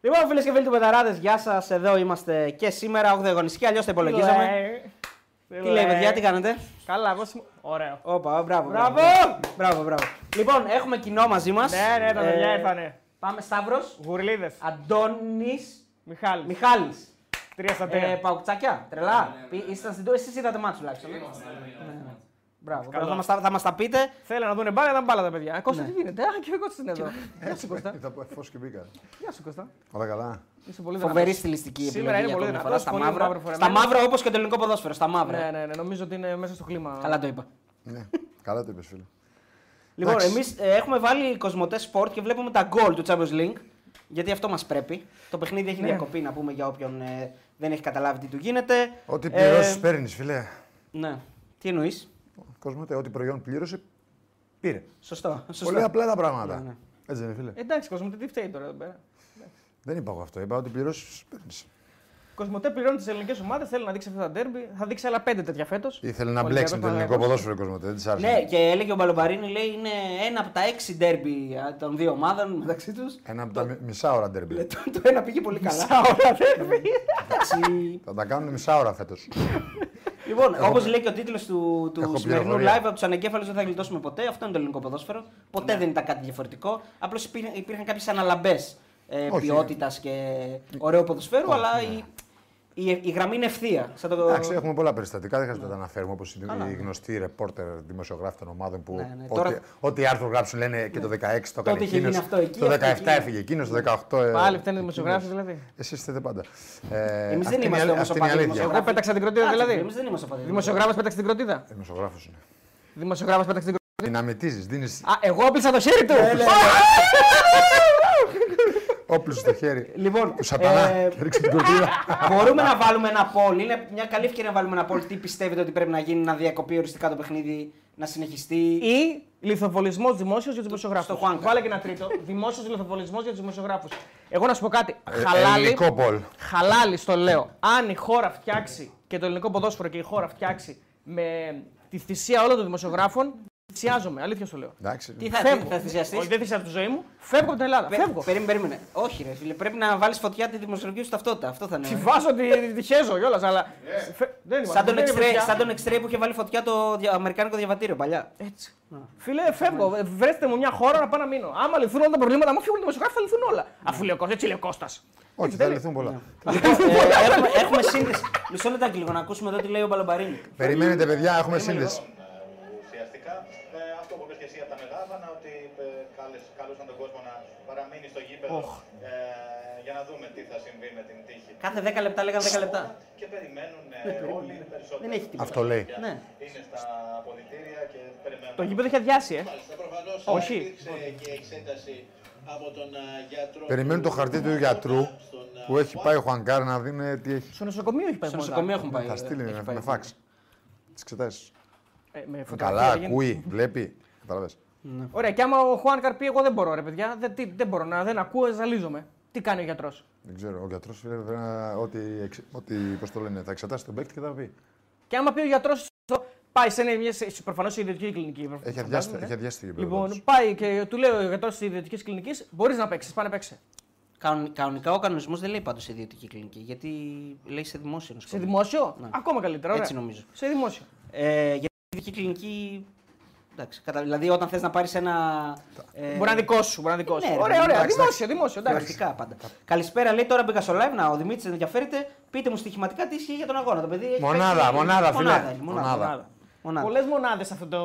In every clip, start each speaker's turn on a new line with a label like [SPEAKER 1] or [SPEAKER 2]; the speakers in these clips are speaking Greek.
[SPEAKER 1] Λοιπόν, φίλες και φίλοι του Πεταράδε, γεια σας. Εδώ είμαστε και σήμερα. 8 αγωνιστική, αλλιώς τα υπολογίζαμε. Τι λέει, παιδιά, τι κάνετε.
[SPEAKER 2] Καλά, εγώ συμ- Ωραίο.
[SPEAKER 1] Όπα, μπράβο.
[SPEAKER 2] Μπράβο!
[SPEAKER 1] Μπράβο, μπράβο. Λοιπόν, έχουμε κοινό μαζί μας.
[SPEAKER 2] Ναι, ναι, τα παιδιά
[SPEAKER 1] Ε,
[SPEAKER 2] ήρθανε.
[SPEAKER 1] Πάμε Σταύρος,
[SPEAKER 2] Γουρλίδες.
[SPEAKER 1] Αντώνης,
[SPEAKER 2] Μιχάλης.
[SPEAKER 1] Μιχάλης.
[SPEAKER 2] Τρία στα
[SPEAKER 1] Ε,
[SPEAKER 2] τρία.
[SPEAKER 1] παουτσάκια, τρελά. Πι- Ήσασταν στην τούρη, εσείς είδατε μάτσου τουλάχιστον. Ναι, ναι. Μπράβο,
[SPEAKER 2] Καλά.
[SPEAKER 1] θα μας τα- θα μας τα πείτε.
[SPEAKER 2] Θέλω να δούνε μπάλα, ήταν μπάλα τα
[SPEAKER 1] Ναι.
[SPEAKER 2] παιδιά. Ε, Κώστα, τι γίνεται. Α, και ο Κώστας είναι εδώ. Γεια σου, Κώστα.
[SPEAKER 3] Ήρθα από φως και μπήκα.
[SPEAKER 2] Γεια σου, Κώστα.
[SPEAKER 3] Όλα καλά.
[SPEAKER 2] Είσαι πολύ
[SPEAKER 1] Φοβερή στιλιστική
[SPEAKER 2] Σήμερα
[SPEAKER 1] επιλογή
[SPEAKER 2] είναι
[SPEAKER 1] για
[SPEAKER 2] πολύ
[SPEAKER 1] ακόμη
[SPEAKER 2] δυνατός,
[SPEAKER 1] φορά. Στα
[SPEAKER 2] πολύ
[SPEAKER 1] μαύρα,
[SPEAKER 2] μαύροφορεμένος.
[SPEAKER 1] στα μαύρα όπως και το ελληνικό ποδόσφαιρο. Στα
[SPEAKER 2] δυνατός. Ναι,
[SPEAKER 1] μαύρα.
[SPEAKER 2] ναι, ναι. Νομίζω ότι είναι μέσα στο κλίμα.
[SPEAKER 1] Καλά το είπα.
[SPEAKER 3] Ναι, καλά το είπες, φίλε.
[SPEAKER 1] Λοιπόν,
[SPEAKER 3] Εντάξει.
[SPEAKER 1] εμείς έχουμε βάλει κοσμοτέ σπορτ και βλέπουμε τα γκολ του Champions League. Γιατί αυτό μας πρέπει. Το παιχνίδι
[SPEAKER 3] Ναι.
[SPEAKER 1] έχει διακοπεί, να πούμε για όποιον ε, δεν έχει καταλάβει τι του γίνεται.
[SPEAKER 3] Ό,τι
[SPEAKER 1] Ε,
[SPEAKER 3] πληρώσεις, παίρνεις, φίλε.
[SPEAKER 1] Ναι. Τι εννοείς.
[SPEAKER 3] Κοσμοτέ, ό,τι προϊόν πλήρωσε, πήρε.
[SPEAKER 1] Σωστό.
[SPEAKER 3] Πολύ
[SPEAKER 1] σωστό.
[SPEAKER 3] απλά τα
[SPEAKER 1] Ναι, ναι.
[SPEAKER 3] πράγματα. Έτσι δεν είναι, φίλε.
[SPEAKER 2] Εντάξει, Κοσμοτέ, τι φταίει τώρα εδώ πέρα.
[SPEAKER 3] Δεν είπα εγώ αυτό. Είπα ότι πληρώσεις, παίρνει.
[SPEAKER 2] Κοσμοτέ πληρώνεις τις ελληνικές ομάδες, θέλει να δείξει αυτά τα ντέρμπι. Θα δείξει άλλα πέντε τέτοια φέτος.
[SPEAKER 3] Ήθελε να μπλέξει με το ελληνικό ποδόσφαιρο, Κοσμοτέ. Δεν της
[SPEAKER 1] Ναι,
[SPEAKER 3] άρεσε.
[SPEAKER 1] και έλεγε ο Μπαλομπαρίνη, λέει είναι ένα από τα έξι ντέρμπι α, των δύο ομάδων μεταξύ τους.
[SPEAKER 3] Ένα από τα μι- μισά ώρα ντερμπι.
[SPEAKER 1] το, το ένα πήγε πολύ καλά. Εντάξει,
[SPEAKER 3] Θα τα κάνουν μισά ώρα φέτος.
[SPEAKER 1] Λοιπόν, όπω λέει και ο τίτλος του,
[SPEAKER 3] Έχω
[SPEAKER 1] του σημερινού
[SPEAKER 3] πληροφορία.
[SPEAKER 1] live, από τους ανακέφαλους δεν θα γλιτώσουμε ποτέ. Αυτό είναι το ελληνικό ποδόσφαιρο. Ποτέ δεν ήταν κάτι διαφορετικό. Απλώς υπήρχαν κάποιες αναλαμπές ε,
[SPEAKER 3] Όχι. ναι.
[SPEAKER 1] ποιότητας και ωραίου ποδοσφαίρου, αλλά η, η, η γραμμή είναι ευθεία. Σαν το... Ναι.
[SPEAKER 3] Εντάξει, έχουμε πολλά περιστατικά, δεν χρειάζεται να τα αναφέρουμε όπως οι γνωστοί ρεπόρτερ δημοσιογράφοι των ομάδων που
[SPEAKER 1] Ναι, ναι,
[SPEAKER 3] ό,τι-
[SPEAKER 1] τώρα- Ναι.
[SPEAKER 3] ό,τι άρθρο γράψουν λένε και το 16 το
[SPEAKER 1] Τότε είχε
[SPEAKER 3] έκανε
[SPEAKER 1] γίνει
[SPEAKER 3] εκείνος,
[SPEAKER 1] αυτό εκεί,
[SPEAKER 3] Το
[SPEAKER 1] αυτό
[SPEAKER 3] 17
[SPEAKER 1] εκεί.
[SPEAKER 3] έφυγε εκείνος, το 18.
[SPEAKER 2] Πάλι
[SPEAKER 3] ε,
[SPEAKER 2] φταίνε οι
[SPEAKER 3] εκείνος.
[SPEAKER 2] δημοσιογράφοι δηλαδή.
[SPEAKER 3] Εσείς φταίτε πάντα. Ε,
[SPEAKER 1] Εμείς
[SPEAKER 3] αυτή
[SPEAKER 1] δεν
[SPEAKER 3] είναι η
[SPEAKER 1] είμαστε
[SPEAKER 3] αλή-
[SPEAKER 1] όμως
[SPEAKER 3] αυτή είναι
[SPEAKER 1] οπαδοί
[SPEAKER 3] η αλήθεια.
[SPEAKER 1] δημοσιογράφοι.
[SPEAKER 2] Εγώ πέταξα την κροτίδα
[SPEAKER 1] Κάτσε,
[SPEAKER 2] δηλαδή.
[SPEAKER 1] Εμείς δεν είμαστε
[SPEAKER 3] Ε,
[SPEAKER 1] οπαδοί.
[SPEAKER 2] Δημοσιογράφο πέταξε την κροτίδα.
[SPEAKER 3] Δημοσιογράφος είναι.
[SPEAKER 2] Δημοσιογράφος πέταξε την κροτίδα.
[SPEAKER 3] Δυναμητίζεις, δίνεις
[SPEAKER 2] Α, εγώ έπλησα το χέρι του!
[SPEAKER 3] Ναι, όπλους στο χέρι.
[SPEAKER 1] Λοιπόν,
[SPEAKER 3] του σατανά
[SPEAKER 1] ε,
[SPEAKER 3] και ρίξει την κουρτίδα.
[SPEAKER 1] Μπορούμε να βάλουμε ένα poll. Είναι μια καλή ευκαιρία να βάλουμε ένα poll. Τι πιστεύετε ότι πρέπει να γίνει, να διακοπεί οριστικά το παιχνίδι, να συνεχιστεί.
[SPEAKER 2] Ή λιθοβολισμός δημόσιος για τους δημοσιογράφους.
[SPEAKER 1] στο Χουάνκα.
[SPEAKER 2] Βάλε και ένα τρίτο. Δημόσιος λιθοβολισμός για τους δημοσιογράφους. Εγώ να σου πω κάτι.
[SPEAKER 3] Ε,
[SPEAKER 2] Χαλάλι.
[SPEAKER 3] Ελληνικό πολ.
[SPEAKER 2] Χαλάλι στο λέω. Αν η χώρα φτιάξει και το ελληνικό ποδόσφαιρο και η χώρα φτιάξει με τη θυσία όλων των δημοσιογράφων, θυσιάζομαι. Αλήθεια στο λέω.
[SPEAKER 3] Εντάξει.
[SPEAKER 1] Τι θα,
[SPEAKER 2] Φεύγω.
[SPEAKER 1] τι Ε, θα θυσιαστείς?
[SPEAKER 2] Όχι, δεν θυσιάζω τη ζωή μου. Φεύγω από την Ελλάδα.
[SPEAKER 1] Πε-
[SPEAKER 2] Φεύγω.
[SPEAKER 1] Περίμενε, περίμενε. Όχι, ρε φίλε, πρέπει να βάλεις φωτιά τη δημοσιογραφική σου ταυτότητα. Αυτό θα
[SPEAKER 2] Τη
[SPEAKER 1] είναι.
[SPEAKER 2] βάζω, τη, τη χέζω κιόλας, αλλά.
[SPEAKER 3] Ε.
[SPEAKER 2] Φε- Δεν είμαστε,
[SPEAKER 1] Σαν τον,
[SPEAKER 2] δεν είναι
[SPEAKER 1] εξτρέ,
[SPEAKER 2] παιδιά.
[SPEAKER 1] σαν τον εξτρέ που είχε βάλει φωτιά το δια- αμερικάνικο διαβατήριο παλιά.
[SPEAKER 2] Έτσι. Φίλε, φεύγω. Ε, Βρέστε μου μια χώρα να πάω να μείνω. Άμα λυθούν όλα τα προβλήματα μου, φύγουν οι δημοσιογράφοι, θα λυθούν
[SPEAKER 1] Ναι.
[SPEAKER 2] όλα. Αφού λέει ο Κώστας, έτσι λέει ο Κώστας.
[SPEAKER 3] Όχι, θα λυθούν πολλά.
[SPEAKER 1] ε, έχουμε, έχουμε σύνδεση. Μισό λεπτάκι λίγο να ακούσουμε εδώ τι λέει ο Μπαλαμπαρίνη.
[SPEAKER 3] Περιμένετε, παιδιά, έχουμε σύνδεση.
[SPEAKER 4] Ε, Ουσιαστικά ε, αυτό που είπες και εσύ από τα Μεγάβανα, ότι ε, κάλεσ- καλούσαν τον κόσμο να παραμείνει στο γήπεδο ε, για να δούμε τι θα συμβεί με την τύχη.
[SPEAKER 1] Κάθε 10 λεπτά λέγανε 10 λεπτά.
[SPEAKER 4] Και περιμένουν
[SPEAKER 1] Ναι,
[SPEAKER 4] ε, όλοι περισσότερο.
[SPEAKER 1] Δεν έχει τίποτα.
[SPEAKER 3] Αυτό λέει.
[SPEAKER 1] Ναι.
[SPEAKER 4] Είναι στα αποδητήρια και περιμένουν.
[SPEAKER 2] Το γήπεδο έχει αδειάσει, ε.
[SPEAKER 5] Μάλιστα, προφανώς
[SPEAKER 2] Όχι.
[SPEAKER 5] υπήρξε και εξέταση από τον α, γιατρό.
[SPEAKER 3] Περιμένουν το χαρτί του ε, γιατρού που έχει πάει ο Χουανκάρ να δει ναι, τι έχει.
[SPEAKER 2] Στο νοσοκομείο έχει πάει.
[SPEAKER 1] Στο
[SPEAKER 2] μόνο.
[SPEAKER 1] νοσοκομείο έχουν πάει.
[SPEAKER 3] Θα
[SPEAKER 1] ε,
[SPEAKER 3] στείλει
[SPEAKER 1] έχει
[SPEAKER 3] με-
[SPEAKER 1] πάει.
[SPEAKER 3] με φάξ. Τις εξετάσεις.
[SPEAKER 2] Ε, με φωτογραφία
[SPEAKER 3] Καλά,
[SPEAKER 2] δεν γίνεται.
[SPEAKER 3] ακούει, βλέπει. Καταλαβες.
[SPEAKER 2] Ωραία, και άμα ο Χουάν Καρπί, εγώ δεν μπορώ, ρε παιδιά. Δεν, τι, δεν μπορώ να δεν ακούω, ζαλίζομαι. Τι κάνει ο γιατρός.
[SPEAKER 3] Δεν ξέρω, ο γιατρός πρέπει να. Ό,τι, εξε- ό,τι πώς το λένε, θα εξετάσει τον παίκτη και θα πει.
[SPEAKER 2] Και άμα πει ο γιατρός. Πάει σε μια. Προφανώ η ιδιωτική κλινική.
[SPEAKER 3] Έχει
[SPEAKER 2] φαντάζομαι,
[SPEAKER 3] αδειάσει,
[SPEAKER 2] ναι.
[SPEAKER 3] έχει αδειάσει το γήπεδο.
[SPEAKER 2] Λοιπόν,
[SPEAKER 3] τους.
[SPEAKER 2] πάει και του λέει ο γιατρός της ιδιωτικής κλινικής: Μπορείς να παίξεις, πάνε παίξε.
[SPEAKER 1] Κανονι- Κανονικά ο κανονισμός δεν λέει πάντως σε ιδιωτική κλινική, γιατί λέει σε δημόσιο
[SPEAKER 2] Σε
[SPEAKER 1] νοσοκομείο.
[SPEAKER 2] δημόσιο,
[SPEAKER 1] Ναι.
[SPEAKER 2] ακόμα καλύτερα. Ωραία.
[SPEAKER 1] Έτσι νομίζω.
[SPEAKER 2] Σε δημόσιο.
[SPEAKER 1] Ε, γιατί η ιδιωτική κλινική. Εντάξει, κατα... Δηλαδή όταν θες να πάρεις ένα. ε,
[SPEAKER 2] Μπορεί να είναι δικό σου, μπορεί να είναι δικό
[SPEAKER 1] ναι,
[SPEAKER 2] σου.
[SPEAKER 1] ρε,
[SPEAKER 2] Ωραία, ωραία.
[SPEAKER 3] εντάξει,
[SPEAKER 2] Δημόσιο, δημόσιο. Εντάξει.
[SPEAKER 1] Πρακτικά πάντα. Καλησπέρα, λέει τώρα μπήκα στο live. Να, ο Δημήτρης ενδιαφέρεται. Πείτε μου στοιχηματικά τι ισχύει για τον αγώνα. Το παιδί έχει
[SPEAKER 3] Μονάδα,
[SPEAKER 1] παίξει-
[SPEAKER 3] μονάδα, φίλε.
[SPEAKER 1] Μονάδα, είναι, μονάδα.
[SPEAKER 3] Μονάδα.
[SPEAKER 1] μονάδα. μονάδα.
[SPEAKER 2] Πολλές μονάδε αυτό το...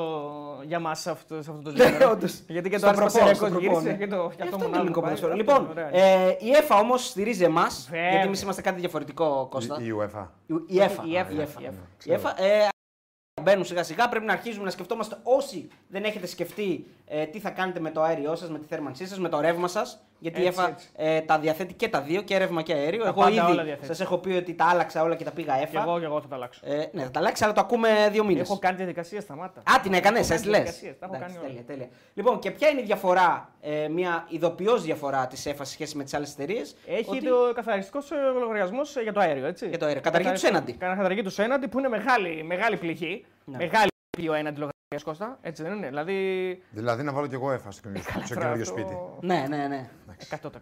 [SPEAKER 2] για μας σε αυτό, σε αυτό το
[SPEAKER 1] Ναι,
[SPEAKER 2] ζήτημα.
[SPEAKER 1] όντως.
[SPEAKER 2] Γιατί και το
[SPEAKER 1] Στο
[SPEAKER 2] άρθρο
[SPEAKER 1] προπό,
[SPEAKER 2] Πασαριακό
[SPEAKER 1] στο προπό,
[SPEAKER 2] γύρισε
[SPEAKER 1] ναι.
[SPEAKER 2] και το
[SPEAKER 1] Ε,
[SPEAKER 2] φτιαχτό
[SPEAKER 1] Αυτό είναι
[SPEAKER 2] μονάδα.
[SPEAKER 1] ελληνικό ποδόσφαιρο.
[SPEAKER 2] Πάει.
[SPEAKER 1] Λοιπόν,
[SPEAKER 2] Ωραία.
[SPEAKER 1] ε, η ΕΦΑ όμως στηρίζει εμάς.
[SPEAKER 2] Βέβαια.
[SPEAKER 1] Γιατί εμείς είμαστε κάτι διαφορετικό, Κώστα.
[SPEAKER 3] Η, η UEFA.
[SPEAKER 1] Η ΕΦΑ. ναι.
[SPEAKER 2] Η ΕΦΑ.
[SPEAKER 1] Η ΕΦΑ. ε, Μπαίνουν σιγά σιγά, πρέπει να αρχίζουμε να σκεφτόμαστε όσοι δεν έχετε σκεφτεί ε, τι θα κάνετε με το αέριό σας, με τη θέρμανσή σας, με το ρεύμα σας. Γιατί η
[SPEAKER 2] Έτσι,
[SPEAKER 1] ΕΦΑ
[SPEAKER 2] έτσι.
[SPEAKER 1] ε, τα διαθέτει και τα δύο, και ρεύμα και αέριο.
[SPEAKER 2] Τα
[SPEAKER 1] εγώ
[SPEAKER 2] πάντα όλα
[SPEAKER 1] ήδη
[SPEAKER 2] διαθέτει.
[SPEAKER 1] σας έχω πει ότι τα άλλαξα όλα και τα πήγα
[SPEAKER 2] Και
[SPEAKER 1] ΕΦΑ.
[SPEAKER 2] εγώ, και εγώ θα τα αλλάξω.
[SPEAKER 1] Ε, ναι, θα τα αλλάξει, αλλά το ακούμε δύο μήνες.
[SPEAKER 2] Έχω κάνει διαδικασία, σταμάτα.
[SPEAKER 1] Α, την έκανες,
[SPEAKER 2] Έχω
[SPEAKER 1] εσύ λε.
[SPEAKER 2] κάνει διαδικασίες, τα έχω κάνει όλα.
[SPEAKER 1] Τέλεια, τέλεια. Λοιπόν, και ποια είναι η διαφορά, ε, μια ειδοποιώς διαφορά της ΕΦΑ σε σχέση με τις άλλες εταιρείες.
[SPEAKER 2] Έχει το καθαριστικός λογαριασμός ε, για το αέριο, έτσι.
[SPEAKER 1] Για το αέριο. Καταργεί
[SPEAKER 2] Καθαρι-
[SPEAKER 1] τους έναντι.
[SPEAKER 2] Κα- Καταργεί τους έναντι που είναι μεγάλη, μεγάλη πληγή.
[SPEAKER 1] Ναι.
[SPEAKER 2] Μεγάλη πληγή ο έναντι λογαριασμός Κώστα. Έτσι δεν είναι. Δηλαδή.
[SPEAKER 1] Ε,
[SPEAKER 3] Δηλαδή να βάλω κι εγώ έφα στο καινούργιο- στο
[SPEAKER 2] τώρα
[SPEAKER 3] καινούργιο
[SPEAKER 2] αυτό-
[SPEAKER 3] σπίτι.
[SPEAKER 1] Ναι, ναι, ναι.
[SPEAKER 2] 100%.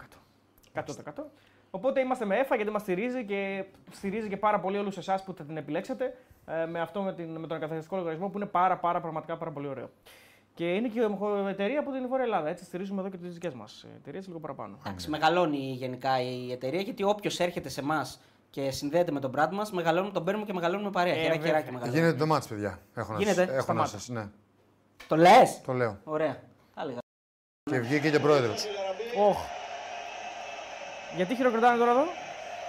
[SPEAKER 2] 100%. Οπότε είμαστε με ΕΦΑ γιατί μας στηρίζει και στηρίζει και πάρα πολύ όλους εσάς που θα την επιλέξετε ε, με, αυτό, με, την, με τον εγκαθαριστικό λογαριασμό που είναι πάρα, πάρα, πραγματικά πάρα πολύ ωραίο. Και είναι και η εταιρεία από την Βόρεια Ελλάδα. Έτσι στηρίζουμε εδώ και τις δικές μας εταιρείες λίγο παραπάνω.
[SPEAKER 1] Εντάξει, μεγαλώνει γενικά η εταιρεία γιατί όποιος έρχεται σε εμάς και συνδέεται με τον brand μας, μεγαλώνουμε, τον παίρνουμε και μεγαλώνουμε παρέα.
[SPEAKER 2] Ε,
[SPEAKER 1] χεράκι,
[SPEAKER 2] βέβαια.
[SPEAKER 1] χεράκι μεγαλώνουμε.
[SPEAKER 3] Γίνεται το μάτς, παιδιά. Έχω να
[SPEAKER 1] Γίνεται.
[SPEAKER 3] σας- Έχω να
[SPEAKER 2] Σταμάτα.
[SPEAKER 3] σας, ναι.
[SPEAKER 1] Το λες!
[SPEAKER 3] Το λέω.
[SPEAKER 1] Ωραία. Τα έλεγα.
[SPEAKER 3] Και βγήκε και πρόεδρος.
[SPEAKER 2] Οχ. Γιατί χειροκροτάνε τώρα εδώ.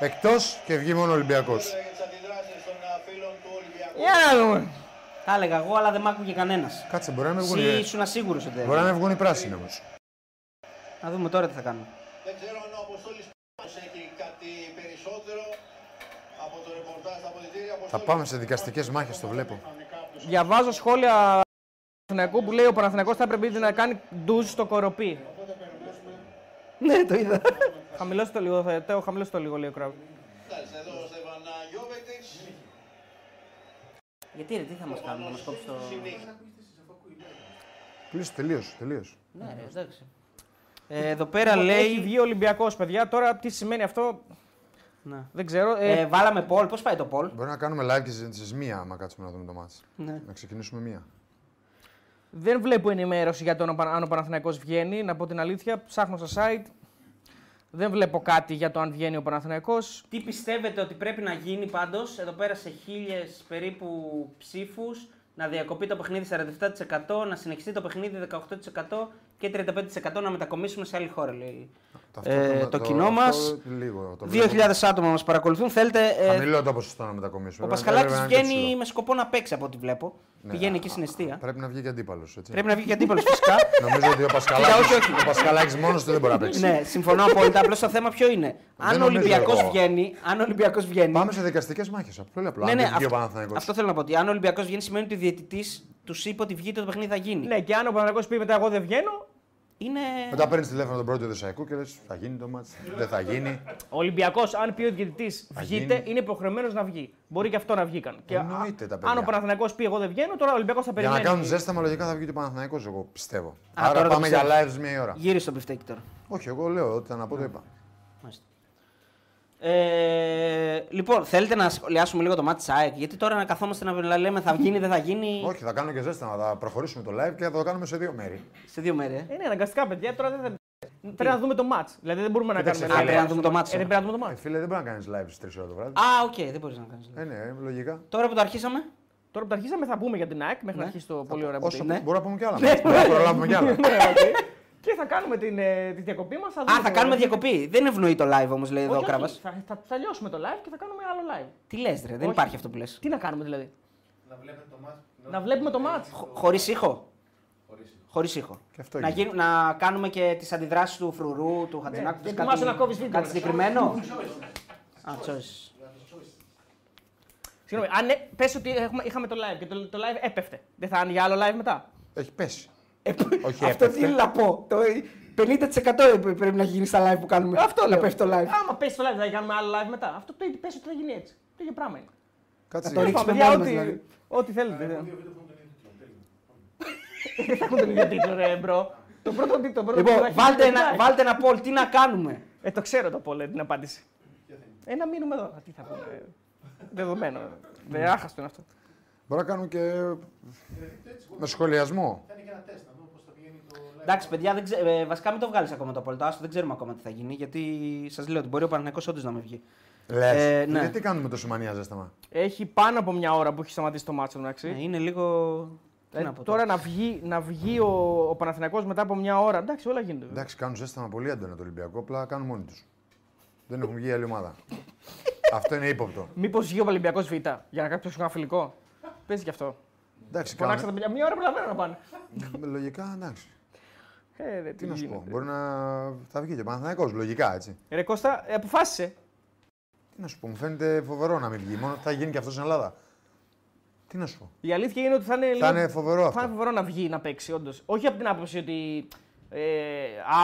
[SPEAKER 3] Εκτός και βγει μόνο ο Ολυμπιακός.
[SPEAKER 4] για τις αντιδράσεις των α, φίλων του Ολυμπιακού.
[SPEAKER 2] Για να δούμε.
[SPEAKER 1] Τα έλεγα εγώ, αλλά δεν μ' άκουγε κανένας.
[SPEAKER 3] Κάτσε, μπορεί να με βγουν,
[SPEAKER 1] Εσύ
[SPEAKER 3] οι-
[SPEAKER 1] ήσουν σίγουρο ότι δεν.
[SPEAKER 3] μπορεί να με βγουν οι πράσινοι όμως.
[SPEAKER 1] Να δούμε τώρα τι θα κάνουμε.
[SPEAKER 4] Δεν ξέρω αν ο Αποστόλης Πάνος έχει κάτι περισσότερο από το ρεπορτάζ στα αποδητήρια.
[SPEAKER 3] Θα πάμε σε δικαστικές μάχες, το βλέπω.
[SPEAKER 2] Διαβάζω σχόλια Παναθηναϊκού που λέει ο Παναθηναϊκός θα έπρεπε ήδη να κάνει ντουζ στο κοροπή.
[SPEAKER 1] Ναι, το είδα.
[SPEAKER 2] Χαμηλώστε το λίγο, θα, Τέο, χαμηλώστε το λίγο, λέει ο Κράου.
[SPEAKER 4] Κοιτάξτε, εδώ ο Στεβαν Γιώβετιτς.
[SPEAKER 1] Γιατί ρε, τι θα μας κάνουν, να μας κόψει το.
[SPEAKER 3] Κλείσε τελείως, τελείως.
[SPEAKER 1] Ναι, ρε, εντάξει. Ε, εδώ πέρα
[SPEAKER 2] Λοιπόν, Έχει
[SPEAKER 1] λέει.
[SPEAKER 2] βγει ο Ολυμπιακός, παιδιά. Τώρα τι σημαίνει αυτό,
[SPEAKER 1] Ναι.
[SPEAKER 2] δεν ξέρω. Ε,
[SPEAKER 1] Ε, βάλαμε Πολ, πώς πάει το Πολ.
[SPEAKER 3] Μπορεί να κάνουμε live και συζήτηση μία, άμα κάτσουμε να δούμε το μάτς.
[SPEAKER 1] Ναι.
[SPEAKER 3] Να ξεκινήσουμε μία.
[SPEAKER 2] Δεν βλέπω ενημέρωση για το αν ο Πα- αν ο Παναθηναϊκός βγαίνει, να πω την αλήθεια. Ψάχνω στα site. Δεν βλέπω κάτι για το αν βγαίνει ο Παναθηναϊκός.
[SPEAKER 1] Τι πιστεύετε ότι πρέπει να γίνει πάντως εδώ πέρα σε χίλιες περίπου ψήφους, να διακοπεί το παιχνίδι 47%, να συνεχιστεί το παιχνίδι 18% και 35% να μετακομίσουμε σε άλλη χώρα, λέει. Ε, το, κοινό μα.
[SPEAKER 3] αυτό λίγο το βλέπω.
[SPEAKER 1] 2.000 άτομα μας παρακολουθούν. Θέλετε. ε,
[SPEAKER 3] Χαμηλό το ποσοστό να μετακομίσουμε.
[SPEAKER 1] ο
[SPEAKER 3] Βέβαια,
[SPEAKER 1] Πασχαλάκης
[SPEAKER 3] πρέπει να είναι και
[SPEAKER 1] βγαίνει
[SPEAKER 3] ψηλό.
[SPEAKER 1] με σκοπό να παίξει από ό,τι βλέπω. Πηγαίνει εκεί στην αιστεία.
[SPEAKER 3] Πρέπει να βγει και αντίπαλος.
[SPEAKER 1] Πρέπει να βγει και αντίπαλος φυσικά.
[SPEAKER 3] Νομίζω ότι ο
[SPEAKER 1] όχι, όχι.
[SPEAKER 3] Πασχαλάκης μόνος του δεν μπορεί να παίξει.
[SPEAKER 1] ναι, συμφωνώ απόλυτα. Απλώς το θέμα ποιο είναι. Αν ο
[SPEAKER 3] νομίζω
[SPEAKER 1] Ολυμπιακός
[SPEAKER 3] εγώ.
[SPEAKER 1] βγαίνει. Αν ο Ολυμπιακός βγαίνει
[SPEAKER 3] Πάμε σε δικαστικές μάχες. Απλό ή απλό.
[SPEAKER 1] Ναι,
[SPEAKER 3] Αν
[SPEAKER 1] ναι,
[SPEAKER 3] δεν βγει ο
[SPEAKER 1] αυτό,
[SPEAKER 3] Παναθηναϊκός.
[SPEAKER 1] αυτό θέλω να πω. Ότι αν ο Ολυμπιακός βγαίνει, σημαίνει ότι ο διαιτητής τους είπε ότι βγείτε το παιχνίδι θα γίνει.
[SPEAKER 2] Ναι, και αν ο Παναθηναϊκός πει μετά εγώ δεν βγαίνω,
[SPEAKER 1] Είναι.
[SPEAKER 3] Μετά παίρνεις τηλέφωνο τον πρώτο Δεσαϊκού και λες: Θα γίνει το μάτς, δεν θα γίνει.
[SPEAKER 2] ο Ολυμπιακός, αν πει ο διαιτητής
[SPEAKER 3] Θα
[SPEAKER 2] βγείτε,
[SPEAKER 3] γίνει.
[SPEAKER 2] είναι υποχρεωμένος να βγει. Μπορεί και αυτό να βγήκαν. Και α-
[SPEAKER 3] Εννοείται τα
[SPEAKER 2] αν ο
[SPEAKER 3] παιδιά.
[SPEAKER 2] Παναθηναϊκός πει εγώ δεν βγαίνω, τώρα ο Ολυμπιακός θα
[SPEAKER 3] Για
[SPEAKER 2] περιμένει.
[SPEAKER 3] να κάνουν ζέσταμα, λογικά θα βγει και ο Παναθηναϊκός, εγώ πιστεύω.
[SPEAKER 1] τώρα
[SPEAKER 3] Άρα
[SPEAKER 1] το
[SPEAKER 3] πάμε για
[SPEAKER 1] πιστεύω.
[SPEAKER 3] lives μία ώρα.
[SPEAKER 1] Γύρισε τον πιφτέκι τώρα.
[SPEAKER 3] Όχι, εγώ λέω ότι θα να πω το είπα.
[SPEAKER 1] Ναι. Μάλιστα. Ε, λοιπόν, θέλετε να σχολιάσουμε λίγο το μάτι ΑΕΚ, γιατί τώρα να καθόμαστε να λέμε θα γίνει, δεν θα γίνει.
[SPEAKER 3] Όχι, θα κάνω και ζέσταμα. Θα προχωρήσουμε το live και θα το κάνουμε σε δύο μέρη.
[SPEAKER 1] Σε δύο μέρε.
[SPEAKER 2] Ε, ναι, αναγκαστικά παιδιά, τώρα δεν θα... Πρέπει να δούμε το match. Δηλαδή δεν μπορούμε να
[SPEAKER 3] Κοίταξε,
[SPEAKER 2] κάνουμε. live.
[SPEAKER 3] φίλε. Α, πρέπει
[SPEAKER 1] να δούμε το match.
[SPEAKER 2] Ε, δεν πρέπει να δούμε το
[SPEAKER 3] Ε,
[SPEAKER 2] match.
[SPEAKER 3] φίλε, δεν μπορεί να κάνεις live στις 3 ώρα το βράδυ.
[SPEAKER 1] Α, οκ, δεν μπορείς να κάνεις.
[SPEAKER 3] Ε, ναι, ε, λογικά.
[SPEAKER 1] Τώρα που το αρχίσαμε.
[SPEAKER 2] Τώρα που τα αρχίσαμε θα πούμε για την ΑΕΚ μέχρι να
[SPEAKER 1] Ναι.
[SPEAKER 2] αρχίσει το πολύ ωραίο
[SPEAKER 3] Όσο
[SPEAKER 2] αποτέλεσμα.
[SPEAKER 1] ναι.
[SPEAKER 3] μπορούμε να πούμε κι άλλα. Μπορούμε να προλάβουμε κι άλλα.
[SPEAKER 2] Ναι, οκ. Και θα κάνουμε την, ε, τη διακοπή μας.
[SPEAKER 1] Α, θα κάνουμε διακοπή. Δεν ευνοεί το live όμως, λέει εδώ ο Κράβας.
[SPEAKER 2] Θα, θα, θα λιώσουμε το live και θα κάνουμε άλλο live.
[SPEAKER 1] Τι λες, ρε, δεν
[SPEAKER 2] Όχι.
[SPEAKER 1] υπάρχει αυτό που λες.
[SPEAKER 2] Τι να κάνουμε δηλαδή. Να βλέπουμε το μάτς. Να βλέπουμε το μάτς.
[SPEAKER 1] Χωρίς ήχο. Χωρίς ήχο.
[SPEAKER 3] Και αυτό
[SPEAKER 1] να,
[SPEAKER 3] γίνεται.
[SPEAKER 1] γίνουν- να κάνουμε και τις αντιδράσεις του Φρουρού, του Χατζηνάκου.
[SPEAKER 2] και
[SPEAKER 1] τους
[SPEAKER 2] ετοιμάσου να κόβεις βίντεο,
[SPEAKER 1] Κάτι
[SPEAKER 2] ρε.
[SPEAKER 1] συγκεκριμένο. Α, choice.
[SPEAKER 2] Συγγνώμη, αν ε, πες ότι έχουμε, είχαμε το live και το, το live έπεφτε. Δεν θα είναι για άλλο live μετά.
[SPEAKER 3] Έχει πέσει. Όχι,
[SPEAKER 1] Ε, Αυτό τι
[SPEAKER 3] έπεφτε.
[SPEAKER 1] είναι να πω. Το 50% ε, πρέπει να γίνει στα live που κάνουμε.
[SPEAKER 2] Αυτό
[SPEAKER 1] να
[SPEAKER 2] λέω.
[SPEAKER 1] πέφτει το live.
[SPEAKER 2] Άμα πέσει το live, θα κάνουμε άλλο live μετά. Αυτό το πες ότι θα γίνει έτσι. Το ίδιο πράγμα είναι.
[SPEAKER 3] Κάτσε.
[SPEAKER 1] Ε, το
[SPEAKER 3] για-
[SPEAKER 1] ρίξω.
[SPEAKER 2] Πάμε,
[SPEAKER 1] ρίξουμε
[SPEAKER 2] παιδιά,
[SPEAKER 1] μόνοι
[SPEAKER 2] ό,τι,
[SPEAKER 1] μας, δηλαδή.
[SPEAKER 2] ό,τι θέλετε. ναι. Δεν θα έχουν τον ίδιο τίτλο, ρε, μπρο. Το πρώτο τίτλο. το πρώτο τίτλο θα
[SPEAKER 1] Λοιπόν,
[SPEAKER 2] έχει
[SPEAKER 1] βάλτε
[SPEAKER 2] το
[SPEAKER 1] ένα,
[SPEAKER 2] live.
[SPEAKER 1] βάλτε ένα poll, τι να κάνουμε.
[SPEAKER 2] Ε, το ξέρω το πολύ την απάντηση. Ε, να μείνουμε εδώ. Τι θα πούμε. ε, Δεδομένο. ε. Δεν άχαστο είναι αυτό.
[SPEAKER 3] Μπορεί να κάνουν και. με σχολιασμό.
[SPEAKER 1] Εντάξει, παιδιά, δεν ξε... ε, βασικά μην το βγάλεις ακόμα το poll. Το άστο δεν ξέρουμε ακόμα τι θα γίνει. Γιατί σας λέω ότι μπορεί ο Παναγενικό όντως να με βγει.
[SPEAKER 3] Λες.
[SPEAKER 1] ναι.
[SPEAKER 3] Γιατί κάνουμε τόσο μανία ζέσταμα.
[SPEAKER 2] Έχει πάνω από μια ώρα που έχει σταματήσει το μάτσο, εντάξει.
[SPEAKER 1] Ναι, είναι λίγο. Τι
[SPEAKER 2] Ε,
[SPEAKER 1] να πω
[SPEAKER 2] τώρα να βγει, να βγει ο, ο Παναθηναϊκός μετά από μια ώρα. Εντάξει, όλα γίνονται. βέβαια.
[SPEAKER 3] Εντάξει, κάνουν ζέσταμα πολύ έντονα το Ολυμπιακό, απλά κάνουν μόνοι τους. Δεν έχουν βγει άλλη ομάδα. αυτό είναι ύποπτο.
[SPEAKER 2] Μήπως βγει ο Ολυμπιακός Β για να κάποιος ένα φιλικό. Παίζει κι αυτό.
[SPEAKER 3] Εντάξει,
[SPEAKER 2] Φωνάξα τα
[SPEAKER 3] κάνουν.
[SPEAKER 2] παιδιά. Μια ώρα προλαβαίνω να πάνε.
[SPEAKER 3] Λογικά, εντάξει.
[SPEAKER 2] Ε, ρε,
[SPEAKER 3] Τι να σου πω.
[SPEAKER 2] γίνεται.
[SPEAKER 3] Μπορεί να. θα βγει και ο Παναθηναϊκός, λογικά έτσι.
[SPEAKER 2] Ρε Κώστα, ε, αποφάσισε.
[SPEAKER 3] Τι να σου πω, μου φαίνεται φοβερό να μην βγει. Μόνο θα γίνει και αυτό στην Ελλάδα. Τι να σου πω.
[SPEAKER 2] Η αλήθεια είναι ότι θα είναι.
[SPEAKER 3] Θα
[SPEAKER 2] λίγο-
[SPEAKER 3] είναι φοβερό
[SPEAKER 2] Θα είναι
[SPEAKER 3] αυτό.
[SPEAKER 2] φοβερό να βγει να παίξει, όντως. Όχι από την άποψη ότι ε,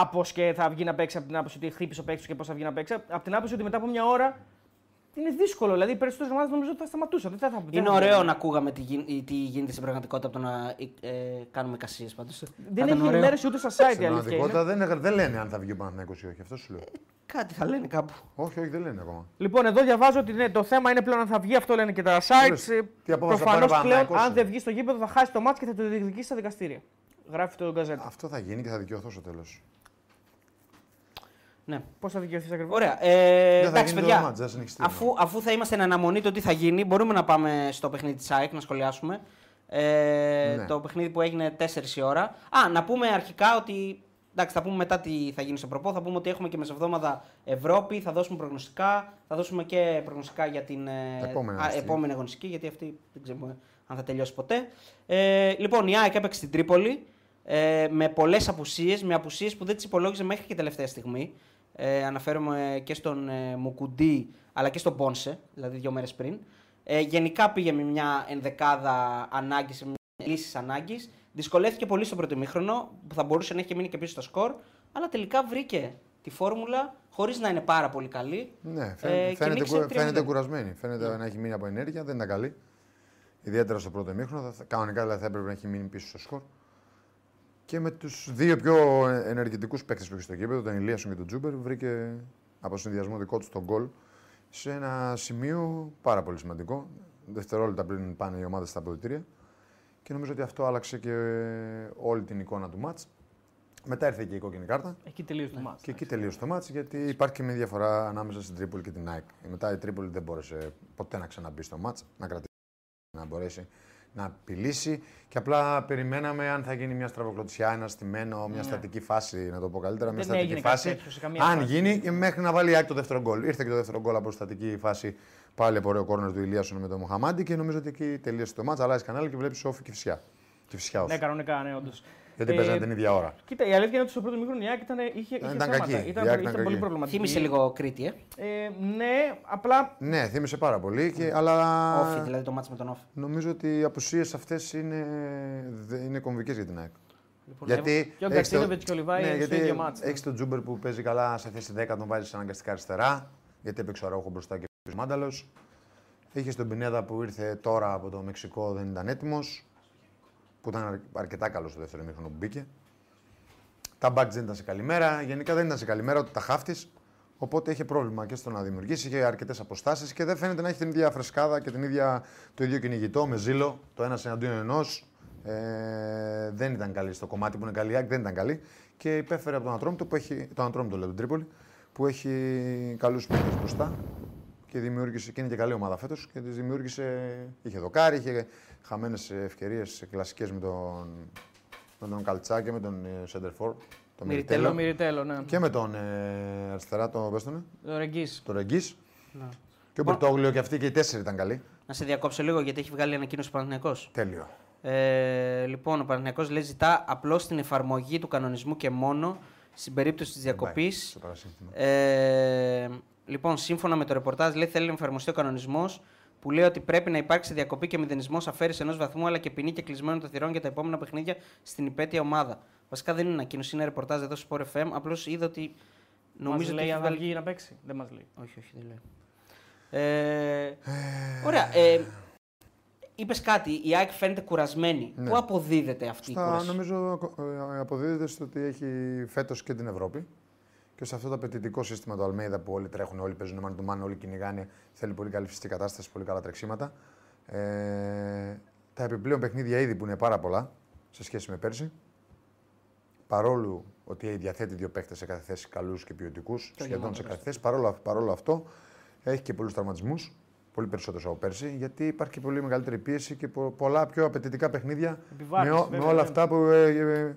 [SPEAKER 2] άπο και θα βγει να παίξει, από την άποψη ότι χτύπησε ο παίκτης και πώς θα βγει να παίξει. Από την άποψη ότι μετά από μια ώρα είναι δύσκολο. Δηλαδή οι περισσότερες ομάδες νομίζω ότι θα σταματούσαν. Δεν θα, θα,
[SPEAKER 1] Είναι ωραίο να ακούγαμε τι, γι- τι γίνεται στην πραγματικότητα από το να ε, ε, κάνουμε εικασίε πάντως.
[SPEAKER 2] Δεν έχει ενημέρωση ούτε στα site η
[SPEAKER 3] Στην
[SPEAKER 2] αλήθεια. είναι.
[SPEAKER 3] πραγματικότητα δεν, έχα- δεν λένε αν θα βγει ο Παναθηναϊκός ή όχι. Αυτό σου λέω.
[SPEAKER 1] Κάτι θα λένε κάπου.
[SPEAKER 3] όχι, όχι, δεν λένε ακόμα.
[SPEAKER 2] Λοιπόν, εδώ διαβάζω ότι ναι, το θέμα είναι πλέον αν θα βγει, αυτό λένε και τα
[SPEAKER 3] Ορίστε.
[SPEAKER 2] sites.
[SPEAKER 3] Τι απόφαση
[SPEAKER 2] Προφανώς
[SPEAKER 3] θα πάρει ο
[SPEAKER 2] πλέον,
[SPEAKER 3] Παναθηναϊκός
[SPEAKER 2] αν δεν
[SPEAKER 3] είναι.
[SPEAKER 2] βγει στο γήπεδο, θα χάσει το μάτι και θα το διεκδικήσει στα δικαστήρια. Γράφει το Γκαζέτα.
[SPEAKER 3] Αυτό θα γίνει και θα δικαιωθώ στο τέλος.
[SPEAKER 1] Ναι.
[SPEAKER 2] Πώς θα δικαιωθείς ακριβώς.
[SPEAKER 1] Ωραία. Ε,
[SPEAKER 3] θα
[SPEAKER 1] εντάξει,
[SPEAKER 3] γίνει το
[SPEAKER 1] παιδιά.
[SPEAKER 3] μάτς, δεν θα συνεχιστεί.
[SPEAKER 1] αφού, αφού θα είμαστε εν αναμονή το τι θα γίνει, μπορούμε να πάμε στο παιχνίδι της ΑΕΚ να σχολιάσουμε. Ε,
[SPEAKER 3] Ναι.
[SPEAKER 1] Το παιχνίδι που έγινε 4 η ώρα. Α, να πούμε αρχικά ότι. Εντάξει, θα πούμε μετά τι θα γίνει στο προπό. Θα πούμε ότι έχουμε και μεσοβδόμαδα Ευρώπη. Θα δώσουμε προγνωστικά. Θα δώσουμε και προγνωστικά για την ε,
[SPEAKER 3] Τα
[SPEAKER 1] α,
[SPEAKER 3] επόμενα αγωνιστική.
[SPEAKER 1] επόμενη αγωνιστική, γιατί αυτή δεν ξέρουμε αν θα τελειώσει ποτέ. Ε, λοιπόν, η ΑΕΚ έπαιξε στην Τρίπολη ε, με πολλές απουσίες, με απουσίες που δεν τις υπολόγιζε μέχρι και τελευταία στιγμή. Ε, αναφέρομαι και στον ε, Μουκουντή αλλά και στον Πόνσε, δηλαδή δύο μέρες πριν. Ε, γενικά πήγε με μια ενδεκάδα ανάγκης, σε μια λύσης ανάγκης. Δυσκολεύτηκε πολύ στο πρώτο ημίχρονο, που θα μπορούσε να έχει μείνει και πίσω στο σκορ, αλλά τελικά βρήκε τη φόρμουλα χωρίς να είναι πάρα πολύ καλή.
[SPEAKER 3] Ναι,
[SPEAKER 1] Ε,
[SPEAKER 3] φαίνεται,
[SPEAKER 1] και Ναι.
[SPEAKER 3] φαίνεται,
[SPEAKER 1] νίκησε
[SPEAKER 3] κου-
[SPEAKER 1] 3-0.
[SPEAKER 3] φαίνεται κουρασμένη. Φαίνεται να έχει μείνει από ενέργεια, δεν ήταν καλή. Ιδιαίτερα στο πρώτο ημίχρονο. θα- θα- Κανονικά δηλαδή, θα έπρεπε να έχει μείνει πίσω στο σκορ. Και με τους δύο πιο ενεργητικούς παίκτες που είχε στο κήπεδο, τον Ηλίασον και τον Τζούμπερ, βρήκε από συνδυασμό δικό του τον γκολ σε ένα σημείο πάρα πολύ σημαντικό. Δευτερόλεπτα πριν πάνε οι ομάδες στα αποδητήρια. Και νομίζω ότι αυτό άλλαξε και όλη την εικόνα του μάτς. Μετά ήρθε και η κόκκινη κάρτα.
[SPEAKER 2] Εκεί τελείωσε το μάτς.
[SPEAKER 3] Και εκεί τελείωσε το μάτς, γιατί υπάρχει και μια διαφορά ανάμεσα στην Τρίπολη και την ΑΕΚ. Μετά η Τρίπολη δεν μπόρεσε ποτέ να ξαναμπεί στο μάτς, να κρατήσει, να μπορέσει να απειλήσει. Και απλά περιμέναμε αν θα γίνει μια στραβοκλωτσιά, ένα στημένο, μια στατική φάση, να το πω καλύτερα. Μια
[SPEAKER 2] Ναι. Δεν
[SPEAKER 3] στατική
[SPEAKER 2] έγινε κάτι
[SPEAKER 3] φάση.
[SPEAKER 2] τέτοιο σε καμία
[SPEAKER 3] Αν
[SPEAKER 2] φάση.
[SPEAKER 3] γίνει, και μέχρι να βάλει η ΑΕΚ το δεύτερο γκολ. Ήρθε και το δεύτερο γκολ από στατική φάση πάλι από ωραίο κόρνερ του Ηλίασον με τον Μουχαμάντη και νομίζω ότι εκεί τελείωσε το μάτς. Αλλάζει κανάλι και βλέπεις όφη και φυσιά. Και φυσιά όφη.
[SPEAKER 2] Ναι, κανονικά, ναι, όντως.
[SPEAKER 3] Γιατί παίζανε την ίδια ώρα.
[SPEAKER 2] Κοίτα, η αλήθεια είναι ότι στο πρώτο μήκρο η Άκη ήταν, είχε, είχε
[SPEAKER 3] Ήταν
[SPEAKER 2] θέματα.
[SPEAKER 3] κακή. Η
[SPEAKER 2] Ήταν,
[SPEAKER 3] Άκη
[SPEAKER 2] ήταν,
[SPEAKER 3] ήταν
[SPEAKER 2] πολύ
[SPEAKER 3] κακή.
[SPEAKER 2] προβληματική.
[SPEAKER 1] Θύμησε λίγο Κρήτη, ε.
[SPEAKER 2] Ε, ναι, απλά
[SPEAKER 3] Ναι, θύμισε πάρα πολύ, και, αλλά.
[SPEAKER 1] Όφι, δηλαδή το μάτς με τον Όφι.
[SPEAKER 3] Νομίζω ότι οι απουσίες αυτές είναι, δε- είναι κομβικές για την ΑΕΚ.
[SPEAKER 1] Λοιπόν,
[SPEAKER 3] Γιατί
[SPEAKER 2] Και ο
[SPEAKER 3] έχεις το- ναι,
[SPEAKER 2] Γκατσίνοβιτς και ο Λιβάη στο
[SPEAKER 3] γιατί
[SPEAKER 2] ίδιο μάτς. ναι.
[SPEAKER 3] έχεις τον Τζούμπερ που παίζει καλά σε θέση 10, τον βάζεις αναγκαστικά αριστερά. Γιατί έπαιξε ο Αραούχο μπροστά και ο Μάνταλος. Είχε τον Πινέδα που ήρθε τώρα από το Μεξικό, δεν ήταν έτοιμος. Που ήταν αρ- αρκετά καλός στο δεύτερο μήχρονο που μπήκε. Τα μπακ δεν ήταν σε καλή μέρα. Γενικά δεν ήταν σε καλή μέρα ούτε τα χάφτης. Οπότε είχε πρόβλημα και στο να δημιουργήσει. Είχε αρκετές αποστάσεις και δεν φαίνεται να έχει την ίδια φρεσκάδα και την ίδια, το ίδιο κυνηγητό με ζήλο. Το ένας εναντίον ενός. Ε, δεν ήταν καλή στο κομμάτι που είναι καλή. η ΑΕΚ δεν ήταν καλή. Και υπέφερε από τον Ατρόμητο που έχει. Τον Ατρόμητο λέω, την Τρίπολη. Που έχει καλούς παίκτες μπροστά. Και δημιούργησε. Και είναι και καλή ομάδα φέτος. Και τη δημιούργησε. Είχε δοκάρι, είχε χαμένες ευκαιρίες κλασικές με τον με τον Καλτσά και με τον ε, Σέντερφορ. Τον
[SPEAKER 2] το
[SPEAKER 3] Μιριτέλο.
[SPEAKER 2] Μυριτέλο, ναι. Ε,
[SPEAKER 3] Και με τον ε, αριστερά, τον Πέστονε,
[SPEAKER 2] Το Ρεγγής.
[SPEAKER 3] τον Ρεγκή.
[SPEAKER 2] Ναι.
[SPEAKER 3] Και ο Πορτόγλιο και αυτοί και οι τέσσερις ήταν καλοί.
[SPEAKER 1] Να σε διακόψω λίγο γιατί έχει βγάλει ανακοίνωση ο Παναθηναϊκός.
[SPEAKER 3] Τέλειο.
[SPEAKER 1] Ε, λοιπόν, ο Παναθηναϊκός λέει ζητά απλώς την εφαρμογή του κανονισμού και μόνο στην περίπτωση της διακοπή.
[SPEAKER 3] Πάει Στο παρασύνθημα.
[SPEAKER 1] Ε, λοιπόν, σύμφωνα με το ρεπορτάζ, λέει θέλει να εφαρμοστεί ο κανονισμός που λέει ότι πρέπει να υπάρξει διακοπή και μηδενισμός αφαίρεσης ενός βαθμού αλλά και ποινή και κλεισμένο των θυρών για τα επόμενα παιχνίδια στην υπέτεια ομάδα. Βασικά δεν είναι ανακοίνωση, είναι ρεπορτάζ εδώ στο Sport FM. Απλώς είδα ότι. Νομίζω
[SPEAKER 2] Νομίζω
[SPEAKER 1] ότι
[SPEAKER 2] λέει
[SPEAKER 1] έχει
[SPEAKER 2] αν θα
[SPEAKER 1] βγάλει
[SPEAKER 2] βγει να παίξει. Δεν μας λέει.
[SPEAKER 1] όχι, όχι, δεν λέω. Ε, ωραία. Ε, Είπες κάτι, η ΑΕΚ φαίνεται κουρασμένη.
[SPEAKER 3] Ναι.
[SPEAKER 1] Πού αποδίδεται αυτή η
[SPEAKER 3] Στα,
[SPEAKER 1] κούραση.
[SPEAKER 3] νομίζω ακο- ε, αποδίδεται στο ότι έχει φέτος και την Ευρώπη. Και σε αυτό το απαιτητικό σύστημα του Αλμέιδα που όλοι τρέχουν, όλοι παίζουν μάνα του μάνα, όλοι κυνηγάνε, θέλει πολύ καλή φυσική κατάσταση, πολύ καλά τρεξίματα. Ε, τα επιπλέον παιχνίδια ήδη που είναι πάρα πολλά σε σχέση με πέρσι. Παρόλο ότι διαθέτει δύο παίχτε σε κάθε θέση καλούς και ποιοτικούς, σχεδόν σε κάθε θέση, παρόλο, παρόλο αυτό έχει και πολλούς τραυματισμούς, πολύ περισσότερους από πέρσι, γιατί υπάρχει και πολύ μεγαλύτερη πίεση και πο- πολλά πιο απαιτητικά παιχνίδια
[SPEAKER 2] Επιβάρυνση,
[SPEAKER 3] με, ό- με
[SPEAKER 2] βέβαια,
[SPEAKER 3] όλα
[SPEAKER 2] ναι.
[SPEAKER 3] αυτά που, ε, ε, ε,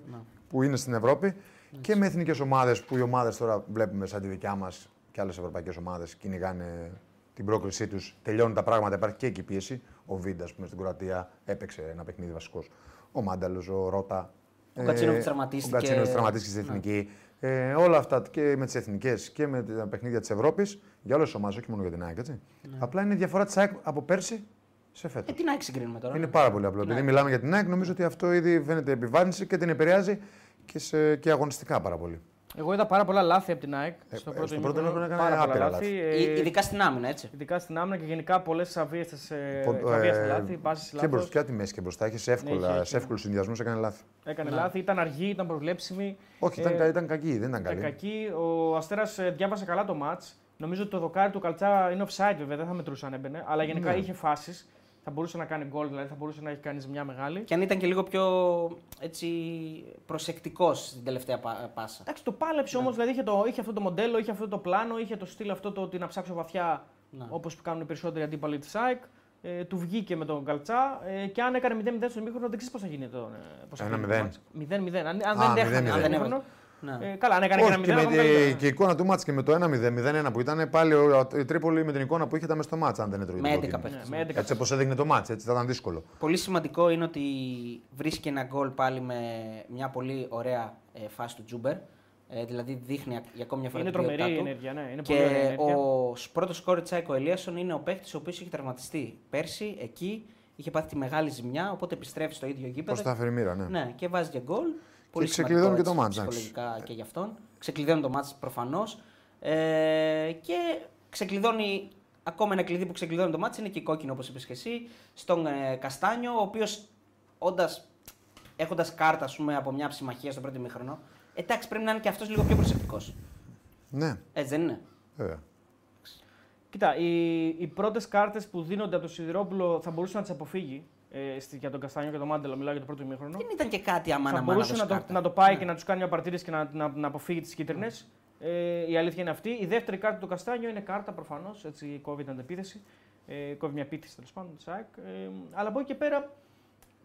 [SPEAKER 3] που είναι στην Ευρώπη και με εθνικές ομάδες που οι ομάδες τώρα βλέπουμε σαν τη δικιά μας και άλλες ευρωπαϊκές ομάδες κυνηγάνε την πρόκρισή τους. Τελειώνουν τα πράγματα, υπάρχει και εκεί πίεση. Ο Βίντας, που πούμε, στην Κροατία έπαιξε ένα παιχνίδι βασικός. Ο Μάνταλος, ο Ρότα.
[SPEAKER 1] Ο Κατσίνοβιτς
[SPEAKER 3] Ε, Ο
[SPEAKER 1] τραυματίστηκε. Ναι.
[SPEAKER 3] Κατσίνοβιτς τραυματίστηκε στην εθνική. Ε, όλα αυτά και με τις εθνικές και με τα παιχνίδια της Ευρώπης για όλες τις ομάδες, όχι μόνο για την ΑΕΚ. Έτσι. Απλά είναι η διαφορά της ΑΕΚ από πέρσι σε φέτος.
[SPEAKER 1] Ναι. Ε, τι να ΑΕΚ συγκρίνουμε τώρα. Ναι.
[SPEAKER 3] Είναι πάρα πολύ απλό. Επειδή μιλάμε για την ΑΕΚ, νομίζω ότι αυτό ήδη φαίνεται επιβάρυνση και την επηρεάζει και, σε, και αγωνιστικά πάρα πολύ.
[SPEAKER 2] Εγώ είδα πάρα πολλά λάθη από την ΑΕΚ.
[SPEAKER 3] ε,
[SPEAKER 2] στο
[SPEAKER 3] στο
[SPEAKER 2] πρώτο,
[SPEAKER 3] πρώτο
[SPEAKER 2] ημίχρονο,
[SPEAKER 3] ημίχρονο έκανε
[SPEAKER 2] πάρα πολλά
[SPEAKER 3] άπειρα
[SPEAKER 2] λάθη.
[SPEAKER 3] λάθη.
[SPEAKER 2] ε,
[SPEAKER 1] Ε, ειδικά στην άμυνα, έτσι.
[SPEAKER 2] ειδικά στην άμυνα και γενικά πολλές αβίαστες ε,
[SPEAKER 3] Πο-
[SPEAKER 2] αβίαστα
[SPEAKER 3] ε,
[SPEAKER 2] λάθη. Πάσει
[SPEAKER 3] και
[SPEAKER 2] λάθο.
[SPEAKER 3] μπροστά και τη μέση και μπροστά. Έχεις
[SPEAKER 1] Ναι,
[SPEAKER 3] εύκολα,
[SPEAKER 2] είχε,
[SPEAKER 3] σε εύκολους συνδυασμούς έκανε λάθη.
[SPEAKER 2] Έκανε λάθη, ήταν αργή, ήταν προβλέψιμη. Ε,
[SPEAKER 3] Όχι,
[SPEAKER 1] Ε,
[SPEAKER 3] ήταν, κα- ήταν κακή, δεν ήταν
[SPEAKER 2] Ήταν
[SPEAKER 3] καλή.
[SPEAKER 2] κακή. Ο Αστέρας διάβασε καλά το match. Νομίζω ότι το δοκάρι του Καλτσά είναι offside, βέβαια, δεν θα μετρούσε αν έμπαινε. Αλλά γενικά
[SPEAKER 3] Ναι.
[SPEAKER 2] είχε φάσεις. Θα μπορούσε να κάνει γκολ, δηλαδή θα μπορούσε να έχει κάνει ζημιά μεγάλη.
[SPEAKER 1] Και αν ήταν και λίγο πιο έτσι, προσεκτικός στην τελευταία πα- πάσα.
[SPEAKER 2] Εντάξει, το πάλεψε
[SPEAKER 3] Ναι.
[SPEAKER 2] όμω, δηλαδή είχε, το, είχε αυτό το μοντέλο, είχε αυτό το πλάνο, είχε το στυλ αυτό το ότι να ψάξω βαθιά
[SPEAKER 1] Ναι.
[SPEAKER 2] όπως κάνουν οι περισσότεροι αντίπαλοι της ΑΕΚ. Ε, του βγήκε με τον Καλτσά ε, και αν έκανε 0-0 στον ημίχρονο, δεν ξέρεις πώς θα γίνει το. ε, πώς θα
[SPEAKER 3] Ένα
[SPEAKER 2] γίνει το
[SPEAKER 3] μηδέν.
[SPEAKER 2] μάτς. 0-0. Αν, αν
[SPEAKER 3] Α,
[SPEAKER 2] δεν τέχνανε
[SPEAKER 3] 0-0.
[SPEAKER 2] αν δεν έβαλε.
[SPEAKER 1] Ναι.
[SPEAKER 2] Ε, καλά, αν έκανε
[SPEAKER 3] Όχι,
[SPEAKER 2] και
[SPEAKER 3] και,
[SPEAKER 2] ένα 0
[SPEAKER 3] με
[SPEAKER 2] ακόμα
[SPEAKER 3] τη,
[SPEAKER 2] καλύτερα.
[SPEAKER 3] και η εικόνα του μάτς και με το 1-0-0-1 που ήταν πάλι ο- η Τρίπολη με την εικόνα που είχε ήταν μες στο μάτς αν δεν έτρωγε
[SPEAKER 1] Με
[SPEAKER 3] το
[SPEAKER 1] 11
[SPEAKER 3] κόκκινο.
[SPEAKER 1] παίκτες.
[SPEAKER 2] Ναι, με 11
[SPEAKER 3] Έτσι όπως έδειχνε το μάτς, έτσι θα ήταν δύσκολο.
[SPEAKER 1] Πολύ σημαντικό είναι ότι βρίσκει ένα γκολ πάλι με μια πολύ ωραία ε, φάση του Τζούμπερ. Ε, δηλαδή δείχνει ακ- για ακόμη μια φορά
[SPEAKER 2] Είναι
[SPEAKER 1] την
[SPEAKER 2] τρομερή
[SPEAKER 1] ποιότητά
[SPEAKER 2] η
[SPEAKER 1] του.
[SPEAKER 2] ενέργεια, ναι. Είναι πολύ ωραία
[SPEAKER 1] και
[SPEAKER 2] ενέργεια.
[SPEAKER 1] ο πρώτος κόρη Τσάικο Ελίασον είναι ο παίκτη ο οποίος είχε τραυματιστεί πέρσι εκεί. Είχε πάθει τη μεγάλη ζημιά, οπότε επιστρέφει στο ίδιο γήπεδο.
[SPEAKER 3] Πώς τα έφερε η μοίρα, ναι.
[SPEAKER 1] Ναι, και βάζει και γκολ. Πολύ
[SPEAKER 3] ξεκλειδώνει
[SPEAKER 1] σημαντικό
[SPEAKER 3] και το
[SPEAKER 1] έτσι,
[SPEAKER 3] μάτς, εντάξει.
[SPEAKER 1] Ψυχολογικά και για αυτόν. Ξεκλειδώνει το μάτς προφανώς. Ε, και ξεκλειδώνει ακόμα ένα κλειδί που ξεκλειδώνει το μάτς είναι και η κόκκινη όπως είπες και εσύ στον ε, Καστάνιο ο οποίος όντας, έχοντας κάρτα ας πούμε, από μια συμμαχία στον πρώτο μήχρονο εντάξει πρέπει να είναι και αυτός λίγο πιο προσεκτικός.
[SPEAKER 3] Ναι,
[SPEAKER 1] Έτσι δεν είναι.
[SPEAKER 3] βέβαια.
[SPEAKER 2] Κοίτα, οι, οι πρώτες κάρτες που δίνονται από το Σιδηρόπουλο θα μπορούσε να τις αποφύγει. Ε, στη- για τον Καστάνιο και τον Μάντελο, μιλάω για το πρώτο ημίχρονο.
[SPEAKER 1] Δεν ήταν και κάτι άμα
[SPEAKER 2] Θα
[SPEAKER 1] να
[SPEAKER 2] μπορούσε να το, να το πάει
[SPEAKER 1] Ναι.
[SPEAKER 2] και να τους κάνει μια παρτίδα και να, να, να αποφύγει τις κίτρινες. Ε, η αλήθεια είναι αυτή. Η δεύτερη κάρτα του Καστάνιο είναι κάρτα προφανώς. Έτσι κόβει την αντεπίθεση. Ε, κόβει μια επίθεση τέλος πάντων. Τσακ. Ε, αλλά από εκεί και πέρα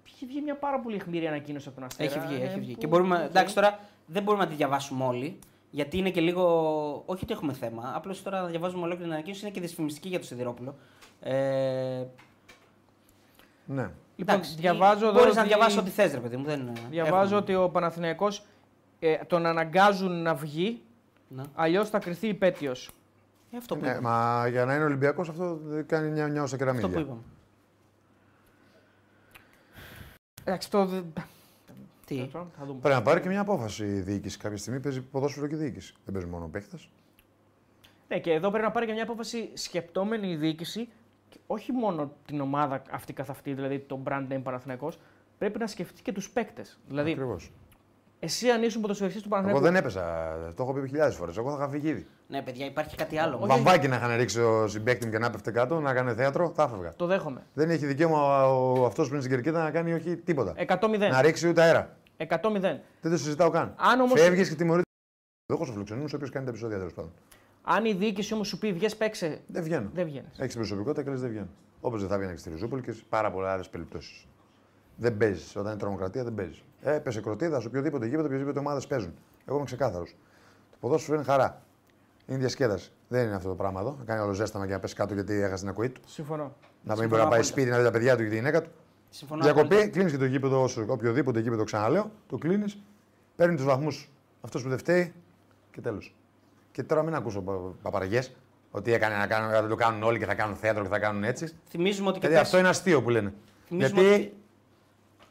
[SPEAKER 2] έχει βγει μια πάρα πολύ αιχμηρή ανακοίνωση από τον Αστέρα.
[SPEAKER 1] Έχει βγει,
[SPEAKER 2] ε,
[SPEAKER 1] έχει βγει.
[SPEAKER 2] που-
[SPEAKER 1] Και μπορούμε,
[SPEAKER 2] οκ.
[SPEAKER 1] εντάξει, τώρα δεν μπορούμε να τη διαβάσουμε όλοι. Γιατί είναι και λίγο. Όχι ότι έχουμε θέμα. Απλώς τώρα να διαβάζουμε ολόκληρη την ανακοίνωση είναι και δυσφημιστική για το Σιδηρόπουλο. Ε,
[SPEAKER 3] Ναι.
[SPEAKER 2] Λοιπόν, διαβάζω εδώ
[SPEAKER 1] Μπορείς να
[SPEAKER 2] ότι-
[SPEAKER 1] διαβάσεις ό,τι θες, ρε παιδί μου. Δεν...
[SPEAKER 2] Διαβάζω
[SPEAKER 1] έχουμε-
[SPEAKER 2] ότι ο Παναθηναϊκός ε, τον αναγκάζουν να βγει,
[SPEAKER 1] Ναι.
[SPEAKER 2] αλλιώς θα κρυθεί υπέτειος.
[SPEAKER 1] Ε, αυτό που,
[SPEAKER 3] ναι.
[SPEAKER 1] είπαμε.
[SPEAKER 3] Μα για να είναι Ολυμπιακός αυτό δεν κάνει μια νιά όσα
[SPEAKER 1] αυτό που
[SPEAKER 3] κεραμίδια.
[SPEAKER 1] είπαμε.
[SPEAKER 2] Εντάξει, το. δεν-
[SPEAKER 1] Τι.
[SPEAKER 2] Τώρα Θα δούμε.
[SPEAKER 3] Πρέπει να πάρει και μια απόφαση η διοίκηση. Κάποια στιγμή παίζει ποδόσφαιρο και διοίκηση. Δεν παίζει μόνο παίχτε.
[SPEAKER 2] Ναι, και εδώ πρέπει να πάρει και μια απόφαση σκεπτόμενη η διοίκηση, και όχι μόνο την ομάδα αυτή καθ' αυτή, δηλαδή το brand name Παναθηναϊκός, πρέπει να σκεφτεί και τους παίκτες. Δηλαδή,
[SPEAKER 3] Ακριβώς.
[SPEAKER 2] εσύ αν ήσουν ποδοσφαιριστής του
[SPEAKER 3] Εγώ
[SPEAKER 2] Παναθηναϊκού.
[SPEAKER 3] δεν έπεσα. Το έχω πει χιλιάδες φορές. Εγώ θα είχα φύγει ήδη.
[SPEAKER 1] Ναι, παιδιά, υπάρχει κάτι άλλο. όμως.
[SPEAKER 3] Βαμβάκι να είχαν ρίξει ο συμπέκτη μου και να πέφτε κάτω, να κάνει θέατρο, θα έφευγα.
[SPEAKER 2] Το δέχομαι.
[SPEAKER 3] Δεν έχει δικαίωμα ο, αυτός που είναι στην κερκίδα να κάνει όχι τίποτα.
[SPEAKER 2] 100-0.
[SPEAKER 3] Να ρίξει ούτε αέρα.
[SPEAKER 2] 100-0.
[SPEAKER 3] Δεν το συζητάω καν.
[SPEAKER 2] ναι. Αν όμως-
[SPEAKER 3] Φεύγεις και τιμωρείται. Δεν έχω φιλοξενούμενο, όποιο κάνει τα επεισόδια τέλος πάντων.
[SPEAKER 2] Αν η διοίκηση όμως σου πει βγες παίξε,
[SPEAKER 3] Δεν βγαίνω.
[SPEAKER 2] δεν βγαίνεις.
[SPEAKER 3] Έχεις την προσωπικότητα και λε δεν βγαίνω. Όπως δεν θα βγαίνεις και στη Ριζούπολη και σε πάρα πολλέ άλλες περιπτώσεις. Δεν παίζεις. Όταν είναι τρομοκρατία δεν παίζεις. Ε, πες σε κροτίδα, σε οποιοδήποτε γήπεδο, οποιοδήποτε ομάδες παίζουν. Εγώ είμαι ξεκάθαρος. Το ποδόσφαιρο είναι χαρά. Είναι διασκέδαση. Δεν είναι αυτό το πράγμα εδώ. Να κάνει όλο ζέσταμα και να πέσει κάτω γιατί έχασες την ακοή του.
[SPEAKER 2] Συμφωνώ.
[SPEAKER 3] Να μην
[SPEAKER 1] Συμφωνώ
[SPEAKER 3] μπορεί να πάει
[SPEAKER 1] απόλυτα.
[SPEAKER 3] σπίτι να δει τα παιδιά του και τη γυναίκα του.
[SPEAKER 1] Συμφωνώ. απόλυτα.
[SPEAKER 3] Διακοπή, κλείνεις και το γήπεδο όσο οποιοδήποτε γήπεδο ξαναλέω. Το κλείνεις, παίρνει τους βαθμούς αυτός που δεν φταίει και τέλος. Και τώρα μην ακούσω παπαραγέ ότι έκανε να κάνουν, να το κάνουν όλοι και θα κάνουν θέατρο και θα κάνουν έτσι.
[SPEAKER 1] Θυμίζουμε ότι και
[SPEAKER 3] Γιατί
[SPEAKER 1] πέρσι-
[SPEAKER 3] αυτό είναι αστείο που λένε.
[SPEAKER 1] θυμίζουμε
[SPEAKER 3] Γιατί
[SPEAKER 1] ότι-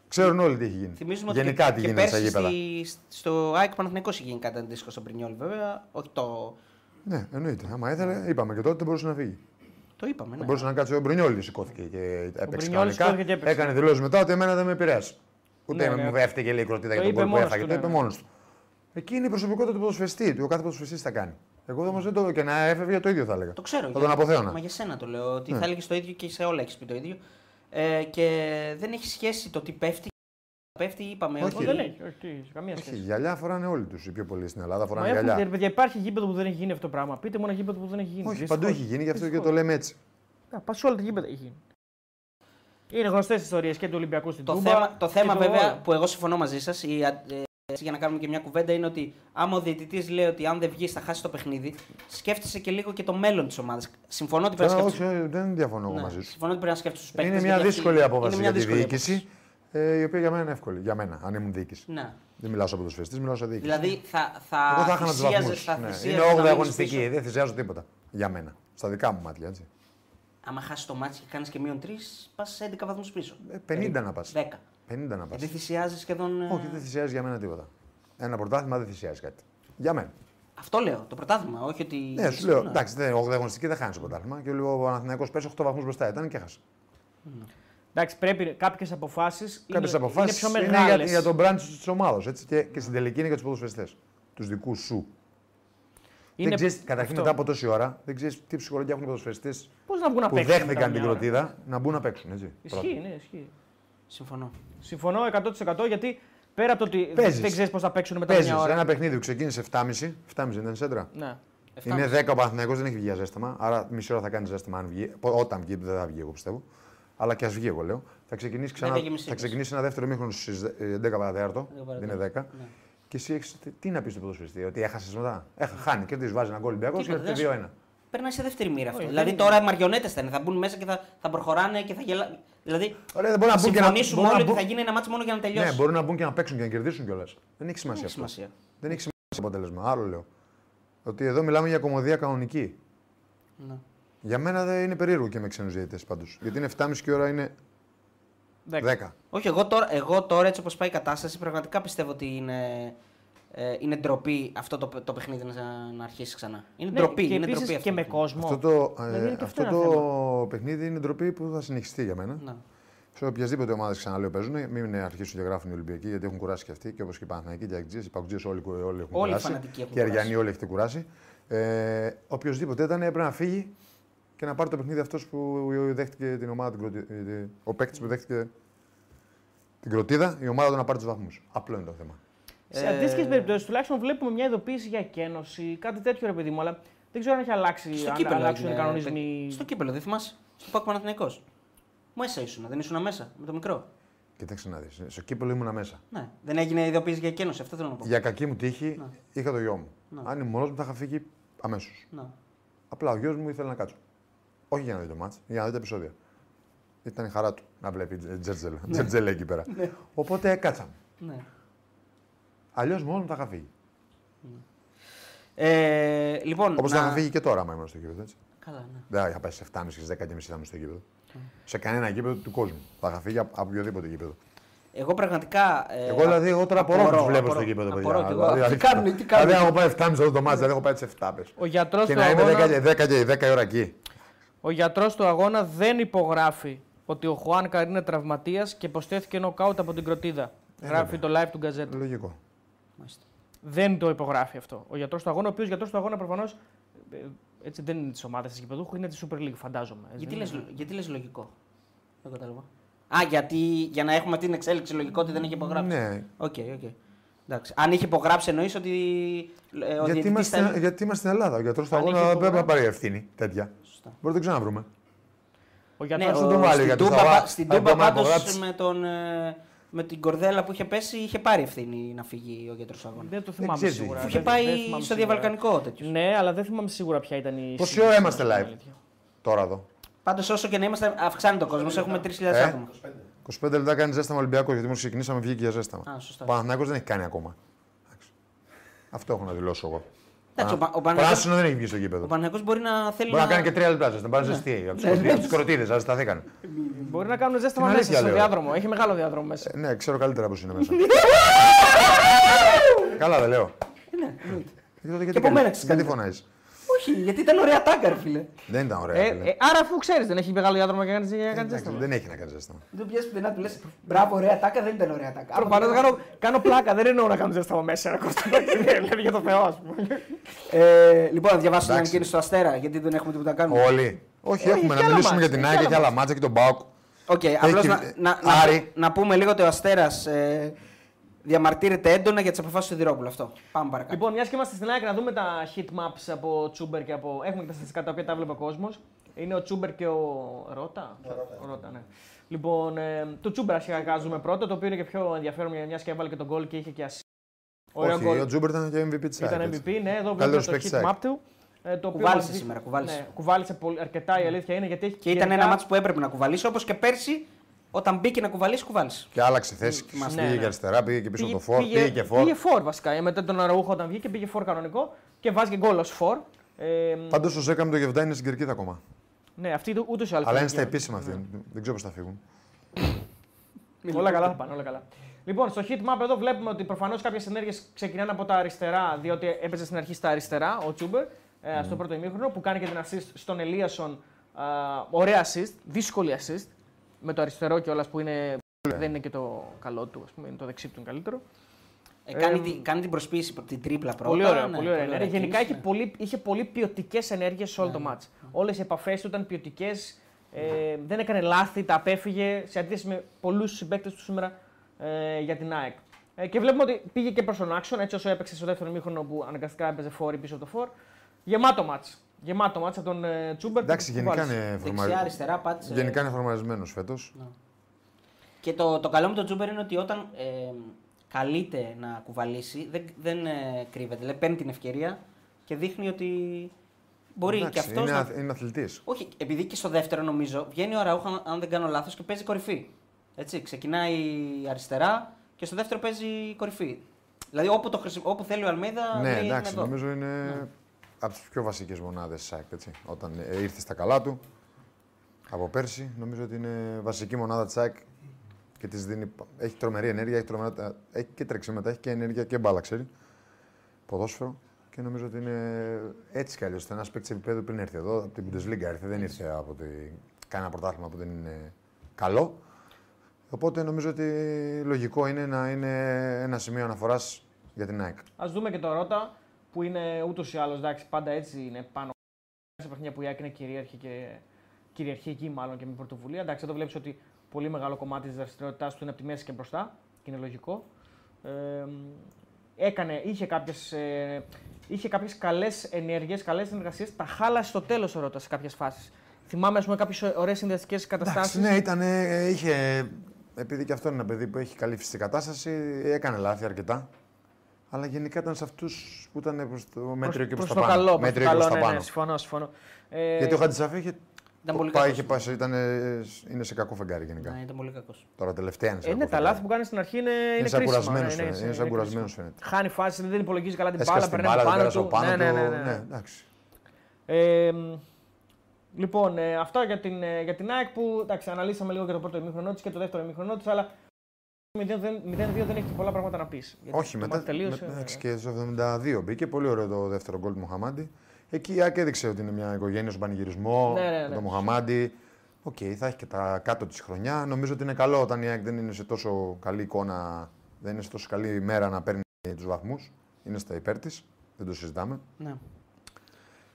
[SPEAKER 3] ξέρουν όλοι τι έχει γίνει.
[SPEAKER 1] Θυμίζουμε
[SPEAKER 3] Γενικά
[SPEAKER 1] ότι
[SPEAKER 3] τι
[SPEAKER 1] και, και
[SPEAKER 3] γίνεται στα
[SPEAKER 1] πέρσι
[SPEAKER 3] γήπεδα.
[SPEAKER 1] στη, στο ΑΕΚ Παναθηναϊκός είχε γίνει κάτι αντίστοιχο στον Πρινιόλ, βέβαια. Όχι το,
[SPEAKER 3] Ναι, εννοείται. Άμα ήθελε, είπαμε και τότε δεν μπορούσε να φύγει.
[SPEAKER 1] το είπαμε.
[SPEAKER 3] Δεν
[SPEAKER 1] Ναι.
[SPEAKER 3] μπορούσε να κάτσει. Ο Μπρινιόλη σηκώθηκε και έπαιξε
[SPEAKER 2] Μπρινιόλης
[SPEAKER 3] κανονικά.
[SPEAKER 2] σηκώθηκε και έπαιξε.
[SPEAKER 3] Έκανε δηλώσεις μετά ότι εμένα δεν με επηρέασε. Ούτε
[SPEAKER 2] Ναι, ναι.
[SPEAKER 3] με έφταιγε λέει η κροτίδα για
[SPEAKER 2] Το
[SPEAKER 3] τον
[SPEAKER 2] είπε
[SPEAKER 3] κόλ που
[SPEAKER 2] μόνος
[SPEAKER 3] έφαγε.
[SPEAKER 2] του,
[SPEAKER 3] Το είπε
[SPEAKER 2] ναι.
[SPEAKER 3] μόνος του. Εκεί είναι η προσωπικότητα του ποδοσφαιριστή. Του ο κάθε ποδοσφαιριστή τα κάνει. Εγώ όμως δεν το. και να έφευγε το ίδιο θα έλεγα.
[SPEAKER 1] Το ξέρω.
[SPEAKER 3] Θα
[SPEAKER 1] για-
[SPEAKER 3] τον αποθέωνα.
[SPEAKER 1] Μα για σένα το λέω. Ότι
[SPEAKER 3] Ναι.
[SPEAKER 1] θα έλεγε το ίδιο και σε όλα έχεις πει το ίδιο. Ε, και δεν έχει σχέση το τι πέφτει. Πέφτει, είπαμε.
[SPEAKER 3] Όχι.
[SPEAKER 2] Όχι,
[SPEAKER 1] ότι-
[SPEAKER 2] δεν έχει. Όχι, τι, σε καμία
[SPEAKER 3] Όχι,
[SPEAKER 2] σχέση.
[SPEAKER 3] γυαλιά φοράνε όλοι τους. Οι πιο πολλοί στην Ελλάδα
[SPEAKER 2] Μα
[SPEAKER 3] φοράνε
[SPEAKER 2] έχουν, ρε
[SPEAKER 3] γυαλιά.
[SPEAKER 2] παιδιά, υπάρχει γήπεδο που δεν έχει γίνει αυτό το πράγμα. Πείτε μου ένα γήπεδο που δεν έχει γίνει.
[SPEAKER 3] Όχι,
[SPEAKER 2] Δυστυχώς.
[SPEAKER 3] παντού έχει γίνει, γι' αυτό και το
[SPEAKER 2] Δυστυχώς.
[SPEAKER 3] λέμε έτσι.
[SPEAKER 2] Να, πα σε όλα τα γήπεδα έχει γίνει. Είναι γνωστές ιστορίες και του Ολυμπιακού στην
[SPEAKER 1] Το
[SPEAKER 2] Τούμπα.
[SPEAKER 1] θέμα, το
[SPEAKER 2] και
[SPEAKER 1] θέμα
[SPEAKER 2] του-
[SPEAKER 1] βέβαια
[SPEAKER 2] όλα.
[SPEAKER 1] που εγώ συμφωνώ μαζί σας, ε, για να κάνουμε και μια κουβέντα, είναι ότι άμα ο διαιτητής λέει ότι αν δεν βγεις θα χάσεις το παιχνίδι, σκέφτεσαι και λίγο και το μέλλον της ομάδας. Συμφωνώ ότι πρέπει
[SPEAKER 3] Τώρα,
[SPEAKER 1] να
[SPEAKER 3] όχι,
[SPEAKER 1] σκέφτεσαι.
[SPEAKER 3] Ε, όχι, δεν διαφωνώ εγώ
[SPEAKER 1] Ναι,
[SPEAKER 3] μαζί σου.
[SPEAKER 1] συμφωνώ ότι πρέπει να σκέφτεσαι τους παίκτε.
[SPEAKER 3] Είναι μια δύσκολη απόφαση για τη διοίκηση, ε, η οποία για μένα είναι εύκολη. Για μένα, αν ήμουν διοίκηση.
[SPEAKER 1] Ναι.
[SPEAKER 3] Δεν μιλάω σαν ποδοσφαιριστής, μιλάω σαν διοίκηση.
[SPEAKER 1] Δηλαδή θα, θα
[SPEAKER 3] Εγώ θα είχα τους
[SPEAKER 1] θυσίαζες-
[SPEAKER 3] βαθμού.
[SPEAKER 1] θα θυσίαζες
[SPEAKER 3] Ναι. Είναι
[SPEAKER 1] να
[SPEAKER 3] όγδοη
[SPEAKER 1] μείνεις
[SPEAKER 3] αγωνιστική,
[SPEAKER 1] πίσω.
[SPEAKER 3] δεν θυσιάζω τίποτα. Για μένα. Στα δικά μου μάτια, έτσι.
[SPEAKER 1] Άμα χάσεις το μάτι και κάνεις και μείον 3, πα 11 βαθμούς πίσω.
[SPEAKER 3] Ε, 50 να πας.
[SPEAKER 1] 10.
[SPEAKER 3] 50 να πας.
[SPEAKER 1] Γιατί θυσιάζεις σχεδόν. ε,
[SPEAKER 3] Όχι, δεν θυσιάζει για μένα τίποτα. Ένα πρωτάθλημα δεν θυσιάζει κάτι. Για μένα.
[SPEAKER 1] Αυτό λέω, το πρωτάθλημα, όχι ότι.
[SPEAKER 3] Ναι, σου λέω. Εντάξει, δεν, ο αγωνιστική δεν χάνει το πρωτάθλημα. Και λίγο ο Παναθηναϊκός πέρσι 8 βαθμούς μπροστά ήταν και έχασε.
[SPEAKER 2] Εντάξει, πρέπει κάποιες αποφάσεις.
[SPEAKER 3] Κάποιες
[SPEAKER 2] είναι
[SPEAKER 3] αποφάσεις
[SPEAKER 2] πιο
[SPEAKER 3] είναι,
[SPEAKER 2] μεγάλες.
[SPEAKER 3] για, για τον μπράντ της ομάδας. Και, και στην τελική είναι για τους ποδοσφαιριστές. Τους δικούς σου.
[SPEAKER 2] Είναι...
[SPEAKER 3] Δεν ξέρεις, καταρχήν
[SPEAKER 2] αυτό.
[SPEAKER 3] μετά από τόση ώρα, δεν ξέρεις τι ψυχολογία έχουν οι ποδοσφαιριστές
[SPEAKER 2] Πώς να βγουν να
[SPEAKER 3] που
[SPEAKER 2] παίξουν μετά
[SPEAKER 3] δέχθηκαν την
[SPEAKER 2] μια ώρα.
[SPEAKER 3] κροτίδα να μπουν να παίξουν. Έτσι,
[SPEAKER 2] Ισχύει, ναι, ισχύει.
[SPEAKER 1] Συμφωνώ.
[SPEAKER 2] Συμφωνώ 100% γιατί πέρα από το ότι
[SPEAKER 3] Παίζεις.
[SPEAKER 2] δεν ξέρεις πώς θα παίξουν μετά
[SPEAKER 3] Παίζεις
[SPEAKER 2] μια ώρα.
[SPEAKER 3] ένα παιχνίδι που ξεκίνησε 7.30, 7.30 δεν ήταν σέντρα.
[SPEAKER 2] Ναι.
[SPEAKER 3] Είναι 10 ο Παναθυναϊκό, δεν έχει βγει για ζέσταμα. Άρα μισή ώρα θα κάνει ζέσταμα. Αν βγει, Πο- όταν βγει, δεν θα βγει, εγώ πιστεύω. Αλλά και ας βγει, εγώ λέω. Θα ξεκινήσει, ξανά,
[SPEAKER 1] Δέκα και μισή,
[SPEAKER 3] θα
[SPEAKER 1] λες.
[SPEAKER 3] ξεκινήσει ένα δεύτερο μήχρονο στις 10 παρατέταρτο.
[SPEAKER 1] Δέκα
[SPEAKER 3] Δεν
[SPEAKER 1] παρά
[SPEAKER 3] είναι 10.
[SPEAKER 1] Ναι.
[SPEAKER 3] Και εσύ έχεις, τι- τι να πεις στον ποδοσφαιριστή, ότι έχασες μετά. Έχα, χάνει, κερδίζεις, βάζεις ένα γκολ Ολυμπιακός και
[SPEAKER 1] Τίποτα,
[SPEAKER 3] έρχεται
[SPEAKER 1] δεν σου-
[SPEAKER 3] 2-1.
[SPEAKER 1] Περνάει σε δεύτερη μοίρα αυτό.
[SPEAKER 2] Όχι,
[SPEAKER 1] δηλαδή
[SPEAKER 2] δεν-
[SPEAKER 1] τώρα μαριονέτες θα είναι. Θα μπουν μέσα και θα, θα προχωράνε και θα γελάνε. Δηλαδή
[SPEAKER 3] Ωραία, δεν μπορεί να
[SPEAKER 1] θα
[SPEAKER 3] μπουν και να-
[SPEAKER 1] συμφωνήσουμε
[SPEAKER 3] μπορεί να
[SPEAKER 1] όλοι ότι
[SPEAKER 3] μπουν-
[SPEAKER 1] θα γίνει ένα μάτσο μόνο για να τελειώσει.
[SPEAKER 3] Ναι, μπορούν να μπουν και να παίξουν και να κερδίσουν κιόλας. Δεν έχει σημασία
[SPEAKER 1] Δεν έχει
[SPEAKER 3] αυτό.
[SPEAKER 1] σημασία.
[SPEAKER 3] Δεν έχει σημασία το αποτέλεσμα. Άλλο λέω. Ότι εδώ μιλάμε για κομμωδία κανονική.
[SPEAKER 1] Ναι.
[SPEAKER 3] Για μένα δεν είναι περίεργο και με ξένους διαιτητές πάντως. Γιατί είναι 7,5 και η ώρα είναι 10.
[SPEAKER 1] Όχι, εγώ τώρα, εγώ τώρα έτσι όπως πάει η κατάσταση, πραγματικά πιστεύω ότι είναι, ε, είναι ντροπή αυτό το, το παιχνίδι να, να αρχίσει ξανά. Είναι
[SPEAKER 2] Ναι,
[SPEAKER 1] ντροπή.
[SPEAKER 2] και
[SPEAKER 1] είναι
[SPEAKER 2] επίσης
[SPEAKER 1] ντροπή
[SPEAKER 2] και
[SPEAKER 1] αυτό.
[SPEAKER 2] με κόσμο.
[SPEAKER 3] Αυτό το, ε,
[SPEAKER 2] Δηλαδή είναι και αυτό
[SPEAKER 3] αυτό
[SPEAKER 2] ένα
[SPEAKER 3] το παιχνίδι είναι ντροπή που θα συνεχιστεί για μένα.
[SPEAKER 1] Ναι.
[SPEAKER 3] Σε οποιασδήποτε ομάδα ξαναλέω παίζουν, μην αρχίσουν και γράφουν οι Ολυμπιακοί γιατί έχουν κουράσει και αυτοί και όπως και οι Παναθηναϊκοί και οι Αγκτζίε, οι Παουκτζίε όλοι, όλοι έχουν
[SPEAKER 1] Όλοι οι
[SPEAKER 3] κουράσει.
[SPEAKER 1] φανατικοί έχουν
[SPEAKER 3] και οι Αριανοί
[SPEAKER 1] κουράσει.
[SPEAKER 3] όλοι έχετε κουράσει. Ε, οποιοδήποτε ήταν έπρεπε να φύγει και να πάρει το παιχνίδι αυτός που δέχτηκε την ομάδα. Την κροτι... ε, Ο παίκτης που δέχτηκε την κροτίδα, η ομάδα του να πάρει τους βαθμούς. Απλό είναι το θέμα.
[SPEAKER 1] Ε.
[SPEAKER 2] Σε αντίστοιχες περιπτώσεις τουλάχιστον βλέπουμε μια ειδοποίηση για εκένωση, κάτι τέτοιο ρε παιδί μου, αλλά δεν ξέρω αν έχει αλλάξει.
[SPEAKER 1] Στο
[SPEAKER 2] αν
[SPEAKER 1] κύπελο.
[SPEAKER 2] αλλάξουν οι
[SPEAKER 1] έγινε,
[SPEAKER 2] κανονισμοί.
[SPEAKER 1] παιδι- Στο κύπελο, δεν θυμάσαι. Στο Πάκο Παναθηναϊκός. Μέσα ήσουν, δεν ήσουν μέσα με το μικρό.
[SPEAKER 3] Κοιτάξτε να δεις. Στο κύπελο ήμουνα μέσα.
[SPEAKER 1] Ναι. Δεν έγινε ειδοποίηση για εκένωση, αυτό θέλω να πω.
[SPEAKER 3] Για κακή μου τύχη
[SPEAKER 1] Ναι.
[SPEAKER 3] είχα το γιο μου.
[SPEAKER 1] Ναι.
[SPEAKER 3] Αν ήμουν μόνος μου θα είχα φύγει αμέσως.
[SPEAKER 1] Ναι.
[SPEAKER 3] Απλά ο γιος μου ήθελε να κάτσω. Όχι για να δει το μάτς, για να δει τα επεισόδια. Ήταν η χαρά του να βλέπει τζε- τζερτζελ- τζερτζέλα εκεί πέρα. Οπότε κάτσαμε.
[SPEAKER 1] Ναι.
[SPEAKER 3] Αλλιώς μόνο μου θα είχα φύγει.
[SPEAKER 1] Ε, λοιπόν,
[SPEAKER 3] Όπως θα
[SPEAKER 1] να-
[SPEAKER 3] είχα φύγει και τώρα, άμα ήμουν στο γήπεδο. Έτσι.
[SPEAKER 1] Καλά, ναι.
[SPEAKER 3] Δεν είχα πάει σε 7.30 και 10.30 θα ήμουν στο γήπεδο. Σε κανένα γήπεδο του κόσμου. Θα είχα φύγει από από οποιοδήποτε γήπεδο.
[SPEAKER 1] Εγώ πραγματικά. ε,
[SPEAKER 3] Εγώ δηλαδή, εγώ τώρα απορώ που τους βλέπω στο
[SPEAKER 1] απορώ,
[SPEAKER 3] γήπεδο. παιδιά.
[SPEAKER 1] απορώ κι εγώ.
[SPEAKER 3] Δηλαδή,
[SPEAKER 1] Τι κάνουν, τι κάνουν.
[SPEAKER 3] Δηλαδή, άμα πάει 7.30 εδώ το μάτς, δηλαδή έχω πάει τις 7. πες.
[SPEAKER 2] Ο γιατρός
[SPEAKER 3] Και
[SPEAKER 2] του
[SPEAKER 3] να είμαι
[SPEAKER 2] αγώνα,
[SPEAKER 3] 10 και 10 και 10 η ώρα εκεί.
[SPEAKER 2] ο γιατρός του αγώνα δεν υπογράφει ότι ο Χουάν Καρ είναι τραυματίας και υποστέθηκε νοκάουτ από την κροτίδα. Γράφει το live του Γκαζέτα.
[SPEAKER 3] Λογικό.
[SPEAKER 1] Μάλιστα.
[SPEAKER 2] Δεν το υπογράφει αυτό. Ο γιατρός του αγώνα, ο οποίος γιατρός του αγώνα προφανώς. Έτσι δεν είναι της ομάδας της γηπεδούχου, είναι της Super League, φαντάζομαι. έτσι
[SPEAKER 1] Γιατί
[SPEAKER 2] δεν
[SPEAKER 1] λες,
[SPEAKER 2] είναι.
[SPEAKER 1] λο- γιατί λες λογικό. Δεν κατάλαβα. Α, γιατί για να έχουμε την εξέλιξη λογικό ότι δεν έχει υπογράψει.
[SPEAKER 3] Ναι.
[SPEAKER 1] Οκ, οκ. Εντάξει. Αν είχε υπογράψει εννοείς ότι. ε, ο
[SPEAKER 3] Γιατί
[SPEAKER 1] διαιτητής
[SPEAKER 3] είμαστε,
[SPEAKER 1] θα-
[SPEAKER 3] γιατί είμαστε στην Ελλάδα. Ο γιατρός του
[SPEAKER 2] Αν
[SPEAKER 3] αγώνα
[SPEAKER 2] είχε
[SPEAKER 3] δεν πρέπει να
[SPEAKER 2] υπογράψει.
[SPEAKER 3] πάρει ευθύνη τέτοια.
[SPEAKER 1] Σωστά.
[SPEAKER 3] Μπορεί να το ξαναβρούμε.
[SPEAKER 2] Ο
[SPEAKER 1] Ναι,
[SPEAKER 2] γιατρό
[SPEAKER 3] σου
[SPEAKER 1] ο-
[SPEAKER 3] τον βάλει,
[SPEAKER 1] στην
[SPEAKER 3] γιατί θα
[SPEAKER 1] Τούμπα,
[SPEAKER 3] βά-
[SPEAKER 1] στην
[SPEAKER 3] θα
[SPEAKER 1] Τούμπα
[SPEAKER 3] πάμε να
[SPEAKER 1] πάντως,
[SPEAKER 3] υπογράψει.
[SPEAKER 1] με, τον, ε, με την κορδέλα που είχε πέσει είχε πάρει ευθύνη να φύγει ο γιατρός του αγώνας.
[SPEAKER 2] δεν το θυμάμαι
[SPEAKER 3] ξέρεις,
[SPEAKER 2] σίγουρα.
[SPEAKER 3] αφού
[SPEAKER 1] Που είχε
[SPEAKER 2] δεν- δεν θυμάμαι
[SPEAKER 1] πάει στο
[SPEAKER 2] σίγουρα.
[SPEAKER 1] διαβαλκανικό τέτοιο.
[SPEAKER 2] Ναι, αλλά δεν θυμάμαι σίγουρα ποια ήταν η.
[SPEAKER 3] Πόση
[SPEAKER 2] συγκεκριμένη
[SPEAKER 3] ώρα είμαστε
[SPEAKER 2] στιγμή,
[SPEAKER 3] live
[SPEAKER 2] αλήθεια.
[SPEAKER 3] τώρα εδώ.
[SPEAKER 1] Πάντως όσο και να είμαστε, αυξάνει το κόσμος. Έχουμε 3.000
[SPEAKER 3] Ε.
[SPEAKER 1] άτομα.
[SPEAKER 3] 25 λεπτά κάνει ζέσταμα Ολυμπιακός γιατί μόλις ξεκινήσαμε βγήκε για
[SPEAKER 1] Α,
[SPEAKER 3] ζέσταμα.
[SPEAKER 1] σωστά.
[SPEAKER 3] Ο Παναθυνάκο δεν έχει κάνει ακόμα. Εντάξει. Αυτό έχω να δηλώσω εγώ.
[SPEAKER 1] Εντάξει, ο Πα- ο
[SPEAKER 3] Πανα-
[SPEAKER 1] Παναθηναϊκός-
[SPEAKER 3] ε, Πράσινο δεν έχει βγει στο
[SPEAKER 1] Ο Ναι.
[SPEAKER 3] γήπεδο.
[SPEAKER 1] Παναγιώ μπορεί να θέλει
[SPEAKER 3] Μπορεί να κάνει και τρία λεπτά ζέσταμα. Πάρει ζεστή. Από τι κροτίδε, α τα δέκανε.
[SPEAKER 2] Μπορεί να κάνουν ζέσταμα
[SPEAKER 3] Την
[SPEAKER 2] μέσα
[SPEAKER 3] αλήθεια
[SPEAKER 2] στο
[SPEAKER 3] λέω.
[SPEAKER 2] διάδρομο. Έχει μεγάλο διάδρομο μέσα.
[SPEAKER 3] Ναι, ξέρω καλύτερα πώς είναι μέσα.
[SPEAKER 1] Ναι.
[SPEAKER 3] Καλά δεν λέω. Ε, τότε γιατί
[SPEAKER 1] Ναι. από μένα
[SPEAKER 3] κάνεις-
[SPEAKER 1] ξέρεις
[SPEAKER 3] Γιατί
[SPEAKER 1] καλύτερα.
[SPEAKER 3] φωνάζεις.
[SPEAKER 1] Όχι, γιατί ήταν ωραία τάγκα, ρε φίλε.
[SPEAKER 3] Δεν ήταν ωραία.
[SPEAKER 2] Ε,
[SPEAKER 3] ρε,
[SPEAKER 2] ε, άρα αφού ξέρεις, δεν έχει μεγάλο διάδρομο για να κάνεις- για να κάνει
[SPEAKER 3] Ναι, Εντάξει,
[SPEAKER 2] ζέσταμα.
[SPEAKER 3] Δεν έχει να κάνεις ζέσταμα.
[SPEAKER 1] Δεν πιάσει πουθενά, του λες. Μπράβο, ωραία τάκα, δεν ήταν ωραία τάκα.
[SPEAKER 2] Προφανώ κάνω, κάνω πλάκα, δεν εννοώ να κάνω ζέσταμα μέσα. Ρε Κώστα, εντάξει, ναι, δηλαδή για το Θεό, ας πούμε.
[SPEAKER 1] Ε, λοιπόν, να διαβάσω την
[SPEAKER 3] Εντάξει.
[SPEAKER 1] ανακοίνωση του Αστέρα, γιατί δεν έχουμε τίποτα να κάνουμε.
[SPEAKER 3] Όλοι. Όχι, έχουμε
[SPEAKER 2] κι
[SPEAKER 3] να
[SPEAKER 2] άλλα
[SPEAKER 3] μιλήσουμε
[SPEAKER 2] μάτς,
[SPEAKER 3] για την
[SPEAKER 2] έχει
[SPEAKER 3] ΑΕΚ και
[SPEAKER 2] άλλα
[SPEAKER 3] για άλλα μάτσα και τον Μπάουκ.
[SPEAKER 1] Οκ, απλώς
[SPEAKER 3] Έχει-
[SPEAKER 1] να, να, να,
[SPEAKER 3] Άρη.
[SPEAKER 1] να πούμε λίγο ότι ο Αστέρας ε, διαμαρτύρεται έντονα για τις αποφάσεις του Σιδηρόπουλου. Αυτό. Πάμε παρακάτω.
[SPEAKER 2] Λοιπόν, μιας και είμαστε στην ΑΕΚ, να δούμε τα hit maps από Τσούμπερ και από. Έχουμε και τα στατιστικά τα οποία τα βλέπει ο κόσμος. Είναι ο Τσούμπερ και ο Ρότα. Ο Ρότα, ναι. Λοιπόν, ε, το Τσούμπερ αρχικά ζούμε πρώτο, το οποίο είναι και πιο ενδιαφέρον μια και έβαλε και τον γκολ και είχε και ασύ. Ωραίο
[SPEAKER 3] Όχι,
[SPEAKER 2] γκολ.
[SPEAKER 3] ο Τζούμπερ ήταν και MVP της
[SPEAKER 2] Ήταν MVP, ναι, εδώ βλέπουμε
[SPEAKER 3] Καλύτερος
[SPEAKER 2] το
[SPEAKER 3] παίκτης
[SPEAKER 2] hit
[SPEAKER 3] ΑΕΚ.
[SPEAKER 2] map του. ε, το οποίο
[SPEAKER 1] Κουβάλισε
[SPEAKER 2] μας δείχνει-
[SPEAKER 1] σήμερα, κουβάλισε.
[SPEAKER 2] Ναι, κουβάλισε πολύ, αρκετά η αλήθεια είναι γιατί έχει
[SPEAKER 1] και ήταν
[SPEAKER 2] γενικά-
[SPEAKER 1] ένα μάτσο που έπρεπε να κουβαλήσει, όπως και πέρσι, όταν μπήκε να κουβαλήσει, κουβάλησε.
[SPEAKER 3] Και άλλαξε θέση.
[SPEAKER 1] Μα-
[SPEAKER 3] Μα
[SPEAKER 2] ναι,
[SPEAKER 3] πήγε
[SPEAKER 2] ναι.
[SPEAKER 3] και αριστερά, πήγε και πίσω από το φόρ,
[SPEAKER 2] πήγε-
[SPEAKER 3] πήγε και φόρ.
[SPEAKER 2] Πήγε φόρ βασικά. ε, Μετά τον Αραούχο όταν βγήκε, πήγε φόρ κανονικό και βάζει και γκολ ως φόρ. Ε,
[SPEAKER 3] Πάντως ο Ζέκα με το Γεβδά είναι στην κερκίδα ακόμα.
[SPEAKER 2] ναι, αυτή ούτως ή άλλως.
[SPEAKER 3] Αλλά είναι στα επίσημα αυτή. Δεν ξέρω πώς θα φύγουν.
[SPEAKER 2] Όλα καλά θα πάνε, όλα καλά. Λοιπόν, στο heat map εδώ βλέπουμε ότι προφανώς κάποιες ενέργειες ξεκινάνε από τα αριστερά, διότι έπαιζε στην αρχή στα αριστερά ο Τσούμπερ ε, στο πρώτο ημίχρονο που κάνει και την assist στον Ελίασον. Ε, ωραία assist, δύσκολη assist με το αριστερό κιόλας που είναι,
[SPEAKER 3] Ναι.
[SPEAKER 2] δεν είναι και το καλό του, ας πούμε, είναι το δεξί του είναι καλύτερο.
[SPEAKER 1] Ε, κάνει, τη- κάνει την προσποίηση, την τρίπλα πρώτα.
[SPEAKER 2] Πολύ ωραία,
[SPEAKER 1] ναι,
[SPEAKER 2] πολύ ωραία. Ναι. ενέργεια. Γενικά
[SPEAKER 1] κίνηση,
[SPEAKER 2] είχε πολύ, είχε πολύ ποιοτικές ενέργειες σε όλο το μάτς. Όλες οι επαφές του ήταν ποιοτικές. Ε, δεν έκανε λάθη, τα απέφυγε σε αντίθεση με πολλούς συμπαίκτες του σήμερα ε, για την ΑΕΚ. Ε, και βλέπουμε ότι πήγε και προς τον άξονα, έτσι όσο έπαιξε στο δεύτερο μήχρονο που αναγκαστικά έπαιζε φόρη πίσω από το φόρ. Γεμάτο μάτς. Γεμάτο μάτς από τον ε, Τσούμπερ.
[SPEAKER 3] Εντάξει,
[SPEAKER 2] που
[SPEAKER 3] γενικά
[SPEAKER 2] βάλεις.
[SPEAKER 3] είναι,
[SPEAKER 1] Δεξιά,
[SPEAKER 3] φορμα...
[SPEAKER 1] αριστερά, πάτησε.
[SPEAKER 3] γενικά είναι φορμαρισμένος φέτος.
[SPEAKER 1] Και το, το καλό με τον Τζούμπερ είναι ότι όταν ε, καλείται να κουβαλήσει, δεν, δεν ε, κρύβεται. Δηλαδή, παίρνει την ευκαιρία και δείχνει ότι μπορεί
[SPEAKER 3] Εντάξει,
[SPEAKER 1] και αυτός.
[SPEAKER 3] είναι,
[SPEAKER 1] να...
[SPEAKER 3] αθ- ε- είναι αθλητής.
[SPEAKER 1] Όχι, επειδή και στο δεύτερο νομίζω βγαίνει ο Αραούχ, αν- αν δεν κάνω λάθος, και παίζει κορυφή. Έτσι, ξεκινάει αριστερά και στο δεύτερο παίζει κορυφή. Δηλαδή, όπου, το χρησι- όπου θέλει ο Αλμίδα.
[SPEAKER 3] Ναι,
[SPEAKER 1] λέει, είναι
[SPEAKER 3] εντάξει,
[SPEAKER 1] εδώ. Ναι.
[SPEAKER 3] νομίζω είναι από τις πιο βασικές μονάδες της ΑΕΚ, έτσι. Όταν ε, ήρθε στα καλά του, από πέρσι, νομίζω ότι είναι βασική μονάδα της ΑΕΚ και της δίνει, έχει τρομερή ενέργεια, έχει, τρομερά, ε, έχει και τρεξίματα, έχει και ενέργεια και μπάλα, ξέρει. Ποδόσφαιρο. Και νομίζω ότι είναι έτσι κι αλλιώς. Ήταν ένας παίκτης επίπεδου πριν έρθει εδώ, από την Bundesliga ήρθε, δεν ήρθε από τη, κανένα πρωτάθλημα που δεν είναι καλό. Οπότε νομίζω ότι λογικό είναι να είναι ένα σημείο αναφοράς για την ΑΕΚ.
[SPEAKER 2] Ας δούμε και το Ρότα που είναι ούτως ή άλλως πάντα έτσι είναι πάνω σε παιχνίδια που η ΑΕΚ είναι κυρίαρχη και κυριαρχική μάλλον και με πρωτοβουλία. Εντάξει, εδώ βλέπεις ότι πολύ μεγάλο κομμάτι της δραστηριότητάς του είναι από τη μέση και μπροστά και είναι λογικό. Ε, έκανε, είχε κάποιες ε, είχε κάποιες καλές ενέργειες, καλές συνεργασίες, τα χάλασε στο τέλος ο Ρότα σε κάποιες φάσεις. Θυμάμαι, ας πούμε, κάποιες ωραίες συνδυαστικές καταστάσεις.
[SPEAKER 3] Εντάξει, ναι, ήταν, ε, είχε, επειδή και αυτό είναι ένα παιδί που έχει καλή φυσική κατάσταση, έκανε λάθη αρκετά. Αλλά γενικά ήταν σε αυτούς που ήταν προς το μέτριο και προς
[SPEAKER 2] προς
[SPEAKER 3] τα
[SPEAKER 2] το
[SPEAKER 3] πάνω.
[SPEAKER 2] καλό, προς το
[SPEAKER 3] μέτριο και
[SPEAKER 2] καλό,
[SPEAKER 3] προς τα
[SPEAKER 2] ναι,
[SPEAKER 3] πάνω.
[SPEAKER 2] ναι, συμφωνώ, συμφωνώ. Ε,
[SPEAKER 3] Γιατί ο Χατζησαφή είχε.
[SPEAKER 1] Ήταν
[SPEAKER 3] το-
[SPEAKER 1] πολύ
[SPEAKER 3] πάει,
[SPEAKER 1] κακός.
[SPEAKER 3] είχε πάει, ήταν, ε, είναι σε κακό φεγγάρι γενικά.
[SPEAKER 1] Ναι, ήταν πολύ κακός.
[SPEAKER 3] Τώρα τελευταία είναι σε
[SPEAKER 2] Ε, ναι,
[SPEAKER 3] κακό
[SPEAKER 2] τα
[SPEAKER 3] φεγγάρι.
[SPEAKER 2] λάθη που κάνει στην αρχή είναι, είναι,
[SPEAKER 3] σαν
[SPEAKER 2] κρίσιμα,
[SPEAKER 3] κουρασμένος
[SPEAKER 2] ναι,
[SPEAKER 3] φαίνεται, είναι σαν
[SPEAKER 2] κρίσιμα.
[SPEAKER 3] κουρασμένος φαίνεται.
[SPEAKER 2] Χάνει φάση, δεν υπολογίζει καλά την
[SPEAKER 3] Έσκασε
[SPEAKER 2] μπάλα,
[SPEAKER 3] την
[SPEAKER 2] περνάει
[SPEAKER 3] μπάλα,
[SPEAKER 2] από
[SPEAKER 3] δεν
[SPEAKER 2] πάνω του.
[SPEAKER 3] πέρασε από πάνω
[SPEAKER 2] ναι, ναι,
[SPEAKER 3] του.
[SPEAKER 2] ναι, ναι.
[SPEAKER 3] Ναι, εντάξει.
[SPEAKER 2] Ε, μ, λοιπόν, ε, αυτά για την, ε, για την ΑΕΚ που εντάξει, αναλύσαμε λίγο και το πρώτο ημίχρονο της και το δεύτερο ημίχρονο της, αλλά 0-2 δεν έχει και πολλά πράγματα να πεις.
[SPEAKER 3] Όχι, μετά.
[SPEAKER 2] Τελείωσε.
[SPEAKER 3] με- εντάξει, και στο 72 μπήκε. Πολύ ωραίο το δεύτερο γκολ του Μουχαμάντη. Εκεί η ΑΕΚ έδειξε ότι είναι μια οικογένεια στον πανηγυρισμό.
[SPEAKER 2] Ναι, ναι,
[SPEAKER 3] με
[SPEAKER 2] ναι.
[SPEAKER 3] τον Μουχαμάντη. Οκ, θα έχει και τα κάτω της χρονιά. Νομίζω ότι είναι καλό όταν η ΑΕΚ δεν είναι σε τόσο καλή εικόνα, δεν είναι σε τόσο καλή μέρα να παίρνει τους βαθμούς. Είναι στα υπέρ της. Δεν το συζητάμε.
[SPEAKER 1] Ναι.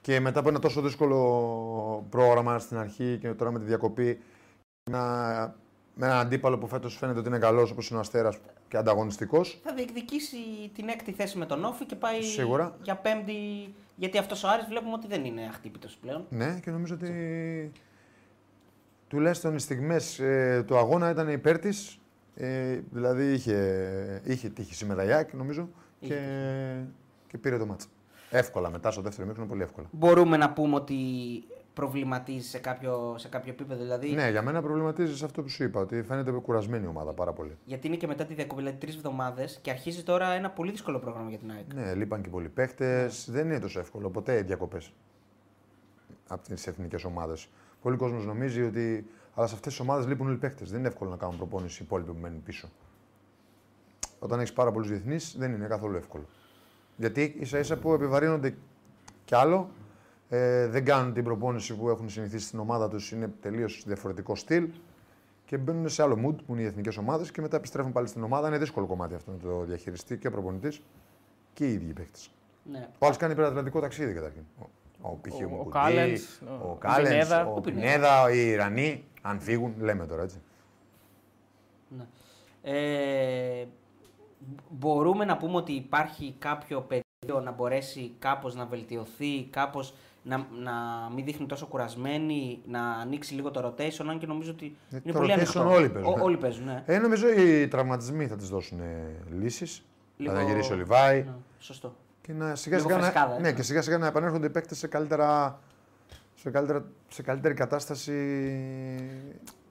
[SPEAKER 3] Και μετά από ένα τόσο δύσκολο πρόγραμμα στην αρχή και τώρα με τη διακοπή, να- με έναν αντίπαλο που φέτος φαίνεται ότι είναι καλός όπως είναι ο Αστέρας και ανταγωνιστικός.
[SPEAKER 1] Θα διεκδικήσει την έκτη θέση με τον Όφη και πάει
[SPEAKER 3] Σίγουρα.
[SPEAKER 1] για πέμπτη. Γιατί αυτός ο Άρης βλέπουμε ότι δεν είναι αχτύπητος πλέον.
[SPEAKER 3] Ναι, και νομίζω ότι τουλάχιστον οι στιγμές ε, του αγώνα ήταν υπέρ της. Ε, δηλαδή είχε, είχε τύχει σήμερα η ΑΕΚ, νομίζω,
[SPEAKER 1] Είχε
[SPEAKER 3] και, και πήρε το μάτσα. Εύκολα μετά στο δεύτερο μήχρονο, πολύ εύκολα.
[SPEAKER 1] Μπορούμε να πούμε ότι προβληματίζει σε κάποιο, σε κάποιο επίπεδο. Δηλαδή,
[SPEAKER 3] Ναι, για μένα προβληματίζει σε αυτό που σου είπα, ότι φαίνεται κουρασμένη η ομάδα πάρα πολύ.
[SPEAKER 1] Γιατί είναι και μετά τη διακοπή, δηλαδή τρεις εβδομάδες και αρχίζει τώρα ένα πολύ δύσκολο πρόγραμμα για την ΑΕΚ.
[SPEAKER 3] Ναι, λείπαν και πολλοί παίχτες. Δεν είναι τόσο εύκολο ποτέ οι διακοπές από τις εθνικές ομάδες. Πολλοί κόσμος νομίζει ότι. Αλλά σε αυτές τις ομάδες λείπουν όλοι οι παίχτες. Δεν είναι εύκολο να κάνουν προπόνηση οι υπόλοιποι που μένουν πίσω. Όταν έχεις πάρα πολλούς διεθνείς, δεν είναι καθόλου εύκολο. Γιατί ίσα ίσα που επιβαρύνονται κι άλλο, ε, δεν κάνουν την προπόνηση που έχουν συνηθίσει στην ομάδα τους, είναι τελείως διαφορετικό στυλ και μπαίνουν σε άλλο mood που είναι οι εθνικές ομάδες και μετά επιστρέφουν πάλι στην ομάδα. Είναι δύσκολο κομμάτι αυτό να το διαχειριστεί και ο προπονητής και οι ίδιοι παίκτες.
[SPEAKER 1] Ναι.
[SPEAKER 3] Ο άλλο κάνει υπερατλαντικό ταξίδι καταρχήν. Ο, ο, π.χ.
[SPEAKER 2] Ο- ο
[SPEAKER 3] ο, Μουκουτί,
[SPEAKER 2] Κάλενς, ο-
[SPEAKER 3] ο
[SPEAKER 2] ο
[SPEAKER 3] Κάλενς,
[SPEAKER 2] Πινέδα.
[SPEAKER 3] ο
[SPEAKER 1] Ο Πινέδα.
[SPEAKER 3] Πινέδα, οι Ιρανοί, αν φύγουν, λέμε τώρα έτσι.
[SPEAKER 1] ναι. Ε, μπορούμε να πούμε ότι υπάρχει κάποιο πεδίο να μπορέσει κάπως να βελτιωθεί, κάπως να, να μην δείχνει τόσο κουρασμένη, να ανοίξει λίγο το rotation, αν και νομίζω ότι
[SPEAKER 3] Ε,
[SPEAKER 1] είναι
[SPEAKER 3] το
[SPEAKER 1] πολύ
[SPEAKER 3] rotation
[SPEAKER 1] ανοιχτό.
[SPEAKER 3] όλοι παίζουν,
[SPEAKER 1] Ο-
[SPEAKER 3] ναι.
[SPEAKER 1] όλοι παίζουν, ναι.
[SPEAKER 3] Ε, νομίζω οι τραυματισμοί θα τη δώσουν λύσει.
[SPEAKER 1] Λίγο-
[SPEAKER 3] Θα γυρίσει ο Λιβάι.
[SPEAKER 1] Ναι, σωστό.
[SPEAKER 3] Και να σιγά
[SPEAKER 1] Λίγο
[SPEAKER 3] σιγά,
[SPEAKER 1] φρεσκάδα,
[SPEAKER 3] να,
[SPEAKER 1] έτσι,
[SPEAKER 3] ναι,
[SPEAKER 1] ναι.
[SPEAKER 3] και σιγά σιγά να επανέρχονται οι παίκτες σε, καλύτερα, σε, καλύτερα, σε καλύτερη κατάσταση.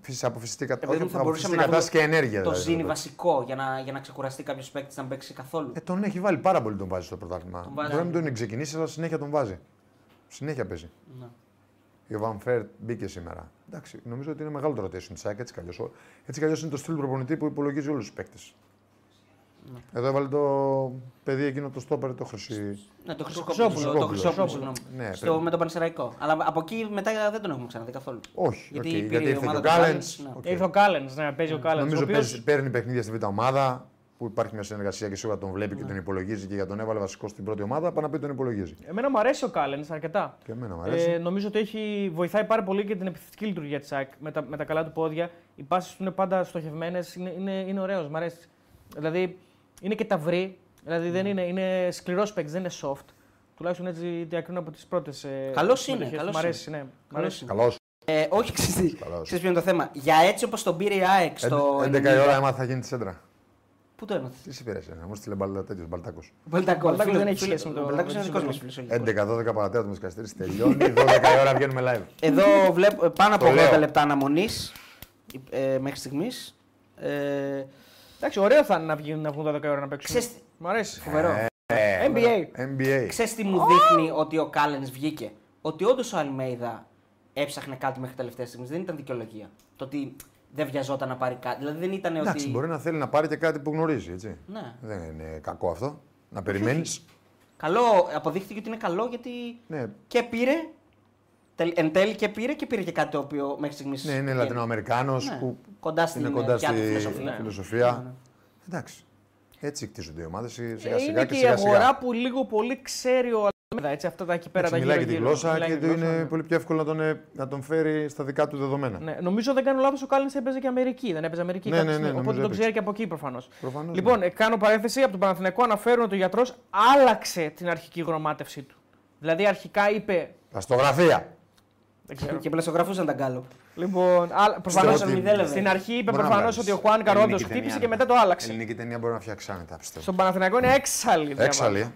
[SPEAKER 3] φυσ- Από φυσική, κατα...
[SPEAKER 1] Επειδή
[SPEAKER 3] όχι,
[SPEAKER 1] θα
[SPEAKER 3] από
[SPEAKER 1] μπορούσαμε
[SPEAKER 3] φυσική
[SPEAKER 1] να
[SPEAKER 3] κατάσταση και
[SPEAKER 1] βρούμε
[SPEAKER 3] ενέργεια.
[SPEAKER 1] Το
[SPEAKER 3] δηλαδή,
[SPEAKER 1] ζήνει
[SPEAKER 3] το παίκτη.
[SPEAKER 1] βασικό για να, για να ξεκουραστεί κάποιος παίκτης να παίξει καθόλου.
[SPEAKER 3] Ε, τον έχει βάλει πάρα πολύ τον βάζει στο πρωτάθλημα.
[SPEAKER 1] Τον βάζει.
[SPEAKER 3] Μπορεί να μην τον έχει ξεκινήσει, αλλά συνέχεια τον βάζει. Συνέχεια παίζει.
[SPEAKER 1] Ναι.
[SPEAKER 3] Η Van Φέρτ μπήκε σήμερα. Εντάξει, νομίζω ότι είναι μεγάλο το rotation τη ΑΕΚ. Έτσι κι αλλιώς. Έτσι κι αλλιώς είναι το στυλ του προπονητή που υπολογίζει όλους τους παίκτες.
[SPEAKER 1] Ναι.
[SPEAKER 3] Εδώ έβαλε το παιδί εκείνο το στόπερ το χρυσή.
[SPEAKER 1] Ναι, το Χρυσοκόπουλο. Το
[SPEAKER 3] Χρυσόπουλο.
[SPEAKER 1] Χρυσόπουλο, συγγνώμη.
[SPEAKER 3] Ναι,
[SPEAKER 1] Στο-
[SPEAKER 3] πρέπει.
[SPEAKER 1] με το Πανσεραϊκό. Αλλά από εκεί μετά δεν τον έχουμε ξαναδεί καθόλου.
[SPEAKER 3] Όχι,
[SPEAKER 1] Γιατί
[SPEAKER 3] οκ,
[SPEAKER 1] πήρε
[SPEAKER 3] γιατί
[SPEAKER 1] η
[SPEAKER 3] ήρθε και
[SPEAKER 1] ομάδα
[SPEAKER 3] ο
[SPEAKER 1] του
[SPEAKER 3] Κάλεν.
[SPEAKER 1] Κάλενς, ναι.
[SPEAKER 2] Ήρθε Ε, ο Κάλεν να παίζει ο Κάλεν.
[SPEAKER 3] Ε, Νομίζω παίζει- παίρνει παιχνίδια στη β' ομάδα που υπάρχει μια συνεργασία και σίγουρα τον
[SPEAKER 1] Ναι.
[SPEAKER 3] βλέπει και τον υπολογίζει και για τον έβαλε βασικό στην πρώτη ομάδα. Πάνω να πει ότι τον υπολογίζει.
[SPEAKER 2] Εμένα μου αρέσει ο Κάλεν αρκετά.
[SPEAKER 3] Και εμένα μου αρέσει.
[SPEAKER 1] ναι.
[SPEAKER 2] Ε, νομίζω ότι έχει, βοηθάει πάρα πολύ και την επιθετική λειτουργία της ΑΕΚ με τα, με τα καλά του πόδια. Οι πάσει του είναι πάντα στοχευμένες. Είναι, είναι, είναι ωραίος, μου αρέσει. Δηλαδή είναι και ταυρή. Δηλαδή
[SPEAKER 3] Ναι.
[SPEAKER 2] δεν είναι, είναι σκληρός παίκτης, δεν είναι soft. Τουλάχιστον έτσι διακρίνω από τις πρώτες.
[SPEAKER 1] Καλός είναι, καλός
[SPEAKER 2] Μ' αρέσει, ναι. Μ' αρέσει.
[SPEAKER 1] Καλώς.
[SPEAKER 3] Καλώ.
[SPEAKER 1] Ε, όχι, ξέρεις
[SPEAKER 3] Καλώς.
[SPEAKER 1] ξέρεις ποιο είναι το θέμα. Για έτσι όπως τον πήρε η ΑΕΚ στο.
[SPEAKER 3] 11 η
[SPEAKER 1] 90.
[SPEAKER 3] ώρα έμαθα θα γίνει τη σέντρα.
[SPEAKER 1] Πού το έμαθες.
[SPEAKER 3] Τι σε πειράζει, να μου στείλε μπαλ- τέτοιος Μπαλτάκος.
[SPEAKER 1] Ο Μπαλτάκο
[SPEAKER 2] Μπαλτάκος δεν έχει σχέση με το-
[SPEAKER 1] Ο Μπαλτάκο είναι
[SPEAKER 2] με το
[SPEAKER 1] δικό μα
[SPEAKER 3] 11-12 παρατέρα το μεσικαστήρι τελειώνει. 12 η ώρα βγαίνουμε live.
[SPEAKER 1] Εδώ βλέπω ε, πάνω από
[SPEAKER 3] Το λέω.
[SPEAKER 1] 80 λεπτά αναμονής μέχρι στιγμής. Ε,
[SPEAKER 2] Εντάξει, ωραίο θα είναι να, βγουν, να βγουν τα 12 ώρα να παίξουν.
[SPEAKER 1] Ξέρεις τι-
[SPEAKER 2] Μ' αρέσει.
[SPEAKER 1] φοβερό.
[SPEAKER 3] Ε,
[SPEAKER 2] NBA.
[SPEAKER 3] NBA.
[SPEAKER 1] Ξέρεις τι μου δείχνει ότι ο Κάλεν βγήκε. Ότι όντως ο Αλμέιδα έψαχνε κάτι μέχρι τελευταία στιγμή. Δεν ήταν δικαιολογία. Το ότι δεν βιαζόταν να πάρει κάτι. Δηλαδή δεν ήταν
[SPEAKER 3] Εντάξει,
[SPEAKER 1] ότι.
[SPEAKER 3] μπορεί να θέλει να πάρει και κάτι που γνωρίζει, έτσι.
[SPEAKER 1] Ναι.
[SPEAKER 3] Δεν είναι κακό αυτό. Να περιμένεις.
[SPEAKER 1] Καλό, αποδείχθηκε ότι είναι καλό γιατί
[SPEAKER 3] Ναι.
[SPEAKER 1] και πήρε. τελ- Εν τέλει και πήρε και πήρε και κάτι το οποίο μέχρι στιγμής.
[SPEAKER 3] ναι, είναι Λατινοαμερικάνος
[SPEAKER 1] Ναι.
[SPEAKER 3] που
[SPEAKER 1] Κοντά στην,
[SPEAKER 3] είναι
[SPEAKER 1] ε,
[SPEAKER 3] κοντά
[SPEAKER 1] πιάτα
[SPEAKER 3] στη
[SPEAKER 1] φιλοσοφία. Ναι.
[SPEAKER 3] φιλοσοφία.
[SPEAKER 1] Ναι, ναι.
[SPEAKER 3] Εντάξει. Έτσι κτίζονται οι ομάδες σιγά
[SPEAKER 2] Ε,
[SPEAKER 3] σιγά
[SPEAKER 2] είναι
[SPEAKER 3] και
[SPEAKER 2] και η
[SPEAKER 3] σιγά
[SPEAKER 2] αγορά
[SPEAKER 3] σιγά.
[SPEAKER 2] που λίγο πολύ ξέρει ο Αλμέδα. Έτσι, αυτά τα εκεί πέρα
[SPEAKER 3] Εντάξει,
[SPEAKER 2] τα
[SPEAKER 3] Μιλάει και τη
[SPEAKER 2] γύρω-γύρω.
[SPEAKER 3] γλώσσα
[SPEAKER 2] Μιλάει
[SPEAKER 3] και
[SPEAKER 2] τη
[SPEAKER 3] του
[SPEAKER 2] γλώσσα,
[SPEAKER 3] είναι
[SPEAKER 2] ναι.
[SPEAKER 3] πολύ πιο εύκολο να τον, ε, να τον φέρει στα δικά του δεδομένα.
[SPEAKER 2] Ναι, νομίζω δεν κάνω λάθος, ο Κάλλιν έπαιζε και Αμερική. Δεν έπαιζε Αμερική.
[SPEAKER 3] Ναι,
[SPEAKER 2] κάποια
[SPEAKER 3] ναι, ναι,
[SPEAKER 2] στιγμή,
[SPEAKER 3] νομίζω
[SPEAKER 2] οπότε τον
[SPEAKER 3] έπαιξε.
[SPEAKER 2] ξέρει και από εκεί προφανώς.
[SPEAKER 3] Προφανώς,
[SPEAKER 2] Λοιπόν,
[SPEAKER 3] ναι.
[SPEAKER 2] ε, κάνω παρένθεση. Από τον Παναθηναϊκό αναφέρουν ότι ο γιατρός άλλαξε την αρχική γραμμάτευσή του. Δηλαδή αρχικά είπε.
[SPEAKER 3] Αστογραφία.
[SPEAKER 2] Δεν ξέρω.
[SPEAKER 1] Και πλασογραφούσαν τα γκάλο.
[SPEAKER 2] λοιπόν, α, προφανώς,
[SPEAKER 3] ότι-
[SPEAKER 2] στην αρχή είπε
[SPEAKER 3] Μπορεί να
[SPEAKER 2] προφανώς
[SPEAKER 3] βγάλεις.
[SPEAKER 2] ότι ο Χουάν Καρόντος
[SPEAKER 3] Ελληνική
[SPEAKER 2] χτύπησε
[SPEAKER 3] ταινία,
[SPEAKER 2] και
[SPEAKER 3] ναι.
[SPEAKER 2] μετά το άλλαξε.
[SPEAKER 3] Ελληνική ταινία μπορεί να φτιάξει άνετα, πιστεύω.
[SPEAKER 2] Στον Παναθηναϊκό είναι έξαλλη.
[SPEAKER 3] Έξαλλη.
[SPEAKER 2] διαβάζω.
[SPEAKER 3] ε.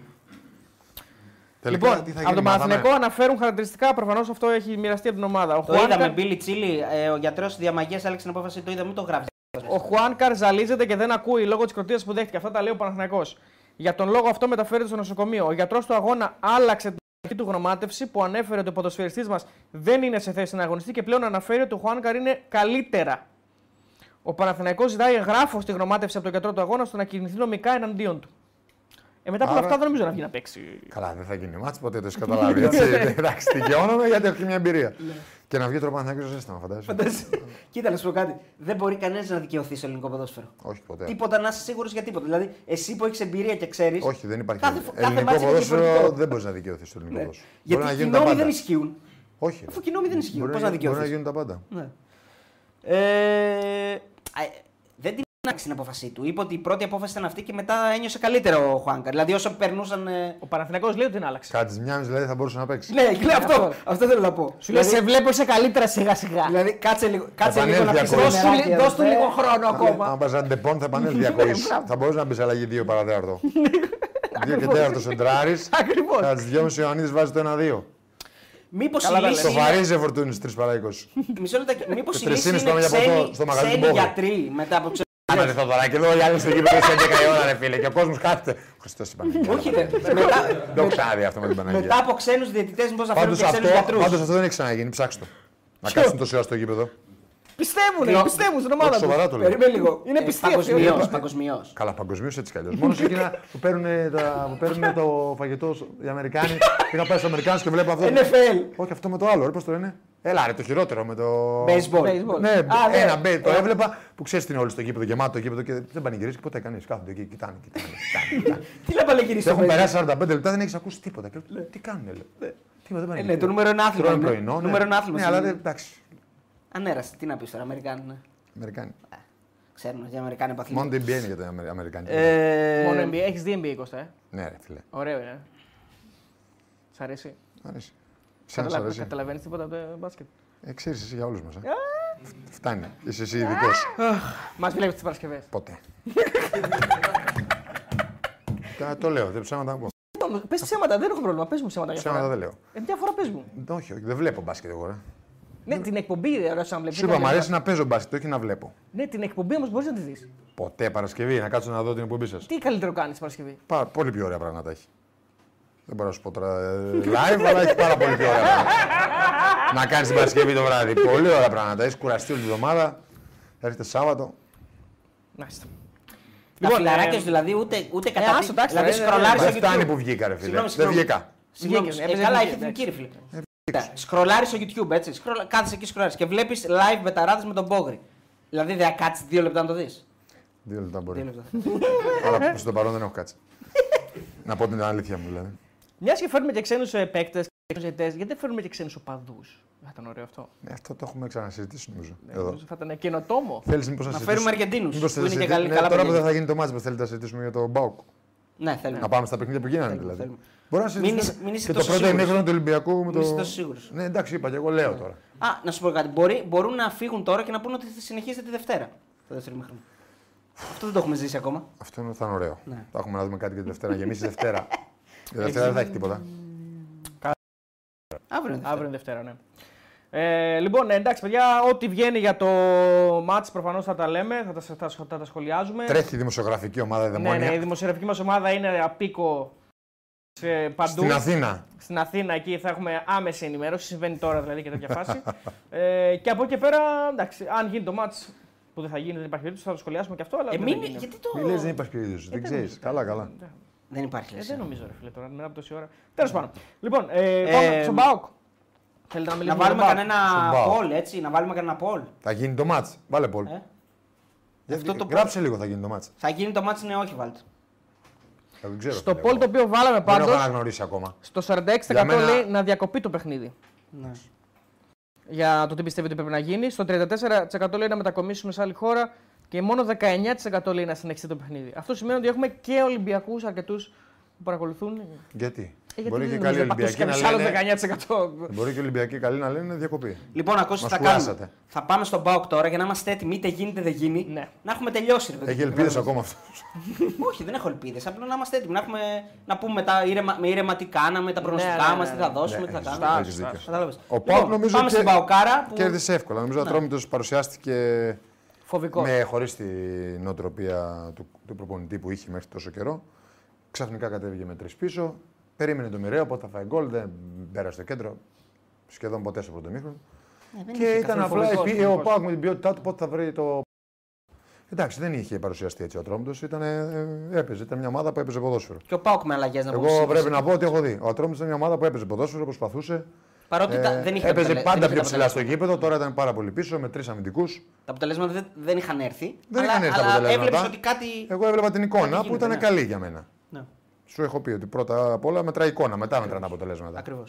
[SPEAKER 3] Τελικά,
[SPEAKER 2] Λοιπόν,
[SPEAKER 3] τι θα
[SPEAKER 2] από τον
[SPEAKER 3] γίνει, μάθαμε.
[SPEAKER 2] Παναθηναϊκό αναφέρουν χαρακτηριστικά, προφανώς αυτό έχει μοιραστεί από την ομάδα. Ο
[SPEAKER 1] Το είδαμε,
[SPEAKER 2] Χουάνκα-
[SPEAKER 1] Μπίλι Τσίλι, ε, ο γιατρός διαμαγείας άλλαξε την απόφαση, το είδαμε, το γράψε.
[SPEAKER 2] Ο Χουάν καρζαλίζεται και δεν ακούει λόγω της κροτίδα που δέχτηκε. Αυτά τα λέει ο Παναθυνακό. Για τον λόγο αυτό μεταφέρεται στο νοσοκομείο. Ο γιατρός του αγώνα άλλαξε την αρχή του γνωμάτευση που ανέφερε ότι ο ποδοσφαιριστής μας δεν είναι σε θέση να αγωνιστεί και πλέον αναφέρει ότι ο Χουάνκαρ είναι καλύτερα. Ο Παναθυνακό ζητάει εγγράφο στη γνωμάτευση από τον γιατρό του αγώνα ώστε να κινηθεί νομικά εναντίον του. Ε, μετά από όλα
[SPEAKER 3] Άρα-
[SPEAKER 2] αυτά δεν νομίζω να βγει να παίξει.
[SPEAKER 3] Καλά, δεν θα γίνει μάτς, ποτέ το έχεις καταλάβει. Έτσι.
[SPEAKER 1] Ναι.
[SPEAKER 3] Εντάξει, δικαιώνομαι γιατί έχω και μια εμπειρία. και να βγει τώρα ο Παναθηναϊκός ζέσταμα, φαντάζεσαι.
[SPEAKER 1] Κοίτα, να σου πω κάτι. Δεν μπορεί κανένας να δικαιωθεί στο ελληνικό ποδόσφαιρο.
[SPEAKER 3] Όχι ποτέ.
[SPEAKER 1] Τίποτα να είσαι σίγουρος για τίποτα. Δηλαδή, εσύ που έχεις εμπειρία και ξέρεις.
[SPEAKER 3] Όχι, δεν υπάρχει.
[SPEAKER 1] Κάθε, κάθε
[SPEAKER 3] ελληνικό
[SPEAKER 1] μάτς είναι
[SPEAKER 3] ποδόσφαιρο
[SPEAKER 1] διαφορετικό.
[SPEAKER 3] δεν μπορείς να δικαιωθείς στο ελληνικό
[SPEAKER 1] Ναι.
[SPEAKER 3] ποδόσφαιρο. Μπορεί
[SPEAKER 1] Γιατί
[SPEAKER 3] να
[SPEAKER 1] οι
[SPEAKER 3] γίνουν τα
[SPEAKER 1] νόμοι δεν
[SPEAKER 3] πάντα.
[SPEAKER 1] ισχύουν.
[SPEAKER 3] Όχι.
[SPEAKER 1] Αφού οι νόμοι δεν ισχύουν,
[SPEAKER 3] Μπορεί
[SPEAKER 1] πώς να
[SPEAKER 3] γι- Μπορεί να
[SPEAKER 1] δικαιωθείς.
[SPEAKER 3] γίνουν τα πάντα.
[SPEAKER 1] Ναι. Ε, α, ε, δεν την άλλαξε την απόφασή του. Είπε ότι η πρώτη απόφαση ήταν αυτή και μετά ένιωσε καλύτερο ο Χουάνκα. Δηλαδή, όσο περνούσαν. ε,
[SPEAKER 2] Ο Παναθυνακό λέει ότι την άλλαξε.
[SPEAKER 3] Κάτι μιας δηλαδή θα μπορούσε να παίξει.
[SPEAKER 1] Ναι, λέει αυτό. αυτό θέλω να πω.
[SPEAKER 2] Σου λέει σε βλέπω είσαι καλύτερα σιγά σιγά.
[SPEAKER 1] Δηλαδή, κάτσε λίγο, κάτσε λίγο να ε.
[SPEAKER 3] Επανέλθει
[SPEAKER 1] πεις
[SPEAKER 3] ακόμα.
[SPEAKER 1] «Δώσ' του λι- δώσ' του λίγο χρόνο
[SPEAKER 3] Αν- Αν
[SPEAKER 1] ακόμα. Ναι,
[SPEAKER 3] πα έναν τεπών θα επανέλθει ακόμη. Θα μπορούσε να μπει σε αλλαγή 2 παρατέταρτο. 2 και τέταρτο σεντράρι.
[SPEAKER 2] Ακριβώς.
[SPEAKER 3] Κατά τις 2.30 ο Ιωαννίδης βάζει το 1-2.
[SPEAKER 1] Μήπως
[SPEAKER 2] Καλά
[SPEAKER 1] η
[SPEAKER 2] τα
[SPEAKER 1] λύση.
[SPEAKER 3] Το
[SPEAKER 1] είναι-
[SPEAKER 3] βαρύζε φορτούνι 3 παρά 20.
[SPEAKER 1] Μισό λεπτό. Μήπω η
[SPEAKER 3] Και
[SPEAKER 1] λύση
[SPEAKER 3] 3,5
[SPEAKER 1] είναι
[SPEAKER 3] πάμε για ποτό
[SPEAKER 1] ξένοι,
[SPEAKER 3] στο μαγαζί
[SPEAKER 1] ξένοι
[SPEAKER 3] Μπόβου.
[SPEAKER 1] γιατροί μετά από ξένοι.
[SPEAKER 3] Άμα ρε Θοδωράκη, εδώ οι άλλοι στο γήπεδο σε 11 η ώρα, ρε φίλε, και ο κόσμος κάθεται. Χριστό η Παναγία.
[SPEAKER 1] Όχι, Ε,
[SPEAKER 3] ρε.
[SPEAKER 1] ρε. Μετά-
[SPEAKER 3] Το ξάδι αυτό με την
[SPEAKER 1] Μετά
[SPEAKER 3] Παναγία.
[SPEAKER 1] από ξένους διαιτητές, μήπω να φέρουν
[SPEAKER 3] Πάντως
[SPEAKER 1] και ξένους
[SPEAKER 3] αυτό,
[SPEAKER 1] γιατρούς.
[SPEAKER 3] πάντως αυτό δεν έχει ξαναγίνει, ψάξτε το. Να κάτσουν τόση ώρα στο γήπεδο.
[SPEAKER 2] Πιστεύουν, πιστεύουν στην ομάδα
[SPEAKER 3] Όχι, σοβαρά
[SPEAKER 2] του.
[SPEAKER 3] το λέω. Ε,
[SPEAKER 1] Περίμενε Ε, λίγο.
[SPEAKER 2] Είναι πιστή αυτή η
[SPEAKER 1] Παγκοσμιώ.
[SPEAKER 2] ομάδα.
[SPEAKER 1] Παγκοσμιώ.
[SPEAKER 3] Καλά, παγκοσμίως έτσι κι αλλιώς. Μόνος εκείνα που παίρνουν, τα, που παίρνουν το φαγητό σ- οι Αμερικάνοι. Πήγα πέρα στους Αμερικάνους και βλέπω
[SPEAKER 2] Ε,
[SPEAKER 3] αυτό.
[SPEAKER 1] NFL.
[SPEAKER 3] Όχι, αυτό με το άλλο, ρε, πώς το λένε. Έλα, ρε, το χειρότερο με το.
[SPEAKER 1] Baseball. Ε.
[SPEAKER 2] Baseball.
[SPEAKER 3] Ναι,
[SPEAKER 2] Α, ναι.
[SPEAKER 3] ένα μπέι το έβλεπα που ξέρεις τι είναι όλοι στο γήπεδο γεμάτο το γήπεδο και δεν πανηγυρίζει ποτέ κανείς. Κάθονται εκεί, κοιτάνε, κοιτάνε. κοιτάνε, κοιτάνε.
[SPEAKER 1] Τι να
[SPEAKER 3] Σε
[SPEAKER 1] παλεγυρίσει
[SPEAKER 3] έχουν περάσει 45 λεπτά, δεν έχεις ακούσει τίποτα. Και λέω, τι κάνουν, λέω. Τίποτα δεν
[SPEAKER 1] Ε,
[SPEAKER 3] πανηγυρίζει.
[SPEAKER 1] ναι, το νούμερο είναι άθλημα.
[SPEAKER 3] Τρώνε
[SPEAKER 1] είναι.
[SPEAKER 3] πρωινό. ναι.
[SPEAKER 1] Νούμερο είναι άθλημα.
[SPEAKER 3] Ναι, αλλά
[SPEAKER 1] στην-
[SPEAKER 3] δεν- εντάξει.
[SPEAKER 1] Ανέραστη, τι να πεις τώρα, Αμερικάνοι. ναι.
[SPEAKER 3] Αμερικάνοι.
[SPEAKER 1] Ξέρουν ότι οι Αμερικάνοι είναι
[SPEAKER 3] Μόνο
[SPEAKER 1] παθλητέ.
[SPEAKER 3] την NBA είναι για τα Αμε- Αμερικάνικα.
[SPEAKER 1] Ε,
[SPEAKER 2] Μόνο NBA. Έχεις δει NBA Κώστα, ε.
[SPEAKER 3] Ναι, ρε φίλε.
[SPEAKER 2] Ωραίο είναι. Σ' αρέσει.
[SPEAKER 3] Αρέσει. Σε να σ' αρέσει.
[SPEAKER 2] Καταλαβαίνεις τίποτα από το μπάσκετ.
[SPEAKER 3] Ε, ξέρεις εσύ για όλους μας. Ε. Φ- Φτάνει. Είσαι εσύ ειδικός.
[SPEAKER 2] Μας βλέπεις τις Παρασκευές.
[SPEAKER 3] Ποτέ. Κα- το λέω, δεν ψάματα να πω.
[SPEAKER 2] Πες ψέματα, δεν έχω πρόβλημα. Πες μου ψέματα για
[SPEAKER 3] Ψάματα
[SPEAKER 2] φορά.
[SPEAKER 3] δεν λέω.
[SPEAKER 2] Ε, μια φορά πες μου.
[SPEAKER 3] Όχι, όχι, δεν βλέπω μπάσκετ εγώ. Ρε.
[SPEAKER 2] Ναι, την εκπομπή δεν αρέσει να βλέπει.
[SPEAKER 3] Σου είπα, μου αρέσει να παίζω μπάσκετ, όχι να βλέπω.
[SPEAKER 2] Ναι, την εκπομπή όμως μπορείς να τη δεις.
[SPEAKER 3] Ποτέ Παρασκευή, να κάτσω να δω την εκπομπή σας.
[SPEAKER 2] Τι καλύτερο κάνεις την Παρασκευή.
[SPEAKER 3] Πολύ πιο ωραία πράγματα έχει. Δεν μπορώ να σου πω τώρα ε, live, αλλά έχει πάρα πολύ πιο ωραία πράγματα. να κάνεις την Παρασκευή το βράδυ. πολύ ωραία πράγματα. Έχεις κουραστεί όλη τη βδομάδα. Έρχεται Σάββατο.
[SPEAKER 2] Να είστε.
[SPEAKER 1] Τα
[SPEAKER 2] Λοιπόν,
[SPEAKER 1] φιλαράκια
[SPEAKER 2] ε,
[SPEAKER 1] σου δηλαδή ούτε, ούτε
[SPEAKER 2] άσε,
[SPEAKER 1] κατά.
[SPEAKER 2] εντάξει,
[SPEAKER 1] δηλαδή
[SPEAKER 2] ρε, ρε,
[SPEAKER 1] σκρολάρεις
[SPEAKER 3] Δεν
[SPEAKER 1] στο
[SPEAKER 3] φτάνει
[SPEAKER 1] YouTube.
[SPEAKER 3] που βγήκα, ρε φίλε.
[SPEAKER 1] Συγγνώμη,
[SPEAKER 3] Δεν
[SPEAKER 1] συγγνώμη.
[SPEAKER 3] βγήκα.
[SPEAKER 1] Συγγνώμη,
[SPEAKER 2] Βγήκες,
[SPEAKER 1] ε,
[SPEAKER 2] έπαιζε
[SPEAKER 1] καλά,
[SPEAKER 2] βγήκε,
[SPEAKER 1] έχει βγει,
[SPEAKER 2] εντάξει.
[SPEAKER 1] ρε φίλε. Κοίτα, Σκρολάρεις στο YouTube έτσι. Σκρολα... Κάθεσαι εκεί σκρολάρεις και βλέπεις live μπεταράδε με τον Πόγρι. Δηλαδή δεν θα κάτσεις δύο λεπτά να το δεις.
[SPEAKER 3] Δύο λεπτά
[SPEAKER 1] Δύο
[SPEAKER 3] μπορεί.
[SPEAKER 1] λεπτά.
[SPEAKER 3] Αλλά προς το παρόν δεν έχω κάτσει. Να πω την αλήθεια μου, δηλαδή.
[SPEAKER 2] Μιας και φέρνουμε και ε, ξένου παίκτες και ξένους διαιτητέ, γιατί δεν φέρνουμε και ξένους οπαδούς. Θα ήταν ωραίο αυτό.
[SPEAKER 3] Ε, Αυτό το έχουμε ξανασυζητήσει νομίζω.
[SPEAKER 2] Ναι,
[SPEAKER 3] Εδώ.
[SPEAKER 2] νομίζω Θα ήταν καινοτόμο.
[SPEAKER 3] Θέλεις μήπως να
[SPEAKER 1] Να
[SPEAKER 3] συζητήσουμε.
[SPEAKER 1] φέρουμε Αργεντίνους,
[SPEAKER 3] μήπως
[SPEAKER 1] που είναι και
[SPEAKER 3] συζητήσουμε-
[SPEAKER 1] καλή-
[SPEAKER 3] ναι,
[SPEAKER 1] καλά
[SPEAKER 3] Τώρα που
[SPEAKER 1] παιδιά.
[SPEAKER 3] δεν θα γίνει το μάτς μα, θέλετε να συζητήσουμε για τον Μπάουκ.
[SPEAKER 1] ναι, θέλουμε.
[SPEAKER 3] Να πάμε στα παιχνίδια που γίνανε δηλαδή.
[SPEAKER 1] θέλουμε.
[SPEAKER 3] Μπορεί να
[SPEAKER 1] Μην είσαι-
[SPEAKER 3] συζητήσουμε.
[SPEAKER 1] μην είσαι
[SPEAKER 3] και το
[SPEAKER 1] τόσο
[SPEAKER 3] πρώτο
[SPEAKER 1] σίγουρος.
[SPEAKER 3] ημίχρονο του Ολυμπιακού. με
[SPEAKER 1] Μην είσαι
[SPEAKER 3] το-
[SPEAKER 1] τόσο σίγουρος.
[SPEAKER 3] Ναι, εντάξει, είπα και εγώ λέω τώρα.
[SPEAKER 1] Α, να σου πω κάτι. Μπορεί, μπορούν να φύγουν τώρα και να πούνε ότι θα συνεχίσετε τη Δευτέρα. Το δεύτερο μήχρονο. Αυτό δεν το έχουμε ζήσει ακόμα.
[SPEAKER 3] Αυτό είναι- θα είναι ωραίο.
[SPEAKER 1] Ναι.
[SPEAKER 3] Θα έχουμε να δούμε κάτι και τη Δευτέρα. Γεμίσει Δευτέρα. Η Δευτέρα δεν θα έχει τίποτα.
[SPEAKER 1] Αύριο. είναι
[SPEAKER 2] Αύριο είναι Δευτέρα, ναι. Ε, λοιπόν, εντάξει, παιδιά, ό,τι βγαίνει για το μάτς προφανώς θα τα λέμε, θα τα, θα, θα τα σχολιάζουμε.
[SPEAKER 3] Τρέχει η δημοσιογραφική ομάδα η
[SPEAKER 2] ναι, ναι, η
[SPEAKER 3] Δαιμόνια.
[SPEAKER 2] δημοσιογραφική μας ομάδα είναι απίκο σε παντού.
[SPEAKER 3] Στην Αθήνα.
[SPEAKER 2] Στην Αθήνα εκεί θα έχουμε άμεση ενημέρωση. Συμβαίνει τώρα δηλαδή και τέτοια φάση. ε, και από εκεί και πέρα, εντάξει, αν γίνει το μάτς που δεν θα γίνει, δεν υπάρχει περίπτωση, θα το σχολιάσουμε και αυτό. Αλλά
[SPEAKER 1] Ε,
[SPEAKER 2] δεν
[SPEAKER 1] μην,
[SPEAKER 2] θα γίνει.
[SPEAKER 1] γιατί το.
[SPEAKER 3] Μη λες, δεν υπάρχει περίπτωση.
[SPEAKER 1] Ε,
[SPEAKER 3] Δεν
[SPEAKER 2] δεν
[SPEAKER 3] ξέρεις.
[SPEAKER 2] νομίζω.
[SPEAKER 3] Καλά, καλά.
[SPEAKER 1] Ναι. Δεν υπάρχει
[SPEAKER 2] Ε,
[SPEAKER 1] λες.
[SPEAKER 2] δεν νομίζω, ρε φίλε, τώρα μετά από τόση ώρα. Τέλος πάντων. Λοιπόν, ε, πάμε
[SPEAKER 1] Ε,
[SPEAKER 2] στον Μπάουκ. Θέλετε να
[SPEAKER 1] Να
[SPEAKER 2] μιλήσουμε
[SPEAKER 1] βάλουμε
[SPEAKER 2] για τον
[SPEAKER 1] κανένα
[SPEAKER 3] Στον Πάο.
[SPEAKER 1] poll, έτσι. Να βάλουμε κανένα poll.
[SPEAKER 3] Θα γίνει το μάτς. Βάλε πολύ.
[SPEAKER 1] Ε.
[SPEAKER 3] Γιατί-
[SPEAKER 1] Αυτό το-
[SPEAKER 3] Γράψε λίγο θα γίνει το μάτς.
[SPEAKER 1] Θα γίνει το μάτς ναι, όχι βάλτε.
[SPEAKER 3] Θα τον ξέρω.
[SPEAKER 2] Στο
[SPEAKER 3] τι λέω
[SPEAKER 2] poll το
[SPEAKER 3] εγώ.
[SPEAKER 2] οποίο βάλαμε
[SPEAKER 3] Δεν έχω
[SPEAKER 2] πάντως,
[SPEAKER 3] αναγνωρίσει ακόμα.
[SPEAKER 2] στο 46%
[SPEAKER 3] Για μένα-
[SPEAKER 2] λέει να διακοπεί το παιχνίδι.
[SPEAKER 1] Ναι.
[SPEAKER 2] Για το τι πιστεύει ότι πρέπει να γίνει. Στο 34% λέει να μετακομίσουμε σε άλλη χώρα. Και μόνο 19% λέει να συνεχιστεί το παιχνίδι. Αυτό σημαίνει ότι έχουμε και Ολυμπιακούς αρκετούς που παρακολουθούν. Ε,
[SPEAKER 3] Γιατί.
[SPEAKER 2] γιατί
[SPEAKER 3] Μπορεί
[SPEAKER 2] δεν νομίζω
[SPEAKER 3] και καλοί
[SPEAKER 2] να πακούσει
[SPEAKER 3] Ολυμπιακοί να
[SPEAKER 2] κάποιος
[SPEAKER 3] λένε.
[SPEAKER 2] άλλος 19%.
[SPEAKER 3] Μπορεί και οι Ολυμπιακοί καλοί να λένε διακοπή.
[SPEAKER 1] Λοιπόν, ακούστε
[SPEAKER 3] Μας
[SPEAKER 1] τι θα κάνουμε.
[SPEAKER 3] κουράσατε.
[SPEAKER 1] Θα πάμε στον Μπάουκ τώρα για να είμαστε έτοιμοι, είτε γίνεται είτε δεν γίνει.
[SPEAKER 2] Ναι.
[SPEAKER 1] Να έχουμε τελειώσει. ρε παιδί.
[SPEAKER 3] Έχει ελπίδε ακόμα αυτός.
[SPEAKER 1] Όχι, δεν έχω ελπίδες. Απλά να είμαστε έτοιμοι. Να, έχουμε, να πούμε τα ήρεμα, με ήρεμα τι κάναμε, τα
[SPEAKER 2] Ναι,
[SPEAKER 1] προγνωστικά
[SPEAKER 2] ναι, ναι,
[SPEAKER 1] μας, τι θα
[SPEAKER 2] ναι.
[SPEAKER 1] δώσουμε,
[SPEAKER 3] Ναι,
[SPEAKER 1] τι θα
[SPEAKER 3] έχεις
[SPEAKER 1] κάνουμε.
[SPEAKER 3] δίκιο, έχεις δίκιο.
[SPEAKER 1] Κατάλαβες.
[SPEAKER 3] Ο Πάουκ
[SPEAKER 1] Λοιπόν,
[SPEAKER 3] νομίζω
[SPEAKER 1] Πάμε
[SPEAKER 3] και-
[SPEAKER 1] στην Παουκάρα. Που... Ναι.
[SPEAKER 3] Κέρδισε εύκολα. Νομίζω ότι Ατρόμητος παρουσιάστηκε
[SPEAKER 2] Φοβικός.
[SPEAKER 3] με χωρίς Ναι, την νοοτροπία του, του προπονητή που είχε μέχρι τόσο καιρό. Ξαφνικά κατέβηκε με τρεις πίσω. Περίμενε το μοιραίο, πότε θα φάει γκολ. Δεν πέρασε το κέντρο. Σχεδόν ποτέ στο πρώτο μήχρονο.
[SPEAKER 1] Ναι,
[SPEAKER 3] και ήταν
[SPEAKER 2] καθόλου
[SPEAKER 3] απλά
[SPEAKER 2] φοβικός,
[SPEAKER 3] επί- ο
[SPEAKER 2] φοβικός.
[SPEAKER 3] Πάουκ με την ποιότητά του πότε θα βρει το. Εντάξει, δεν είχε παρουσιαστεί έτσι ο Ατρόμητος. Ήταν, ε, έπαιζε. Ήταν μια ομάδα που έπαιζε ποδόσφαιρο.
[SPEAKER 1] Και ο Πάουκ με αλλαγές να πούμε.
[SPEAKER 3] Εγώ πρέπει να πω ότι έχω δει. Ο Ατρόμητος ήταν μια ομάδα που έπαιζε ποδόσφαιρο, προσπαθούσε.
[SPEAKER 1] Παρότι
[SPEAKER 3] Ε,
[SPEAKER 1] τα- δεν είχε
[SPEAKER 3] έπαιζε
[SPEAKER 1] αποτελε-
[SPEAKER 3] πάντα
[SPEAKER 1] δεν είχε
[SPEAKER 3] πιο
[SPEAKER 1] τα
[SPEAKER 3] ψηλά στο
[SPEAKER 1] αποτελέσματα.
[SPEAKER 3] γήπεδο, τώρα ήταν πάρα πολύ πίσω με τρεις αμυντικούς.
[SPEAKER 1] Τα αποτελέσματα δεν, δεν είχαν έρθει.
[SPEAKER 3] Δεν
[SPEAKER 1] αλλά,
[SPEAKER 3] είχαν έρθει τα
[SPEAKER 1] αλλά
[SPEAKER 3] αποτελέσματα.
[SPEAKER 1] έβλεπες ότι κάτι.
[SPEAKER 3] Εγώ έβλεπα την εικόνα
[SPEAKER 1] γίνεται,
[SPEAKER 3] που ήταν
[SPEAKER 1] ναι.
[SPEAKER 3] καλή για μένα.
[SPEAKER 1] Ναι,
[SPEAKER 3] Σου έχω πει ότι πρώτα απ' όλα μετράει εικόνα, μετά μετράνε τα αποτελέσματα.
[SPEAKER 1] ακριβώς.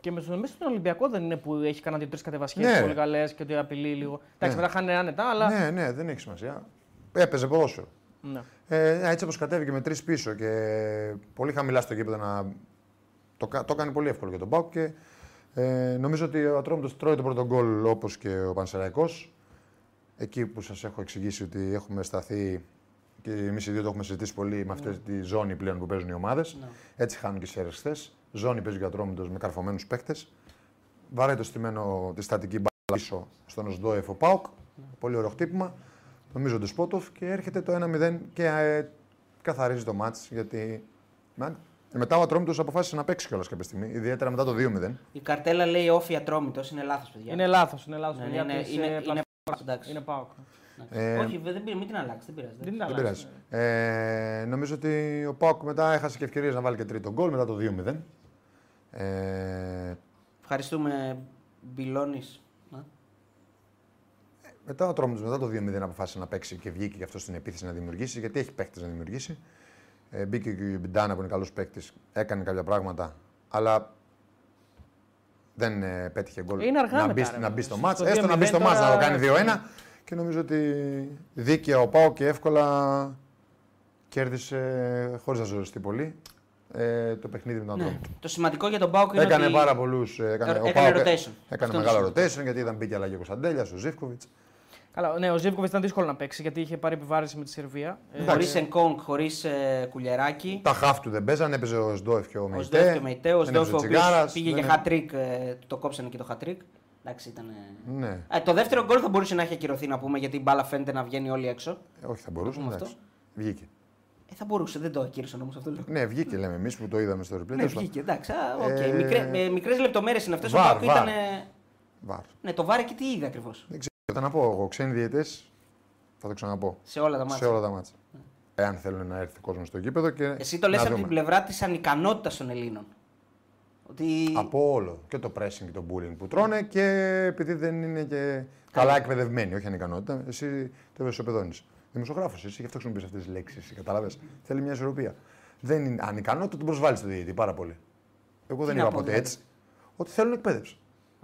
[SPEAKER 2] Και με στον μέσα στον Ολυμπιακό δεν είναι που έχει κανένα δύο-τρει κατεβασίε
[SPEAKER 3] Ναι, ρε.
[SPEAKER 2] πολύ καλές και ότι απειλεί λίγο. Εντάξει,
[SPEAKER 3] Ναι.
[SPEAKER 2] μετά χάνει άνετα, αλλά.
[SPEAKER 3] Ναι, ναι, δεν έχει σημασία. Έπαιζε ποδόσφαιρο.
[SPEAKER 2] Ναι.
[SPEAKER 3] Ε, έτσι όπως κατέβηκε με τρεις πίσω και πολύ χαμηλά στο γήπεδο να. Το, κα- το κάνει πολύ εύκολο για τον Πάουκ και ε, νομίζω ότι ο Ατρόμητος τρώει τον πρώτο γκολ όπως και ο Πανσεραϊκός. Εκεί που σας έχω εξηγήσει ότι έχουμε σταθεί και εμείς οι δύο το έχουμε συζητήσει πολύ με αυτή
[SPEAKER 2] Ναι.
[SPEAKER 3] τη ζώνη πλέον που παίζουν οι ομάδες. Έτσι χάνουν και οι σερεστέ. Ζώνη παίζει και ο Ατρόμητο με καρφωμένους παίκτες. Βαράει το στημένο τη στατική μπάλα πίσω στον Οσδόεφ ο Πάουκ. Πολύ ωραίο χτύπημα. Νομίζω τον Σπότοφ και έρχεται το 1-0 και ε, καθαρίζει το μάτς γιατί να- μετά ο Ατρόμητος αποφάσισε να παίξει κιόλας κάποια στιγμή, ιδιαίτερα μετά το 2-0.
[SPEAKER 1] Η καρτέλα λέει όφη ατρόμητος, είναι λάθος, παιδιά.
[SPEAKER 2] Είναι λάθος. Είναι λάθος.
[SPEAKER 1] Ναι, ναι, είναι, είναι, είναι, εντάξει.
[SPEAKER 2] ε, είναι πάοκ.
[SPEAKER 3] Ε,
[SPEAKER 1] Όχι, βε- δεν πειράζει, μην την αλλάξεις, δεν πειράζει.
[SPEAKER 2] Δεν
[SPEAKER 1] εντάξει.
[SPEAKER 2] είναι
[SPEAKER 3] δεν
[SPEAKER 2] λάθο.
[SPEAKER 3] πειράζει. Ε, νομίζω ότι ο Πάουκ μετά έχασε και ευκαιρίες να βάλει και τρίτο γκολ μετά το 2-0. Ε,
[SPEAKER 1] Ευχαριστούμε, Μπιλόνι.
[SPEAKER 3] μετά ο Ατρόμητος μετά το 2-0 αποφάσισε να παίξει και βγήκε και αυτός στην επίθεση να δημιουργήσει, γιατί έχει παίχτες να δημιουργήσει. Ε, μπήκε και ο Μπιντάνα που είναι καλός παίκτης, έκανε κάποια πράγματα, αλλά δεν ε, πέτυχε γκολ
[SPEAKER 2] Είναι αργά
[SPEAKER 3] να,
[SPEAKER 2] μετά,
[SPEAKER 3] μπει,
[SPEAKER 2] ρε,
[SPEAKER 3] να μπει
[SPEAKER 2] παιδί.
[SPEAKER 3] στο μάτς.
[SPEAKER 2] Στο
[SPEAKER 3] Έστω να μπει
[SPEAKER 2] 2-0
[SPEAKER 3] στο μάτς, να το
[SPEAKER 2] τώρα, ε,
[SPEAKER 3] κάνει 2-1. Και νομίζω ότι δίκαια ο Πάο και εύκολα κέρδισε χωρίς να ζοριστεί πολύ ε, το παιχνίδι με τον Ατρόμητο.
[SPEAKER 1] Το σημαντικό για τον Πάοκ είναι
[SPEAKER 3] Έκανε
[SPEAKER 1] Ναι. ότι... ε,
[SPEAKER 3] πάρα πολλούς. Έκανε, ο
[SPEAKER 1] έκανε
[SPEAKER 3] Πάοκ-
[SPEAKER 1] rotation. Αυτό
[SPEAKER 3] Έκανε
[SPEAKER 1] είναι
[SPEAKER 3] μεγάλο
[SPEAKER 1] σημαντικό.
[SPEAKER 3] rotation γιατί ήταν μπήκε αλλαγή ο Κωνσταντέλιας, ο Ζήφκοβιτ.
[SPEAKER 2] Καλά, ναι, ο Ζήβκοβιτ ήταν δύσκολο να παίξει γιατί είχε πάρει επιβάρηση με τη Σερβία. Ε,
[SPEAKER 1] Χωρί Εγκόνγκ, χωρίς ε, κουλεράκι.
[SPEAKER 3] Τα χάφ του δεν παίζαν, έπαιζε ο Σντόεφ και ο
[SPEAKER 1] Ο
[SPEAKER 3] Μεϊτέ.
[SPEAKER 1] Σντόεφ και ο Μεϊτέ, ο
[SPEAKER 3] δεν έπαιζε
[SPEAKER 1] Σντόεφ ο οποίος
[SPEAKER 3] Τσιγάρας,
[SPEAKER 1] πήγε
[SPEAKER 3] δεν
[SPEAKER 1] για
[SPEAKER 3] έπαιζε-
[SPEAKER 1] χατρίκ, ε, το κόψανε και το χατρίκ. Εντάξει, ήταν. ε.
[SPEAKER 3] Ναι,
[SPEAKER 1] Ε, το δεύτερο γκολ θα μπορούσε να έχει ακυρωθεί να πούμε γιατί η μπάλα φαίνεται να βγαίνει όλη έξω.
[SPEAKER 3] όχι, θα μπορούσε.
[SPEAKER 1] πούμε
[SPEAKER 3] εντάξει. Βγήκε.
[SPEAKER 1] Ε, θα μπορούσε, δεν το ακύρωσαν όμως αυτό. Λέω.
[SPEAKER 3] Ναι, βγήκε λέμε εμείς που το είδαμε στο replay.
[SPEAKER 1] Ναι, βγήκε, εντάξει. Α, οκ.
[SPEAKER 3] Ε,
[SPEAKER 1] Μικρέ, ε, μικρές λεπτομέρειες είναι αυτές.
[SPEAKER 3] βαρ,
[SPEAKER 1] ο Πάοκ ήταν...
[SPEAKER 3] βαρ.
[SPEAKER 1] ε,
[SPEAKER 3] Βαρ.
[SPEAKER 1] Ναι, το βάρε και τι είδε ακριβώς.
[SPEAKER 3] Δεν ξέρω. Θα να πω εγώ. Ξένοι διαιτέ, θα το ξαναπώ.
[SPEAKER 1] Σε όλα τα μάτια. Ναι.
[SPEAKER 3] Σε όλα τα μάτσα. Εάν θέλουν να έρθει ο κόσμος στο γήπεδο. Και
[SPEAKER 1] Εσύ το
[SPEAKER 3] Ε, να
[SPEAKER 1] λες από
[SPEAKER 3] δούμε.
[SPEAKER 1] την πλευρά της ανικανότητας των Ελλήνων. Ότι
[SPEAKER 3] Από όλο. Και το pressing και το bullying που τρώνε και επειδή δεν είναι και καλά εκπαιδευμένοι, όχι ανικανότητα. Εσύ το ευαισοπεδώνει. Δημοσιογράφο, εσύ γι' αυτό χρησιμοποιείς αυτές τις λέξεις. Κατάλαβες. Θέλει μια ισορροπία. Δεν είναι ανικανότητα, τον προσβάλλεις στο διαιτητή πάρα πολύ. Εγώ δεν
[SPEAKER 1] να
[SPEAKER 3] είπα
[SPEAKER 1] πω,
[SPEAKER 3] ποτέ
[SPEAKER 1] δηλαδή.
[SPEAKER 3] έτσι. Ότι θέλουν εκπαίδευση.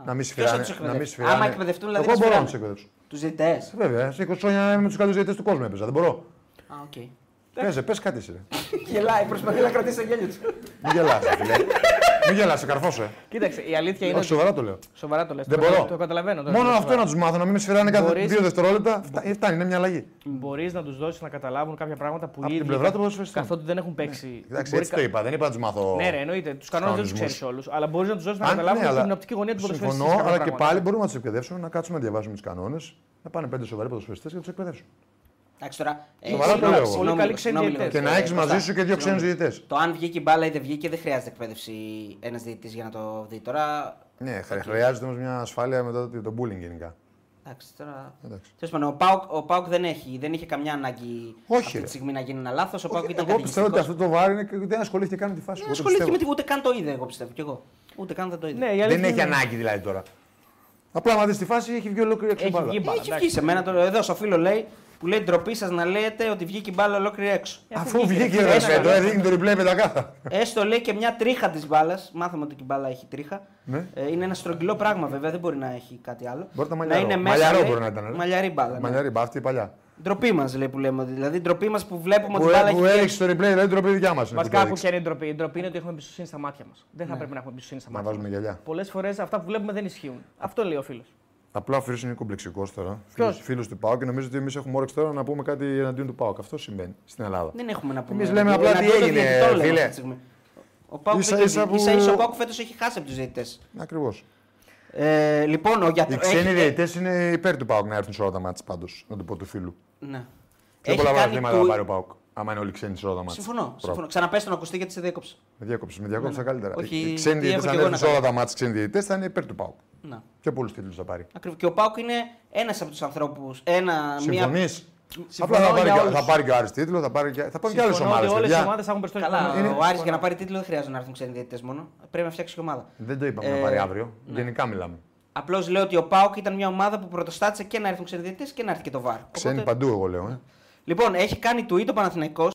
[SPEAKER 3] Να μην
[SPEAKER 1] Ποιος θα
[SPEAKER 3] σφυράνε.
[SPEAKER 1] τους
[SPEAKER 3] Να μην
[SPEAKER 1] εκπαιδεύσει?
[SPEAKER 3] σφυράνε.
[SPEAKER 1] Άμα εκπαιδευτούν, δηλαδή,
[SPEAKER 3] Εγώ
[SPEAKER 1] να
[SPEAKER 3] μπορώ να του
[SPEAKER 1] σφυράνε.
[SPEAKER 3] εκπαιδεύσω.
[SPEAKER 1] τους ζητέ.
[SPEAKER 3] Βέβαια, σε 20 χρόνια με του καλύτερους διαιτητές του κόσμου έπαιζα. Δεν μπορώ.
[SPEAKER 1] Α, οκ.
[SPEAKER 3] Πες, πες κάτι εσύ. ρε.
[SPEAKER 1] Γελάει, προσπαθεί να κρατήσει το γέλιο του.
[SPEAKER 3] Μην γελάς, φίλε. Μην γελάς, σε καρφώσαι.
[SPEAKER 2] Κοίταξε, η αλήθεια είναι.
[SPEAKER 3] Όχι,
[SPEAKER 2] ότι-
[SPEAKER 3] σοβαρά το λέω.
[SPEAKER 2] Σοβαρά το λες.
[SPEAKER 3] Δεν μπορώ.
[SPEAKER 2] Το καταλαβαίνω. το-
[SPEAKER 3] Μόνο
[SPEAKER 2] το-
[SPEAKER 3] αυτό
[SPEAKER 2] σοβαρά.
[SPEAKER 3] να τους μάθω, να μην με σφυράνε κάθε
[SPEAKER 2] Μπορείς-
[SPEAKER 3] δύο δευτερόλεπτα. Φτα- ε, Φτάνει, είναι μια αλλαγή.
[SPEAKER 2] Μπορείς να τους δώσεις να καταλάβουν κάποια πράγματα που
[SPEAKER 3] Απ' την
[SPEAKER 2] ήδη
[SPEAKER 3] πλευρά του ποδοσφαιριστού.
[SPEAKER 2] καθότι δεν έχουν παίξει.
[SPEAKER 3] Εντάξει,
[SPEAKER 2] Μπορεί
[SPEAKER 3] έτσι
[SPEAKER 2] κα-
[SPEAKER 3] το είπα, δεν είπα να τους μάθω.
[SPEAKER 2] Ναι, ρε, εννοείται. Τους κανόνες δεν τους
[SPEAKER 3] κανονισμούς.
[SPEAKER 2] ξέρεις όλους. Αλλά μπορείς να τους δώσεις να
[SPEAKER 3] Αν-
[SPEAKER 2] καταλάβουν
[SPEAKER 3] ναι,
[SPEAKER 2] από
[SPEAKER 3] αλλά
[SPEAKER 2] την οπτική γωνία του ποδοσφαιριστής.
[SPEAKER 3] Συμφωνώ,
[SPEAKER 2] κάποια
[SPEAKER 3] αλλά και
[SPEAKER 2] πράγματα.
[SPEAKER 3] πάλι μπορούμε να τους εκπαιδεύσουμε, να κάτσουμε να διαβάσουμε τους κανόνες, να πάνε πέντε σοβαροί ποδοσφαιριστές και να τους εκπαιδεύσουμε.
[SPEAKER 1] Εντάξει τώρα. ε,
[SPEAKER 3] Σοβαρά το
[SPEAKER 1] συγγνώμη,
[SPEAKER 3] λέω εγώ.
[SPEAKER 1] συγγνώμη,
[SPEAKER 2] Πολύ καλοί ξένοι
[SPEAKER 1] συγγνώμη λίγο.
[SPEAKER 2] διαιτητές.
[SPEAKER 3] Και να
[SPEAKER 1] Ε,
[SPEAKER 3] έχει μαζί
[SPEAKER 1] Κώστα,
[SPEAKER 3] σου και δύο ξένου
[SPEAKER 1] συγγνώμη.
[SPEAKER 3] διαιτητέ.
[SPEAKER 1] Το αν βγήκε η μπάλα ή δεν βγήκε δεν χρειάζεται εκπαίδευση ένας διαιτητής για να το δει. Τώρα.
[SPEAKER 3] Ναι, χρ- χρειάζεται όμως μια ασφάλεια μετά το- το bullying γενικά.
[SPEAKER 1] Εντάξει, τώρα.
[SPEAKER 3] Εντάξει.
[SPEAKER 1] Τέλος πάντων, ο Πάουκ, ο ΠΑΟΚ δεν, έχει, δεν είχε καμιά ανάγκη
[SPEAKER 3] Όχι,
[SPEAKER 1] αυτή
[SPEAKER 3] ρε.
[SPEAKER 1] τη στιγμή να γίνει ένα λάθος. Ο Πάουκ ήταν
[SPEAKER 3] Εγώ πιστεύω ότι
[SPEAKER 1] κατηγορητικός.
[SPEAKER 3] αυτό το βάρη είναι- δεν ασχολήθηκε καν με τη φάση.
[SPEAKER 1] Δεν
[SPEAKER 3] εγώ το
[SPEAKER 1] ασχολήθηκε
[SPEAKER 3] πιστεύω.
[SPEAKER 1] με τη ούτε καν το είδε, εγώ πιστεύω κι εγώ. Ούτε καν δεν το είδε.
[SPEAKER 2] Ναι, η
[SPEAKER 3] Δεν
[SPEAKER 2] αλήθεια
[SPEAKER 3] έχει
[SPEAKER 2] είναι-
[SPEAKER 3] ανάγκη δηλαδή τώρα. Απλά άμα δεις τη φάση έχει βγει ολόκληρη έξω η
[SPEAKER 2] Έχει
[SPEAKER 3] μπάλα.
[SPEAKER 2] βγει μπάλα.
[SPEAKER 1] Έχει βγει σε μένα τώρα. Εδώ στο φίλο λέει που λέει ντροπή σας να λέτε ότι βγήκε η μπάλα ολόκληρη έξω.
[SPEAKER 3] Αφού βγήκε ρε
[SPEAKER 1] Έστω,
[SPEAKER 3] Φέντο, έδειχνε το replay πεντακάθαρα.
[SPEAKER 1] Έστω λέει και μια τρίχα της μπάλας. Μάθαμε ότι η μπάλα έχει τρίχα.
[SPEAKER 3] Ναι.
[SPEAKER 1] Ε, είναι ένα στρογγυλό πράγμα βέβαια, δεν μπορεί να έχει κάτι άλλο.
[SPEAKER 3] Μπορεί να ήταν μαλλιαρό.
[SPEAKER 1] είναι μέσα,
[SPEAKER 3] μαλλιαρό
[SPEAKER 1] λέει,
[SPEAKER 3] μπορεί να ήταν. ρε.
[SPEAKER 1] Μαλλιαρή μπάλα. ναι.
[SPEAKER 3] Μαλλιαρή μπάλα, αυτή η παλιά.
[SPEAKER 1] Ντροπή μας λέει που λέμε. Δηλαδή ντροπή μας που βλέπουμε
[SPEAKER 3] Που,
[SPEAKER 1] ότι η μπάλα
[SPEAKER 3] που
[SPEAKER 1] έχει.
[SPEAKER 3] έριξε το replay, δηλαδή ντροπή δικιά μας.
[SPEAKER 2] Βασικά, από ποια είναι η ντροπή. Η ντροπή είναι ότι έχουμε εμπιστοσύνη στα μάτια μας. Δεν θα πρέπει να έχουμε εμπιστοσύνη στα
[SPEAKER 3] Ναι. Να
[SPEAKER 2] μάτια
[SPEAKER 3] βάζουμε
[SPEAKER 2] μας.
[SPEAKER 3] γυαλιά.
[SPEAKER 2] Πολλές φορές αυτά που βλέπουμε δεν ισχύουν. Αυτό λέει ο φίλος.
[SPEAKER 3] Απλά ο Φίλος είναι κομπλεξικός τώρα.
[SPEAKER 2] Ποιος?
[SPEAKER 3] Φίλος του Πάου και νομίζω ότι εμείς έχουμε όρεξη τώρα να πούμε κάτι εναντίον του Πάου. Αυτό συμβαίνει στην Ελλάδα.
[SPEAKER 1] Δεν έχουμε να πούμε.
[SPEAKER 3] Εμείς λέμε απλά
[SPEAKER 1] Εναντίον
[SPEAKER 3] τι
[SPEAKER 1] των
[SPEAKER 3] έγινε,
[SPEAKER 1] διαιτητών λέμε
[SPEAKER 3] φίλε.
[SPEAKER 1] αυτή τη στιγμή. Ο Πάουκ
[SPEAKER 3] Ίσα-
[SPEAKER 1] ίσα, ίσα,
[SPEAKER 3] ίσα που-
[SPEAKER 1] ο Πάουκ φέτος έχει χάσει από τους διαιτητές.
[SPEAKER 3] Ακριβώς.
[SPEAKER 1] Ε, λοιπόν, ο γιατρός.
[SPEAKER 3] Ναι, Οι ξένοι διαιτητές είναι υπέρ του Πάου να έρθουν σε όλα τα μάτια πάντως. Να το πω του φίλου.
[SPEAKER 1] Ναι.
[SPEAKER 3] Πιο
[SPEAKER 1] Έχει
[SPEAKER 3] πολλά
[SPEAKER 1] κάνει
[SPEAKER 3] βαθμήματα
[SPEAKER 1] του-
[SPEAKER 3] να πάρει ο Πάου. Άμα είναι όλοι ξένοι σε όλα τα μάτια.
[SPEAKER 1] Συμφωνώ. συμφωνώ. Ξαναπέστε τον ακουστή γιατί σε διέκοψε.
[SPEAKER 3] Με διέκοψε, με διέκοψε
[SPEAKER 1] Ναι.
[SPEAKER 3] καλύτερα.
[SPEAKER 1] Όχι,
[SPEAKER 3] Οι
[SPEAKER 1] τι
[SPEAKER 3] ξένοι
[SPEAKER 1] έχω
[SPEAKER 3] διαιτητές
[SPEAKER 1] κι
[SPEAKER 3] αν
[SPEAKER 1] εγώ
[SPEAKER 3] έρθουν
[SPEAKER 1] να
[SPEAKER 3] σε όλα τα μάτια ξένοι διαιτητές θα είναι υπέρ του Πάου.
[SPEAKER 1] Να.
[SPEAKER 3] Πιο πολλούς τίτλους θα πάρει.
[SPEAKER 1] Ακριβώς. Και ο Πάουκ είναι ένας από τους ανθρώπους. Ένα, μία.
[SPEAKER 3] Συμφωνείς. Απλά
[SPEAKER 2] Συμφωνώ
[SPEAKER 3] θα πάρει,
[SPEAKER 2] για
[SPEAKER 3] και,
[SPEAKER 2] όλους.
[SPEAKER 3] θα πάρει και ο Άρης τίτλο, θα, πάρει και, θα πάρουν και άλλες
[SPEAKER 2] Συμφωνώ ότι
[SPEAKER 3] ομάδε.
[SPEAKER 2] όλες οι ομάδες έχουν περισσότερο
[SPEAKER 1] Καλά,
[SPEAKER 2] χρόνο.
[SPEAKER 1] ο Άρης για να πάρει τίτλο δεν χρειάζεται να έρθουν ξένοι διαιτητές μόνο. Πρέπει να φτιάξει και ομάδα.
[SPEAKER 3] Δεν το είπαμε
[SPEAKER 1] Ε,
[SPEAKER 3] να πάρει αύριο. Γενικά μιλάμε.
[SPEAKER 1] Απλώς λέω ότι ο Πάουκ ήταν μια ομάδα που πρωτοστάτησε και να έρθουν ξένοι διαιτητές και να έρθει και το βαρ.
[SPEAKER 3] Ξένοι
[SPEAKER 1] Οπότε-
[SPEAKER 3] παντού, εγώ λέω. Ε.
[SPEAKER 1] Λοιπόν, έχει κάνει tweet ο Παναθηναϊκός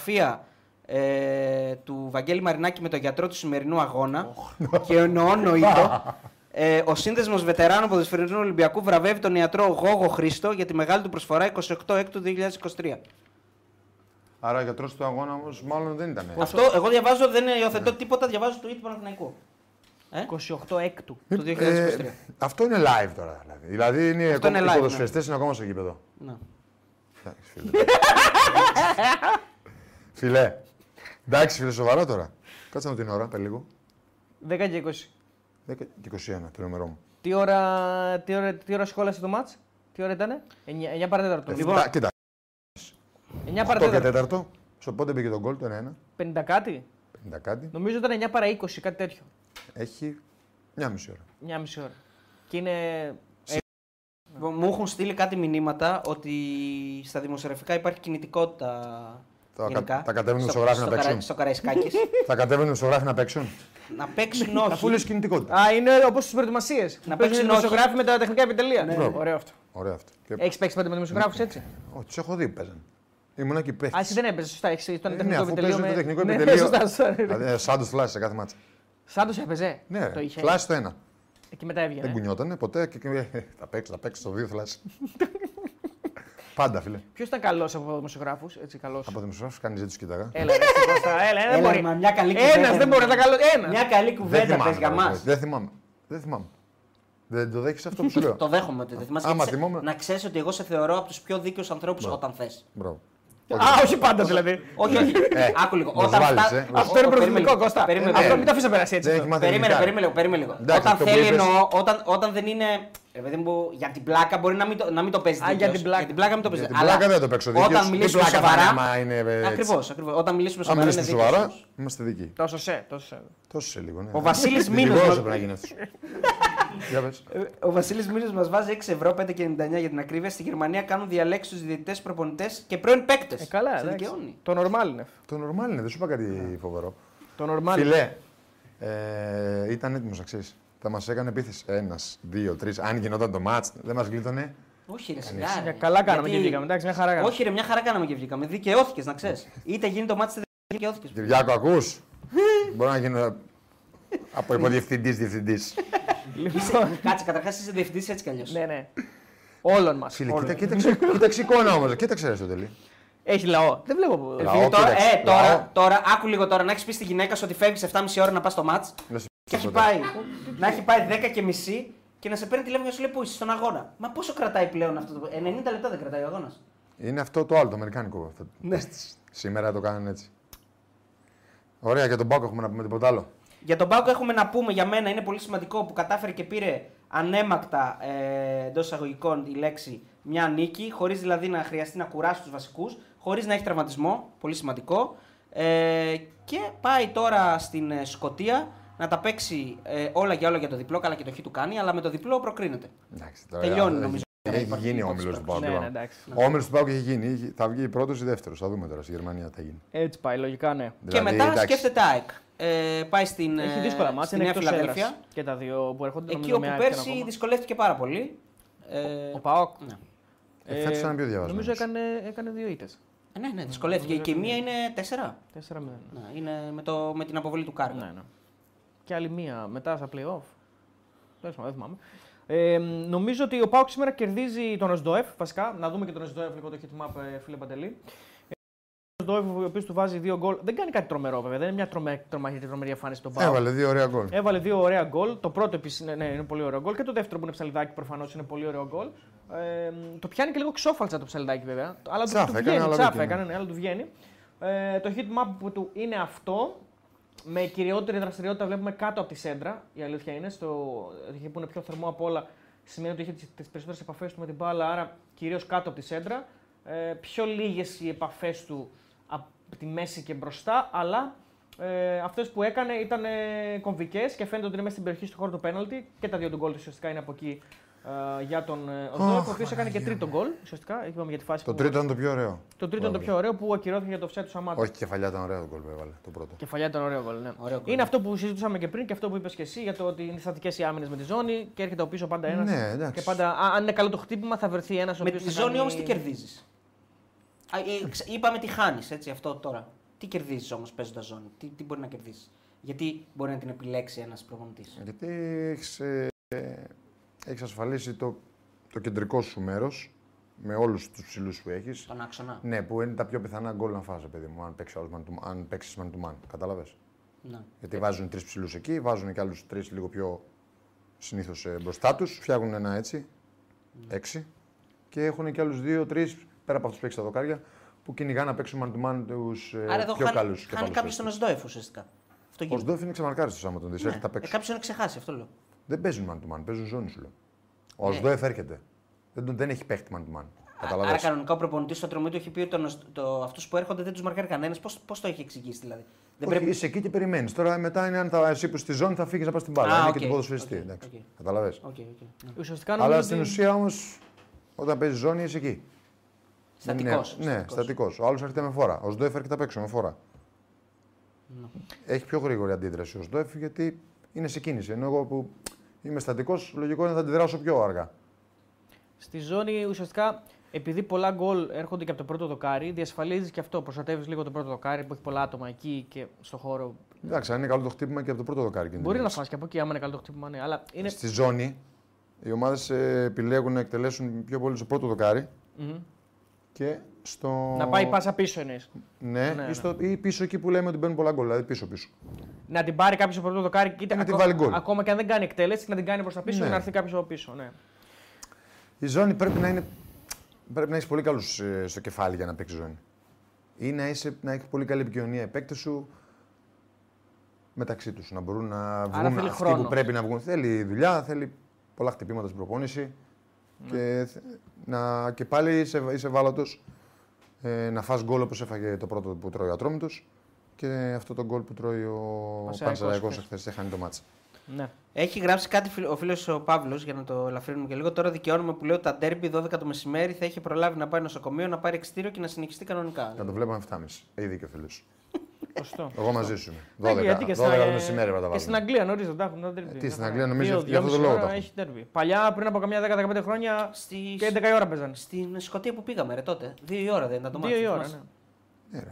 [SPEAKER 1] φωτογραφία ε, του Βαγγέλη Μαρινάκη με τον γιατρό του σημερινού αγώνα και εννοώννοητο. Ε, ο σύνδεσμος βετεράνων ποδοσφαιρινού Ολυμπιακού βραβεύει τον ιατρό Γόγο Χρήστο για τη μεγάλη του προσφορά 28 Έκτου 2023.
[SPEAKER 3] Άρα ο γιατρός του αγώνα όμως μάλλον δεν ήταν.
[SPEAKER 1] Αυτό εγώ διαβάζω, δεν υιοθετώ τίποτα, διαβάζω tweet του Παναθηναϊκού. Ε?
[SPEAKER 2] 28 έκτου.
[SPEAKER 3] Ε,
[SPEAKER 1] Το 2023.
[SPEAKER 3] αυτό είναι live τώρα. Δηλαδή, δηλαδή είναι
[SPEAKER 1] Αυτό είναι
[SPEAKER 3] οι
[SPEAKER 1] live, ναι.
[SPEAKER 3] ποδοσφαιριστές είναι ακόμα στο γήπεδο.
[SPEAKER 1] Να.
[SPEAKER 3] Εντάξει, φίλε. Φιλέ. Εντάξει, φίλε, σοβαρά τώρα. Κάτσε να δω την ώρα, πες λίγο.
[SPEAKER 2] 10 και 20.
[SPEAKER 3] 10 και 21 το νούμερό μου.
[SPEAKER 2] Τι ώρα, τι ώρα, τι ώρα σχόλασε το μάτς, τι ώρα ήταν, 9, 9 παρατέταρτο.
[SPEAKER 3] Λοιπόν, κοίτα, κοίτα.
[SPEAKER 2] 9
[SPEAKER 3] 8 και
[SPEAKER 2] παρατέταρτο,
[SPEAKER 3] 4. Στο πότε μπήκε τον κόλ, το
[SPEAKER 2] 50 κάτι,
[SPEAKER 3] 1. 50 κάτι.
[SPEAKER 2] νομίζω ήταν 9 παρα 20, κάτι τέτοιο,
[SPEAKER 3] Έχει μια μισή ώρα.
[SPEAKER 2] 9,5 ώρα. Και είναι,
[SPEAKER 1] Λοιπόν, Μου έχουν στείλει κάτι μηνύματα ότι στα δημοσιογραφικά υπάρχει κινητικότητα.
[SPEAKER 3] Τα κα-
[SPEAKER 1] γενικά.
[SPEAKER 3] τα κατέβαινε
[SPEAKER 1] Στο-
[SPEAKER 3] στο γράφι να
[SPEAKER 1] στο
[SPEAKER 3] παίξουν.
[SPEAKER 1] Καρα- Στο Καραϊσκάκης.
[SPEAKER 3] Θα κατέβαινε στο γράφι να παίξουν.
[SPEAKER 1] να παίξουν όχι.
[SPEAKER 3] Αφού λες κινητικότητα.
[SPEAKER 2] α, είναι όπως στις προετοιμασίες,
[SPEAKER 1] Να παίξουν
[SPEAKER 2] να παίξουν
[SPEAKER 1] όχι.
[SPEAKER 2] δημοσιογράφοι με τα τεχνικά επιτελεία. Ναι.
[SPEAKER 3] Μπράβο.
[SPEAKER 2] Ωραίο αυτό.
[SPEAKER 3] Ωραίο αυτό. Και...
[SPEAKER 2] Έχεις παίξει πάντα με δημοσιογράφους έτσι.
[SPEAKER 3] Ω, τους έχω δει που παίζανε. Ήμουνα και παίχτη.
[SPEAKER 2] Α, εσύ δεν έπαιζες, σωστά. Έχεις ήταν
[SPEAKER 3] Ε,
[SPEAKER 2] τεχνικό
[SPEAKER 3] αφού
[SPEAKER 2] επιτελείο.
[SPEAKER 3] παίζει
[SPEAKER 2] με-
[SPEAKER 3] το τεχνικό
[SPEAKER 2] Ναι,
[SPEAKER 3] επιτελείο.
[SPEAKER 2] σωστά, σωστά.
[SPEAKER 3] Δηλαδή, ε, σαν τους φλάσσε σε κάθε μάτσα.
[SPEAKER 2] Σαν τους έπαιζε.
[SPEAKER 3] Ναι,
[SPEAKER 2] το είχε. Ε.
[SPEAKER 3] φλάσσε το ένα.
[SPEAKER 2] Και μετά
[SPEAKER 3] Δεν
[SPEAKER 2] έβγαινε.
[SPEAKER 3] κουνιότανε ποτέ. Και, και, ε, θα παίξει, θα παίξει το δύο φλάσσε. Πάντα, φίλε.
[SPEAKER 2] Ποιος ήταν καλός από δημοσιογράφους, έτσι καλός.
[SPEAKER 3] Από δημοσιογράφους κανείς δεν τους κοίταγα.
[SPEAKER 2] Έλα, ρε, εσύ, Κώστα, έλα, δεν
[SPEAKER 1] Έλα,
[SPEAKER 2] μπορεί.
[SPEAKER 1] μα, μια καλή
[SPEAKER 2] Ένας
[SPEAKER 1] κουβέντα.
[SPEAKER 2] δεν μπορεί να τα καλό. Ένας.
[SPEAKER 1] Μια καλή κουβέντα πες για
[SPEAKER 3] καλά,
[SPEAKER 1] μας.
[SPEAKER 3] Δεν θυμάμαι. Δεν θυμάμαι. Δεν το δέχεσαι αυτό που σου λέω.
[SPEAKER 1] Το δέχομαι ότι δεν θυμάσαι.
[SPEAKER 3] Άμα Ναι.
[SPEAKER 1] γιατί σε-
[SPEAKER 3] θυμόμαι.
[SPEAKER 1] Να ξέρεις ότι εγώ σε θεωρώ από τους πιο δίκαιους ανθρώπους όταν θες.
[SPEAKER 3] Μπράβο.
[SPEAKER 2] Α, όχι πάντα δηλαδή.
[SPEAKER 1] Όχι, όχι. Άκου λίγο.
[SPEAKER 3] μας
[SPEAKER 1] Όταν
[SPEAKER 3] Ε, βάλεις,
[SPEAKER 1] φτά-
[SPEAKER 3] ε, μας-
[SPEAKER 2] Αυτό είναι
[SPEAKER 1] Ω, περίμενε
[SPEAKER 2] προβλητικό,
[SPEAKER 1] λίγο,
[SPEAKER 2] Κώστα.
[SPEAKER 1] Περίμενε,
[SPEAKER 2] Αυτό
[SPEAKER 1] περίμενε.
[SPEAKER 2] μην τα αφήσεις να περάσει
[SPEAKER 3] Ε, ναι. Δεν έχει
[SPEAKER 2] έτσι.
[SPEAKER 3] μάθει
[SPEAKER 1] Περίμενε,
[SPEAKER 3] ελληνικά.
[SPEAKER 1] περίμενε, λίγο, περίμενε λίγο.
[SPEAKER 3] Εντάξει,
[SPEAKER 1] όταν
[SPEAKER 3] αυτό που
[SPEAKER 1] θέλει
[SPEAKER 3] είπες-
[SPEAKER 1] εννοώ, όταν, όταν δεν είναι. Ρε παιδί μου, για την πλάκα μπορεί να μην το, να μην το παίζει.
[SPEAKER 2] Α, για
[SPEAKER 1] δίκαιος.
[SPEAKER 2] την πλάκα.
[SPEAKER 1] Για την πλάκα μην το παίζει.
[SPEAKER 3] την πλάκα δεν το παίξω δίκαιος.
[SPEAKER 1] Όταν
[SPEAKER 3] Την
[SPEAKER 1] μιλήσουμε
[SPEAKER 3] πλάκα θα
[SPEAKER 1] σοβαρά.
[SPEAKER 3] είναι, άμα είναι, ε, έτσι.
[SPEAKER 1] Ακριβώς, ακριβώς. Όταν μιλήσουμε
[SPEAKER 3] Αν
[SPEAKER 1] σοβαρά.
[SPEAKER 3] μιλήσουμε
[SPEAKER 1] είναι δίκαιος
[SPEAKER 3] σοβαρά,
[SPEAKER 1] όμως.
[SPEAKER 3] είμαστε δικοί.
[SPEAKER 2] Τόσο σε, τόσο σε.
[SPEAKER 3] Τόσο σε λίγο. Ναι.
[SPEAKER 1] Ο Βασίλης Μήνος,
[SPEAKER 3] Δικηγόρος
[SPEAKER 1] μα-
[SPEAKER 3] πρέπει να γίνει αυτός. Για πες.
[SPEAKER 1] Ε, Ο Βασίλης Μύριο μας βάζει 6 ευρώ, 5,99 για την ακρίβεια. Στη Γερμανία κάνουν διαλέξεις στους διαιτητές, προπονητές και πρώην παίκτες.
[SPEAKER 2] Ε, καλά,
[SPEAKER 1] Σε
[SPEAKER 2] εντάξει.
[SPEAKER 1] δικαιώνει.
[SPEAKER 2] Το normal είναι.
[SPEAKER 3] Το normal είναι, δεν σου είπα
[SPEAKER 1] Ναι.
[SPEAKER 3] κάτι φοβερό.
[SPEAKER 2] Το normal.
[SPEAKER 3] Φιλέ, ε, ήταν έτοιμος αξί. Θα μας έκανε επίθεση. Ένας, δύο, τρεις. Αν γινόταν το μάτ, δεν μας γλίτωνε.
[SPEAKER 1] Όχι, ρε, σιγά. ρε.
[SPEAKER 2] Ε, Καλά κάναμε
[SPEAKER 1] Γιατί-
[SPEAKER 2] και βγήκαμε. Εντάξει, μια χαρά κάναμε.
[SPEAKER 1] Όχι, ρε, μια χαρά κάναμε και βγήκαμε. Δικαιώθηκες, να ξέρεις. Είτε γίνει το μάτι, είτε δεν γίνει, δικαιώθηκες.
[SPEAKER 3] Κυριάκο, ακούς. Μπορώ να γίνω από υποδιευθυντής διευθυντής.
[SPEAKER 1] Είσαι- Κάτσε, καταρχάς είσαι διευθυντής έτσι κι αλλιώς.
[SPEAKER 2] Ναι, ναι. Όλων μας.
[SPEAKER 3] Φίλε, κοίτα, κοίταξε, κοίταξε εικόνα Ε, όμω. Κοίταξε ρε στο τελεί.
[SPEAKER 2] Έχει λαό. Δεν βλέπω. που-
[SPEAKER 3] Λαό.
[SPEAKER 1] Φίλε, τώρα,
[SPEAKER 3] κοίταξε,
[SPEAKER 1] ε, τώρα,
[SPEAKER 3] λαό.
[SPEAKER 1] τώρα, άκου λίγο τώρα να έχεις πεις στη γυναίκα σου ότι φεύγεις 7,5 ώρα να πας στο μάτ
[SPEAKER 3] Να σε
[SPEAKER 1] και έχει
[SPEAKER 3] τίποτα.
[SPEAKER 1] πάει, να έχει πάει 10 και μισή και να σε παίρνει τηλέφωνο και να σου λέει Πού είσαι στον αγώνα. Μα πόσο κρατάει πλέον αυτό το. 90 λεπτά δεν κρατάει ο αγώνας.
[SPEAKER 3] Είναι αυτό το άλλο, το αμερικάνικο. Αυτό.
[SPEAKER 1] Ναι.
[SPEAKER 3] Σήμερα το κάνουν έτσι. Ωραία, για τον Μπάκο έχουμε να πούμε τίποτα άλλο.
[SPEAKER 1] Για τον Πάουκ έχουμε να πούμε για μένα είναι πολύ σημαντικό που κατάφερε και πήρε ανέμακτα ε, εντός εισαγωγικών η λέξη μια νίκη, χωρίς δηλαδή να χρειαστεί να κουράσει τους βασικούς, χωρίς να έχει τραυματισμό. Πολύ σημαντικό. Ε, και πάει τώρα στην ε, Σκωτία να τα παίξει ε, όλα για όλα για το διπλό. Καλά και το χ του κάνει, αλλά με το διπλό προκρίνεται.
[SPEAKER 3] Εντάξει,
[SPEAKER 1] Τελειώνει,
[SPEAKER 3] έχει-
[SPEAKER 1] νομίζω.
[SPEAKER 3] Έχει
[SPEAKER 1] Υπάρχει
[SPEAKER 3] γίνει ο
[SPEAKER 1] υπόψη
[SPEAKER 3] όμιλο του
[SPEAKER 1] πράξης.
[SPEAKER 3] Πάουκ.
[SPEAKER 2] Ναι,
[SPEAKER 3] λοιπόν.
[SPEAKER 2] ναι, εντάξει.
[SPEAKER 3] Ο όμιλος του Πάουκ έχει γίνει. Είχε- Θα βγει πρώτος ή δεύτερος. Θα δούμε τώρα στη Γερμανία τι θα γίνει.
[SPEAKER 2] Έτσι πάει, λογικά ναι.
[SPEAKER 3] Δηλαδή,
[SPEAKER 1] και μετά
[SPEAKER 3] εντάξει.
[SPEAKER 1] σκέφτεται ΑΕΚ. Ε, πάει στην,
[SPEAKER 2] Έχει
[SPEAKER 1] ε,
[SPEAKER 2] δύσκολα μάτια,
[SPEAKER 1] στην
[SPEAKER 2] είναι
[SPEAKER 1] Νέα
[SPEAKER 2] εκτός
[SPEAKER 1] Φιλαδέλφια.
[SPEAKER 2] έδρας. Και τα δύο που έρχονται
[SPEAKER 1] Εκεί
[SPEAKER 2] νομίζω,
[SPEAKER 1] όπου
[SPEAKER 2] με ΑΕΚ και ένα
[SPEAKER 1] πέρσι
[SPEAKER 2] ακόμα.
[SPEAKER 1] δυσκολεύτηκε πάρα πολύ. Ε,
[SPEAKER 2] Ο ΠΑΟΚ.
[SPEAKER 1] ναι.
[SPEAKER 3] Ε, φέτος ήταν πιο διαβασμένος.
[SPEAKER 2] Νομίζω έκανε, έκανε δύο ήττες.
[SPEAKER 1] Ε, ναι, ναι, δυσκολεύτηκε. Και η μία είναι τέσσερα.
[SPEAKER 2] 4-0. Ναι,
[SPEAKER 1] Ναι, είναι με, το, με την αποβολή του Κάργα.
[SPEAKER 2] ναι. Και άλλη μία μετά στα playoff. Δεν θυμάμαι, δεν θυμάμαι. Ε, νομίζω ότι ο Πάοκ σήμερα κερδίζει τον Οσντοεφ. Βασικά, να δούμε και τον Οσντοεφ λίγο το hit map, ε, φίλε Παντελή. Ε, ο Οσντοεφ, ο οποίος του βάζει δύο γκολ. Δεν κάνει κάτι τρομερό, βέβαια. Δεν είναι μια τρομε, τρομερή, τρομερή εμφάνιση στον Πάοκ.
[SPEAKER 3] Έβαλε δύο ωραία γκολ.
[SPEAKER 2] Έβαλε δύο ωραία γκολ. Το πρώτο επίσης ναι, είναι πολύ ωραίο γκολ και το δεύτερο που είναι ψαλιδάκι προφανώς είναι πολύ ωραίο γκολ. Ε, το πιάνει και λίγο ξόφαλτσα το ψαλιδάκι βέβαια. Αλλά του-
[SPEAKER 3] Τσάφ
[SPEAKER 2] του
[SPEAKER 3] έκανε,
[SPEAKER 2] βγαίνει,
[SPEAKER 3] αλλά
[SPEAKER 2] τσάφ
[SPEAKER 3] βγήκε,
[SPEAKER 2] έκανε, ναι, αλλά του βγαίνει. Ε, το hit map που του είναι αυτό. Με κυριότερη δραστηριότητα βλέπουμε κάτω από τη σέντρα. Η αλήθεια είναι στο εκεί που είναι πιο θερμό από όλα. Σημαίνει ότι είχε τις περισσότερες επαφές του με την μπάλα, άρα κυρίως κάτω από τη σέντρα. Ε, πιο λίγες οι επαφές του από τη μέση και μπροστά, αλλά ε, αυτές που έκανε ήταν ε, κομβικές και φαίνεται ότι είναι μέσα στην περιοχή στο χώρο του πέναλτη και τα δύο του γκολ του ουσιαστικά είναι από εκεί ε, για τον ε, Οσδόεφ, ο οποίος έκανε και τρίτο γκολ. Ουσιαστικά εκεί είπαμε για τη φάση
[SPEAKER 3] Το
[SPEAKER 2] που.
[SPEAKER 3] τρίτο ήταν το πιο ωραίο.
[SPEAKER 2] το τρίτο είναι το πιο ωραίο που ακυρώθηκε για το offside του Σαμάτα.
[SPEAKER 3] Όχι, κεφαλιά ήταν ωραίο το γκολ που έβαλε. Το πρώτο.
[SPEAKER 2] Κεφαλιά ήταν ωραίο γκολ. Ναι.
[SPEAKER 1] Ωραίο γκολ.
[SPEAKER 2] Είναι αυτό που συζητούσαμε και πριν και αυτό που είπες και εσύ για το ότι είναι στατικές οι άμυνες με τη ζώνη και έρχεται ο πίσω πάντα ένας.
[SPEAKER 3] Ναι, εντάξει.
[SPEAKER 2] και πάντα, α, αν είναι καλό το χτύπημα, θα βρεθεί ένας ο
[SPEAKER 1] Με
[SPEAKER 2] οποίος.
[SPEAKER 1] τη ζώνη όμως τι κερδίζεις. Είπαμε τι χάνεις, έτσι αυτό τώρα. Τι κερδίζεις όμως παίζοντας ζώνη, τι, τι μπορεί να κερδίσει. Γιατί μπορεί να την επιλέξει ένας προπονητής.
[SPEAKER 3] Γιατί έχεις έχεις ασφαλίσει το, το κεντρικό σου μέρος με όλους τους ψηλούς που έχεις.
[SPEAKER 1] Τον άξονα.
[SPEAKER 3] Ναι, που είναι τα πιο πιθανά γκολ να φας, ρε παιδί μου, αν παίξει man to, αν παίξεις man to man. Κατάλαβες.
[SPEAKER 1] Ναι.
[SPEAKER 3] Γιατί βάζουν τρεις ψηλούς εκεί, βάζουν και άλλους τρεις λίγο πιο συνήθως μπροστά τους, φτιάχνουν ένα έτσι, έξι. Και έχουν και άλλους δύο-τρει πέρα από αυτούς που έχεις τα δοκάρια που κυνηγά να παίξουν man to man του
[SPEAKER 1] Άρα εδώ
[SPEAKER 3] Ε, πιο καλού.
[SPEAKER 1] χάνει, χάνει κάποιος τον Οσδόεφ ουσιαστικά. Αυτό
[SPEAKER 3] Ο
[SPEAKER 1] γίνεται.
[SPEAKER 3] Σντόεφ είναι ξεμαρκάριστος άμα τον δεις.
[SPEAKER 1] Ναι.
[SPEAKER 3] Έρχεται να
[SPEAKER 1] Ε,
[SPEAKER 3] παίξει.
[SPEAKER 1] κάποιο τον έχει ξεχάσει, αυτό λέω.
[SPEAKER 3] Δεν παίζουν man to man, παίζουν ζώνη σου λέω.
[SPEAKER 1] Ναι.
[SPEAKER 3] Ο Σντόεφ έρχεται. Δεν, τον- δεν έχει παίχτη man to man.
[SPEAKER 1] Άρα
[SPEAKER 3] Καταλαβαίνω.
[SPEAKER 1] κανονικά ο προπονητής στο τρομή του έχει πει ότι τον, Οσ- το, αυτούς που έρχονται δεν τους μαρκάρει κανένας. Πώς το έχει εξηγήσει δηλαδή. Δεν
[SPEAKER 3] Όχι,
[SPEAKER 1] πρέπει...
[SPEAKER 3] Είσαι εκεί και περιμένεις. Τώρα μετά είναι αν θα, εσύ που στη ζώνη θα φύγεις να πας στην μπάλα.
[SPEAKER 1] Α,
[SPEAKER 3] είναι
[SPEAKER 1] οκ,
[SPEAKER 3] και του ποδοσφαιριστή.
[SPEAKER 1] οκ,
[SPEAKER 3] εντάξει.
[SPEAKER 1] οκ.
[SPEAKER 3] Καταλαβες.
[SPEAKER 1] Οκ, οκ, ναι.
[SPEAKER 2] Ουσιαστικά νομίζω
[SPEAKER 3] Αλλά
[SPEAKER 2] ότι-
[SPEAKER 3] στην ουσία όμως, όταν παίζεις ζώνη, είσαι εκεί.
[SPEAKER 1] Στατικός,
[SPEAKER 3] Ναι, ναι
[SPEAKER 1] στατικός.
[SPEAKER 3] στατικός. Ο άλλος έρχεται με φόρα. Ο Σντοεφ έρχεται απ' έξω με φόρα.
[SPEAKER 2] Ναι.
[SPEAKER 3] Έχει πιο γρήγορη αντίδραση ο Σντοεφ γιατί είναι σε κίνηση. Ενώ εγώ που είμαι στατικός, λογικό είναι να αντιδράσω πιο αργά.
[SPEAKER 2] Στη ζώνη ουσιαστικά επειδή πολλά γκολ έρχονται και από το πρώτο δοκάρι, διασφαλίζεις και αυτό. Προστατεύεις λίγο το πρώτο δοκάρι που έχει πολλά άτομα εκεί και στο χώρο.
[SPEAKER 3] Εντάξει, αν είναι καλό το χτύπημα και από το πρώτο δοκάρι.
[SPEAKER 2] Μπορεί
[SPEAKER 3] κινδυνεύεις.
[SPEAKER 2] να φάσει και από εκεί, άμα είναι καλό το χτύπημα, ναι. Αλλά είναι.
[SPEAKER 3] Στη ζώνη, οι ομάδες επιλέγουν να εκτελέσουν πιο πολύ στο πρώτο δοκάρι
[SPEAKER 2] Μμμ.
[SPEAKER 3] και στο.
[SPEAKER 2] Να πάει πάσα πίσω εννοείς.
[SPEAKER 3] Ναι,
[SPEAKER 2] Ναι,
[SPEAKER 3] ή, στο... ή πίσω εκεί που λέμε ότι μπαίνουν πολλά γκολ. Δηλαδή πίσω-πίσω.
[SPEAKER 2] Να την πάρει κάποιος από το δοκάρι και
[SPEAKER 3] Να την βάλει γκολ.
[SPEAKER 2] Ακόμα και αν δεν κάνει εκτέλεση, να την κάνει προς τα πίσω
[SPEAKER 3] Ναι.
[SPEAKER 2] και να έρθει κάποιος από πίσω. Ναι.
[SPEAKER 3] Η ζώνη πρέπει να είναι. Πρέπει να έχεις πολύ καλούς στο κεφάλι για να παίξεις ζώνη. Ή να, είσαι, να έχεις πολύ καλή επικοινωνία οι παίκτε σου μεταξύ τους. Να μπορούν να βγουν
[SPEAKER 2] θέλει
[SPEAKER 3] αυτοί
[SPEAKER 2] χρόνο.
[SPEAKER 3] που πρέπει να βγουν. Θέλει δουλειά, θέλει πολλά χτυπήματα στην προπόνηση.
[SPEAKER 2] Ναι.
[SPEAKER 3] Και, θε- να, και πάλι είσαι, είσαι ευάλωτος, ε, να φας γκολ όπως έφαγε το πρώτο που τρώει ο Ατρόμητος και αυτό το γκολ που τρώει ο
[SPEAKER 2] Πανσεραϊκός
[SPEAKER 3] Πανσεραϊκός
[SPEAKER 2] χθες.
[SPEAKER 3] χθες, έχανε το μάτς.
[SPEAKER 2] Ναι.
[SPEAKER 1] Έχει γράψει κάτι φιλ- ο φίλος ο Παύλος, για να το ελαφρύνουμε και λίγο. Τώρα δικαιώνουμε που λέω τα ντέρμπι 12 το μεσημέρι θα έχει προλάβει να πάει νοσοκομείο, να πάρει εξτήριο και να συνεχιστεί κανονικά.
[SPEAKER 3] Να το βλέπαμε 7.30. Έχει δίκιο, φίλος.
[SPEAKER 2] Σωστό.
[SPEAKER 3] Εγώ μαζί σου. είμαι. 12,
[SPEAKER 2] Ναι, γιατί
[SPEAKER 3] 12
[SPEAKER 2] και στα-
[SPEAKER 1] ε,
[SPEAKER 3] το μεσημέρι πρέπει να τα
[SPEAKER 2] Και στην
[SPEAKER 3] βάλουμε.
[SPEAKER 2] Αγγλία νωρίς δεν τα έχουν. τα derby.
[SPEAKER 3] στην
[SPEAKER 2] Μια χαρά.
[SPEAKER 3] Αγγλία νομίζω
[SPEAKER 2] Δύο-
[SPEAKER 3] γι' αυτό το
[SPEAKER 2] δυόμιση
[SPEAKER 3] λόγο
[SPEAKER 2] ώρα
[SPEAKER 3] τα έχουν.
[SPEAKER 2] έχει derby. Παλιά πριν από καμιά 10-15 χρόνια
[SPEAKER 1] Στις-
[SPEAKER 2] και 11 η ώρα παίζανε.
[SPEAKER 1] Στην Σκωτία που πήγαμε, ρε τότε. Δύο η ώρα δεν ήταν το μάτι.
[SPEAKER 2] Δύο η ώρα. ναι.
[SPEAKER 3] Ναι, ρε.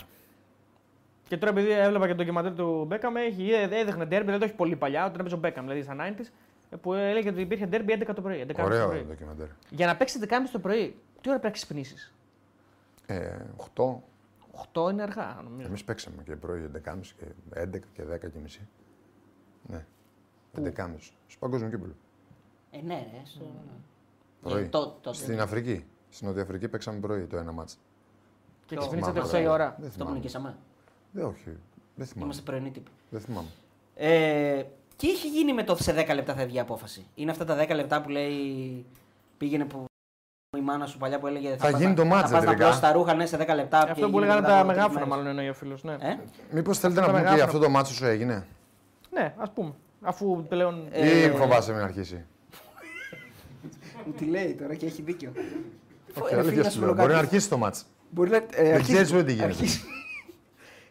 [SPEAKER 2] Και τώρα επειδή έβλεπα και το ντοκιμαντέρ του Μπέκαμ, έχει, ε, έδειχνε derby, δεν το έχει πολύ παλιά, όταν έπαιζε ο Μπέκαμ, δηλαδή στα 90s, ε, που έλεγε ότι υπήρχε derby 11 το πρωί. 11 το
[SPEAKER 3] Ωραίο το
[SPEAKER 2] πρωί.
[SPEAKER 3] ντοκιμαντέρ.
[SPEAKER 2] Για να παίξεις 11 το πρωί, τι ώρα πρέπει να ξυπνήσεις.
[SPEAKER 3] Ε, 8.
[SPEAKER 2] 8 είναι αργά,
[SPEAKER 1] Ναι.
[SPEAKER 2] νομίζω.
[SPEAKER 3] Εμείς παίξαμε και πρωί 11.30 και 11 και 10 και μισή. Ναι. 11.30. Στο παγκόσμιο κύπελο.
[SPEAKER 1] Ε, ναι, ρε. στο-
[SPEAKER 3] Πρωί.
[SPEAKER 1] Ε, το- τότε.
[SPEAKER 3] Στην Αφρική. Στην Νότια Αφρική παίξαμε πρωί το ένα μάτς.
[SPEAKER 2] Και
[SPEAKER 1] Το-
[SPEAKER 2] ξυπνήσατε
[SPEAKER 3] Μάλλον,
[SPEAKER 2] 8 η
[SPEAKER 3] ρε.
[SPEAKER 2] ώρα.
[SPEAKER 3] Δεν
[SPEAKER 1] Το
[SPEAKER 3] θυμάμαι.
[SPEAKER 1] πνικήσαμε.
[SPEAKER 3] Δεν, όχι. Δεν θυμάμαι.
[SPEAKER 1] Είμαστε πρωινοί τύποι.
[SPEAKER 3] Δεν θυμάμαι.
[SPEAKER 1] Ε, τι έχει γίνει με το σε 10 λεπτά θα βγει η απόφαση. Είναι αυτά τα 10 λεπτά που λέει πήγαινε που η μάνα σου παλιά που έλεγε
[SPEAKER 3] Θα
[SPEAKER 1] πας
[SPEAKER 3] γίνει
[SPEAKER 1] να-
[SPEAKER 3] το μάτς,
[SPEAKER 1] Θα πας να
[SPEAKER 3] τελικά.
[SPEAKER 1] πλώσεις τα ρούχα ναι, σε 10 λεπτά. και
[SPEAKER 2] Αυτό που
[SPEAKER 1] γίνεται
[SPEAKER 2] έλεγαν
[SPEAKER 1] μετά
[SPEAKER 2] τα
[SPEAKER 1] από τρεις
[SPEAKER 2] μεγάφωνα,
[SPEAKER 1] μέρες.
[SPEAKER 2] μάλλον εννοεί ο φίλος. Ναι,
[SPEAKER 1] Ε?
[SPEAKER 3] Μήπως θέλετε να
[SPEAKER 2] τα
[SPEAKER 3] πούμε και
[SPEAKER 2] μεγάφωνα.
[SPEAKER 3] αυτό το μάτσο σου έγινε.
[SPEAKER 2] ναι ας πούμε. Αφού πλέον.
[SPEAKER 1] Ε,
[SPEAKER 3] Ή
[SPEAKER 1] ναι.
[SPEAKER 3] φοβάσαι μην αρχίσει.
[SPEAKER 1] Μου τη λέει τώρα και έχει δίκιο. ε,
[SPEAKER 3] Όχι, αλήθεια σου λέω. Μπορεί να αρχίσει το μάτσο.
[SPEAKER 1] Μπορεί να. ε,
[SPEAKER 3] Δεν
[SPEAKER 1] αρχίζει-
[SPEAKER 3] ξέρεις ούτε τι γίνεται.
[SPEAKER 1] αρχίζει.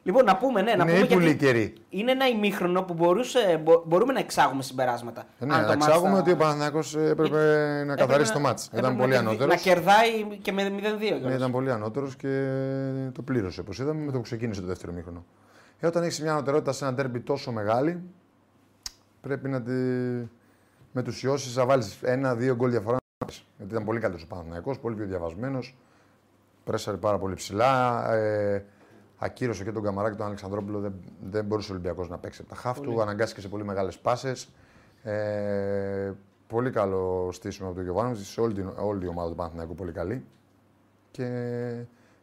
[SPEAKER 1] Λοιπόν, να πούμε, ναι, να
[SPEAKER 3] Είναι
[SPEAKER 1] πούμε γιατί
[SPEAKER 3] ύπουλοι καιροί.
[SPEAKER 1] Είναι ένα ημίχρονο που μπορούσε, μπο- μπορούμε να εξάγουμε συμπεράσματα.
[SPEAKER 3] Ε, Ναι,
[SPEAKER 1] Αν το
[SPEAKER 3] να
[SPEAKER 1] μάτς
[SPEAKER 3] ξάγουμε
[SPEAKER 1] θα- Ε,
[SPEAKER 3] ότι ο Παναθηναϊκός ε, έπρεπε να
[SPEAKER 1] έπρεπε
[SPEAKER 3] καθαρίσει
[SPEAKER 1] να-
[SPEAKER 3] το μάτς.
[SPEAKER 1] έπρεπε
[SPEAKER 3] Ήταν
[SPEAKER 1] να
[SPEAKER 3] πολύ
[SPEAKER 1] κερδί- Να
[SPEAKER 3] ανώτερος.
[SPEAKER 1] κερδάει και με 0-2.
[SPEAKER 3] Ναι,
[SPEAKER 1] κιόλας.
[SPEAKER 3] ήταν πολύ ανώτερος και το πλήρωσε. Όπως είδαμε με το που ξεκίνησε το δεύτερο μήχρονο. Ε, όταν έχεις μια ανωτερότητα σε ένα τέρμπι τόσο μεγάλη, πρέπει να τη μετουσιώσεις, να βάλει ένα-δύο γκολ διαφορά. να πάρεις. Γιατί ήταν πολύ καλό ο Παναθηναϊκός, πολύ πιο διαβασμένος. Πρέσαρε πάρα πολύ ψηλά. Ε, ακύρωσε και τον Καμαρά και τον Αλεξανδρόπουλο. Δεν, δεν μπορούσε ο Ολυμπιακός να παίξει από τα χάφ του. Αναγκάστηκε σε πολύ μεγάλες πάσες. Ε, πολύ καλό στήσιμο από τον Γιωβάνο. Σε όλη, την- όλη η ομάδα του Παναθηναϊκού πολύ καλή και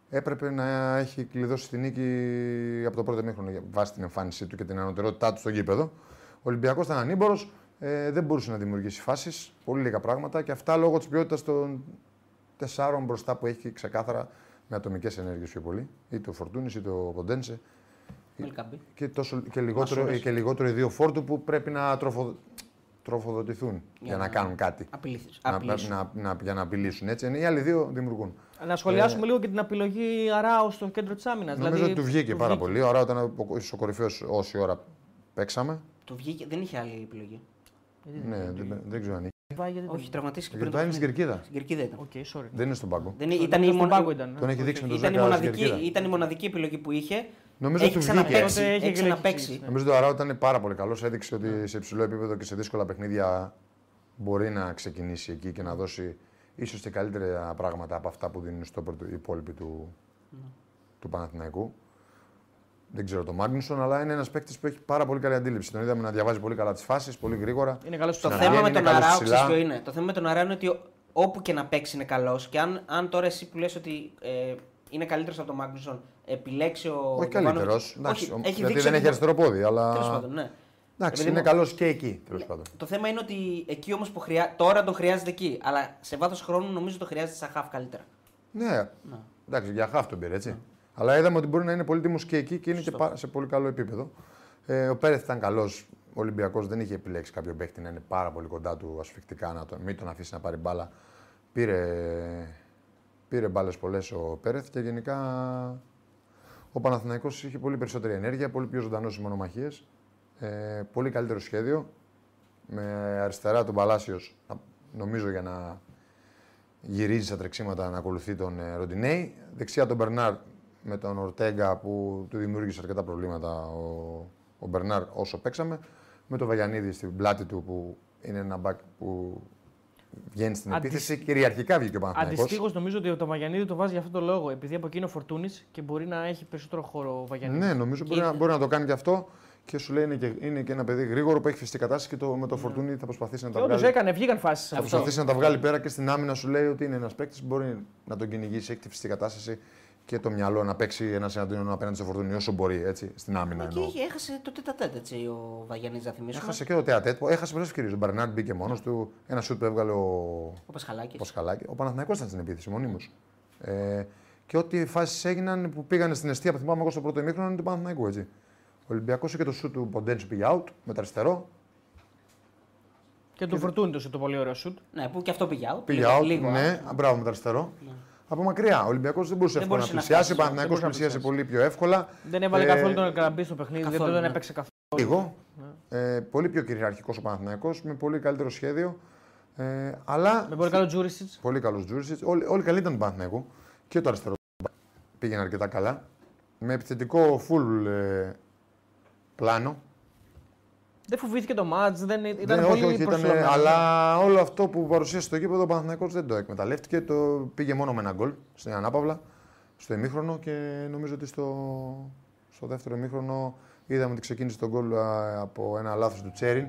[SPEAKER 3] έπρεπε να έχει κλειδώσει τη νίκη από το πρώτο μήχρονο βάσει την εμφάνισή του και την ανωτερότητά του στο γήπεδο. Ο Ολυμπιακός ήταν ανήμπορος, ε, δεν μπορούσε να δημιουργήσει φάσεις, πολύ λίγα πράγματα και αυτά λόγω της ποιότητας των τεσσάρων μπροστά που έχει ξεκάθαρα με ατομικές ενέργειες πιο πολύ, είτε ο Φορτούνης είτε ο Ποντένσε.
[SPEAKER 1] Μελκαμπή.
[SPEAKER 3] Και, τόσο, και, λιγότερο,
[SPEAKER 1] Μασούρας.
[SPEAKER 3] και λιγότερο οι δύο φόρτου που πρέπει να τροφοδο- τροφοδοτηθούν για, να,
[SPEAKER 1] να-
[SPEAKER 3] κάνουν κάτι.
[SPEAKER 1] Απειλήθεις.
[SPEAKER 3] Να,
[SPEAKER 1] Απειλήσου.
[SPEAKER 3] να, να, για να απειλήσουν έτσι. Οι άλλοι δύο δημιουργούν.
[SPEAKER 1] ε,
[SPEAKER 2] Να σχολιάσουμε λίγο και την επιλογή Αράου στο κέντρο Δηλαδή, της άμυνας.
[SPEAKER 3] Νομίζω
[SPEAKER 1] δηλαδή
[SPEAKER 3] ότι του βγήκε πάρα πολύ. Ωραία, ήταν ο- ίσως ο κορυφαίο όση ώρα παίξαμε.
[SPEAKER 1] Του βγήκε, δεν είχε άλλη επιλογή.
[SPEAKER 3] Ναι, δεν, δεν ξέρω αν είχε.
[SPEAKER 2] Ε,
[SPEAKER 1] Όχι, τραυματίστηκε πριν.
[SPEAKER 3] Γιατί το
[SPEAKER 1] το
[SPEAKER 3] είναι στην
[SPEAKER 1] παιχνίδι.
[SPEAKER 3] κερκίδα.
[SPEAKER 1] Στην κερκίδα ήταν.
[SPEAKER 2] Οκ, sorry.
[SPEAKER 3] Δεν είναι στον πάγκο.
[SPEAKER 1] Δεν, ήταν, η
[SPEAKER 2] Στον
[SPEAKER 1] μονα...
[SPEAKER 2] πάγκο ήταν.
[SPEAKER 3] Τον έχει δείξει με τον
[SPEAKER 1] ήταν, η
[SPEAKER 3] Ζακάρα στην
[SPEAKER 1] μοναδική,
[SPEAKER 3] κερκίδα.
[SPEAKER 1] ήταν η μοναδική επιλογή που είχε.
[SPEAKER 3] Νομίζω
[SPEAKER 1] έχει
[SPEAKER 3] του βγήκε.
[SPEAKER 1] ξαναπέξει.
[SPEAKER 2] Τότε
[SPEAKER 1] Έχει
[SPEAKER 2] έχει
[SPEAKER 1] ξαναπέξει.
[SPEAKER 2] γλέξει.
[SPEAKER 3] Νομίζω ότι ο Αράου ήταν πάρα πολύ καλός. Έδειξε ότι σε υψηλό επίπεδο και σε δύσκολα παιχνίδια μπορεί να ξεκινήσει εκεί και να δώσει ίσως και καλύτερα πράγματα από αυτά που δίνουν στο πρώτο υπόλοιποι του,
[SPEAKER 1] Ναι.
[SPEAKER 3] του Παναθηναϊκού. Δεν ξέρω τον Μάγνουσον, αλλά είναι ένας παίκτης που έχει πάρα πολύ καλή αντίληψη. Τον είδαμε να διαβάζει πολύ καλά τις φάσεις, πολύ γρήγορα.
[SPEAKER 2] Είναι καλός
[SPEAKER 1] Το
[SPEAKER 3] Ναι,
[SPEAKER 1] θέμα
[SPEAKER 3] είναι
[SPEAKER 1] με τον
[SPEAKER 3] καλός
[SPEAKER 1] Αράο,
[SPEAKER 3] ψηλά.
[SPEAKER 1] ξέρεις ποιο είναι. Το θέμα με τον Αράο είναι ότι ο- όπου και να παίξει είναι καλός. Και αν, αν τώρα εσύ που λες ότι ε, είναι καλύτερος από τον Μάγνουσον, επιλέξει ο.
[SPEAKER 3] Όχι
[SPEAKER 1] Γιωβάνοβιτς-
[SPEAKER 3] καλύτερος.
[SPEAKER 1] Όχι, έχει
[SPEAKER 3] Γιατί
[SPEAKER 1] δείξει
[SPEAKER 3] δηλαδή δεν
[SPEAKER 1] ότι-
[SPEAKER 3] έχει αριστερό πόδι, αλλά.
[SPEAKER 1] Τέλος πάντων, ναι.
[SPEAKER 3] Εντάξει,
[SPEAKER 1] Επειδή
[SPEAKER 3] είναι
[SPEAKER 1] μου- Ναι.
[SPEAKER 3] καλός και εκεί, τέλος πάντων.
[SPEAKER 1] Το θέμα είναι ότι εκεί όμως που χρειά... τώρα τον χρειάζεται εκεί. Αλλά σε βάθος χρόνου νομίζω το χρειάζεται σαν χαφ καλύτερα.
[SPEAKER 3] Ναι. Εντάξει, για χάφ τον πήρε,
[SPEAKER 1] Ναι.
[SPEAKER 3] έτσι. Αλλά είδαμε ότι μπορεί να είναι πολύτιμο και εκεί και είναι και πα- σε πολύ καλό επίπεδο. Ε, ο Πέρεθ ήταν καλός. Ο Ολυμπιακός δεν είχε επιλέξει κάποιο παίχτη να είναι πάρα πολύ κοντά του ασφικτικά, να τον, μην τον αφήσει να πάρει μπάλα. Πήρε, πήρε μπάλες πολλές ο Πέρεθ και γενικά ο Παναθηναϊκός είχε πολύ περισσότερη ενέργεια, πολύ πιο ζωντανός στις μονομαχίες. Ε, πολύ καλύτερο σχέδιο. Με αριστερά τον Παλάσιος, νομίζω για να γυρίζει στα τρεξίματα να ακολουθεί τον ε, Ροντινέη. Δεξιά τον Μπερνάρ με τον Ορτέγκα που του δημιούργησε αρκετά προβλήματα ο, ο Μπερνάρ όσο παίξαμε. Με τον Βαγιανίδη στην πλάτη του που είναι ένα μπακ που βγαίνει στην
[SPEAKER 2] Αντι-
[SPEAKER 3] επίθεση. Κυριαρχικά βγήκε ο Παναθηναϊκός.
[SPEAKER 2] Αντιστοίχως, νομίζω ότι το Βαγιανίδη το βάζει για αυτόν τον λόγο. Επειδή από εκεί είναι ο Φορτούνη και μπορεί να έχει περισσότερο χώρο ο Βαγιανίδης.
[SPEAKER 3] Ναι, νομίζω μπορεί, να, μπορεί να το κάνει και αυτό. Και σου λέει είναι και, είναι και ένα παιδί γρήγορο που έχει φυσική κατάσταση και το, με το φορτούνι θα προσπαθήσει να
[SPEAKER 2] Ναι. Και
[SPEAKER 3] τα
[SPEAKER 2] όντως
[SPEAKER 3] βγάλει.
[SPEAKER 2] έκανε, βγήκαν φάσεις.
[SPEAKER 3] Θα προσπαθήσει να τα βγάλει πέρα και στην άμυνα σου λέει ότι είναι ένας παίκτης που μπορεί να τον κυνηγήσει, έχει τη φυσική κατάσταση και το μυαλό να παίξει ένας εναντίον απέναντι στο φορτούνι όσο μπορεί έτσι, στην άμυνα.
[SPEAKER 1] Εκεί
[SPEAKER 3] Ναι, εννοώ.
[SPEAKER 1] είχε- έχασε το τέτα τέτα έτσι ο Βαγιανή, να θυμίσουμε.
[SPEAKER 3] Έχασε και το τεατέτ, έχασε πολλέ ευκαιρίε. Ο Μπαρνάρ μπήκε μόνος του, ένα σουτ που έβγαλε ο
[SPEAKER 1] Ο Πασχαλάκης.
[SPEAKER 3] Πασχαλάκη. Ο Παναθηναϊκός ήταν στην επίθεση μονίμως. Ε, και ό,τι φάσεις έγιναν που πήγανε στην αιστεία, που θυμάμαι εγώ στο πρώτο ημίχρονο, είναι του Παναθηναϊκού έτσι. Ο Ολυμπιακός και το σουτ του Ποντέντσι πήγε out με το αριστερό.
[SPEAKER 2] Και του φορτούνι του το πολύ ωραίο σουτ.
[SPEAKER 1] Ναι, που και αυτό πήγε out.
[SPEAKER 3] Πήγε
[SPEAKER 1] Λίγο-
[SPEAKER 3] out,
[SPEAKER 1] λίγο out.
[SPEAKER 3] ναι, μπράβο με το αριστερό. Από μακριά. Ο Ολυμπιακός δεν μπορούσε
[SPEAKER 1] Δεν
[SPEAKER 3] εύκολα να
[SPEAKER 1] μπορούσε να
[SPEAKER 3] πλησιάσει.
[SPEAKER 1] φτάσει,
[SPEAKER 3] Ο Παναθυναϊκό
[SPEAKER 2] δεν μπορούσε να
[SPEAKER 3] πλησίασε πολύ πιο εύκολα.
[SPEAKER 2] Δεν έβαλε
[SPEAKER 3] Ε,
[SPEAKER 2] καθόλου τον Ελκαραμπή στο παιχνίδι, δεν-
[SPEAKER 1] καθόλου,
[SPEAKER 2] δεν
[SPEAKER 1] ναι.
[SPEAKER 2] έπαιξε καθόλου.
[SPEAKER 3] Λίγο. Ε, πολύ πιο κυριαρχικός ο Παναθυναϊκό, με πολύ καλύτερο σχέδιο. Ε, αλλά
[SPEAKER 2] Με πολύ καλό Τζούρισιτ.
[SPEAKER 3] Πολύ καλό Τζούρισιτ. Όλοι, όλοι καλοί ήταν του Παναθηναϊκού. Και το αριστερό μπακ πήγαινε αρκετά καλά. Με επιθετικό full ε, πλάνο.
[SPEAKER 2] Δεν φοβήθηκε το μάτζ, δεν ήταν
[SPEAKER 3] Ναι,
[SPEAKER 2] πολύ
[SPEAKER 3] ήταν,
[SPEAKER 2] προσιλωμένος.
[SPEAKER 3] αλλά όλο αυτό που παρουσίασε στο γήπεδο ο Παναθηναϊκός δεν το εκμεταλλεύτηκε. Το πήγε μόνο με ένα γκολ στην ανάπαυλα, στο ημίχρονο και νομίζω ότι στο, στο δεύτερο ημίχρονο είδαμε ότι ξεκίνησε τον γκολ α, από ένα λάθος του Τσέριν.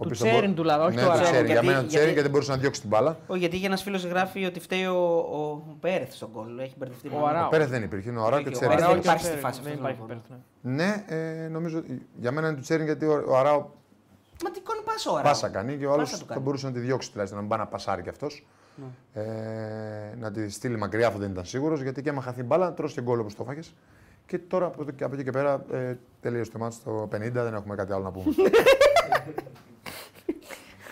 [SPEAKER 3] Ο οποίος τον μπο-
[SPEAKER 2] Τσέριν τουλάχιστον, όχι
[SPEAKER 3] ναι,
[SPEAKER 2] του
[SPEAKER 3] του
[SPEAKER 2] Αράβα.
[SPEAKER 3] Τσέριν. Για
[SPEAKER 1] Γιατί-
[SPEAKER 3] μένα του Τσέριν
[SPEAKER 1] γιατί-
[SPEAKER 3] γιατί δεν μπορούσε να διώξει την μπάλα.
[SPEAKER 1] Όχι, γιατί ένας φίλος γράφει ότι φταίει ο, ο Πέρεθ στον κόλλο. Έχει μπερδευτεί.
[SPEAKER 2] Ο Αράο.
[SPEAKER 3] Πέρα δεν υπήρχε, είναι ο Αρά και ο
[SPEAKER 1] Ο
[SPEAKER 3] Τσέριν.
[SPEAKER 1] Αράο
[SPEAKER 2] Αράο
[SPEAKER 1] δεν
[SPEAKER 2] και
[SPEAKER 1] υπάρχει
[SPEAKER 2] ο
[SPEAKER 1] στη
[SPEAKER 2] Τσέριν,
[SPEAKER 1] φάση,
[SPEAKER 2] Δεν
[SPEAKER 1] αυτό
[SPEAKER 2] υπάρχει
[SPEAKER 1] είναι το
[SPEAKER 2] πέρυσι, ναι.
[SPEAKER 3] Ναι, ε, νομίζω ότι για μένα είναι του Τσέριν γιατί ο, ο Αράο
[SPEAKER 1] Μα τι κόλλο πάσα ώρα.
[SPEAKER 3] πάσα κάνει και ο άλλος
[SPEAKER 1] Πάσα του
[SPEAKER 3] θα
[SPEAKER 1] κάνει. Ναι.
[SPEAKER 3] μπορούσε να τη διώξει τουλάχιστον, να μην πάει να πασάρει κι αυτός. Ε, να τη στείλει μακριά αφού δεν ήταν σίγουρος γιατί και άμα χαθεί μπάλα, τρώσει και γκολ όπως το φάγες. Και τώρα από, εδώ και- από εκεί και πέρα ε, τελείωσε το μάτι στο 50, δεν έχουμε κάτι άλλο να πούμε.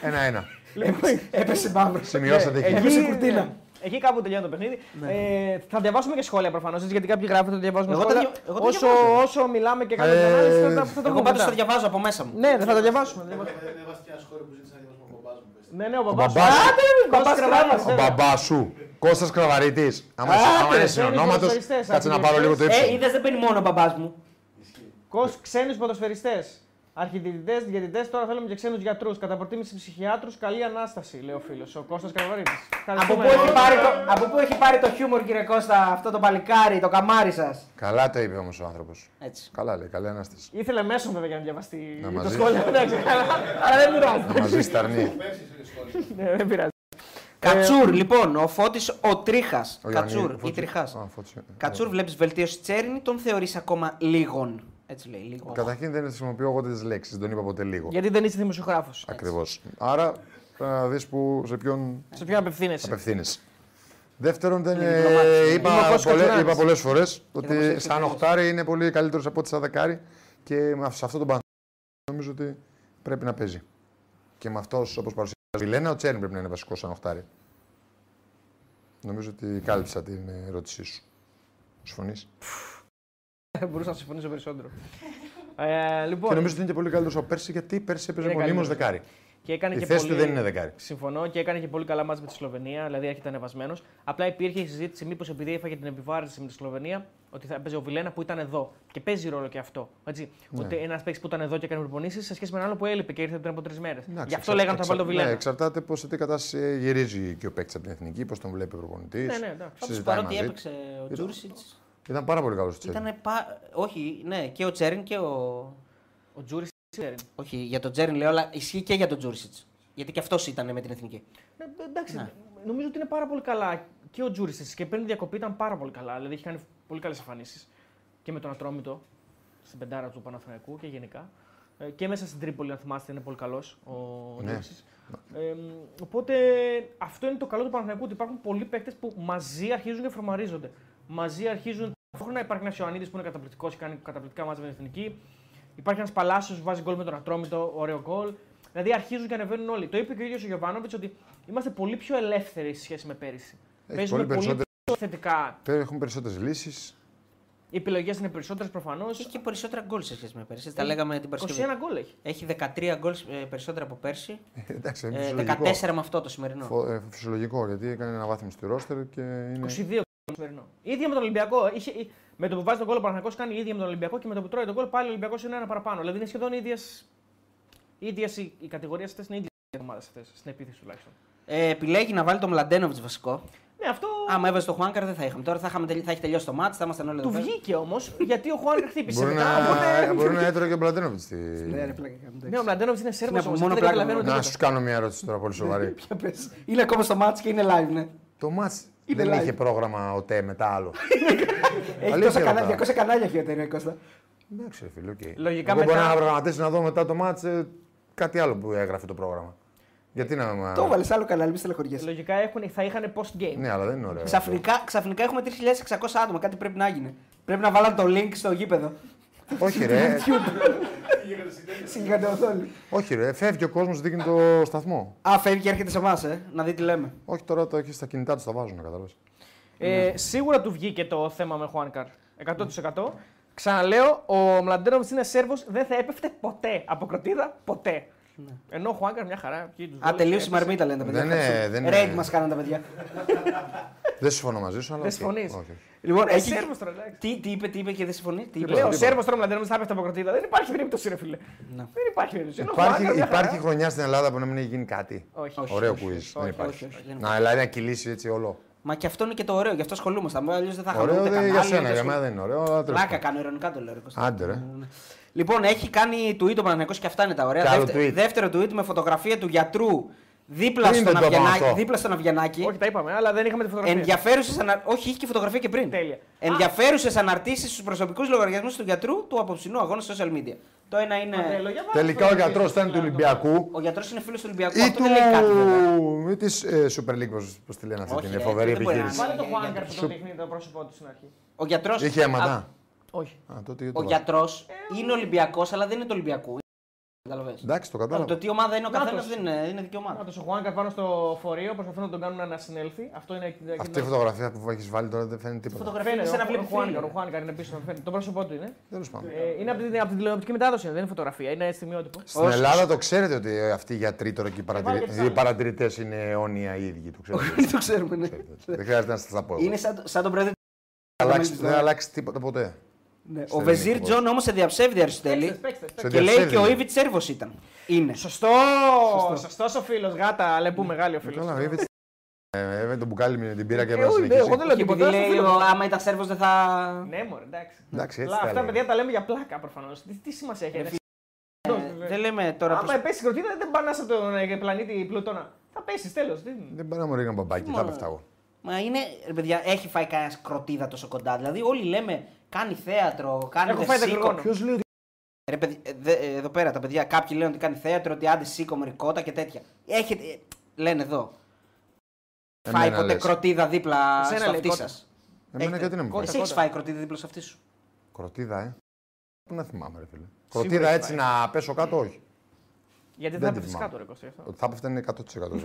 [SPEAKER 3] Ένα-ένα.
[SPEAKER 1] Έπεσε- Έπεσε μαύρο.
[SPEAKER 3] Σημειώσατε εκεί.
[SPEAKER 1] Έπεσε ναι. Ε, κουρτίνα. Ναι.
[SPEAKER 2] Εκεί κάπου τελειώνει το παιχνίδι. Ε, θα διαβάσουμε και σχόλια προφανώς, γιατί κάποιοι γράφετε ότι διαβάζουμε
[SPEAKER 1] Εγώ τα
[SPEAKER 2] σχόλια.
[SPEAKER 1] δια- εγώ τα
[SPEAKER 2] όσο,
[SPEAKER 1] διαβάζω.
[SPEAKER 2] όσο μιλάμε και κάνουμε την
[SPEAKER 3] Ε,
[SPEAKER 2] ανάλυση, θα τα- θα τα
[SPEAKER 1] Εγώ
[SPEAKER 2] πούμε.
[SPEAKER 1] πάντως
[SPEAKER 2] μετά.
[SPEAKER 1] το διαβάζω από μέσα μου.
[SPEAKER 2] Ναι, δεν θα τα διαβάσουμε. θα τα διαβάσουμε.
[SPEAKER 6] Δεν έβασε ένα σχόλιο που ζήτησες να διαβάσουμε ο μπαμπάς μου. πες.
[SPEAKER 2] Ναι, ναι, ο
[SPEAKER 3] μπαμπάς
[SPEAKER 2] μπαμπάς.
[SPEAKER 3] σου.
[SPEAKER 2] Άντε, μην
[SPEAKER 1] Μπαμπάς
[SPEAKER 2] μπαμπάς
[SPEAKER 1] Κραβάρας,
[SPEAKER 2] Κραβάρας,
[SPEAKER 3] Ο
[SPEAKER 2] ναι.
[SPEAKER 3] μπαμπάς σου, Κώστας Κραβαρίτης. Άμα είσαι-
[SPEAKER 2] Άντε,
[SPEAKER 3] άμα
[SPEAKER 2] δεν
[SPEAKER 3] είναι συνονόματο,
[SPEAKER 2] ποδοσφαιριστές,
[SPEAKER 3] κάτσε να πάρω λίγο το
[SPEAKER 1] Ε,
[SPEAKER 3] ύψο.
[SPEAKER 1] είδες δεν παίρνει μόνο ο μπαμπάς μου.
[SPEAKER 2] Κος ξένους ποδοσφαιριστές. Αρχιτητητές, διαιτητές, τώρα θέλουμε και ξένους γιατρούς. Κατά προτίμηση ψυχιάτρους, καλή ανάσταση, λέει ο φίλος, ο Κώστας Καραβαρίδης.
[SPEAKER 1] Από πού, έχει πάρει το, από πού έχει πάρει το χιούμορ, κύριε Κώστα, αυτό το παλικάρι, το καμάρι σας.
[SPEAKER 3] Καλά το είπε όμως ο άνθρωπος.
[SPEAKER 1] Έτσι.
[SPEAKER 3] Καλά λέει, καλή ανάσταση.
[SPEAKER 2] Ήθελε μέσον βέβαια για να διαβαστεί
[SPEAKER 3] Να
[SPEAKER 2] το
[SPEAKER 3] μαζί.
[SPEAKER 2] σχόλιο. εντάξει, αλλά- Αλλά δεν
[SPEAKER 3] Να
[SPEAKER 2] πειράζει.
[SPEAKER 3] μαζί σταρνεί.
[SPEAKER 2] Ναι, Δεν πειράζει.
[SPEAKER 1] Κατσούρ, λοιπόν, ο Φώτης ο Τρίχας.
[SPEAKER 3] Ε, Ο Ιωαννίδης-
[SPEAKER 1] Κατσούρ ή
[SPEAKER 3] Φώτης-
[SPEAKER 1] Τριχά.
[SPEAKER 3] Α, Φώτης.
[SPEAKER 1] Κατσούρ, βλέπει βελτίωση τσέρνη, τον θεωρείς ακόμα λίγον. Έτσι λέει, λίγο.
[SPEAKER 3] Καταρχήν δεν χρησιμοποιώ εγώ τις λέξεις, δεν τον είπα ποτέ λίγο.
[SPEAKER 2] Γιατί δεν είσαι δημοσιογράφος.
[SPEAKER 3] Ακριβώς. Άρα πρέπει να δει σε ποιον
[SPEAKER 2] Σε ποιον απευθύνεσαι.
[SPEAKER 3] απευθύνεσαι. Δεύτερον, δεν,
[SPEAKER 1] Είναι
[SPEAKER 3] ε,
[SPEAKER 1] διπλωμάτης.
[SPEAKER 2] Είναι ο
[SPEAKER 3] είπα,
[SPEAKER 2] Κώστας
[SPEAKER 3] πολλέ,
[SPEAKER 2] Κατσουράνης.
[SPEAKER 3] είπα πολλές φορές
[SPEAKER 1] δημοσίευσε
[SPEAKER 3] ότι σαν
[SPEAKER 1] πολλές.
[SPEAKER 3] οχτάρι είναι πολύ καλύτερος από ό,τι σαν δεκάρι και με- σε αυτό τον πάνω νομίζω ότι πρέπει να παίζει. Και με αυτός, όπως παρουσιάζει η Λένα, ο Τσέριν πρέπει να είναι βασικός σαν οχτάρι. Νομίζω ότι κάλυψα την ε, ερώτησή σου. Συμφωνείς.
[SPEAKER 2] Μπορούσα να συμφωνήσω περισσότερο. Ε,
[SPEAKER 3] Και
[SPEAKER 2] Λοιπόν,
[SPEAKER 3] νομίζω ότι είναι και πολύ καλύτερος από πέρσι, γιατί πέρσι έπαιζε
[SPEAKER 2] Είναι
[SPEAKER 3] μονίμως
[SPEAKER 2] καλύτερος.
[SPEAKER 3] δεκάρι.
[SPEAKER 2] και έκανε
[SPEAKER 3] Η
[SPEAKER 2] και
[SPEAKER 3] θέση του
[SPEAKER 2] πολύ-
[SPEAKER 3] δεν είναι δεκάρι.
[SPEAKER 2] Συμφωνώ και έκανε και πολύ καλά μάτς με τη Σλοβενία, δηλαδή έρχεται ανεβασμένος. Απλά υπήρχε η συζήτηση μήπως επειδή έφαγε την επιβάρυνση με τη Σλοβενία, ότι θα έπαιζε ο Βιλένα που ήταν εδώ. Και παίζει ρόλο και αυτό. Έτσι.
[SPEAKER 3] Ναι.
[SPEAKER 2] Ότι ένας παίξι που ήταν εδώ και έκανε προπονήσεις σε σχέση με έναν άλλο που έλειπε και ήρθε πριν από τρεις μέρες.
[SPEAKER 3] Εντάξει,
[SPEAKER 2] Γι' αυτό
[SPEAKER 3] εξα-
[SPEAKER 2] λέγανε θα
[SPEAKER 3] εξα-
[SPEAKER 2] βάλει το
[SPEAKER 3] Ναι,
[SPEAKER 2] Βιλένα.
[SPEAKER 3] εξαρτάται πώς σε τι κατάσταση ε, γυρίζει και ο παίκτης από την εθνική, πώς τον βλέπει ο προπονητής.
[SPEAKER 2] Ναι, ναι, εντάξει.
[SPEAKER 1] Πάντως,
[SPEAKER 3] συζητάει
[SPEAKER 1] παρότι
[SPEAKER 3] μαζί.
[SPEAKER 1] έπαιξε ο Τζούρισιτ.
[SPEAKER 3] Ήταν πάρα πολύ καλός Τσέρι.
[SPEAKER 1] Ήταν. Πα... Όχι, ναι, και ο Τσέριν και ο.
[SPEAKER 2] Ο Τζούρι ξέρει.
[SPEAKER 1] Όχι, για τον Τσέριν λέω, αλλά ισχύει και για τον Τζούρισιτ. Γιατί και αυτός ήταν με την εθνική.
[SPEAKER 2] Ναι, εντάξει, νομίζω ότι είναι πάρα πολύ καλά και ο Τζούρι και πριν τη διακοπή ήταν πάρα πολύ καλά. Δηλαδή έχει κάνει πολύ καλές εμφανίσεις και με τον Ατρόμητο στην πεντάρα του Παναθηναϊκού και γενικά. Ε, Και μέσα στην Τρίπολη, αν θυμάστε, είναι πολύ καλός ο
[SPEAKER 3] Ναι.
[SPEAKER 2] Τζούρι. Ε, μ, οπότε αυτό είναι το καλό του Παναθηναϊκού, ότι υπάρχουν πολλοί παίκτες που μαζί αρχίζουν και φορμαρίζονται. Μαζί αρχίζουν. Ταυτόχρονα υπάρχει ένας Ιωαννίδης που είναι καταπληκτικός και κάνει καταπληκτικά μάτια με την εθνική. Υπάρχει ένας Παλάσιος που βάζει γκολ με τον Ατρόμητο, ωραίο γκολ. Δηλαδή αρχίζουν και ανεβαίνουν όλοι. Το είπε και ο ίδιος ο Γιωβάνοβιτ ότι είμαστε πολύ πιο ελεύθεροι σε σχέση με πέρυσι.
[SPEAKER 3] Έχει πολύ περισσότερες-
[SPEAKER 2] πιο θετικά.
[SPEAKER 3] Έχουν περισσότερες λύσεις.
[SPEAKER 2] Οι επιλογές είναι περισσότερες προφανώς.
[SPEAKER 1] Έχει και περισσότερα γκολ σε σχέση με πέρσι.
[SPEAKER 3] Ε,
[SPEAKER 1] Τα λέγαμε την Παρασκευή.
[SPEAKER 2] 21 γκολ έχει.
[SPEAKER 1] Έχει 13 γκολ ε, περισσότερα από πέρσι.
[SPEAKER 3] Εντάξει, είναι
[SPEAKER 1] Ε,
[SPEAKER 3] φυσιολογικό.
[SPEAKER 1] 14 με αυτό το σημερινό.
[SPEAKER 3] Φο- ε, φυσιολογικό γιατί έκανε ένα βάθμι του ρόστερ και είναι.
[SPEAKER 2] 22 γκολ το σημερινό. ίδια με τον Ολυμπιακό. Είχε, ε, με το που βάζει τον γκολ ο Παναγιακό κάνει ίδια με τον Ολυμπιακό και με το που τρώει τον γκολ πάλι ο Ολυμπιακός είναι ένα παραπάνω. Δηλαδή είναι σχεδόν ίδιες. ίδιες οι, οι κατηγορίες αυτές είναι ίδιες οι ομάδες αυτές. Στην επίθεση τουλάχιστον.
[SPEAKER 1] Ε, επιλέγει να βάλει τον Μλαντένοβιτ βασικό.
[SPEAKER 2] Ναι, αυτό
[SPEAKER 1] Άμα έβαζε τον Χουάνκαρ δεν θα είχαμε. Τώρα θα, είχαμε τελει- θα έχει τελειώσει το μάτι, θα ήμασταν όλοι
[SPEAKER 2] του
[SPEAKER 1] εδώ πέρα.
[SPEAKER 2] βγήκε όμως γιατί ο Χουάνκα χτύπησε.
[SPEAKER 3] Μπορεί
[SPEAKER 2] μετά,
[SPEAKER 3] να, ε,
[SPEAKER 2] οπότε-
[SPEAKER 3] μπορεί να έτρωγε και ο Μπλαντένοβιτ. στη-
[SPEAKER 1] Ναι, ρε, πλάκα κάνουμε, εντάξει.
[SPEAKER 2] Ναι, ο Μλαντένοβιτ είναι Σέρβος.
[SPEAKER 1] Ναι,
[SPEAKER 2] όμως,
[SPEAKER 1] μόνο
[SPEAKER 2] δεν
[SPEAKER 1] πλάκα
[SPEAKER 2] καταλαβαίνω
[SPEAKER 1] μόνο.
[SPEAKER 3] Να
[SPEAKER 2] τίποτα.
[SPEAKER 3] σου κάνω μια ερώτηση τώρα πολύ σοβαρή.
[SPEAKER 1] Ποια ναι, πες. Είναι ακόμα στο μάτι και είναι live, ναι.
[SPEAKER 3] το μάτς
[SPEAKER 1] Είναι
[SPEAKER 3] δεν
[SPEAKER 1] live.
[SPEAKER 3] είχε πρόγραμμα ο ΤΕ μετά άλλο.
[SPEAKER 1] Έχει
[SPEAKER 3] Αλήθεια
[SPEAKER 1] τόσα κανάλια, 200
[SPEAKER 3] ρωτάω.
[SPEAKER 1] κανάλια έχει ο Εταιρεία Κώστα.
[SPEAKER 3] Εντάξει, ρε φίλε, οκ.
[SPEAKER 2] Λογικά
[SPEAKER 3] Εγώ μπορώ
[SPEAKER 2] μετά-
[SPEAKER 3] να προγραμματίσει να δω μετά το μάτς ε, κάτι άλλο που έγραφε το πρόγραμμα. Γιατί να.
[SPEAKER 1] Το έβαλε άλλο κανάλι, μη στελεχωριέ.
[SPEAKER 2] Λογικά έχουν, θα είχαν post game.
[SPEAKER 3] Ναι, αλλά δεν είναι ωραίο.
[SPEAKER 1] Ξαφνικά, ξαφνικά έχουμε 3.600 άτομα, κάτι πρέπει να έγινε. Πρέπει να βάλαν το link στο γήπεδο.
[SPEAKER 3] Όχι, ρε.
[SPEAKER 7] Συγκατεωθόλη.
[SPEAKER 3] Όχι, ρε, φεύγει ο κόσμος, δείχνει το σταθμό.
[SPEAKER 1] Α, φεύγει και έρχεται σε εμάς, ε. Να δει τι λέμε.
[SPEAKER 3] Όχι, τώρα το έχεις στα κινητά τους, τα βάζουν, κατάλαβε.
[SPEAKER 2] Ε,
[SPEAKER 3] Ναι.
[SPEAKER 2] Σίγουρα του βγήκε το θέμα με Χουάνκαρ. 100%. Ξαναλέω, ο Μλαντένοβιτ είναι Σέρβος, δεν θα έπεφτε ποτέ από κροτίδα, ποτέ.
[SPEAKER 3] Ναι.
[SPEAKER 2] Ενώ ο Χουάνκαρ μια χαρά. εκεί τους
[SPEAKER 1] Α,
[SPEAKER 2] βόλεψε,
[SPEAKER 1] τελείωσε η
[SPEAKER 2] έπεσε.
[SPEAKER 1] μαρμίτα λένε τα παιδιά.
[SPEAKER 3] Δεν είναι-
[SPEAKER 1] Ευχαριστούμε.
[SPEAKER 3] δεν είναι-
[SPEAKER 1] Raid μας κάναν τα παιδιά.
[SPEAKER 3] Δεν συμφωνώ μαζί σου, αλλά.
[SPEAKER 2] Δεν
[SPEAKER 3] οκ.
[SPEAKER 2] συμφωνείς.
[SPEAKER 3] Όχι.
[SPEAKER 1] Λοιπόν,
[SPEAKER 2] Ε,
[SPEAKER 1] έχει.
[SPEAKER 2] Σέρβος τώρα, εντάξει.
[SPEAKER 1] Τι, τι είπε, τι είπε και δεν συμφωνεί. Τι είπε.
[SPEAKER 2] Λέω, ο
[SPEAKER 3] τίποτα.
[SPEAKER 2] Σέρβο τώρα Μλαντένοβιτ θα έπεφτε από κροτίδα. Δεν υπάρχει περίπτωση, ρε φίλε. Δεν υπάρχει περίπτωση. Ενώ ο Χουάνκαρ
[SPEAKER 3] Ναι. Υπάρχει,
[SPEAKER 2] μια χαρά.
[SPEAKER 3] υπάρχει χρονιά στην Ελλάδα που να μην έχει γίνει κάτι.
[SPEAKER 2] Όχι.
[SPEAKER 3] Ωραίο quiz. Δεν
[SPEAKER 1] Όχι,
[SPEAKER 3] υπάρχει.
[SPEAKER 1] όχι, δεν
[SPEAKER 3] Να, δηλαδή να κυλήσει έτσι όλο.
[SPEAKER 1] Μα και αυτό είναι και το ωραίο, γι' αυτό ασχολούμαστε. Αλλιώς δεν θα είχαμε
[SPEAKER 3] Ωραίο
[SPEAKER 1] ούτε
[SPEAKER 3] δεν
[SPEAKER 1] κανάλι.
[SPEAKER 3] για
[SPEAKER 1] ούτε
[SPEAKER 3] σένα, για
[SPEAKER 1] ασχολούμαστε.
[SPEAKER 3] μένα δεν είναι ωραίο. Αλλά τέλος
[SPEAKER 1] Πλάκα
[SPEAKER 3] πάντων.
[SPEAKER 1] κάνω, ηρωνικά το λέω. ρε Κώστα.
[SPEAKER 3] Άντε, ρε.
[SPEAKER 1] Λοιπόν, έχει κάνει tweet ο Παναγενικός και αυτά είναι τα ωραία.
[SPEAKER 3] Και άλλο
[SPEAKER 1] Δεύτε-
[SPEAKER 3] tweet.
[SPEAKER 1] Δεύτερο tweet με φωτογραφία του γιατρού δίπλα,
[SPEAKER 3] Πριν
[SPEAKER 1] στον
[SPEAKER 3] δεν το είπαμε
[SPEAKER 1] Αυγενάκη,
[SPEAKER 3] αυτό.
[SPEAKER 1] δίπλα στον Αυγενάκη.
[SPEAKER 2] Όχι, τα είπαμε, αλλά δεν είχαμε τη φωτογραφία.
[SPEAKER 1] Ενδιαφέρουσες ανα... Όχι, είχε και φωτογραφία και πριν.
[SPEAKER 2] Τέλεια.
[SPEAKER 1] Ενδιαφέρουσες αναρτήσεις στους προσωπικούς λογαριασμούς του γιατρού του αποψινού αγώνα στα social media. Το ένα είναι.
[SPEAKER 2] Τέλεια, Ναι. για πάμε
[SPEAKER 3] Τελικά ο
[SPEAKER 2] στο-
[SPEAKER 3] γιατρό ήταν του Ολυμπιακού
[SPEAKER 1] Ο γιατρός είναι φίλος του Ολυμπιακού.
[SPEAKER 3] ή
[SPEAKER 1] Αυτό δεν λέει κάτι. βέβαια.
[SPEAKER 3] του. ή της Super League, πώ τη λένε αυτή
[SPEAKER 1] Όχι,
[SPEAKER 3] την
[SPEAKER 1] ρε,
[SPEAKER 3] φοβερή
[SPEAKER 1] δεν μπορεί να
[SPEAKER 3] επιχείρηση.
[SPEAKER 1] είναι.
[SPEAKER 2] Βάλε το Χουάνκαρ που το
[SPEAKER 3] Σου-
[SPEAKER 2] δείχνει το πρόσωπό του στην αρχή.
[SPEAKER 1] Ο γιατρός.
[SPEAKER 3] Είχε αίματα.
[SPEAKER 2] Όχι.
[SPEAKER 3] Α, τότε γιατί
[SPEAKER 1] Ο
[SPEAKER 3] το βάζω.
[SPEAKER 1] γιατρό είναι Ολυμπιακός, αλλά δεν είναι του Ολυμπιακού. Καταλαβες.
[SPEAKER 3] Εντάξει, το
[SPEAKER 1] Το
[SPEAKER 3] κατάλαβα.
[SPEAKER 1] τι ομάδα είναι ο
[SPEAKER 2] Νάτος.
[SPEAKER 1] καθένας δεν είναι, είναι δικαιωμάτα.
[SPEAKER 2] Πάντω ο Χουάνκαρ πάνω στο φορείο προσπαθούν να τον κάνουν να συνέλθει. Αυτό είναι.
[SPEAKER 3] Αυτή η φωτογραφία που έχεις βάλει τώρα δεν φαίνεται τίποτα.
[SPEAKER 1] Φωτογραφία είναι σαν να βλέπεις
[SPEAKER 2] ο Χουάνκαρ, ο
[SPEAKER 1] φίλο.
[SPEAKER 2] Χουάνκαρ είναι πίσω. φαίνεται. Το πρόσωπό του είναι.
[SPEAKER 3] Τέλος πάντων.
[SPEAKER 2] Ε, είναι από την, από την τηλεοπτική μετάδοση, δεν είναι φωτογραφία, είναι στιγμιότυπο.
[SPEAKER 3] Στην Ελλάδα το ξέρετε ότι ε, αυτοί οι γιατροί τώρα και οι,
[SPEAKER 2] βάλε και
[SPEAKER 3] παρατηρη...
[SPEAKER 2] ψάρι.
[SPEAKER 3] οι παρατηρητές είναι αιώνια οι ίδιοι. Το ξέρετε.
[SPEAKER 1] Το ξέρουμε, ναι.
[SPEAKER 3] δεν χρειάζεται να σας τα πω. εγώ.
[SPEAKER 1] Είναι ναι. σαν, σαν τον πρόεδρο
[SPEAKER 3] Δεν αλλάξει- Δεν αλλάξει τίποτα ποτέ.
[SPEAKER 1] Ναι. Ο
[SPEAKER 3] Στέλνει
[SPEAKER 1] Βεζίρ
[SPEAKER 3] τίποτα.
[SPEAKER 1] Τζον όμως σε διαψεύδει Αριστοτέλη
[SPEAKER 2] Παίξτε, παίξτε.
[SPEAKER 3] Σε
[SPEAKER 1] και λέει και ο
[SPEAKER 3] διαψεύδει.
[SPEAKER 1] Ήβιτ Σέρβος ήταν. Είναι.
[SPEAKER 2] Σωστό! Σωστός ο φίλος, γάτα, λεπού μεγάλη ο
[SPEAKER 3] Ε,
[SPEAKER 2] φίλος.
[SPEAKER 3] Καλά, βέβαια. Ε, με τον μπουκάλι με την πύρα και
[SPEAKER 2] Ε,
[SPEAKER 3] έβαλε
[SPEAKER 2] όχι,
[SPEAKER 3] στην
[SPEAKER 2] ναι, εγώ
[SPEAKER 3] εκκλησία.
[SPEAKER 2] δεν λέω
[SPEAKER 1] Όχι,
[SPEAKER 2] τίποτα.
[SPEAKER 1] επειδή
[SPEAKER 2] στο
[SPEAKER 1] λέει,
[SPEAKER 2] φίλος.
[SPEAKER 1] «Ο, άμα ήταν Σέρβος δεν θα.
[SPEAKER 2] Ναι, μωρέ, εντάξει.
[SPEAKER 3] Εντάξει, έτσι
[SPEAKER 2] Λα-
[SPEAKER 3] τα
[SPEAKER 2] Αυτά
[SPEAKER 3] έλεγα.
[SPEAKER 2] παιδιά τα λέμε για πλάκα προφανώς. Τι, τι σημασία έχει. εντάξει.
[SPEAKER 1] Ε, Δεν λέμε τώρα.
[SPEAKER 2] Άμα
[SPEAKER 1] πως-
[SPEAKER 2] πέσει η κροτίδα, δεν πανά από τον ε, πλανήτη Πλούτονα. Θα πέσεις, τέλος.
[SPEAKER 3] Δεν πάρα μου ρίχναν μπαμπάκι, θα πέφτα εγώ.
[SPEAKER 1] Μα είναι, ρε παιδιά, έχει φάει κανένας κροτίδα τόσο κοντά. Δηλαδή, όλοι λέμε κάνει θέατρο, κάνει
[SPEAKER 2] Έχω φάει τα
[SPEAKER 1] δεσίκο.
[SPEAKER 2] κρυγόνα.
[SPEAKER 3] Ποιος λέει ότι.
[SPEAKER 1] Ρε, παιδι- ε, δε- ε, εδώ πέρα τα παιδιά, κάποιοι λένε ότι κάνει θέατρο, ότι άντε σήκω μερικότα και τέτοια. Έχετε. ε, λένε εδώ. φάει
[SPEAKER 3] Εμένα
[SPEAKER 1] ποτέ
[SPEAKER 3] Ε, ναι, λες.
[SPEAKER 1] κροτίδα δίπλα
[SPEAKER 2] Εσένα
[SPEAKER 1] στο
[SPEAKER 2] λέει
[SPEAKER 1] αυτή σα.
[SPEAKER 2] κότα.
[SPEAKER 3] Εμένα
[SPEAKER 1] Έχετε-
[SPEAKER 3] γιατί να μου
[SPEAKER 2] κότα.
[SPEAKER 3] φάει.
[SPEAKER 1] Εσύ έχεις φάει κροτίδα δίπλα στο αυτή σου.
[SPEAKER 3] Κροτίδα, ε. Πού να θυμάμαι, ρε φίλε.
[SPEAKER 2] έχει
[SPEAKER 3] Κροτίδα έτσι
[SPEAKER 2] φάει.
[SPEAKER 3] να πέσω κάτω, όχι.
[SPEAKER 2] Γιατί
[SPEAKER 3] Δεν
[SPEAKER 2] θα
[SPEAKER 3] τη
[SPEAKER 2] πέφτει
[SPEAKER 3] θυμάμαι.
[SPEAKER 2] κάτω, ρε Κώστα.
[SPEAKER 3] Ότι θα πέφτανε 100%. σίγουρα.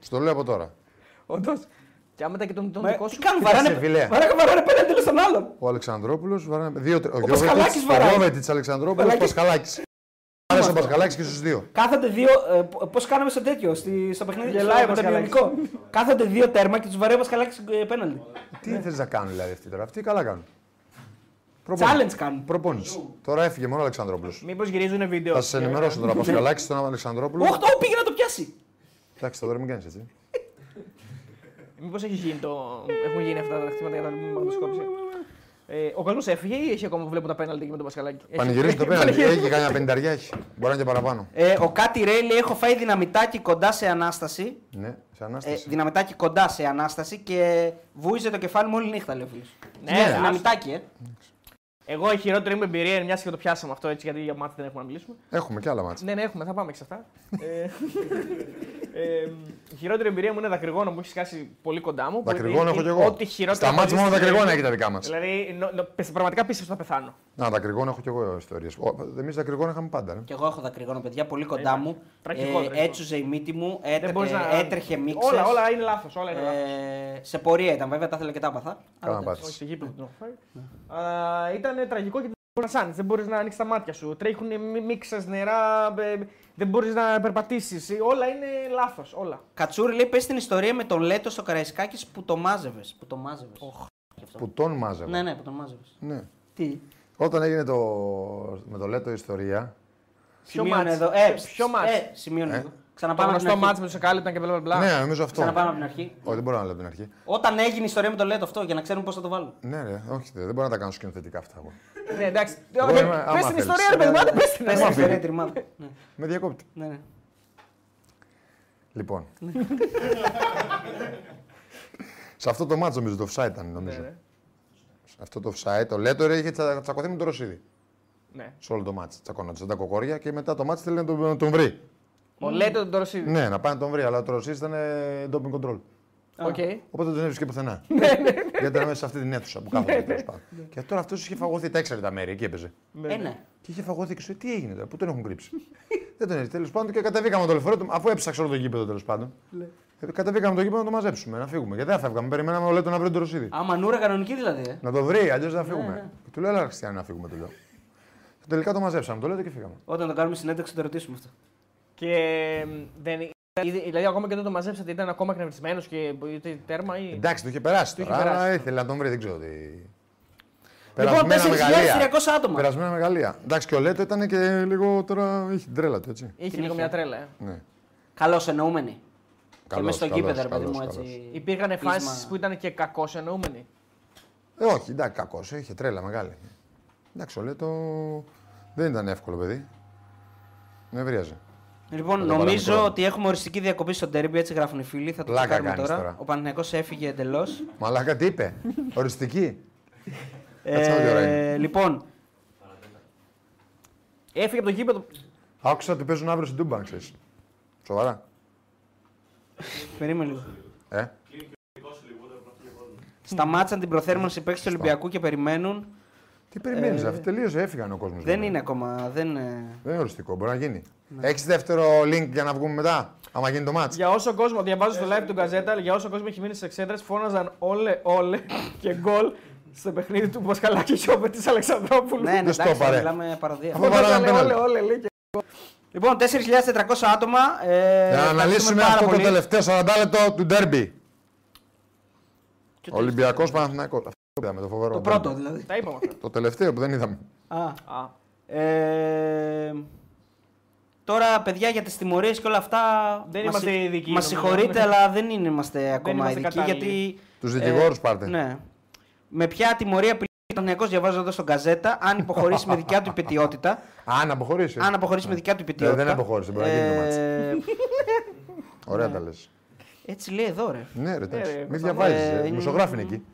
[SPEAKER 3] Στο λέω από τώρα.
[SPEAKER 2] Όντως. Και άμα ήταν και τον, τον
[SPEAKER 1] Μα,
[SPEAKER 2] δικό
[SPEAKER 1] Ε, τι
[SPEAKER 2] σου.
[SPEAKER 1] κάνουν,
[SPEAKER 3] Κοίταξε,
[SPEAKER 1] βαράνε,
[SPEAKER 3] φίλε.
[SPEAKER 1] βαράνε, βαράνε πέναντι ένα στον άλλον.
[SPEAKER 3] Ο Αλεξανδρόπουλος βαράνε. Δύο, τρε- ο
[SPEAKER 1] Πασχαλάκης
[SPEAKER 3] Γιώβετιτ,
[SPEAKER 1] βαράει.
[SPEAKER 3] ο Γιώβετιτ Αλεξανδρόπουλο, ο
[SPEAKER 1] Παλάκη.
[SPEAKER 3] Πασχαλάκης. Άρεσε ο Πασχαλάκης και στους δύο.
[SPEAKER 1] Κάθονται δύο. Ε, Πώς κάναμε στο τέτοιο, στη, στο παιχνίδι.
[SPEAKER 2] Γελάει
[SPEAKER 1] στο
[SPEAKER 2] ο Πασχαλάκης.
[SPEAKER 1] τεμπιονικό. Κάθονται δύο τέρμα και τους βαρέει ο ε, Πασχαλάκη πέναντι.
[SPEAKER 3] Τι θες να κάνουν δηλαδή αυτοί τώρα. Αυτοί καλά κάνουν.
[SPEAKER 1] Challenge κάνουν.
[SPEAKER 3] Προπόνηση. Τώρα έφυγε μόνο ο Αλεξανδρόπουλος.
[SPEAKER 2] Μήπως γυρίζουν βίντεο.
[SPEAKER 3] Θα σας ενημερώσω τώρα. Πασχαλάκης στον Αλεξανδρόπουλο.
[SPEAKER 1] Όχι, το πήγε να το πιάσει.
[SPEAKER 3] Εντάξει, τώρα μην κάνει έτσι.
[SPEAKER 2] Μήπως έχει γίνει το... έχουν γίνει αυτά τα χτυπήματα για τα μαγνητοσκόπηση. Ε, ο κόσμο έφυγε ή έχει ακόμα που βλέπουν τα πέναλτι και με τον Πασχαλάκη. Έχει.
[SPEAKER 3] Πανηγυρίζει το πέναντι. Έχει κανένα πενταριά έχει. Μπορεί να είναι και παραπάνω.
[SPEAKER 1] Ε, ο Κάτι Ρέι λέει: Έχω φάει δυναμητάκι κοντά σε ανάσταση.
[SPEAKER 3] Ναι, σε
[SPEAKER 1] Ε,
[SPEAKER 3] ανάσταση.
[SPEAKER 1] δυναμητάκι κοντά σε ανάσταση και βούιζε το κεφάλι μου όλη νύχτα, λέει ο φίλος.
[SPEAKER 2] Ναι,
[SPEAKER 1] Ε,
[SPEAKER 2] ρε,
[SPEAKER 1] δυναμητάκι, ε.
[SPEAKER 2] Εγώ η χειρότερη μου εμπειρία είναι μια και το πιάσαμε αυτό έτσι, γιατί για μάτι δεν έχουμε να μιλήσουμε.
[SPEAKER 3] Έχουμε κι άλλα μάτσα.
[SPEAKER 2] Ναι, ναι, έχουμε, θα πάμε και σε αυτά. ε, ε, η χειρότερη εμπειρία μου είναι δακρυγόνο που έχει σκάσει πολύ κοντά μου. που
[SPEAKER 3] Δακρυγόνα
[SPEAKER 2] είναι-
[SPEAKER 3] έχω κι
[SPEAKER 2] είναι
[SPEAKER 3] εγώ.
[SPEAKER 2] Ό,τι χειρότερο.
[SPEAKER 3] Στα μάτσα μόνο
[SPEAKER 2] ζήσει στη ζωή
[SPEAKER 3] δακρυγόνα
[SPEAKER 2] μου.
[SPEAKER 3] έχει τα δικά μας.
[SPEAKER 2] Δηλαδή, νο- νο- πε- πραγματικά πίστευα ότι θα πεθάνω.
[SPEAKER 3] Να, δακρυγόνα έχω κι εγώ ιστορίες. Εμεί δακρυγόνα είχαμε πάντα. ναι.
[SPEAKER 1] Και εγώ έχω δακρυγόνο, παιδιά, πολύ κοντά μου.
[SPEAKER 2] Τραγικό, τραγικό.
[SPEAKER 1] έτσουζε η μύτη μου, έτρε-
[SPEAKER 2] μπορείς
[SPEAKER 1] ε, έτρεχε μίξες.
[SPEAKER 2] Όλα, όλα είναι λάθος. Όλα είναι λάθος.
[SPEAKER 1] Ε, σε πορεία ήταν, βέβαια, τα ήθελα και τα άπαθα.
[SPEAKER 3] Καλά
[SPEAKER 1] Αλλά
[SPEAKER 3] να
[SPEAKER 1] εντάξει.
[SPEAKER 2] Όχι,
[SPEAKER 3] πάθεις.
[SPEAKER 2] σε γήπεδο τον έχω φάει.
[SPEAKER 3] Ναι.
[SPEAKER 2] Α, Ήταν τραγικό και δεν μπορείς να σάνεις, δεν μπορείς να ανοίξεις τα μάτια σου. Τρέχουν μίξες νερά, ε, δεν μπορείς να περπατήσεις. Όλα είναι λάθος. Όλα.
[SPEAKER 1] Κατσούρη λέει: Πες την ιστορία με τον Λέτο στο Καραϊσκάκης που το μάζευες. Που το μάζευες.
[SPEAKER 3] Που τον
[SPEAKER 1] Ναι,
[SPEAKER 3] μάζευα.
[SPEAKER 1] ναι, που το μάζευες.
[SPEAKER 3] Ναι.
[SPEAKER 1] Τι.
[SPEAKER 3] Όταν έγινε το... με το Λέτο η ιστορία,
[SPEAKER 1] Σημείωνε
[SPEAKER 2] μάτς?
[SPEAKER 1] εδώ. Ε,
[SPEAKER 2] Ποιο μάτς?
[SPEAKER 1] Ε, σημείωνε
[SPEAKER 3] Ε.
[SPEAKER 1] εδώ.
[SPEAKER 2] Το
[SPEAKER 1] Ξαναπάμε από την
[SPEAKER 2] γνωστό μάτς
[SPEAKER 1] αρχή.
[SPEAKER 2] με τους Εκάλυπτα και μπλα μπλα.
[SPEAKER 3] Ναι, νομίζω αυτό.
[SPEAKER 1] Ξαναπάμε από την αρχή.
[SPEAKER 3] Όχι, δεν μπορώ να λέω από την αρχή.
[SPEAKER 1] Όταν έγινε η ιστορία με τον Λέτο αυτό, για να ξέρουμε πώς θα το βάλουμε.
[SPEAKER 3] Ναι, ρε, όχι, δεν μπορώ να τα κάνω σκηνοθετικά αυτά. εγώ.
[SPEAKER 2] Ναι, εντάξει.
[SPEAKER 3] Εγώ
[SPEAKER 2] Πες
[SPEAKER 3] είμαι- άμα
[SPEAKER 2] την
[SPEAKER 3] θέλεις. Ναι,
[SPEAKER 2] ιστορία, ρε παιδί μου, άντε, πες την.
[SPEAKER 1] Πε
[SPEAKER 3] Άμα
[SPEAKER 1] την ιστορία
[SPEAKER 3] πει.
[SPEAKER 1] τριμάδα. Ναι,
[SPEAKER 3] Με διακόπτη.
[SPEAKER 1] ναι, ναι.
[SPEAKER 3] Λοιπόν. Σε αυτό το μάτσο νομίζω το offside ήταν, νομίζω.
[SPEAKER 2] ναι.
[SPEAKER 3] Σε αυτό το offside, το Λέτο ρε, είχε τσα- τσακωθεί με τον Ρωσίδη.
[SPEAKER 2] Ναι.
[SPEAKER 3] Σε όλο το μάτσο. Τσακωνόντουσαν τα κοκόρια και μετά το μάτσο θέλει να τον, να τον βρει.
[SPEAKER 2] Ο Λέτο τον Τωροσίδη.
[SPEAKER 3] Ναι, να πάει να τον βρει, αλλά ο Ρωσίδη ήταν ε, doping control.
[SPEAKER 2] Οκ.
[SPEAKER 3] Οπότε δεν τον έβρισκε πουθενά. Γιατί ήταν μέσα σε αυτή την αίθουσα που κάθονται τέλος πάντων. Και τώρα αυτός είχε φαγωθεί τα έξαρτα μέρη, εκεί έπαιζε.
[SPEAKER 1] Ε, ναι.
[SPEAKER 3] Και είχε φαγωθεί και σου, τι έγινε τώρα, πού τον έχουν κρύψει. δεν τον έτσι. Τέλος πάντων και κατεβήκαμε το λεωφορείο, του, αφού έψαξα όλο το γήπεδο τέλος πάντων. Ε, Κατεβήκαμε το γήπεδο να το μαζέψουμε, να φύγουμε. Γιατί δεν φεύγαμε, περιμέναμε όλο τον να βρει τον Ρωσίδη.
[SPEAKER 1] Α, μανούρα κανονική δηλαδή. ε.
[SPEAKER 3] Να το βρει, αλλιώς δεν θα φύγουμε. Και Του λέω, Ελά, Χριστιανέ, να φύγουμε, του λέω. Και Τελικά το μαζέψαμε, το λέω και φύγαμε.
[SPEAKER 1] Όταν το κάνουμε συνέντευξη θα το ρωτήσουμε αυτό.
[SPEAKER 2] Και εμ, δεν. είδε- Δηλαδή, ακόμα και όταν το μαζέψατε, ήταν ακόμα εκνευρισμένος και είτε τέρμα ή.
[SPEAKER 3] Εντάξει, το είχε περάσει.
[SPEAKER 2] Το
[SPEAKER 3] Το
[SPEAKER 2] είχε περάσει.
[SPEAKER 3] ήθελε να τον βρει, δεν ξέρω τι.
[SPEAKER 1] Λοιπόν,
[SPEAKER 3] Περασμένα
[SPEAKER 1] 4.300 άτομα.
[SPEAKER 3] Περασμένα μεγαλεία. Εντάξει, και ο Λέτο ήταν και λίγο τώρα. είχε την τρέλα του, έτσι.
[SPEAKER 2] Είχε λίγο μια τρέλα. ε.
[SPEAKER 3] Ναι.
[SPEAKER 1] Καλώς εννοούμενοι. και
[SPEAKER 3] Καλός,
[SPEAKER 1] μέσα στο
[SPEAKER 3] καλός,
[SPEAKER 1] γήπεδο, ρε παιδί
[SPEAKER 3] καλός,
[SPEAKER 1] μου,
[SPEAKER 3] καλός.
[SPEAKER 1] έτσι.
[SPEAKER 2] Υπήρχαν
[SPEAKER 1] πείσμα.
[SPEAKER 2] εμφάνσει που ήταν και κακώς εννοούμενοι.
[SPEAKER 3] Ε, όχι, εντάξει, κακό. Είχε τρέλα μεγάλη. Εντάξει, ο Λέτο δεν ήταν εύκολο παιδί. Νευρίαζε.
[SPEAKER 1] Λοιπόν,
[SPEAKER 3] Θα το
[SPEAKER 1] νομίζω
[SPEAKER 3] βάλαμε
[SPEAKER 1] ότι έχουμε οριστική διακοπή στο τέρμπι, έτσι γράφουν οι φίλοι. Θα το
[SPEAKER 3] Πλάκα
[SPEAKER 1] τσεκάρουμε
[SPEAKER 3] κάνεις
[SPEAKER 1] τώρα.
[SPEAKER 3] τώρα.
[SPEAKER 1] Ο Παναθηναϊκός έφυγε εντελώς.
[SPEAKER 3] Μαλάκα τι είπε. Οριστική.
[SPEAKER 1] Ε,
[SPEAKER 3] Κάτσε να δω τι ώρα είναι.
[SPEAKER 1] λοιπόν,
[SPEAKER 2] Έφυγε από το γήπεδο.
[SPEAKER 3] Άκουσα ότι παίζουν αύριο στην Τούμπαν, ξέρεις. Σοβαρά.
[SPEAKER 1] περίμενε λίγο.
[SPEAKER 3] Ε.
[SPEAKER 1] Σταμάτησαν την προθέρμανση παίξη του Ολυμπιακού και περιμένουν.
[SPEAKER 3] Τι περιμένεις, ε, τελείωσε, έφυγαν ο κόσμος.
[SPEAKER 1] Δεν είναι ακόμα. Δεν, ε,
[SPEAKER 3] Δεν είναι οριστικό, μπορεί να γίνει.
[SPEAKER 1] Ναι.
[SPEAKER 3] Έχεις δεύτερο link για να βγούμε μετά, άμα γίνει το μάτς.
[SPEAKER 2] Για όσο κόσμο, διαβάζω στο live του Γκαζέτα, για όσο κόσμο έχει μείνει στις εξέδρες, φώναζαν όλε, όλε και γκολ στο παιχνίδι του Μποσκαλάκη Σόπερ τη Αλεξανδρόπουλου.
[SPEAKER 1] ναι, ναι,
[SPEAKER 3] Δεν στο
[SPEAKER 1] εντάξει,
[SPEAKER 3] πάρε.
[SPEAKER 1] μιλάμε παροδία.
[SPEAKER 3] Αφού βάλαμε πέναλτι.
[SPEAKER 2] όλε, όλε, λέει και
[SPEAKER 1] Λοιπόν, 4.400 άτομα. Ε,
[SPEAKER 3] Για να
[SPEAKER 1] ευχαριστούμε
[SPEAKER 3] αναλύσουμε
[SPEAKER 1] πάρα
[SPEAKER 3] αυτό το
[SPEAKER 1] πολύ.
[SPEAKER 3] τελευταίο 40 λεπτό του ντέρμπι. Ολυμπιακός Παναθηναϊκός. Αυτό που είδαμε το φοβερό.
[SPEAKER 1] Το
[SPEAKER 3] ντέρμπι.
[SPEAKER 1] πρώτο δηλαδή.
[SPEAKER 2] τα είπαμε αυτά.
[SPEAKER 3] Το τελευταίο που δεν είδαμε.
[SPEAKER 1] Α.
[SPEAKER 2] Α,
[SPEAKER 1] Ε, τώρα, παιδιά, για τις τιμωρίες και όλα αυτά...
[SPEAKER 2] Δεν
[SPEAKER 1] μας
[SPEAKER 2] είμαστε
[SPEAKER 1] συγ-
[SPEAKER 2] ειδικοί,
[SPEAKER 1] Μας
[SPEAKER 2] νομίζω.
[SPEAKER 1] συγχωρείτε, αλλά δεν είναι- είμαστε ακόμα
[SPEAKER 2] είμαστε
[SPEAKER 1] ειδικοί,
[SPEAKER 2] κατάλληλοι.
[SPEAKER 1] γιατί...
[SPEAKER 3] Τους δικηγόρους πάρτε.
[SPEAKER 1] Ε, Ναι. Με ποια τιμωρία απειλεί ο Παναθηναϊκός, διαβάζω εδώ στον Καζέτα, αν υποχωρήσει με δικιά του υπετιότητα.
[SPEAKER 3] Α, να αποχωρήσει.
[SPEAKER 1] αν αποχωρήσει με δικιά του
[SPEAKER 3] Ε,
[SPEAKER 1] υπετιότητα.
[SPEAKER 3] δεν αποχώρησε, μπορεί να γίνει το μάτς.
[SPEAKER 1] Ε,
[SPEAKER 3] Ωραία τα λες.
[SPEAKER 1] έτσι λέει εδώ, ναι. ρε.
[SPEAKER 3] Ναι, ρε, εντάξει.
[SPEAKER 2] ρε,
[SPEAKER 3] Μην
[SPEAKER 2] Κωνσταντίνε,
[SPEAKER 3] διαβάζεις,
[SPEAKER 1] είναι-
[SPEAKER 3] ε. Δημοσιογράφοι είναι εκεί.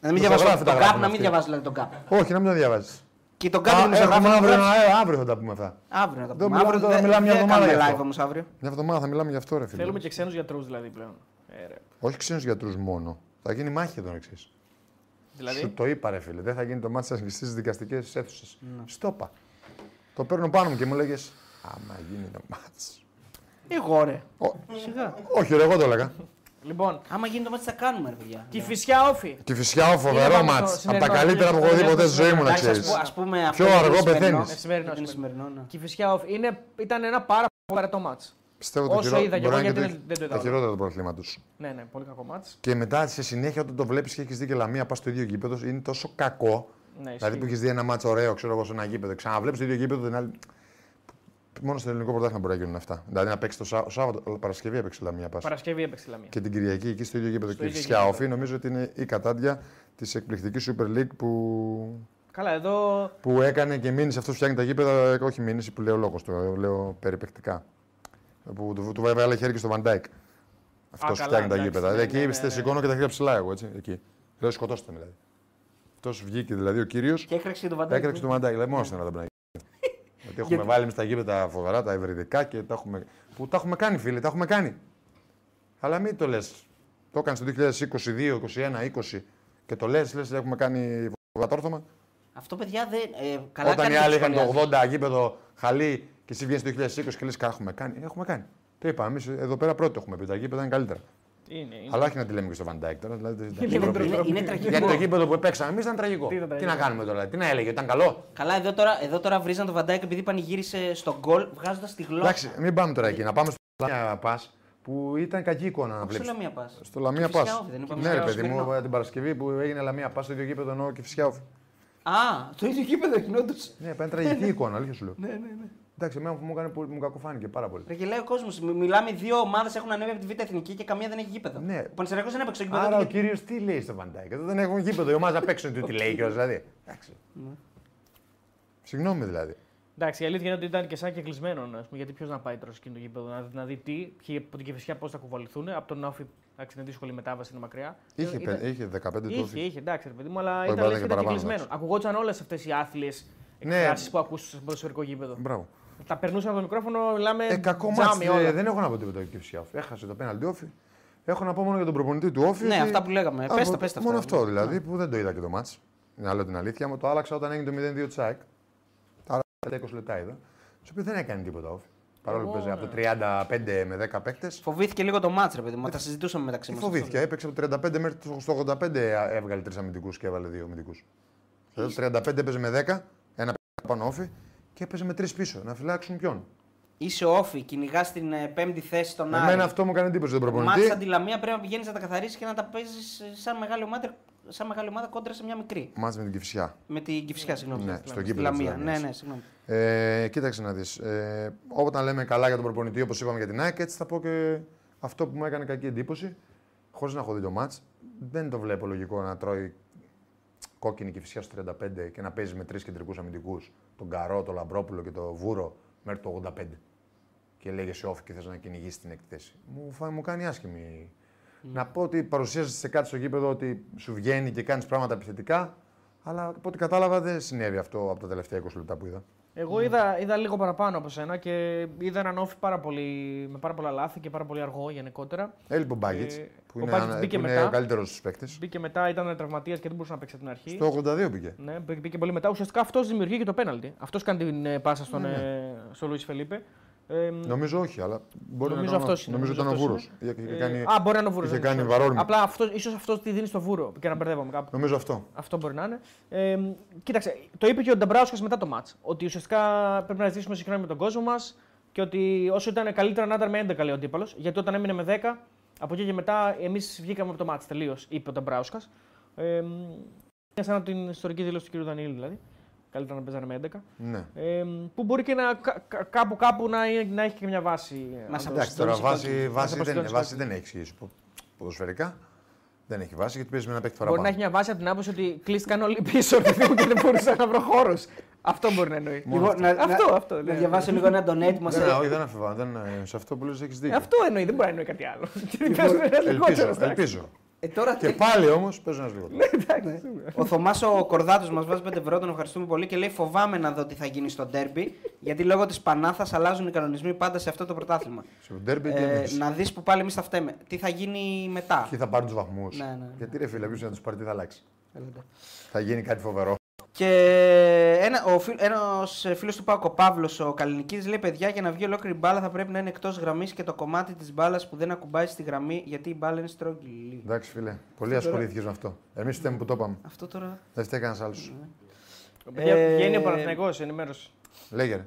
[SPEAKER 1] Να μην
[SPEAKER 3] Το
[SPEAKER 1] διαβάζω
[SPEAKER 3] γράφει,
[SPEAKER 1] τον
[SPEAKER 3] τα
[SPEAKER 1] καπ,
[SPEAKER 3] γράφουν
[SPEAKER 1] να μην
[SPEAKER 3] αυτοί.
[SPEAKER 1] διαβάζω δηλαδή τον καπ.
[SPEAKER 3] Όχι, να μην τα διαβάζεις.
[SPEAKER 1] Και τον καπ
[SPEAKER 3] Α,
[SPEAKER 1] είναι
[SPEAKER 3] Έχουμε αύριο,
[SPEAKER 1] ζωγράφο.
[SPEAKER 3] ε, αύριο θα τα πούμε αυτά.
[SPEAKER 1] Αύριο να τα
[SPEAKER 3] Δεν
[SPEAKER 1] πούμε.
[SPEAKER 3] μιλάμε
[SPEAKER 1] Αύριο
[SPEAKER 3] τώρα,
[SPEAKER 1] δεν-
[SPEAKER 3] μιλάμε μια
[SPEAKER 1] δεν
[SPEAKER 3] εβδομάδα
[SPEAKER 1] κάνουμε
[SPEAKER 3] γι'
[SPEAKER 1] live
[SPEAKER 3] αυτό.
[SPEAKER 1] όμως αύριο.
[SPEAKER 3] Μια εβδομάδα θα μιλάμε γι' αυτό, ρε φίλε.
[SPEAKER 2] θέλουμε και ξένους γιατρούς δηλαδή πλέον. Ε, ρε.
[SPEAKER 3] Όχι ξένους γιατρούς μόνο. Θα γίνει μάχη εδώ εξή. Σου
[SPEAKER 2] Δηλαδή,
[SPEAKER 3] το είπα, ρε φίλε. Δεν θα γίνει το μάτι σα στις δικαστικές αίθουσες.
[SPEAKER 2] Ναι.
[SPEAKER 3] Στόπα. Το παίρνω πάνω μου και μου λέγες. Άμα γίνει το μάτι.
[SPEAKER 2] εγώ ρε.
[SPEAKER 1] Σιγά.
[SPEAKER 3] Όχι, ρε, εγώ το έλεγα.
[SPEAKER 2] Λοιπόν,
[SPEAKER 1] Άμα γίνει το μάτι θα κάνουμε, ρε παιδιά. Ναι.
[SPEAKER 2] τη φυσιά όφη.
[SPEAKER 3] Τη φυσικά ο φοβερό
[SPEAKER 2] Είδαμε το
[SPEAKER 3] μάτς. Από
[SPEAKER 2] σημερινό
[SPEAKER 3] τα καλύτερα που έχω δει
[SPEAKER 2] Ολυμπιακό
[SPEAKER 3] ποτέ στη ζωή μου, να
[SPEAKER 2] Εντάξει,
[SPEAKER 3] ξέρει.
[SPEAKER 1] Ας, πού- ας πούμε αυτό
[SPEAKER 3] Πιο αργό
[SPEAKER 1] είναι σημερινό.
[SPEAKER 3] πεθαίνεις.
[SPEAKER 1] Ε,
[SPEAKER 2] Σημερινό,
[SPEAKER 1] Είναι
[SPEAKER 2] σημερινό.
[SPEAKER 1] σημερινό, ναι.
[SPEAKER 2] Και η φυσιά όφη. Είναι, ήταν ένα πάρα πολύ βαρετό μάτς.
[SPEAKER 3] Πιστεύω
[SPEAKER 2] Όσο
[SPEAKER 3] το χειρότερο.
[SPEAKER 2] είδα κι εγώ, γιατί δεν- δεν το είδα
[SPEAKER 3] Τα
[SPEAKER 2] όλο.
[SPEAKER 3] χειρότερα του προαθλήματο.
[SPEAKER 2] Ναι, ναι, πολύ κακό μάτς.
[SPEAKER 3] Και μετά σε συνέχεια όταν το βλέπεις και έχεις δει και λαμία, πας στο ίδιο γήπεδο, είναι τόσο κακό.
[SPEAKER 2] Ναι,
[SPEAKER 3] Δηλαδή
[SPEAKER 2] ισχύει.
[SPEAKER 3] που έχεις δει ένα μάτσο ωραίο, ξέρω εγώ, σε ένα γήπεδο. Ξαναβλέπεις το ίδιο γήπεδο την άλλη. Μόνο στο ελληνικό πρωτάθλημα μπορεί να γίνουν αυτά. Δηλαδή να παίξει το Σά- Σάββατο, Παρασκευή έπαιξε λαμία πας.
[SPEAKER 2] Παρασκευή έπαιξε η λαμία.
[SPEAKER 3] και την Κυριακή εκεί στο ίδιο γήπεδο.
[SPEAKER 2] Στο
[SPEAKER 3] και η
[SPEAKER 2] ίδιο
[SPEAKER 3] φυσικά
[SPEAKER 2] γήπεδο.
[SPEAKER 3] όφη νομίζω ότι είναι η κατάντια της εκπληκτικής Super League που,
[SPEAKER 2] Καλά, εδώ
[SPEAKER 3] που έκανε και μήνυση. Αυτός φτιάχνει τα γήπεδα. ε, Όχι μήνυση που λέει ο λόγο του, ε, λέω περιπεκτικά. Που του, του έβαλε χέρι και στο Βαντάικ. Αυτό
[SPEAKER 2] καλά,
[SPEAKER 3] φτιάχνει τα
[SPEAKER 2] εντάξει,
[SPEAKER 3] γήπεδα.
[SPEAKER 2] ναι,
[SPEAKER 3] Δηλαδή,
[SPEAKER 2] ναι,
[SPEAKER 3] εκεί
[SPEAKER 2] ναι,
[SPEAKER 3] στε
[SPEAKER 2] ναι.
[SPEAKER 3] σηκώνω και τα χέρια ψηλά εγώ. Έτσι, εκεί. Λέω σκοτώστε με δηλαδή. Αυτός βγήκε δηλαδή ο κύριος.
[SPEAKER 1] Και έκραξε και το βαντάκι.
[SPEAKER 3] Έκραξε το μαντάκι, λέει μόνο στην Ελλάδα πρέπει να γίνει. Γιατί έχουμε βάλει εμείς τα γήπεδα φοβερά, τα ευρυδικά και τα έχουμε. που τα έχουμε κάνει, φίλε, τα έχουμε κάνει. Αλλά μην το λες. Το έκανες το 2022, 2021, 20 και το λες, λες, έχουμε κάνει φοβερά τόρθωμα.
[SPEAKER 1] Αυτό, παιδιά, δεν. Ε, καλά
[SPEAKER 3] Όταν
[SPEAKER 1] κάνει
[SPEAKER 3] οι
[SPEAKER 1] που
[SPEAKER 3] άλλοι είχαν
[SPEAKER 1] σχολιάζει.
[SPEAKER 3] το 80 γήπεδο χαλί και εσύ βγαίνεις το 2020 και λες, έχουμε κάνει. Ε, Έχουμε κάνει. Το είπαμε, εμείς εδώ πέρα πρώτο έχουμε πει. Τα γήπεδα είναι καλύτερα.
[SPEAKER 2] είναι. είναι.
[SPEAKER 3] Αλλά όχι να τη λέμε και στο Βαντάκ τώρα. Δηλαδή, εντάξει,
[SPEAKER 1] Είναι,
[SPEAKER 3] Ευρώπη.
[SPEAKER 1] είναι, είναι τραγικό.
[SPEAKER 3] Γιατί το γήπεδο που παίξαμε εμείς ήταν τραγικό.
[SPEAKER 2] Τι ήταν
[SPEAKER 3] Τι να
[SPEAKER 2] τραγικό.
[SPEAKER 3] κάνουμε τώρα, τι να έλεγε, ήταν καλό.
[SPEAKER 1] Καλά, εδώ τώρα, εδώ τώρα βρίζαν το Βαντάικ επειδή πανηγύρισε στον γκολ βγάζοντας τη γλώσσα.
[SPEAKER 3] Εντάξει, μην πάμε τώρα εκεί. Να πάμε στο Λαμία Πας που ήταν κακή εικόνα να
[SPEAKER 1] Ποιο
[SPEAKER 3] βλέπει.
[SPEAKER 1] μία πας.
[SPEAKER 3] Στο Λαμία
[SPEAKER 1] Και
[SPEAKER 3] Πας.
[SPEAKER 1] φυσικά όφη, δεν είπαμε
[SPEAKER 3] Ναι, ρε
[SPEAKER 1] στο
[SPEAKER 3] παιδί μου,
[SPEAKER 1] σημερινό.
[SPEAKER 3] την Παρασκευή που έγινε Λαμία Πας στο ίδιο γήπεδο εννοώ και φυσικά όφη.
[SPEAKER 1] Α, το ίδιο γήπεδο γινόντουσε.
[SPEAKER 3] Ναι, ήταν τραγική εικόνα, αλήθεια σου λέω. Ναι, ναι, ναι. Εντάξει, εμένα μου, έκανε πολύ- μου κακοφάνηκε πάρα πολύ.
[SPEAKER 1] Ρε και λέει ο κόσμος, μιλάμε δύο ομάδες έχουν ανέβει από τη Β' Εθνική και καμία δεν έχει γήπεδο.
[SPEAKER 3] Ναι.
[SPEAKER 1] Ο Πανεσαιριακό δεν έπαιξε το γήπεδο.
[SPEAKER 3] Άρα ο
[SPEAKER 1] του και-
[SPEAKER 3] κύριος τι λέει στο Βαντάκ. Εδώ δεν έχουν γήπεδο, η ομάδα παίξουν του τι λέει κιόλας. Δηλαδή. Εντάξει. Συγγνώμη δηλαδή.
[SPEAKER 2] Εντάξει, η αλήθεια είναι ότι ήταν και σαν και κλεισμένο. ας πούμε, γιατί ποιος να πάει τώρα σε εκείνο το γήπεδο, να, δει- να δει τι, ποιοι από την κεφισιά πώς θα κουβαληθούν. Από τον Νόφι, εντάξει, είναι δύσκολη μετάβαση, είναι μακριά. Ε,
[SPEAKER 3] Είχε,
[SPEAKER 2] Ήταν-
[SPEAKER 3] πεν- είχε 15 του
[SPEAKER 2] είχε, είχε, εντάξει, ρε παιδί μου, αλλά
[SPEAKER 3] Όχι,
[SPEAKER 2] ήταν,
[SPEAKER 3] μπορεί να
[SPEAKER 2] λες,
[SPEAKER 3] και
[SPEAKER 2] ήταν και
[SPEAKER 3] παραπάνω,
[SPEAKER 2] κλεισμένο.
[SPEAKER 3] εντάξει. Ναι.
[SPEAKER 2] Ακουγόντουσαν όλες αυτές οι άθλιες εκφράσεις που ακούσαν στο ποδοσφαιρικό γήπεδο.
[SPEAKER 3] Μπράβο.
[SPEAKER 2] Τα περνούσαν από το μικρόφωνο, μιλάμε.
[SPEAKER 3] Ε, κακό
[SPEAKER 2] τζάμι
[SPEAKER 3] μάτι.
[SPEAKER 2] όλα.
[SPEAKER 3] Δεν έχω να πω τίποτα για Κυψιά. Έχασε το πέναλτι όφη. Έχω να πω μόνο για τον προπονητή του Όφη.
[SPEAKER 1] Ναι,
[SPEAKER 3] ότι-
[SPEAKER 1] αυτά που λέγαμε.
[SPEAKER 3] Α,
[SPEAKER 1] Πες τα,
[SPEAKER 3] μο-
[SPEAKER 1] πες τα
[SPEAKER 3] Μόνο
[SPEAKER 1] αυτά. Ναι.
[SPEAKER 3] αυτό δηλαδή που δεν το είδα και το μάτς. Να λέω την αλήθεια. Μου το άλλαξα όταν έγινε το 0-2 τσάκ. Τα άλλα τα 20 λεπτά είδα. Στο οποίο δεν έκανε τίποτα Όφη. Παρόλο που παίζει από
[SPEAKER 1] ναι.
[SPEAKER 3] το 35 με 10 παίκτες.
[SPEAKER 1] Φοβήθηκε λίγο το μάτς, ρε παιδί μου.
[SPEAKER 3] Ε,
[SPEAKER 1] Τα συζητούσαμε μεταξύ μας.
[SPEAKER 3] Φοβήθηκε. Έπαιξε από το 35 μέχρι το στο 85 ε, έβγαλε τρεις αμυντικούς και έβαλε δύο αμυντικούς. Το 35 έπαιζε με 10, ένα παίκτη πάνω Όφη και έπαιζε με τρεις πίσω. Να φυλάξουν ποιον.
[SPEAKER 1] Είσαι όφη, κυνηγά την ε, πέμπτη θέση στον Άρη.
[SPEAKER 3] Εμένα αυτό μου έκανε εντύπωση τον
[SPEAKER 1] Μάτσα
[SPEAKER 3] προπονητή.
[SPEAKER 1] τη Λαμία πρέπει να πηγαίνεις να τα καθαρίσει και να τα παίζεις σαν, μεγάλη ομάδα- σαν μεγάλη ομάδα κόντρα σε μια μικρή.
[SPEAKER 3] Μάτσα με την Κυφσιά.
[SPEAKER 1] Με την Κυφσιά, συγγνώμη.
[SPEAKER 3] Ναι,
[SPEAKER 1] Στη
[SPEAKER 3] στο
[SPEAKER 1] Λαμία.
[SPEAKER 3] γήπεδο
[SPEAKER 1] Στη
[SPEAKER 3] της
[SPEAKER 1] Λαμία. Ναι,
[SPEAKER 3] Λαμίας.
[SPEAKER 1] ναι, συγγνώμη.
[SPEAKER 3] Ε, κοίταξε να δεις. Ε, όταν λέμε καλά για τον προπονητή, όπως είπαμε για την ΑΕΚ, έτσι θα πω και αυτό που μου έκανε κακή εντύπωση, χωρίς να έχω δει το μάτ. Δεν το βλέπω λογικό να τρώει κόκκινη και φυσικά στο 35 και να παίζει με τρεις κεντρικούς αμυντικούς, τον Καρό, τον Λαμπρόπουλο και τον Βούρο, μέχρι το 85. Και λέγεσαι όφη και θες να κυνηγήσει την εκτέση. Μου, φα- μου κάνει άσχημη. Να πω ότι παρουσίαζεσαι σε κάτι στο γήπεδο ότι σου βγαίνει και κάνεις πράγματα επιθετικά, αλλά από ό,τι κατάλαβα δεν συνέβη αυτό από τα τελευταία 20 λεπτά που είδα. Ναι.
[SPEAKER 2] Εγώ είδα, είδα λίγο παραπάνω από σένα και είδα έναν όφη πάρα πολύ, με πάρα πολλά λάθη και πάρα πολύ αργό γενικότερα.
[SPEAKER 3] Έλειπε ο Μπάγκετ,
[SPEAKER 2] Ε,
[SPEAKER 3] που
[SPEAKER 2] ο
[SPEAKER 3] είναι,
[SPEAKER 2] Μπάγκετς
[SPEAKER 3] ένα-
[SPEAKER 2] μπήκε
[SPEAKER 3] που είναι
[SPEAKER 2] μετά.
[SPEAKER 3] ο καλύτερο του παίκτη.
[SPEAKER 2] Μπήκε μετά, ήταν τραυματία και δεν μπορούσε να παίξει από την αρχή.
[SPEAKER 3] Στο 82 πήγε.
[SPEAKER 2] Ναι, μπή- μπήκε πολύ μετά. Ουσιαστικά αυτός δημιουργεί και το πέναλτι. Αυτός κάνει την ε, πάσα στον,
[SPEAKER 3] Ναι,
[SPEAKER 2] ε, στον Λουίς Φελίπε. Ε,
[SPEAKER 3] Νομίζω όχι, αλλά μπορεί
[SPEAKER 2] Νομίζω
[SPEAKER 3] να κάνω-
[SPEAKER 2] αυτός είναι,
[SPEAKER 3] Νομίζω
[SPEAKER 2] νομίζω
[SPEAKER 3] ήταν ο Βούρο.
[SPEAKER 2] αυτός ε, α, μπορεί να είναι ο Βούρος.
[SPEAKER 3] είχε κάνει βαρόλμη.
[SPEAKER 2] Απλά αυτός, ίσως αυτός τη δίνει στο Βούρο και να μπερδεύομαι κάπου.
[SPEAKER 3] Νομίζω αυτό.
[SPEAKER 2] Αυτό μπορεί να είναι. Ε, κοίταξε, το είπε και ο Νταμπράουσκα μετά το μάτ. Ότι ουσιαστικά πρέπει να ζήσουμε συγχρόνια με τον κόσμο μας και ότι όσο ήταν καλύτερα να ήταν με 11 λέει ο αντίπαλο. Γιατί όταν έμεινε με 10, από εκεί και μετά εμείς βγήκαμε από το μάτ τελείως, είπε ο Νταμπράουσκα. Ε, είναι σαν την ιστορική δήλωση του κ. Δανίλη δηλαδή. Καλύτερα να παίζανε με 11.
[SPEAKER 3] Ναι.
[SPEAKER 2] Ε, που μπορεί και να, κα- κα- κάπου κάπου να, είναι- να έχει και μια βάση. ε,
[SPEAKER 1] Μας
[SPEAKER 2] αν το-
[SPEAKER 3] Εντάξει, τώρα
[SPEAKER 1] Μας
[SPEAKER 3] βάση, βάση,
[SPEAKER 2] Μας
[SPEAKER 3] δεν,
[SPEAKER 2] απασχολεί
[SPEAKER 3] βάση δεν έχει σου πω, ποδοσφαιρικά. Δεν έχει βάση γιατί παίζει με ένα παίκτη
[SPEAKER 2] Μπορεί να
[SPEAKER 3] παραπάνω.
[SPEAKER 2] έχει μια βάση από την άποψη ότι κλείστηκαν όλοι πίσω ρε παιδί μου, και δεν μπορούσα να βρω χώρο. Αυτό μπορεί να εννοεί.
[SPEAKER 1] Λοιπόν, να, να-
[SPEAKER 2] Αυτό, αυτό,
[SPEAKER 1] Να
[SPEAKER 2] ναι.
[SPEAKER 1] διαβάσω λίγο ένα donate που μα
[SPEAKER 3] Δεν, Ναι, όχι, δεν αμφιβάλλω. δεν- ε, Σε αυτό που λες έχεις
[SPEAKER 2] Ε,
[SPEAKER 3] δίκιο.
[SPEAKER 2] Αυτό εννοεί, δεν μπορεί να εννοεί κάτι άλλο.
[SPEAKER 1] Λοιπόν,
[SPEAKER 2] Και παίζουν ένα λιγότερο.
[SPEAKER 3] Ελπίζω.
[SPEAKER 2] εντάξει. Ναι.
[SPEAKER 3] ελπίζω.
[SPEAKER 1] Ε, τώρα
[SPEAKER 3] Και
[SPEAKER 1] τι-
[SPEAKER 3] πάλι όμως παίζουν ένας λίγο.
[SPEAKER 1] Ο Θωμάς ο Κορδάτος μας βάζει 5 ευρώ, τον ευχαριστούμε πολύ και λέει: Φοβάμαι να δω τι θα γίνει στο ντέρμπι, γιατί λόγω της Πανάθας αλλάζουν οι κανονισμοί πάντα σε αυτό το πρωτάθλημα.
[SPEAKER 3] Στο ντέρμπι και
[SPEAKER 1] Ε,
[SPEAKER 3] εμείς.
[SPEAKER 1] να δεις που πάλι εμείς θα φταίμε. Τι θα γίνει μετά.
[SPEAKER 3] Ποιοι θα πάρουν τους βαθμούς.
[SPEAKER 1] Ναι, ναι, ναι.
[SPEAKER 3] Γιατί ρε φίλε, ποιος να τους πάρει, τι θα αλλάξει.
[SPEAKER 1] Έλατε.
[SPEAKER 3] Θα γίνει κάτι φοβερό.
[SPEAKER 1] Και ένα, ο φίλ, ένας ε, φίλος του Πάκο, ο Παύλος, ο Καλλινικής, λέει παιδιά για να βγει ολόκληρη μπάλα θα πρέπει να είναι εκτός γραμμής και το κομμάτι της μπάλας που δεν ακουμπάει στη γραμμή γιατί η μπάλα είναι στρογγυλή.
[SPEAKER 3] Εντάξει, φίλε. Πολύ ασχολήθηκες με αυτό. Εμείς φταίμε που το είπαμε.
[SPEAKER 1] Αυτό Ναι. τώρα...
[SPEAKER 3] Δεν φταίει κανένας άλλος.
[SPEAKER 2] Παιδιά,
[SPEAKER 1] Ε,
[SPEAKER 2] Βγαίνει ο Παναθηναϊκός, ενημέρωση.
[SPEAKER 3] Λέγε. ρε.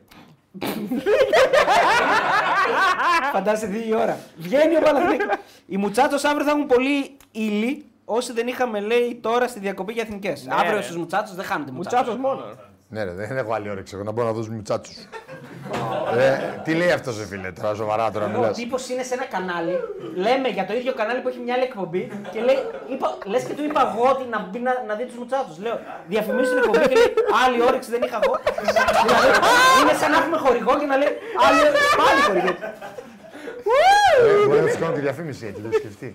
[SPEAKER 1] Φαντάζεσαι δύο η ώρα. Βγαίνει ο Παναθηναϊκός. Οι μουτσάτσος αύριο θα έχουν πολύ ύλη όσοι δεν είχαμε λέει τώρα στη διακοπή για εθνικές.
[SPEAKER 2] Ναι,
[SPEAKER 1] αύριο
[SPEAKER 2] ρε.
[SPEAKER 1] στους μουτσάτσους δεν χάνετε
[SPEAKER 2] Μουτσάτο
[SPEAKER 1] μουτσάτσος.
[SPEAKER 2] μόνο.
[SPEAKER 3] Ναι, ρε, δεν έχω άλλη όρεξη. Εγώ να μπορώ να δώσω μουτσάτσου. ε, τι λέει αυτός, φίλε, τώρα σοβαρά τώρα Ε,
[SPEAKER 1] Ο
[SPEAKER 3] μιλάς.
[SPEAKER 1] τύπος είναι σε ένα κανάλι, λέμε για το ίδιο κανάλι που έχει μια άλλη εκπομπή και λέει, είπα, λες και του είπα εγώ ότι να, μπει να, να δει τους μουτσάτου. Λέω, διαφημίζει την εκπομπή και λέει, άλλη όρεξη δεν είχα εγώ. δηλαδή, είναι σαν να έχουμε χορηγό και να λέει, άλλη όρεξη πάλι χορηγό. ε,
[SPEAKER 3] Μπορείς να του κάνω τη διαφήμιση έτσι, δεν το σκεφτεί.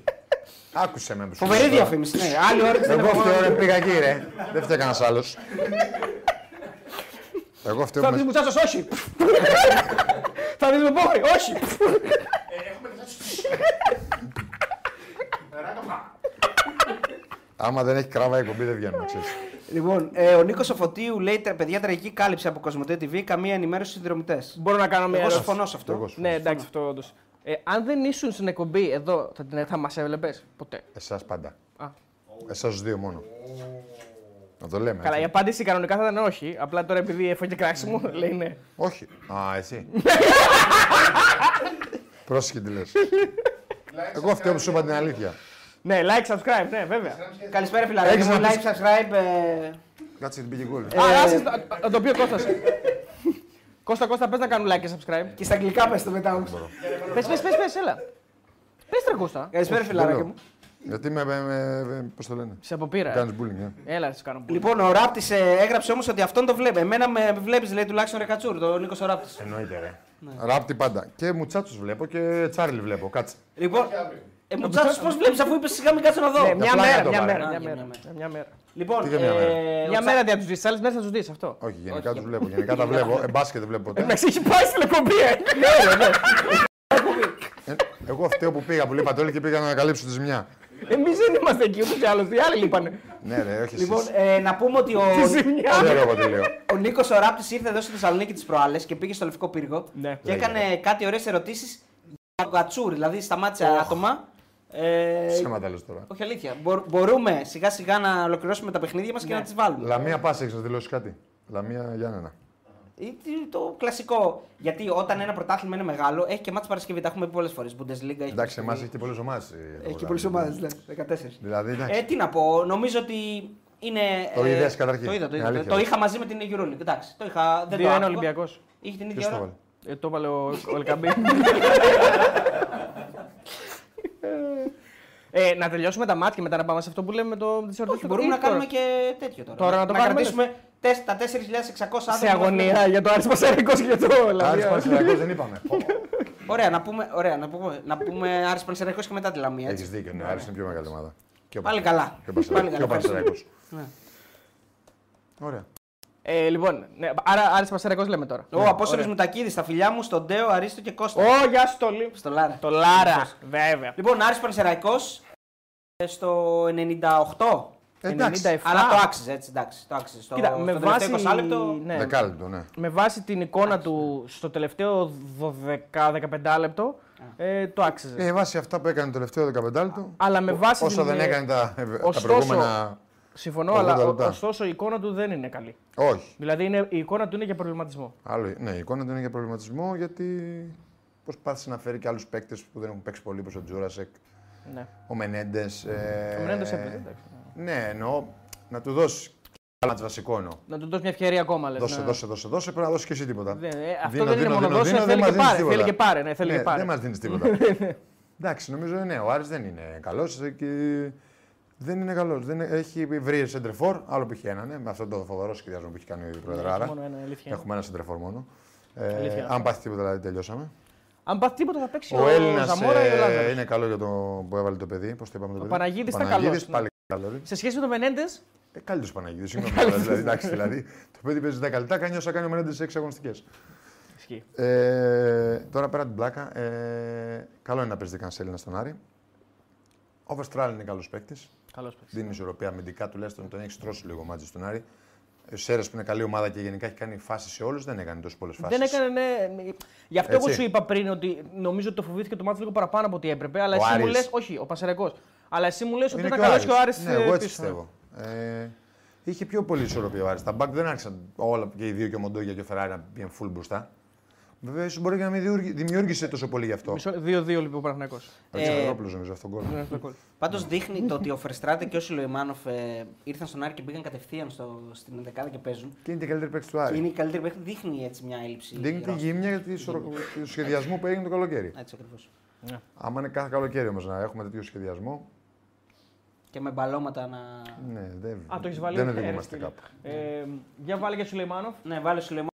[SPEAKER 3] Άκουσε με. που σου
[SPEAKER 1] Φοβερή
[SPEAKER 3] λέω τώρα.
[SPEAKER 1] διαφήμιση, ναι, άλλη όρεξη δεν
[SPEAKER 3] Εγώ
[SPEAKER 1] έχω
[SPEAKER 3] φταίω, ρε, πήγα εκεί, ρε. Δεν φταίει κανένας άλλος. Εγώ φταίω
[SPEAKER 2] Θα
[SPEAKER 3] που
[SPEAKER 2] πει
[SPEAKER 3] με-
[SPEAKER 2] Μουτσάτο, όχι. Θα πει Μπόχορη, όχι.
[SPEAKER 7] Ε,
[SPEAKER 3] Άμα δεν έχει κράβα η εκπομπή, δεν βγαίνουμε. ξέρεις.
[SPEAKER 1] Λοιπόν, ε, ο Νίκος Σοφωτίου λέει, «Τρα- παιδιά, τραγική κάλυψη από Κοσμοτέ TV, καμία ενημέρωση στους συνδρομητές.
[SPEAKER 2] Μπορώ να κάνω μια
[SPEAKER 1] Εγώ
[SPEAKER 2] ερώτηση.
[SPEAKER 1] συμφωνώ σε αυτό.
[SPEAKER 3] Εγώ
[SPEAKER 2] Ναι, εντάξει, αυτό όντως. Αν δεν ήσουν στην εκπομπή εδώ, θα, την- θα μας έβλεπες ποτέ.
[SPEAKER 3] Εσάς πάντα.
[SPEAKER 2] Α.
[SPEAKER 1] Ναι,
[SPEAKER 3] Εσά του δύο μόνο. Να το λέμε.
[SPEAKER 1] ναι.
[SPEAKER 2] Καλά, η
[SPEAKER 3] έτσι.
[SPEAKER 2] απάντηση κανονικά θα ήταν όχι. Απλά τώρα επειδή έφαγε κράξιμο, λέει ναι.
[SPEAKER 3] Όχι. Α, εσύ. Πρόσεχε τι λες. Εγώ φταίω που σου είπα την αλήθεια.
[SPEAKER 2] Ναι, like, subscribe, ναι, βέβαια.
[SPEAKER 1] Καλησπέρα, φιλαράκι.
[SPEAKER 3] Έχεις να
[SPEAKER 1] μου,
[SPEAKER 3] πεις-
[SPEAKER 1] Like, subscribe. ε,
[SPEAKER 3] Κάτσε την πήγε γκολ.
[SPEAKER 2] Α, άσε το- α, το οποίο Κώστας. Κώστα, Κώστα, πες να κάνουν like και subscribe.
[SPEAKER 1] Και στα αγγλικά πες το μετά όμως.
[SPEAKER 2] Πες, πες, πες, πες, έλα. Πες τρε Κώστα.
[SPEAKER 1] Καλησπέρα, φιλαράκι μου.
[SPEAKER 3] Γιατί με. με, με, με Πώς το λένε.
[SPEAKER 2] Σε αποπείρα. ε.
[SPEAKER 3] Κάνεις bullying. ε.
[SPEAKER 2] Έλα, σε κάνω πολύ.
[SPEAKER 1] Λοιπόν, ο Ράπτης έγραψε όμως ότι αυτόν το βλέπει. Εμένα με βλέπεις, λέει τουλάχιστον ρε Κατσούρ, τον Νίκο Ράπτης.
[SPEAKER 3] Εννοείται, ρε. Ράπτη πάντα. Και μουτσάτσου βλέπω και τσάρλι βλέπω. Κάτσε.
[SPEAKER 1] Λοιπόν, ε, Μουτσάτσο, πώς βλέπεις, αφού είπες σιγά μην κάτσω να δω.
[SPEAKER 2] Ναι,
[SPEAKER 3] Για
[SPEAKER 2] μια
[SPEAKER 3] πλάκα
[SPEAKER 2] μέρα,
[SPEAKER 3] το
[SPEAKER 2] μια
[SPEAKER 3] βάλε.
[SPEAKER 2] μέρα, μια
[SPEAKER 1] Α, για μια
[SPEAKER 2] μέρα. ε, Μια μέρα.
[SPEAKER 1] Λοιπόν,
[SPEAKER 3] Τι για μια μέρα.
[SPEAKER 1] ο
[SPEAKER 2] Μια
[SPEAKER 1] Τσα-
[SPEAKER 2] μέρα δεν θα τους δεις, άλλες μέρες θα τους δεις αυτό.
[SPEAKER 3] Όχι, γενικά τους βλέπω. Γενικά τα βλέπω. Ε, μπάσκετ δεν βλέπω ποτέ.
[SPEAKER 2] Εντάξει, έχει πάει στην εκπομπή, ε.
[SPEAKER 3] Ε, Εγώ φταίω που πήγα που λείπατε όλοι και πήγα να ανακαλύψω τη ζημιά.
[SPEAKER 2] Εμείς δεν είμαστε εκεί ούτως ή άλλως. Οι άλλοι λείπανε.
[SPEAKER 3] Ναι, ρε, όχι
[SPEAKER 1] Λοιπόν,
[SPEAKER 3] εσείς.
[SPEAKER 1] ε, να πούμε ότι ο,
[SPEAKER 2] Τη ζημιά.
[SPEAKER 3] Δεν ξέρω εγώ τι λέω.
[SPEAKER 1] ο Νίκος Οράπτη ήρθε εδώ στη Θεσσαλονίκη τις προάλλες και πήγε στο Λευκό Πύργο
[SPEAKER 2] Ναι.
[SPEAKER 1] και έκανε κάτι ωραίες ερωτήσεις για τον Κατσούρη. Δηλαδή σταμάτησε άτομα. Ε,
[SPEAKER 3] Ψέματα λες τώρα.
[SPEAKER 1] όχι αλήθεια. Μπο- μπορούμε σιγά σιγά να ολοκληρώσουμε τα παιχνίδια μας και
[SPEAKER 2] Ναι.
[SPEAKER 1] να τις βάλουμε.
[SPEAKER 3] Λαμία πα έχεις να δηλώσεις κάτι. Λαμία Γιάννενα.
[SPEAKER 1] Ή τι- Το κλασικό. Γιατί όταν ένα πρωτάθλημα είναι μεγάλο, έχει και μάτς Παρασκευή. Τα έχουμε πει πολλές φορές. Bundesliga έχει.
[SPEAKER 3] Εντάξει, εμάς έχει και πολλές ομάδες.
[SPEAKER 1] Έχει και πολλές ομάδες, ναι. 14.
[SPEAKER 3] Δηλαδή, εντάξει.
[SPEAKER 1] Ε, τι να πω, νομίζω ότι είναι.
[SPEAKER 3] Το
[SPEAKER 1] ε,
[SPEAKER 3] είδες καταρχήν.
[SPEAKER 1] Το είδα, το,
[SPEAKER 3] Είναι
[SPEAKER 1] είδα, το,
[SPEAKER 3] αλήθεια.
[SPEAKER 1] το είχα μαζί με την Euroleague. Εντάξει, το είχα. Δεν το
[SPEAKER 2] 2-1
[SPEAKER 1] άκουγα.
[SPEAKER 2] Ολυμπιακός.
[SPEAKER 1] Είχε την
[SPEAKER 3] Ποιος
[SPEAKER 1] ίδια
[SPEAKER 3] το
[SPEAKER 1] ώρα.
[SPEAKER 3] βάλε.
[SPEAKER 2] Ε, το έβαλε ο ο Ελκαμπή. ε, να τελειώσουμε τα μάτια μετά να πάμε σε αυτό που λέμε το τις εορτές
[SPEAKER 1] Όχι,
[SPEAKER 2] του
[SPEAKER 1] μπορούμε να
[SPEAKER 2] Κρήτης
[SPEAKER 1] κάνουμε
[SPEAKER 2] τώρα.
[SPEAKER 1] και τέτοιο τώρα.
[SPEAKER 2] Τώρα να το κάνουμε,
[SPEAKER 1] κρατήσουμε τες- τα 4.600 άτομα.
[SPEAKER 2] σε
[SPEAKER 1] ναι.
[SPEAKER 2] αγωνία για το Άρης Πασαρικός και για το
[SPEAKER 3] Άρης
[SPEAKER 2] Λαμία.
[SPEAKER 3] Πανσεραϊκός δεν είπαμε.
[SPEAKER 1] Ωραία, να πούμε, ωραία, να πούμε, να πούμε Άρης Πανσεραϊκός και μετά τη Λαμία.
[SPEAKER 3] Έχεις
[SPEAKER 1] Έτσι.
[SPEAKER 3] δίκιο, ναι, Άρης είναι πιο μεγάλη ομάδα. Και ο
[SPEAKER 1] Πάλι
[SPEAKER 3] Πανσεραϊκός.
[SPEAKER 1] καλά.
[SPEAKER 3] Και
[SPEAKER 1] Πάλι καλά,
[SPEAKER 3] ο Πανσεραϊκός. Και ο
[SPEAKER 1] ευχαριστώ.
[SPEAKER 3] Πανσεραϊκός.
[SPEAKER 2] Ναι.
[SPEAKER 3] Ωραία.
[SPEAKER 2] Ε, λοιπόν, ναι, άρα Άρης Πασαρικός λέμε τώρα.
[SPEAKER 1] Ο Απόστολος Μουτακίδης, τα φιλιά μου, στον Τέο, Αρίστο και Κώστα.
[SPEAKER 2] Ω, γεια σου το Λί-
[SPEAKER 1] Στο Λάρα.
[SPEAKER 2] Το Λάρα, βέβαια.
[SPEAKER 1] Λοιπόν, Άρης Πανσεραϊκός ε, στο 98.
[SPEAKER 2] 97.
[SPEAKER 3] Εντάξει.
[SPEAKER 1] Αλλά το άξιζε, έτσι, εντάξει. Το άξιζε. Στο,
[SPEAKER 2] Κοίτα, με
[SPEAKER 1] στο τελευταίο
[SPEAKER 2] βάση,
[SPEAKER 1] 20 λεπτό.
[SPEAKER 2] ναι.
[SPEAKER 3] Δεκάλεπτο, ναι.
[SPEAKER 2] με βάση την εικόνα του στο τελευταίο 12-15 λεπτό, ε, το άξιζε.
[SPEAKER 3] Ε, βάση αυτά που έκανε το τελευταίο 15 λεπτό.
[SPEAKER 2] Αλλά με βάση
[SPEAKER 3] Όσα
[SPEAKER 2] την,
[SPEAKER 3] δεν
[SPEAKER 2] ε,
[SPEAKER 3] έκανε τα, τα
[SPEAKER 2] ωστόσο-
[SPEAKER 3] προηγούμενα.
[SPEAKER 2] Συμφωνώ,
[SPEAKER 3] 80
[SPEAKER 2] αλλά ο-
[SPEAKER 3] λεπτά.
[SPEAKER 2] ωστόσο η εικόνα του δεν είναι καλή.
[SPEAKER 3] Όχι.
[SPEAKER 2] Δηλαδή είναι, η εικόνα του είναι για προβληματισμό.
[SPEAKER 3] Άλλο, ναι, η εικόνα δεν είναι για προβληματισμό γιατί προσπάθησε να φέρει και άλλους παίκτες που δεν έχουν παίξει πολύ όπως ο Τζούρασεκ,
[SPEAKER 2] Ναι.
[SPEAKER 3] ο Μενέντες. Ε,
[SPEAKER 2] Ο Μενέντες έπαιζε, εντάξει.
[SPEAKER 3] Ναι, εννοώ να του δώσεις. Καλά, βασικό εννοώ.
[SPEAKER 2] Να του δώσεις μια ευκαιρία ακόμα. Λες,
[SPEAKER 3] Δώσε,
[SPEAKER 2] ναι.
[SPEAKER 3] δώσε, δώσε, δώσε, πρέπει να δώσεις και εσύ τίποτα.
[SPEAKER 2] Δεν- ε, αυτό δεν είναι μόνο δώσε,
[SPEAKER 3] δεν
[SPEAKER 2] θέλει
[SPEAKER 3] μας
[SPEAKER 2] και
[SPEAKER 3] δίνεις
[SPEAKER 2] πάρε,
[SPEAKER 3] τίποτα.
[SPEAKER 2] θέλει και πάρε, ναι, θέλει και πάρε. Ναι,
[SPEAKER 3] Δεν μας δίνεις τίποτα. Εντάξει, νομίζω ναι, ο Άρης δεν είναι καλός. Δεν είναι καλός. Έχει βρει σεντρεφόρ, άλλο που είχε ένα, ναι, με αυτό το φοβερό σχεδιασμό που έχει κάνει η Προεδράρα.
[SPEAKER 2] Ναι, μόνο ένα, αλήθεια είναι.
[SPEAKER 3] Έχουμε ένα σεντρεφόρ μόνο. Ε,
[SPEAKER 2] Αλήθεια.
[SPEAKER 3] αν πάθει τίποτα, δηλαδή τελειώσαμε.
[SPEAKER 2] Αν πάθει τίποτα θα παίξει ο,
[SPEAKER 3] Ο ε, Έλληνας
[SPEAKER 2] Ζαμόρα ή ο Λάζαρος.
[SPEAKER 3] είναι καλό για το που έβαλε το παιδί. Πώς το είπαμε το παιδί.
[SPEAKER 2] Παναγίδης ήταν καλός, ναι.
[SPEAKER 3] πάλι καλός. ρε.
[SPEAKER 2] Σε σχέση με τον Μενέντες,
[SPEAKER 3] Ε, Καλύτερος Παναγίδης, συγγνώμη. τώρα, δηλαδή, εντάξει, δηλαδή, το παιδί παίζει 10 λεπτά, κάνει όσα κάνει ο Μενέντες σε 6 αγωνιστικές.
[SPEAKER 2] ισχύει.
[SPEAKER 3] Ε, τώρα πέρα από την πλάκα, ε, καλό είναι να παίζει δίκαν Έλληνας στον Άρη. Ο Βεστράλ είναι καλός παίκτης.
[SPEAKER 2] Καλός παίξει.
[SPEAKER 3] Δίνει ισορροπία αμυντικά τουλάχιστον τον έχεις στρώσει λίγο μάτζι στον Άρη. Ο Σέρε που είναι καλή ομάδα και γενικά έχει κάνει φάσεις σε όλους, δεν έκανε τόσο πολλέ φάσει.
[SPEAKER 2] Δεν έκανε, ναι. ναι. Γι' αυτό
[SPEAKER 3] Έτσι.
[SPEAKER 2] εγώ σου είπα πριν ότι νομίζω ότι το φοβήθηκε το μάτι λίγο παραπάνω από ό,τι έπρεπε. Αλλά
[SPEAKER 3] Ο
[SPEAKER 2] εσύ μου
[SPEAKER 3] Άρης.
[SPEAKER 2] λες, όχι, ο Πασαρικό. Αλλά εσύ μου λες ότι ήταν καλός και ο Άρης
[SPEAKER 3] Ναι,
[SPEAKER 2] ε,
[SPEAKER 3] εγώ έτσι
[SPEAKER 2] πίσω.
[SPEAKER 3] πιστεύω. Ε, είχε πιο πολύ ισορροπία ο Άρης. Τα μπακ δεν άρχισαν όλα και οι δύο και ο Μοντόγια και ο Φεράρι να πήγαινε full μπροστά. Βέβαια, ίσως μπορεί και να μην δημιούργη- δημιούργησε τόσο πολύ γι' αυτό.
[SPEAKER 2] Μισό- 2-2 λοιπόν ο Παναθυνακό.
[SPEAKER 3] Ο Αλεξανδρόπουλος νομίζω αυτόν τον κόλπο.
[SPEAKER 1] Πάντω δείχνει το ότι ο Φερστράτε και ο Σιλοϊμάνοφ ε, ήρθαν στον Άρη και μπήκαν κατευθείαν στο, στην δεκάδα και παίζουν.
[SPEAKER 3] Και είναι και καλύτερη παίκτης του
[SPEAKER 1] Και
[SPEAKER 3] Άρη.
[SPEAKER 1] είναι η καλύτερη παίχτη. Δείχνει έτσι μια έλλειψη.
[SPEAKER 3] Δίνει τη
[SPEAKER 1] ρόστερ.
[SPEAKER 3] γύμνια για τη σωρο- του σχεδιασμού που έγινε το καλοκαίρι.
[SPEAKER 1] Έτσι ακριβώς.
[SPEAKER 3] Άμα είναι κάθε καλοκαίρι όμως να έχουμε τέτοιο σχεδιασμό,
[SPEAKER 1] Και με μπαλώματα να.
[SPEAKER 3] ναι, δεν,
[SPEAKER 2] Α, το έχεις βάλει.
[SPEAKER 3] δεν
[SPEAKER 2] ε,
[SPEAKER 3] οδηγούμαστε
[SPEAKER 2] ρε,
[SPEAKER 3] κάπου.
[SPEAKER 2] Ε, για βάλε και Σουλεϊμάνοφ.
[SPEAKER 1] Ναι, βάλει ο Σιλοϊμάνοφ.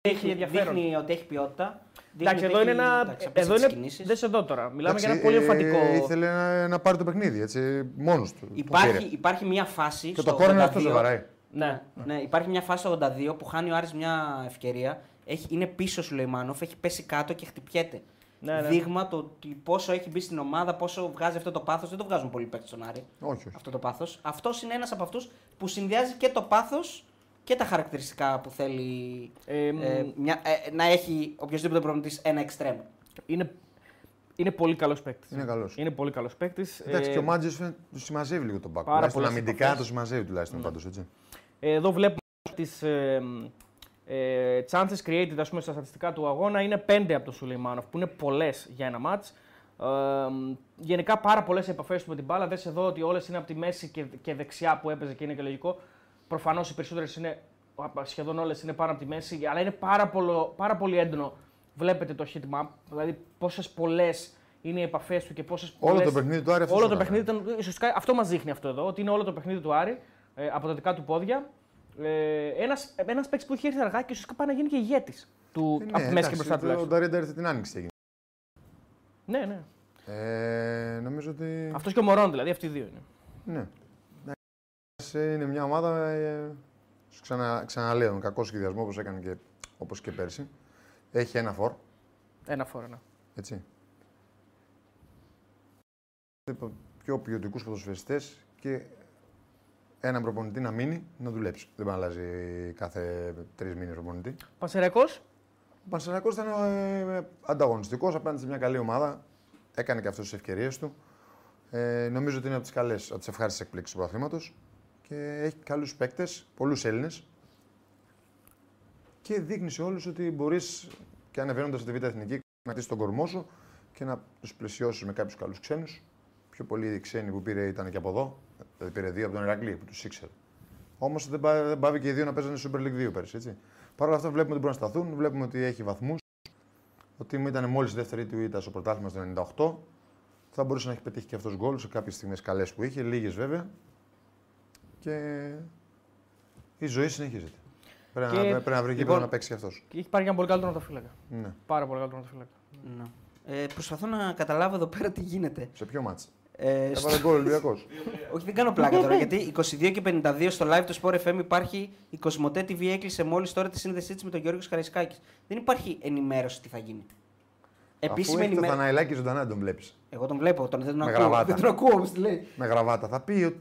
[SPEAKER 2] Έχει ενδιαφέρον.
[SPEAKER 1] Δείχνει ότι έχει ποιότητα. Δείχνει
[SPEAKER 2] Εντάξει,
[SPEAKER 1] ότι
[SPEAKER 2] εδώ είναι
[SPEAKER 1] έχει-
[SPEAKER 2] ένα.
[SPEAKER 1] εντάξει, απίστευτες
[SPEAKER 2] Εδώ είναι.
[SPEAKER 1] κινήσεις.
[SPEAKER 2] Δεν σε δω τώρα. Μιλάμε για ένα
[SPEAKER 3] Εντάξει,
[SPEAKER 2] πολύ
[SPEAKER 3] ε,
[SPEAKER 2] εμφαντικό.
[SPEAKER 3] ήθελε να, να πάρει το παιχνίδι έτσι, μόνος του. το
[SPEAKER 1] Υπάρχει,
[SPEAKER 3] πήρε.
[SPEAKER 1] υπάρχει μια φάση.
[SPEAKER 3] και
[SPEAKER 1] στο
[SPEAKER 3] το κόρνερ αυτό
[SPEAKER 1] 82.
[SPEAKER 3] σε βαράει.
[SPEAKER 2] Ναι.
[SPEAKER 1] Ναι, υπάρχει μια φάση στο 82 που χάνει ο Άρης μια ευκαιρία. Έχει, είναι πίσω ο Σουλεϊμάνοφ, έχει πέσει κάτω και χτυπιέται.
[SPEAKER 2] Ναι, ναι.
[SPEAKER 1] Δείγμα το ότι πόσο έχει μπει στην ομάδα, πόσο βγάζει αυτό το πάθος. Δεν το βγάζουν πολλοί παίκτες στον Άρη.
[SPEAKER 3] Όχι, όχι.
[SPEAKER 1] Αυτό το πάθος. Αυτός είναι ένας από αυτούς που συνδυάζει και το πάθος και τα χαρακτηριστικά που θέλει
[SPEAKER 2] Ε, μ.
[SPEAKER 1] ε, μια- ε, να έχει οποιοδήποτε προπονητής ένα εξτρέμ.
[SPEAKER 2] Είναι, είναι πολύ καλός παίκτης.
[SPEAKER 3] Είναι καλός.
[SPEAKER 2] Είναι πολύ καλός παίκτης.
[SPEAKER 3] Εντάξει, και ο Μάντζε φαίνεται του συμμαζεύει λίγο τον Πάκο.
[SPEAKER 2] Ε, πάρα Ναι.
[SPEAKER 3] Τουλάχιστον
[SPEAKER 2] πολλές
[SPEAKER 3] αμυντικά
[SPEAKER 2] επαφές.
[SPEAKER 3] το συμμαζεύει τουλάχιστον πάντως έτσι.
[SPEAKER 2] εδώ βλέπουμε τις ε, μ, ε, chances created ας πούμε, στα στατιστικά του αγώνα είναι 5 από τον Σουλεϊμάνοφ, που είναι πολλές για ένα μάτ. Ε, μ, γενικά πάρα πολλές επαφές του με την μπάλα. Δες εδώ ότι όλες είναι από τη μέση και, και δεξιά που έπαιζε και είναι και λογικό. Προφανώς οι περισσότερες είναι, α, σχεδόν όλες είναι πάνω από τη μέση, αλλά είναι πάρα, πολλο, πάρα πολύ έντονο. Βλέπετε το heat map, δηλαδή πόσες πολλές είναι οι επαφές του και πόσες
[SPEAKER 3] Όλο το παιχνίδι του Άρη αυτό
[SPEAKER 2] Όλο
[SPEAKER 3] σου
[SPEAKER 2] το
[SPEAKER 3] έκανε.
[SPEAKER 2] παιχνίδι ήταν, ίσως κα- αυτό μας δείχνει αυτό εδώ, ότι είναι όλο το παιχνίδι του Άρη ε, από τα δικά του πόδια. Ε, ένας, ένας παίκτης που είχε έρθει αργά και ίσως πάει να γίνει και ηγέτης
[SPEAKER 3] Ναι,
[SPEAKER 2] του
[SPEAKER 3] Ε,
[SPEAKER 2] από τη μέση και μπροστά
[SPEAKER 3] Ο
[SPEAKER 2] τουλάχιστον.
[SPEAKER 3] Νταρίντα έρθε την άνοιξη έγινε.
[SPEAKER 2] Ναι, ναι.
[SPEAKER 3] Ε, νομίζω ότι.
[SPEAKER 2] Αυτός και ο Μωρόν δηλαδή, αυτοί οι δύο είναι.
[SPEAKER 3] Ναι. Εντάξει, Είναι μια ομάδα. Ε, σου ξανα, ξαναλέω, με κακό σχεδιασμό όπως έκανε και, όπως και πέρσι. Έχει ένα φορ.
[SPEAKER 2] Ένα φορά, ναι.
[SPEAKER 3] Έτσι. από πιο ποιοτικούς ποδοσφαιριστές και έναν προπονητή να μείνει να δουλέψει. Δεν πάει να αλλάζει κάθε τρεις μήνες προπονητή.
[SPEAKER 2] Πανσεραϊκός.
[SPEAKER 3] Ο Πανσεραϊκός ήταν ε, ανταγωνιστικός απέναντι σε μια καλή ομάδα. Έκανε και αυτό τις ευκαιρίες του. Ε, νομίζω ότι είναι από τις καλές, από τις ευχάριστες εκπλήξεις του πρωταθλήματος. Και έχει καλούς παίκτες, πολλούς Έλληνες. Και δείχνει σε όλους ότι μπορείς και ανεβαίνοντας στη Β' Εθνική να χτίσει τον κορμό σου και να τους πλησιώσει με κάποιους καλούς ξένους. Πιο πολλοί ξένοι που πήρε ήταν και από εδώ. Δηλαδή πήρε δύο από τον Ερακλή που τους ήξερε. Όμως δεν, πά- δεν πάβει και οι δύο να παίζανε Super League 2 πέρσι. Έτσι. Παρ' όλα αυτά βλέπουμε ότι μπορούν να σταθούν, βλέπουμε ότι έχει βαθμούς. Ότι μου ήταν μόλις δεύτερη του ήττα στο πρωτάθλημα στο 98. Θα μπορούσε να έχει πετύχει και αυτός γκολ σε κάποιες στιγμές καλές που είχε, λίγες βέβαια. Και η ζωή συνεχίζεται. Πρέπει,
[SPEAKER 2] Και-
[SPEAKER 3] να, πρέπει να βρει
[SPEAKER 2] Λοιπόν-
[SPEAKER 3] γήπεδο να παίξει και αυτό.
[SPEAKER 2] Και έχει πάρει και ένα πολύ καλό τερματοφύλακα.
[SPEAKER 3] Ναι.
[SPEAKER 2] Πάρα πολύ καλό τερματοφύλακα.
[SPEAKER 1] Ναι. Ε, προσπαθώ να καταλάβω εδώ πέρα τι γίνεται.
[SPEAKER 3] Σε ποιο μάτσα.
[SPEAKER 1] Ε, στο-
[SPEAKER 3] Έβαλε γκολ ο Ολυμπιακός.
[SPEAKER 1] Όχι, δεν κάνω πλάκα τώρα, γιατί 22 και 52 στο live του Sport FM υπάρχει η Κοσμοτέ TV έκλεισε μόλις τώρα τη σύνδεσή της με τον Γιώργος Καραϊσκάκης. Δεν υπάρχει ενημέρωση τι θα γίνει.
[SPEAKER 3] Αφού
[SPEAKER 1] Επίσημη
[SPEAKER 3] έχει το
[SPEAKER 1] ενημέρωση.
[SPEAKER 3] Θαναϊλάκη ζωντανά τον βλέπεις.
[SPEAKER 1] Εγώ τον βλέπω, τον, δεν τον
[SPEAKER 3] Με
[SPEAKER 1] ακούω.
[SPEAKER 3] γραβάτα.
[SPEAKER 1] Δεν τον ακούω όμως τι λέει.
[SPEAKER 3] Με γραβάτα. Θα πει ότι.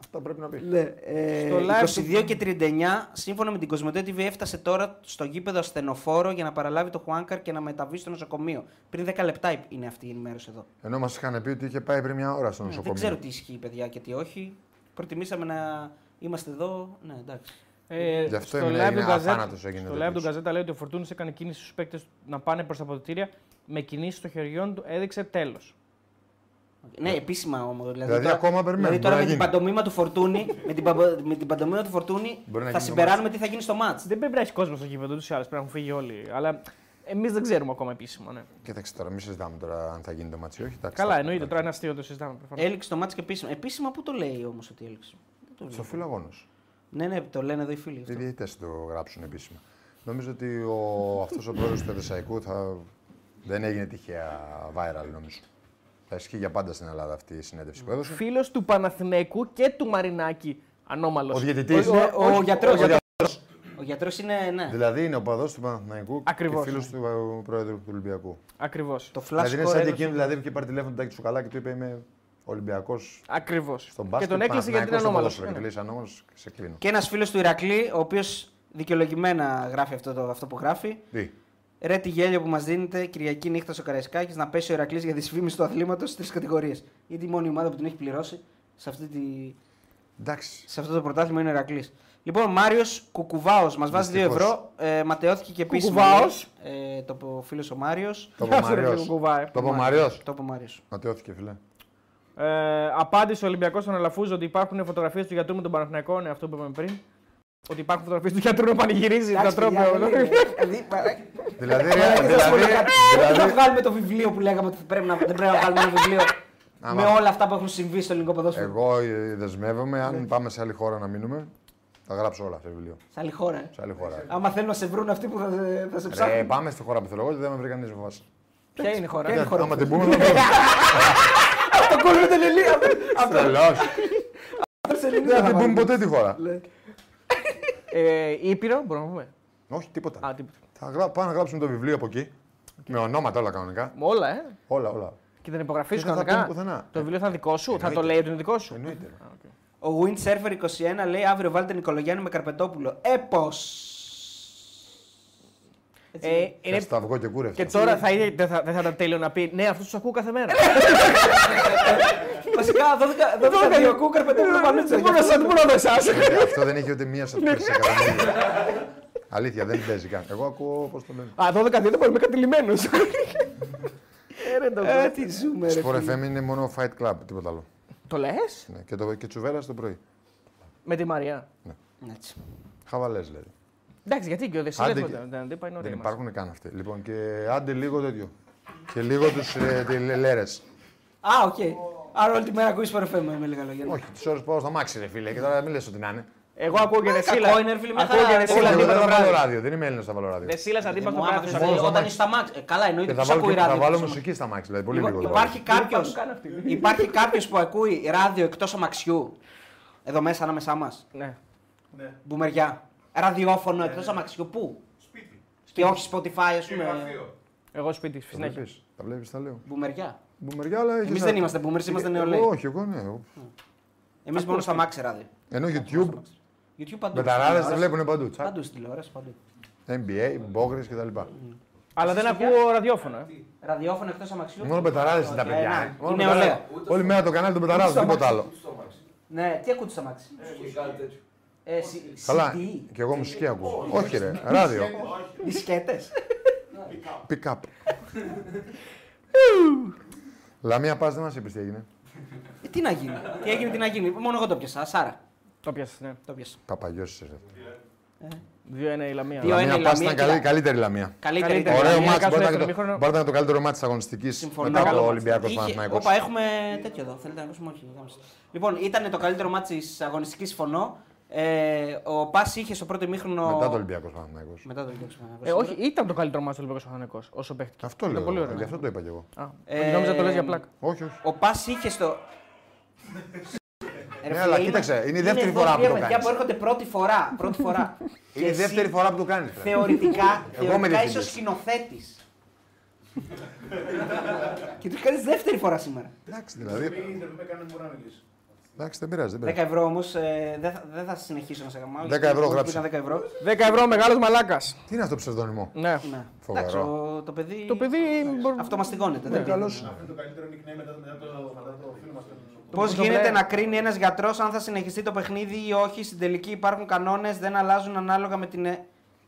[SPEAKER 3] Αυτά πρέπει να πει.
[SPEAKER 1] Λέ, ε,
[SPEAKER 2] Στο live
[SPEAKER 1] 22 και 39, σύμφωνα με την Κοσμοτέ TV, έφτασε τώρα στο γήπεδο ασθενοφόρο για να παραλάβει το Χουάνκαρ και να μεταβεί στο νοσοκομείο. Πριν 10 λεπτά είναι αυτή η ενημέρωση εδώ.
[SPEAKER 3] Ενώ μας είχαν πει ότι είχε πάει πριν μια ώρα στο
[SPEAKER 1] Ναι,
[SPEAKER 3] νοσοκομείο.
[SPEAKER 1] δεν ξέρω τι ισχύει, παιδιά, και τι όχι. Προτιμήσαμε να είμαστε εδώ. Ναι, εντάξει.
[SPEAKER 2] Ε,
[SPEAKER 3] Γι' αυτό
[SPEAKER 2] στο
[SPEAKER 3] έμεινε-
[SPEAKER 2] live
[SPEAKER 3] είναι
[SPEAKER 2] του Γκαζέτα-
[SPEAKER 3] αθάνατος έγινε
[SPEAKER 2] Στο
[SPEAKER 3] το
[SPEAKER 2] live του
[SPEAKER 3] τέτοιο.
[SPEAKER 2] Γκαζέτα λέει ότι ο Φορτούνης έκανε κίνηση στους παίκτες να πάνε προς τα ποδητήρια με κινήσεις των χεριών του. Έδειξε τέλος.
[SPEAKER 1] Ναι, επίσημα όμως. Δηλαδή,
[SPEAKER 3] Δηλαδή,
[SPEAKER 1] τώρα,
[SPEAKER 3] ακόμα περιμένουμε,
[SPEAKER 1] Δηλαδή τώρα
[SPEAKER 3] μπορεί
[SPEAKER 1] με
[SPEAKER 3] να
[SPEAKER 1] την,
[SPEAKER 3] γίνει.
[SPEAKER 1] παντομήμα του φορτούνη, με, την, παμπο- με την παντομήμα του φορτούνη
[SPEAKER 3] Μπορεί να
[SPEAKER 1] θα
[SPEAKER 3] γίνει το
[SPEAKER 1] συμπεράνουμε τι θα γίνει στο μάτς.
[SPEAKER 2] Δεν πρέπει να έχει κόσμο στο γήπεδο του ή άλλως. Πρέπει να έχουν φύγει όλοι. Αλλά εμείς δεν ξέρουμε ακόμα επίσημα. Ναι.
[SPEAKER 3] Κοίταξε τώρα, μην συζητάμε τώρα αν θα γίνει το μάτσο ή όχι. εντάξει,
[SPEAKER 2] Καλά,
[SPEAKER 3] θα-
[SPEAKER 2] εννοείται τώρα είναι αστείο το συζητάμε προφανώς.
[SPEAKER 1] Έληξε το μάτς και επίσημα. Επίσημα πού το λέει όμως ότι έληξε. Δεν το
[SPEAKER 3] Στο
[SPEAKER 1] λέει.
[SPEAKER 3] φίλο αγώνα.
[SPEAKER 1] Ναι, ναι, το λένε εδώ οι φίλοι.
[SPEAKER 3] Οι
[SPEAKER 1] αυτό.
[SPEAKER 3] διαιτητές το γράψουν επίσημα. Νομίζω ότι ο, αυτός ο πρόεδρος του Εδεσαϊκού θα... δεν έγινε τυχαία viral νομίζω. Θα ισχύει για πάντα στην Ελλάδα αυτή η συνέντευξη που έδωσε.
[SPEAKER 2] Φίλος του Παναθηναϊκού και του Μαρινάκη. Ανώμαλος.
[SPEAKER 3] Ο διαιτητής.
[SPEAKER 1] Ο, ο, ο,
[SPEAKER 3] Όχι,
[SPEAKER 1] γιατρός-
[SPEAKER 3] ο δια-
[SPEAKER 1] ο γιατρός είναι. Ναι,
[SPEAKER 3] Δηλαδή είναι ο παδός του Παναθηναϊκού
[SPEAKER 2] Ακριβώς,
[SPEAKER 3] και φίλος του ε, πρόεδρου του Ολυμπιακού.
[SPEAKER 2] Ακριβώς.
[SPEAKER 1] το flash
[SPEAKER 3] δηλαδή είναι σαν
[SPEAKER 1] score.
[SPEAKER 3] και εκείνο δηλαδή, που είχε πάρει τηλέφωνο του Τάκη Τσουκαλά και του είπε Είμαι Ολυμπιακός
[SPEAKER 2] Ακριβώς.
[SPEAKER 3] στον μπάσκετ.
[SPEAKER 2] Και τον έκλεισε γιατί
[SPEAKER 3] Παναθηναϊκός
[SPEAKER 2] είναι ναι. ανώμαλο.
[SPEAKER 3] στο ποδόσφαιρο. Και του λέει «Ανώμαλος και σε κλείνω.
[SPEAKER 1] Και ένας φίλος του Ηρακλή, ο οποίος δικαιολογημένα γράφει αυτό, το, αυτό που γράφει.
[SPEAKER 3] Τι.
[SPEAKER 1] Ρε τη γέλιο που μας δίνετε Κυριακή νύχτα στο Καραϊσκάκης να πέσει ο Ηρακλή για δυσφήμιση του αθλήματος στις τρεις κατηγορίες. Γιατί η μόνη ομάδα που την έχει πληρώσει σε, αυτή τη...
[SPEAKER 3] Εντάξει.
[SPEAKER 1] σε αυτό το πρωτάθλημα είναι ο Ηρακλή. Λοιπόν, Μάριος Κουκουβάος μας βάζει 2
[SPEAKER 3] Δυστυχώς.
[SPEAKER 1] ευρώ. Ε, ματαιώθηκε και επίσημα.
[SPEAKER 2] Κουκουβάος.
[SPEAKER 1] Ε, το φίλος ο Μάριος.
[SPEAKER 3] Το
[SPEAKER 2] Γεια σου, ρε,
[SPEAKER 3] Πομαριός.
[SPEAKER 2] φίλε Κουβάη.
[SPEAKER 3] Το Πομαριός.
[SPEAKER 1] Το είπε ο Μάριος.
[SPEAKER 3] Ματαιώθηκε, φίλε.
[SPEAKER 2] Ε, απάντησε ο Ολυμπιακός στον Αλαφούζο ότι υπάρχουν φωτογραφίες του γιατρού με τον Παναθηναϊκό. Ναι, αυτό που είπαμε πριν. Ότι υπάρχουν φωτογραφίες του γιατρού να πανηγυρίζει τα τρόπια.
[SPEAKER 3] δηλαδή,
[SPEAKER 2] Ε,
[SPEAKER 3] ρε,
[SPEAKER 1] Μαλάκα, θα σου πω
[SPEAKER 3] δηλαδή,
[SPEAKER 1] κάτι. Δεν θα
[SPEAKER 3] δηλαδή,
[SPEAKER 1] βγάλουμε το βιβλίο που λέγαμε ότι πρέπει να, δεν πρέπει να βγάλουμε ένα βιβλίο
[SPEAKER 3] Άμα.
[SPEAKER 1] με όλα αυτά που έχουν συμβεί στο ελληνικό ποδόσφαιρο.
[SPEAKER 3] Εγώ ε, δεσμεύομαι, αν πάμε σε άλλη χώρα να μείνουμε, θα γράψω όλα σε βιβλίο.
[SPEAKER 1] Σε άλλη χώρα. ε.
[SPEAKER 3] Σε άλλη χώρα.
[SPEAKER 1] Άμα θέλουν να σε βρουν αυτοί που θα, σε- θα σε ψάχνουν.
[SPEAKER 3] Ρε, πάμε στη χώρα που θέλω εγώ, γιατί δεν με βρει κανεί βάση.
[SPEAKER 2] Ποια είναι η χώρα.
[SPEAKER 1] Ποια είναι η χώρα.
[SPEAKER 3] Άμα την πούμε, θα πάμε.
[SPEAKER 1] Το κόλλημα ήταν Ελία.
[SPEAKER 3] Τρελός.
[SPEAKER 1] Αυτό Ελληνίδα.
[SPEAKER 3] Δεν θα την πούμε ποτέ τη χώρα.
[SPEAKER 2] Ε, Ήπειρο, μπορούμε να πούμε.
[SPEAKER 3] Όχι,
[SPEAKER 2] Α,
[SPEAKER 3] τίποτα.
[SPEAKER 2] τίποτα.
[SPEAKER 3] Θα γρά- πάμε να γράψουμε το βιβλίο από εκεί. Με ονόματα όλα κανονικά.
[SPEAKER 2] Με όλα, ε.
[SPEAKER 3] Όλα, όλα.
[SPEAKER 2] Και την υπογραφή
[SPEAKER 3] Και
[SPEAKER 2] σου
[SPEAKER 3] δεν θα
[SPEAKER 2] κανονικά.
[SPEAKER 3] πούμε πουθενά.
[SPEAKER 2] Το βιβλίο θα είναι δικό σου, θα το
[SPEAKER 3] Εννοείται.
[SPEAKER 2] λέει ότι είναι δικό σου.
[SPEAKER 3] Εννοείται.
[SPEAKER 1] Ο Windsurfer21 λέει αύριο βάλτε Νικολογιάννη με Καρπετόπουλο. Έπω.
[SPEAKER 2] Ε, είναι...
[SPEAKER 3] Θα τα βγω και
[SPEAKER 2] Και
[SPEAKER 3] κούρευτα.
[SPEAKER 2] τώρα θα είναι, δεν, θα, δεν θα ήταν τέλειο να πει Ναι, αυτούς τους ακούω κάθε μέρα.
[SPEAKER 1] Βασικά 12 12 διοκού Καρπετόπουλο Παλούτσα.
[SPEAKER 2] Δεν μπορώ να σα δεν μπορώ να εσάς.
[SPEAKER 3] Ε, Αυτό δεν έχει ούτε μία σε αυτές τις εκατομμύρια. Αλήθεια, δεν παίζει καν. Εγώ ακούω πώς το λένε.
[SPEAKER 2] Α, 12 δεν μπορούμε κάτι λιμένος.
[SPEAKER 1] Τι ζούμε, ρε.
[SPEAKER 3] Σπορ FM είναι μόνο Fight Club, τίποτα άλλο.
[SPEAKER 2] Το λες
[SPEAKER 3] Ναι, Και, το, και τσουβέρας το πρωί.
[SPEAKER 2] με τη Μαριά.
[SPEAKER 1] Έτσι.
[SPEAKER 3] Χαβαλές δηλαδή.
[SPEAKER 2] Εντάξει, γιατί και ο
[SPEAKER 3] Άντε
[SPEAKER 2] Δεσίλε
[SPEAKER 3] και-
[SPEAKER 2] δεν πάει
[SPEAKER 3] Δεν
[SPEAKER 2] νωρίτερα.
[SPEAKER 3] υπάρχουν καν αυτοί. Λοιπόν, και άντε λίγο τέτοιο. Και λίγο τους ε, τηλελέρε.
[SPEAKER 1] Α, οκ. Άρα όλη τη μέρα ακούεις παρεφέμα με λίγα λόγια.
[SPEAKER 3] Όχι, τις ώρες που πάω στα μάξι, ρε φίλε, και τώρα μην λες ότι να είναι.
[SPEAKER 2] Εγώ ακούω και Δεσίλα.
[SPEAKER 1] κακό είναι, ρε φίλε, μια
[SPEAKER 2] Ακούω
[SPEAKER 1] χαρά.
[SPEAKER 2] και
[SPEAKER 3] Όχι,
[SPEAKER 2] Δεσίλα
[SPEAKER 3] εγώ δεν
[SPEAKER 2] αντίπαλο
[SPEAKER 3] θα βάλω
[SPEAKER 2] βράδυ.
[SPEAKER 3] ράδιο, δεν είμαι Έλληνας θα βάλω ράδυο.
[SPEAKER 2] Δεσίλα αντίπαλο
[SPEAKER 1] Ε, Μου άμα
[SPEAKER 2] βράδυ.
[SPEAKER 1] θες
[SPEAKER 2] στο
[SPEAKER 1] να λέει,
[SPEAKER 3] μόνο
[SPEAKER 2] Δεσίλα.
[SPEAKER 3] στα
[SPEAKER 1] Όταν είσαι στα
[SPEAKER 3] μάξια.
[SPEAKER 1] μάξ. ε, Καλά, εννοείται
[SPEAKER 3] Και θα
[SPEAKER 1] πως
[SPEAKER 3] βάλω,
[SPEAKER 1] ακούει
[SPEAKER 3] και, θα
[SPEAKER 1] ράδιο.
[SPEAKER 3] βάλω
[SPEAKER 1] τόσο.
[SPEAKER 3] μουσική στα μάξι, δηλαδή πολύ
[SPEAKER 1] Λοιπόν,
[SPEAKER 3] λίγο. θα βάλω.
[SPEAKER 1] υπάρχει κάποιο υπάρχει κάποιος που ακούει ράδιο εκτός αμαξιού. Εδώ μέσα, ανάμεσά μας.
[SPEAKER 2] Ναι.
[SPEAKER 1] Μπουμεριά. Ραδιόφωνο εκτός αμαξιού. Πού? Σπίτι. Και όχι Spotify, ας πούμε.
[SPEAKER 2] Εγώ σπίτι,
[SPEAKER 3] Θα το
[SPEAKER 2] συνέχεια.
[SPEAKER 3] πεις. Τα βλέπεις, τα λέω.
[SPEAKER 1] Μπουμεριά.
[SPEAKER 3] Μπουμεριά, αλλά έχεις
[SPEAKER 1] Εμείς
[SPEAKER 3] να-
[SPEAKER 1] δεν είμαστε boomers, είμαστε
[SPEAKER 3] Εγώ-
[SPEAKER 1] νεολαίοι.
[SPEAKER 3] Όχι, εγώ ναι. εγώ-
[SPEAKER 1] Εμείς μόνο στα Max ράδι.
[SPEAKER 3] Ενώ YouTube,
[SPEAKER 1] YouTube παντού.
[SPEAKER 3] μπεταράδε
[SPEAKER 1] Στην τηλεόραση.
[SPEAKER 3] τα βλέπουν παντού. τσακ.
[SPEAKER 1] Παντού στην τηλεόραση, παντού.
[SPEAKER 3] NBA, μπόγρε κτλ.
[SPEAKER 2] Αλλά δεν ακούω ραδιόφωνο. Ε.
[SPEAKER 1] Ραδιόφωνο εκτός αμαξιού.
[SPEAKER 3] Μόνο πεταράδε είναι τα
[SPEAKER 1] ναι.
[SPEAKER 3] παιδιά. ε. Μόνο
[SPEAKER 1] Είναι
[SPEAKER 3] πεταράδες.
[SPEAKER 1] ωραία.
[SPEAKER 3] Όλη μέρα το κανάλι των πεταράδων, τίποτα άλλο.
[SPEAKER 1] Ναι, τι ακούτε στα Max. Ε, σι-
[SPEAKER 3] Καλά,
[SPEAKER 1] CD,
[SPEAKER 3] και εγώ μουσική ακούω. Όχι, ρε, ράδιο.
[SPEAKER 1] δισκέτε.
[SPEAKER 3] Pick up. Λαμία πας, δεν μας είπες τι έγινε.
[SPEAKER 1] Ε, Τι να γίνει. Τι έγινε, τι να γίνει. Μόνο εγώ το πιασα. Σάρα.
[SPEAKER 2] Το πιάσες, ναι.
[SPEAKER 1] Το πιασα.
[SPEAKER 3] Παπαγιώσεις, ρε.
[SPEAKER 2] 2-1 η Λαμία.
[SPEAKER 1] Δύο-
[SPEAKER 3] Λαμία
[SPEAKER 1] η
[SPEAKER 3] πα
[SPEAKER 1] Λαμία,
[SPEAKER 3] ήταν καλή,
[SPEAKER 1] κοίτα.
[SPEAKER 3] καλύτερη Λαμία.
[SPEAKER 1] Καλύτερη
[SPEAKER 2] Ωραίο
[SPEAKER 1] ήταν.
[SPEAKER 2] Λαμία,
[SPEAKER 3] Ωραίο μάτι.
[SPEAKER 2] κάτσε
[SPEAKER 3] Μπορεί να
[SPEAKER 2] στο
[SPEAKER 3] ήταν το-
[SPEAKER 2] ημίχρονο.
[SPEAKER 3] μπορεί να ήταν το καλύτερο μάτι της αγωνιστικής
[SPEAKER 1] Συμφωνώ.
[SPEAKER 3] μετά
[SPEAKER 1] Καλό
[SPEAKER 3] το
[SPEAKER 1] μάτς.
[SPEAKER 3] Ολυμπιακό
[SPEAKER 1] Είχε-
[SPEAKER 3] Παναθηναϊκός.
[SPEAKER 1] Όπα, έχουμε τέτοιο εδώ. Θέλετε να ακούσουμε, όχι. γάμισε. Λοιπόν, ήταν το καλύτερο μάτι της αγωνιστικής φωνό. Ε, ο Πα είχε στο πρώτο ημίχρονο.
[SPEAKER 3] Μετά το Ολυμπιακός Παναθηναϊκός.
[SPEAKER 1] Μετά το Ολυμπιακός.
[SPEAKER 2] Ε, όχι, ήταν το καλύτερο μάτι του Ολυμπιακού Παναθηναϊκός όσο παίχτηκε.
[SPEAKER 3] Αυτό
[SPEAKER 2] Ήταν
[SPEAKER 3] λέω.
[SPEAKER 2] Πολύ
[SPEAKER 3] εγώ,
[SPEAKER 2] ωραίο.
[SPEAKER 1] ναι.
[SPEAKER 3] Γι' αυτό το είπα κι εγώ.
[SPEAKER 2] Α,
[SPEAKER 1] Ε,
[SPEAKER 2] νόμιζα το λες για πλάκα.
[SPEAKER 3] Όχι, όχι.
[SPEAKER 1] Ο Πα είχε στο. Ρε
[SPEAKER 3] Ναι,
[SPEAKER 1] φίλε,
[SPEAKER 3] αλλά
[SPEAKER 1] είμαι-
[SPEAKER 3] κοίταξε, είναι η δεύτερη
[SPEAKER 1] εδώ
[SPEAKER 3] φορά που
[SPEAKER 1] τρία
[SPEAKER 3] το
[SPEAKER 1] παιδιά
[SPEAKER 3] κάνεις.
[SPEAKER 1] που έρχονται πρώτη φορά. Πρώτη φορά.
[SPEAKER 3] Είναι η
[SPEAKER 1] εσύ
[SPEAKER 3] δεύτερη φορά που το κάνεις.
[SPEAKER 1] Θεωρητικά,
[SPEAKER 3] με
[SPEAKER 1] θεωρητικά
[SPEAKER 3] διευθυντής.
[SPEAKER 1] είσαι ο σκηνοθέτης. και του κάνεις δεύτερη φορά σήμερα.
[SPEAKER 3] Εντάξει, δηλαδή. Εντάξει, δεν πειράζει. δεν
[SPEAKER 1] 10
[SPEAKER 3] πειράζει.
[SPEAKER 1] ευρώ όμως δεν θα, δεν θα συνεχίσω να σε γαμάω.
[SPEAKER 3] 10
[SPEAKER 1] γιατί
[SPEAKER 3] ευρώ
[SPEAKER 1] ήταν
[SPEAKER 3] γράψε.
[SPEAKER 1] 10 ευρώ.
[SPEAKER 2] 10 ευρώ μεγάλος μαλάκας.
[SPEAKER 3] Τι είναι αυτό το ψευδόνυμο.
[SPEAKER 2] Ναι.
[SPEAKER 1] Ναι.
[SPEAKER 3] Φοβερό.
[SPEAKER 1] Εντάξει, ο- το παιδί.
[SPEAKER 2] Το παιδί. Ναι, μπο-
[SPEAKER 1] Αυτό μαστιγώνεται. δεν
[SPEAKER 3] Καλώ.
[SPEAKER 1] Πώς
[SPEAKER 2] Το
[SPEAKER 1] γίνεται
[SPEAKER 2] βλέ-
[SPEAKER 1] να κρίνει ένας γιατρός αν θα συνεχιστεί το παιχνίδι ή όχι. Στην τελική υπάρχουν κανόνες, δεν αλλάζουν ανάλογα με την ε-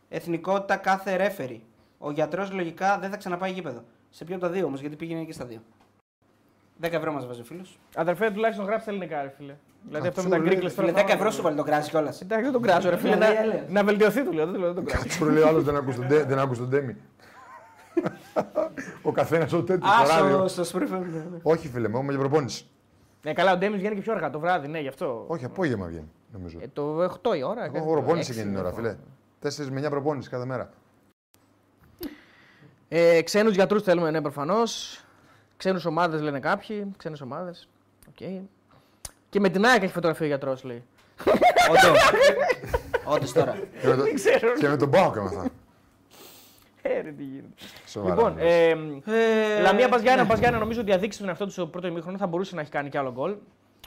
[SPEAKER 1] εθνικότητα κάθε ρέφερη. Ο γιατρός λογικά δεν θα ξαναπάει γήπεδο. Σε ποιο από τα δύο όμως, γιατί πήγαινε και στα δύο. 10 ευρώ μας βάζει ο φίλος.
[SPEAKER 2] Αδερφέ, τουλάχιστον γράψει ελληνικά, ρε φίλε. Δηλαδή αυτό με τα
[SPEAKER 3] Κατσούλη.
[SPEAKER 2] γκρίκλε τώρα.
[SPEAKER 1] Φίλε, 10 ευρώ σου βάλει τον κράζι κιόλας.
[SPEAKER 2] Εντάξει, δεν τον κράζω, ρε φίλε.
[SPEAKER 1] Ναι, ναι,
[SPEAKER 2] να,
[SPEAKER 1] ναι.
[SPEAKER 2] να βελτιωθεί του λέω. Δεν του λέω, δεν τον κράζω.
[SPEAKER 3] Σου λέει ο άλλος δεν άκουσε τον Ντέ- δεν άκουσε τον Ντέμι. Ο καθένας ο τέτοιος.
[SPEAKER 1] Α,
[SPEAKER 3] το ράδιο.
[SPEAKER 1] στο, στο σπρίφερ, ναι, ναι.
[SPEAKER 3] Όχι, φίλε, μου για προπόνηση.
[SPEAKER 2] Ναι, καλά, ο Ντέμις βγαίνει και πιο αργά το βράδυ, ναι, γι' αυτό.
[SPEAKER 3] Όχι, απόγευμα βγαίνει, νομίζω.
[SPEAKER 2] Ε, το 8 η ώρα.
[SPEAKER 3] Εγώ
[SPEAKER 2] κάτι
[SPEAKER 3] έχω προπόνηση
[SPEAKER 2] έξι, λοιπόν.
[SPEAKER 3] εκείνη την
[SPEAKER 2] δεν
[SPEAKER 3] ώρα,
[SPEAKER 2] θυμάμαι.
[SPEAKER 3] φίλε. Τέσσερις με 9 προπόνηση κάθε μέρα.
[SPEAKER 2] Ε, Ξένους γιατρούς θέλουμε, ναι, προφανώς. Ξένου ομάδες λένε κάποιοι. Ξένες ομάδες. Okay. Και με την ΑΕΚ έχει φωτογραφία ο γιατρός, λέει.
[SPEAKER 1] Όντως. Όντως τώρα.
[SPEAKER 3] Και με το-
[SPEAKER 2] ξέρω.
[SPEAKER 3] Και με τον Πάο έμαθα.
[SPEAKER 2] Ε, ρε, τι γίνεται.
[SPEAKER 3] Σοβαρά. ναι.
[SPEAKER 2] Λοιπόν,
[SPEAKER 3] μιλάω.
[SPEAKER 2] ε, ναι. Λαμία Παζιάννα, Παζιάννα, νομίζω ότι αδείξει τον εαυτό του στο πρώτο ημίχρονο θα μπορούσε να έχει κάνει κι άλλο γκολ.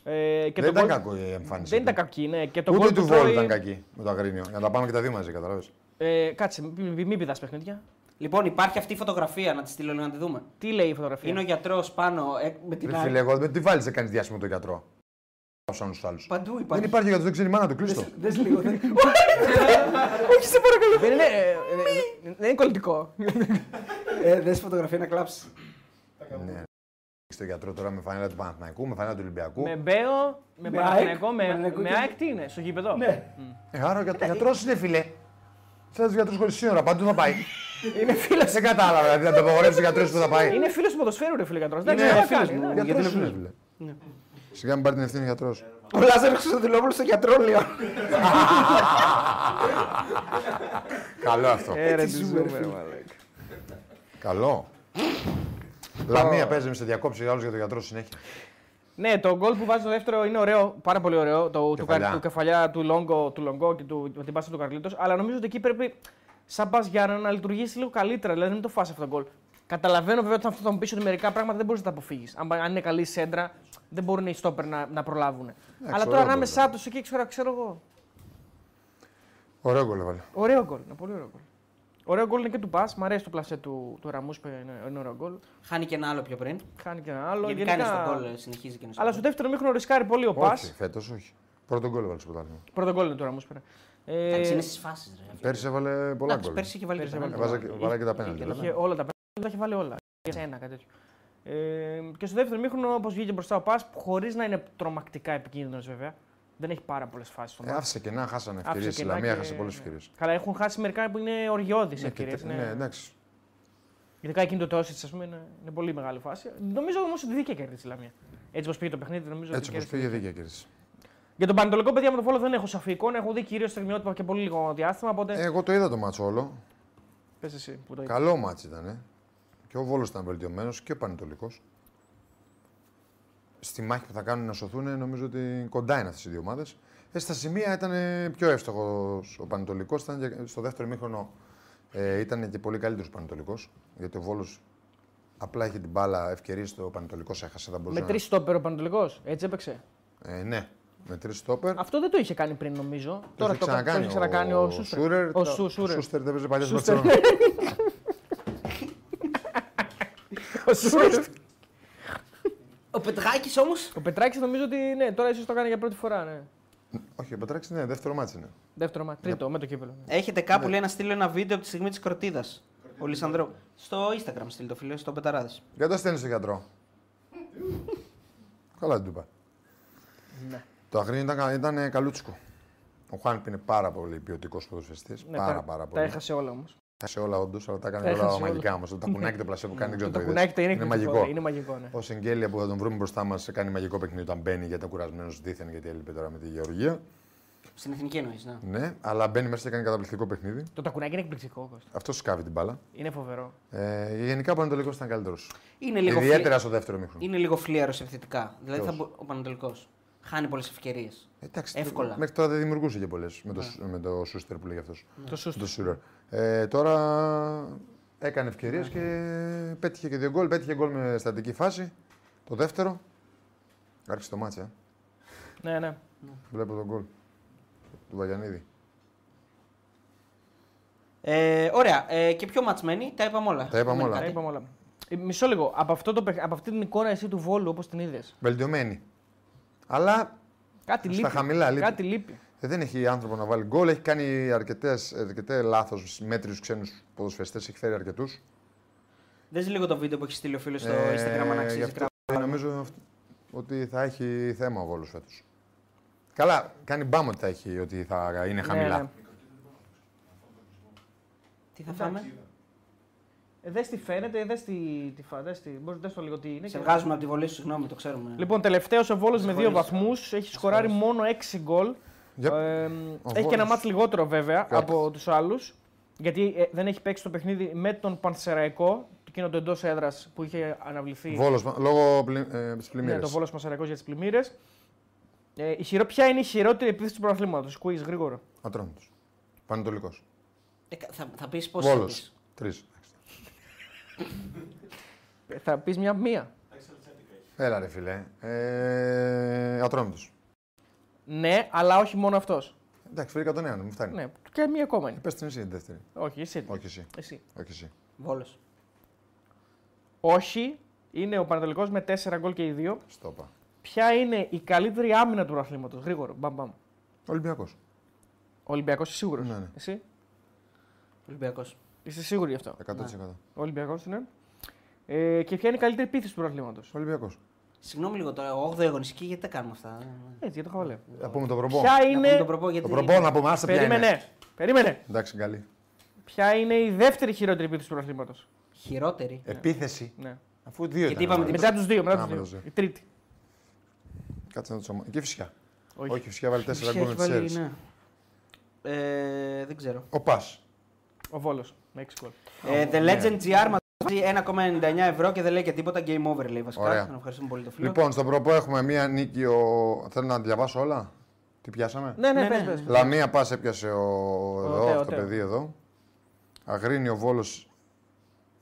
[SPEAKER 2] Ε, και
[SPEAKER 3] δεν
[SPEAKER 2] το γκολ-
[SPEAKER 3] ήταν κακό η εμφάνιση.
[SPEAKER 2] Δεν
[SPEAKER 3] του.
[SPEAKER 2] ήταν κακή, ναι. Και το
[SPEAKER 3] Ούτε
[SPEAKER 2] γκολ
[SPEAKER 3] του
[SPEAKER 2] του
[SPEAKER 3] Βόλου
[SPEAKER 2] τρώει-
[SPEAKER 3] ήταν κακή με το Αγρίνιο. Για να τα πάμε και τα δύο μαζί, καταλαβες.
[SPEAKER 2] Ε, κάτσε, μην μη, μη πηδάς παιχνίδια.
[SPEAKER 1] λοιπόν, υπάρχει αυτή η φωτογραφία, να τη στείλω λίγο να τη δούμε.
[SPEAKER 2] Τι λέει η φωτογραφία.
[SPEAKER 1] Είναι ο γιατρός πάνω ε, με την
[SPEAKER 3] Ρε φίλε,
[SPEAKER 1] άλλη.
[SPEAKER 3] εγώ δεν τη βάλεις να κάνει διάσημο τον γιατρό. Πάω σαν τους άλλους.
[SPEAKER 1] Παντού
[SPEAKER 3] Δεν
[SPEAKER 1] υπάρχει.
[SPEAKER 3] υπάρχει γιατρό, δεν ξέρει η μάνα του, κλείστο.
[SPEAKER 1] Δες λίγο. δε-
[SPEAKER 2] Όχι, σε παρακαλώ. Δεν είναι, ε, ε, ε, δεν είναι κολλητικό.
[SPEAKER 1] ε, Δες φωτογραφία να κλάψεις.
[SPEAKER 3] Ναι. Στο γιατρό τώρα με φανέλα του Παναθηναϊκού, με φανέλα του Ολυμπιακού.
[SPEAKER 2] με Μπέο, με
[SPEAKER 1] Με
[SPEAKER 2] Παναθηναϊκό,
[SPEAKER 1] ΑΕΚ,
[SPEAKER 2] με, Ναι.
[SPEAKER 1] Παναθηναϊκό
[SPEAKER 2] με
[SPEAKER 1] και-
[SPEAKER 2] ΑΕΚ τι είναι, στο γήπεδο.
[SPEAKER 3] Ε, άρα ο γιατρός είναι φίλε. Σαν τους γιατρούς χωρίς σύνορα, παντού θα πάει.
[SPEAKER 2] Είναι φίλος.
[SPEAKER 3] Δεν κατάλαβα, δηλαδή να το απαγορεύσει ο γιατρό που θα πάει.
[SPEAKER 2] Είναι φίλος του ποδοσφαίρου, ρε φίλε γιατρό. Δεν
[SPEAKER 3] Ναι,
[SPEAKER 2] ξέρω τι
[SPEAKER 3] φίλος
[SPEAKER 2] κάνει.
[SPEAKER 3] μου,
[SPEAKER 2] ναι.
[SPEAKER 3] γιατρός είναι, φίλε. Σιγά μην πάρει την ευθύνη ο γιατρό.
[SPEAKER 1] Ο Λάζαρ Χρυστοδηλόπουλο στο γιατρό, λέω.
[SPEAKER 3] Καλό αυτό.
[SPEAKER 2] Ε, ρε, τι ζούμε, ρε, φίλε.
[SPEAKER 3] Καλό. Λαμία παίζει με σε διακόψει ο άλλος για τον γιατρό συνέχεια.
[SPEAKER 2] Ναι, το γκολ που βάζει το δεύτερο είναι ωραίο, πάρα πολύ ωραίο. Το, του,
[SPEAKER 3] Κεφαλιά.
[SPEAKER 2] καρ- του κεφαλιά του Λόγκο, του Λόγκο και του, με την πάσα του Καρλίτος. Αλλά νομίζω ότι εκεί πρέπει, σαν πα Γιάννα, να λειτουργήσει λίγο καλύτερα. Δηλαδή, να μην το φάσει αυτό το γκολ. Καταλαβαίνω βέβαια ότι αυτό θα μου πει ότι μερικά πράγματα δεν μπορείς να τα αποφύγεις. Αν, αν είναι καλή σέντρα, δεν μπορούν οι στόπερ να, να προλάβουν. Αλλά τώρα
[SPEAKER 3] ωραίο
[SPEAKER 2] ανάμεσά τους εκεί ξέρω, ξέρω εγώ.
[SPEAKER 3] Ωραίο γκολ έβαλε.
[SPEAKER 2] Ωραίο γκολ. Είναι πολύ ωραίο γκολ. Ωραίο γκολ είναι και του πα. Μ' αρέσει το πλασέ του, του Ραμούς που είναι, είναι ωραίο γκολ.
[SPEAKER 1] Χάνει και ένα άλλο πιο πριν.
[SPEAKER 2] Κάνει και ένα άλλο.
[SPEAKER 1] Γιατί κάνει τον κόλ, συνεχίζει και είναι στον γκολ.
[SPEAKER 2] Αλλά στο δεύτερο μήχρονο ρισκάρει πολύ ο πα.
[SPEAKER 3] Όχι, φέτος όχι. Πρώτο γκολ έβαλε στο πρωτάθλημα.
[SPEAKER 2] Πρώτο γκολ είναι του Ραμούς πέρα.
[SPEAKER 1] Εντάξει,
[SPEAKER 2] Ε,
[SPEAKER 1] είναι στις φάσεις.
[SPEAKER 3] Πέρσι έβαλε πολλά γκολ.
[SPEAKER 1] Πέρσι είχε βάλει και
[SPEAKER 2] Πέρσι
[SPEAKER 1] τον άλλο.
[SPEAKER 2] έβαλε
[SPEAKER 3] Έβαζα Ε, και- Βάλα και τα πέναλτι. Ναι.
[SPEAKER 2] Είχε
[SPEAKER 3] λέμε.
[SPEAKER 2] όλα τα πέναλτι, τα είχε βάλει όλα. Σε ένα κάτι τέτοιο. Ε, και στο δεύτερο μήχρονο, όπως βγήκε μπροστά ο Πας, χωρίς να είναι τρομακτικά επικίνδυνος βέβαια. Δεν έχει πάρα πολλές φάσεις στο
[SPEAKER 3] Ε,
[SPEAKER 2] μάτι.
[SPEAKER 3] Άφησε κενά, χάσανε ευκαιρίες. Η Λαμία χάσε πολλέ ευκαιρίες.
[SPEAKER 2] Καλά, έχουν χάσει μερικά που είναι οριώδει ευκαιρίε.
[SPEAKER 3] Ναι, εντάξει.
[SPEAKER 2] Ειδικά εκείνη το τόση ας πούμε, είναι, είναι πολύ μεγάλη φάση. Νομίζω όμως ότι δίκαια κέρδισε η Λαμία. Έτσι όπως πήγε το παιχνίδι, νομίζω ότι
[SPEAKER 3] Έτσι όπως
[SPEAKER 2] κέρδισε.
[SPEAKER 3] πήγε δίκαια κέρδισε.
[SPEAKER 2] Για τον Πανετολικό, παιδιά με τον Βόλο δεν έχω σαφή εικόνα. Έχω δει κυρίως στιγμιότυπα και πολύ λίγο διάστημα. Οπότε.
[SPEAKER 3] Ε, Εγώ το είδα το μάτσο όλο.
[SPEAKER 2] Ναι. Πες εσύ που το είπες.
[SPEAKER 3] Καλό μάτσο ήταν. ε. Και ο Βόλος ήταν βελτιωμένος και ο Πανετολικός. Στη μάχη που θα κάνουν να σωθούν, νομίζω ότι κοντά είναι αυτές οι δύο ομάδες. Ε, στα σημεία ήταν ε, πιο εύστοχος ο Πανετολικός. Στο δεύτερο μήχρονο ε, ήταν και πολύ καλύτερος ο Πανετολικός. Γιατί ο Βόλος Απλά είχε την μπάλα ευκαιρία στο Πανετολικός, έχασε. Θα μπορούσε
[SPEAKER 2] Με τρεις στόπερ ο Πανατολικό. Έτσι έπαιξε.
[SPEAKER 3] να... ε, ναι, με τρεις στόπερ.
[SPEAKER 2] Αυτό δεν το είχε κάνει πριν, νομίζω. Τώρα
[SPEAKER 3] είχε
[SPEAKER 2] το, κα- το
[SPEAKER 3] ξανακάνει
[SPEAKER 2] είχε ξανακάνει ο, Σούστερ.
[SPEAKER 3] Σούρερ.
[SPEAKER 2] Ο
[SPEAKER 3] Τα-
[SPEAKER 2] Σου- Σούρερ.
[SPEAKER 3] Σούστερ δεν παίζει παλιά στο
[SPEAKER 2] Σούστερ.
[SPEAKER 3] Μπαρτσελόνα.
[SPEAKER 2] Ο Σούρερ.
[SPEAKER 1] Ο Πετράκης όμως.
[SPEAKER 2] Ο Πετράκης νομίζω ότι ναι, τώρα ίσως το κάνει για πρώτη φορά. Ναι.
[SPEAKER 3] Όχι, ο Πετράκης ναι, δεύτερο μάτι είναι.
[SPEAKER 2] Δεύτερο μα. Τρίτο, με το κύπελο. ναι.
[SPEAKER 1] Έχετε κάπου λέει να στείλω ένα βίντεο από τη στιγμή της κροτίδας. Ο Λισανδρό. Στο Instagram στείλει το φίλο, στο Πεταράδες.
[SPEAKER 3] Γιατί το στέλνεις στον γιατρό. Καλά την του είπα.
[SPEAKER 2] Ναι.
[SPEAKER 3] Το αχρήνι ήταν, ήταν ε, καλούτσικο. Ο Χουάνπ είναι πάρα πολύ ποιοτικός ποδοσφαιριστής.
[SPEAKER 2] Ναι,
[SPEAKER 3] πάρα,
[SPEAKER 2] τα-
[SPEAKER 3] πάρα
[SPEAKER 2] Τα
[SPEAKER 3] πολύ.
[SPEAKER 2] έχασε όλα όμως.
[SPEAKER 3] Τα έχασε όλα, όντως, αλλά τα
[SPEAKER 2] Τα
[SPEAKER 3] έκανε όλα
[SPEAKER 2] έχασε όλα.
[SPEAKER 3] μαγικά όμω. Το τακουνάκι το πλασέ που κάνει, δεν ξέρω
[SPEAKER 2] Το
[SPEAKER 3] είδες.
[SPEAKER 2] κουνάκι το είναι, εκπληκτικό,
[SPEAKER 3] μαγικό.
[SPEAKER 2] Είναι μαγικό, ναι.
[SPEAKER 3] Ο Σεγγέλια που θα τον βρούμε μπροστά μας κάνει μαγικό παιχνίδι όταν μπαίνει γιατί ήταν κουρασμένος δίθεν γιατί έλειπε τώρα με τη Γεωργία.
[SPEAKER 1] Στην εθνική εννοείς, ναι.
[SPEAKER 3] Ναι, αλλά μπαίνει μέσα και κάνει καταπληκτικό παιχνίδι.
[SPEAKER 2] Το τακουνάκι είναι εκπληκτικό. Κώστα.
[SPEAKER 3] Αυτό σκάβει την μπάλα.
[SPEAKER 2] Είναι φοβερό.
[SPEAKER 3] Ε, γενικά ο Πανατολικός ήταν καλύτερος.
[SPEAKER 1] Είναι λίγο, φλε...
[SPEAKER 3] Ιδιαίτερα στο δεύτερο μήχρονο.
[SPEAKER 1] είναι λίγο φλίαρος επιθετικά. Δηλαδή θα
[SPEAKER 3] Ποιος?
[SPEAKER 1] μπο- ο Πανατολικός. Χάνει πολλές ευκαιρίες.
[SPEAKER 3] Εντάξει,
[SPEAKER 1] Εύκολα.
[SPEAKER 3] το- Μέχρι τώρα δεν δημιουργούσε και πολλές με, το Σου- με το Σούστερ που λέει αυτό.
[SPEAKER 2] Το Σούστερ.
[SPEAKER 3] Το Σούρερ. Ε, τώρα έκανε ευκαιρίες και πέτυχε και δύο γκολ. Πέτυχε γκολ με στατική φάση. Το δεύτερο. Άρχισε το μάτσα.
[SPEAKER 2] Ναι, ναι.
[SPEAKER 3] Βλέπω τον γκολ. Του Βαγιανίδη.
[SPEAKER 1] Ε, ωραία. Ε, και πιο ματσμένοι, τα είπαμε όλα.
[SPEAKER 3] Τα είπαμε
[SPEAKER 1] Δεν
[SPEAKER 3] όλα.
[SPEAKER 2] Τα
[SPEAKER 1] κάτι.
[SPEAKER 2] είπαμε όλα. Ε, Μισό λίγο. Από, αυτό το, παιχ- από αυτή την εικόνα εσύ του βόλου όπως την είδες.
[SPEAKER 3] Βελτιωμένη. Αλλά
[SPEAKER 2] Κάτι
[SPEAKER 3] Στα
[SPEAKER 2] λείπει.
[SPEAKER 3] χαμηλά λείπει.
[SPEAKER 2] Κάτι λείπει.
[SPEAKER 3] ε, δεν έχει άνθρωπο να βάλει γκολ. Έχει κάνει αρκετές, αρκετές λάθος μέτριου ξένους ποδοσφαιριστές. Έχει φέρει αρκετούς.
[SPEAKER 1] Δες λίγο το βίντεο που έχει στείλει ο φίλος στο
[SPEAKER 3] Ε,
[SPEAKER 1] Instagram αν αξίζει. κρα-
[SPEAKER 3] νομίζω αυ- ότι θα έχει θέμα ο Βόλος φέτος. Καλά, κάνει μπάμ ότι θα έχει, ότι θα είναι χαμηλά.
[SPEAKER 2] Ναι, ναι.
[SPEAKER 1] Τι θα φάμε.
[SPEAKER 2] Ε, Δες τι φαίνεται, δες τι, τι φα... δες τι... Μπορείς δες το λίγο τι είναι.
[SPEAKER 1] Σε
[SPEAKER 2] και-
[SPEAKER 1] βγάζουμε από τη βολή σου, συγγνώμη, το ξέρουμε.
[SPEAKER 2] Λοιπόν, τελευταίος ο Βόλος με δύο
[SPEAKER 1] Συγχωρείς.
[SPEAKER 2] βαθμού. Έχει σκοράρει μόνο 6 γκολ.
[SPEAKER 3] Yep.
[SPEAKER 2] Ε, έχει
[SPEAKER 3] Βόλος.
[SPEAKER 2] και ένα μάτς λιγότερο βέβαια
[SPEAKER 3] Κάτι.
[SPEAKER 2] από τους άλλους. Γιατί ε, δεν έχει παίξει το παιχνίδι με τον Πανσεραϊκό, το εκείνο το εντός έδρας που είχε αναβληθεί.
[SPEAKER 3] Βόλος, μα- λόγω πλη, ε, της
[SPEAKER 2] Ναι,
[SPEAKER 3] πλημμύρας.
[SPEAKER 2] το Βόλος Πανσεραϊκός για τις πλημμύρες. Ε, η χειρό- ποια είναι η χειρότερη επίθεση του πρωταθλήματος, Κουίζ, γρήγορο.
[SPEAKER 3] Ατρόμητος. Πανετολικός.
[SPEAKER 1] Ε, κα- θα, θα πεις πώς.
[SPEAKER 3] Βόλος. Τρεις.
[SPEAKER 2] Ε, Θα πεις μια μία.
[SPEAKER 3] Έλα ρε φίλε. Ε, Ατρόμητος.
[SPEAKER 2] Ναι, αλλά όχι μόνο αυτός.
[SPEAKER 3] Εντάξει, φέρει 101, δεν μου φτάνει. Ε,
[SPEAKER 2] Ναι, και μία ακόμα είναι.
[SPEAKER 3] Πες την εσύ την δεύτερη.
[SPEAKER 2] Όχι, εσύ.
[SPEAKER 3] Όχι εσύ.
[SPEAKER 2] εσύ.
[SPEAKER 3] Όχι εσύ.
[SPEAKER 1] Βόλος.
[SPEAKER 2] Όχι, είναι ο Πανατολικός με 4 γκολ και οι 2.
[SPEAKER 3] Στόπα.
[SPEAKER 2] Ποια είναι η καλύτερη άμυνα του πρωταθλήματος, γρήγορο. Μπαμ, μπαμ.
[SPEAKER 3] Ολυμπιακός.
[SPEAKER 2] Ο Ολυμπιακός είσαι σίγουρος.
[SPEAKER 3] Ναι, ναι.
[SPEAKER 2] Εσύ
[SPEAKER 1] Ολυμπιακός.
[SPEAKER 2] είσαι σίγουροι γι'
[SPEAKER 3] Ε.
[SPEAKER 2] αυτό.
[SPEAKER 3] 100%.
[SPEAKER 2] Ο Ολυμπιακός είναι. Ε, και ποια είναι η καλύτερη επίθεση του πρωταθλήματο.
[SPEAKER 3] Ολυμπιακός.
[SPEAKER 1] Συγγνώμη λίγο τώρα, 8η αγωνιστική, γιατί τα κάνουμε αυτά.
[SPEAKER 2] Έτσι, για το χαβαλέ.
[SPEAKER 3] Θα πούμε τον προπό.
[SPEAKER 2] Ποια
[SPEAKER 1] Να πούμε
[SPEAKER 2] είναι.
[SPEAKER 1] τον προπό, γιατί
[SPEAKER 3] Το προπό να πούμε, άσε πια είναι.
[SPEAKER 2] Περίμενε. Ναι. Περίμενε.
[SPEAKER 3] Εντάξει, καλή.
[SPEAKER 2] Ποια είναι η δεύτερη χειρότερη επίθεση του πρωταθλήματο.
[SPEAKER 1] χειρότερη.
[SPEAKER 3] Ε, Επίθεση.
[SPEAKER 2] Ναι.
[SPEAKER 3] Αφού δύο
[SPEAKER 1] Γιατί
[SPEAKER 3] ήταν,
[SPEAKER 1] είπαμε
[SPEAKER 3] ρε.
[SPEAKER 1] την
[SPEAKER 2] Μετά τους δύο. Μετά
[SPEAKER 3] Α,
[SPEAKER 2] τους
[SPEAKER 3] μετά τους
[SPEAKER 2] δύο.
[SPEAKER 3] δύο.
[SPEAKER 2] Η τρίτη.
[SPEAKER 3] Κάτσε να το σωμα... Και φυσικά.
[SPEAKER 2] Όχι.
[SPEAKER 3] Όχι, φυσικά βάλει τέσσερα
[SPEAKER 1] Ποια
[SPEAKER 3] γκολ με
[SPEAKER 1] έχει
[SPEAKER 3] τις
[SPEAKER 1] βάλει,
[SPEAKER 3] Σέρβες.
[SPEAKER 1] ναι. Ε, δεν ξέρω.
[SPEAKER 3] Ο Πας.
[SPEAKER 2] Ο Βόλος. Με 6 γκολ.
[SPEAKER 1] Ε, the Legend GR μας βάζει 1,99 ευρώ και δεν λέει και τίποτα. Game over λέει βασικά.
[SPEAKER 3] Ωραία.
[SPEAKER 1] Να ευχαριστούμε πολύ το φίλο.
[SPEAKER 3] Λοιπόν, στον προπό έχουμε μία νίκη. Ο... Θέλω να διαβάσω όλα. Τι πιάσαμε.
[SPEAKER 2] Ναι, ναι,
[SPEAKER 1] Ναι,
[SPEAKER 2] πες,
[SPEAKER 1] ναι.
[SPEAKER 2] πες.
[SPEAKER 3] Λαμία Πας έπιασε ο... εδώ,
[SPEAKER 2] Τέο,
[SPEAKER 3] αυτό το
[SPEAKER 2] Τέο.
[SPEAKER 3] παιδί εδώ. Αγρίνιο Βόλος.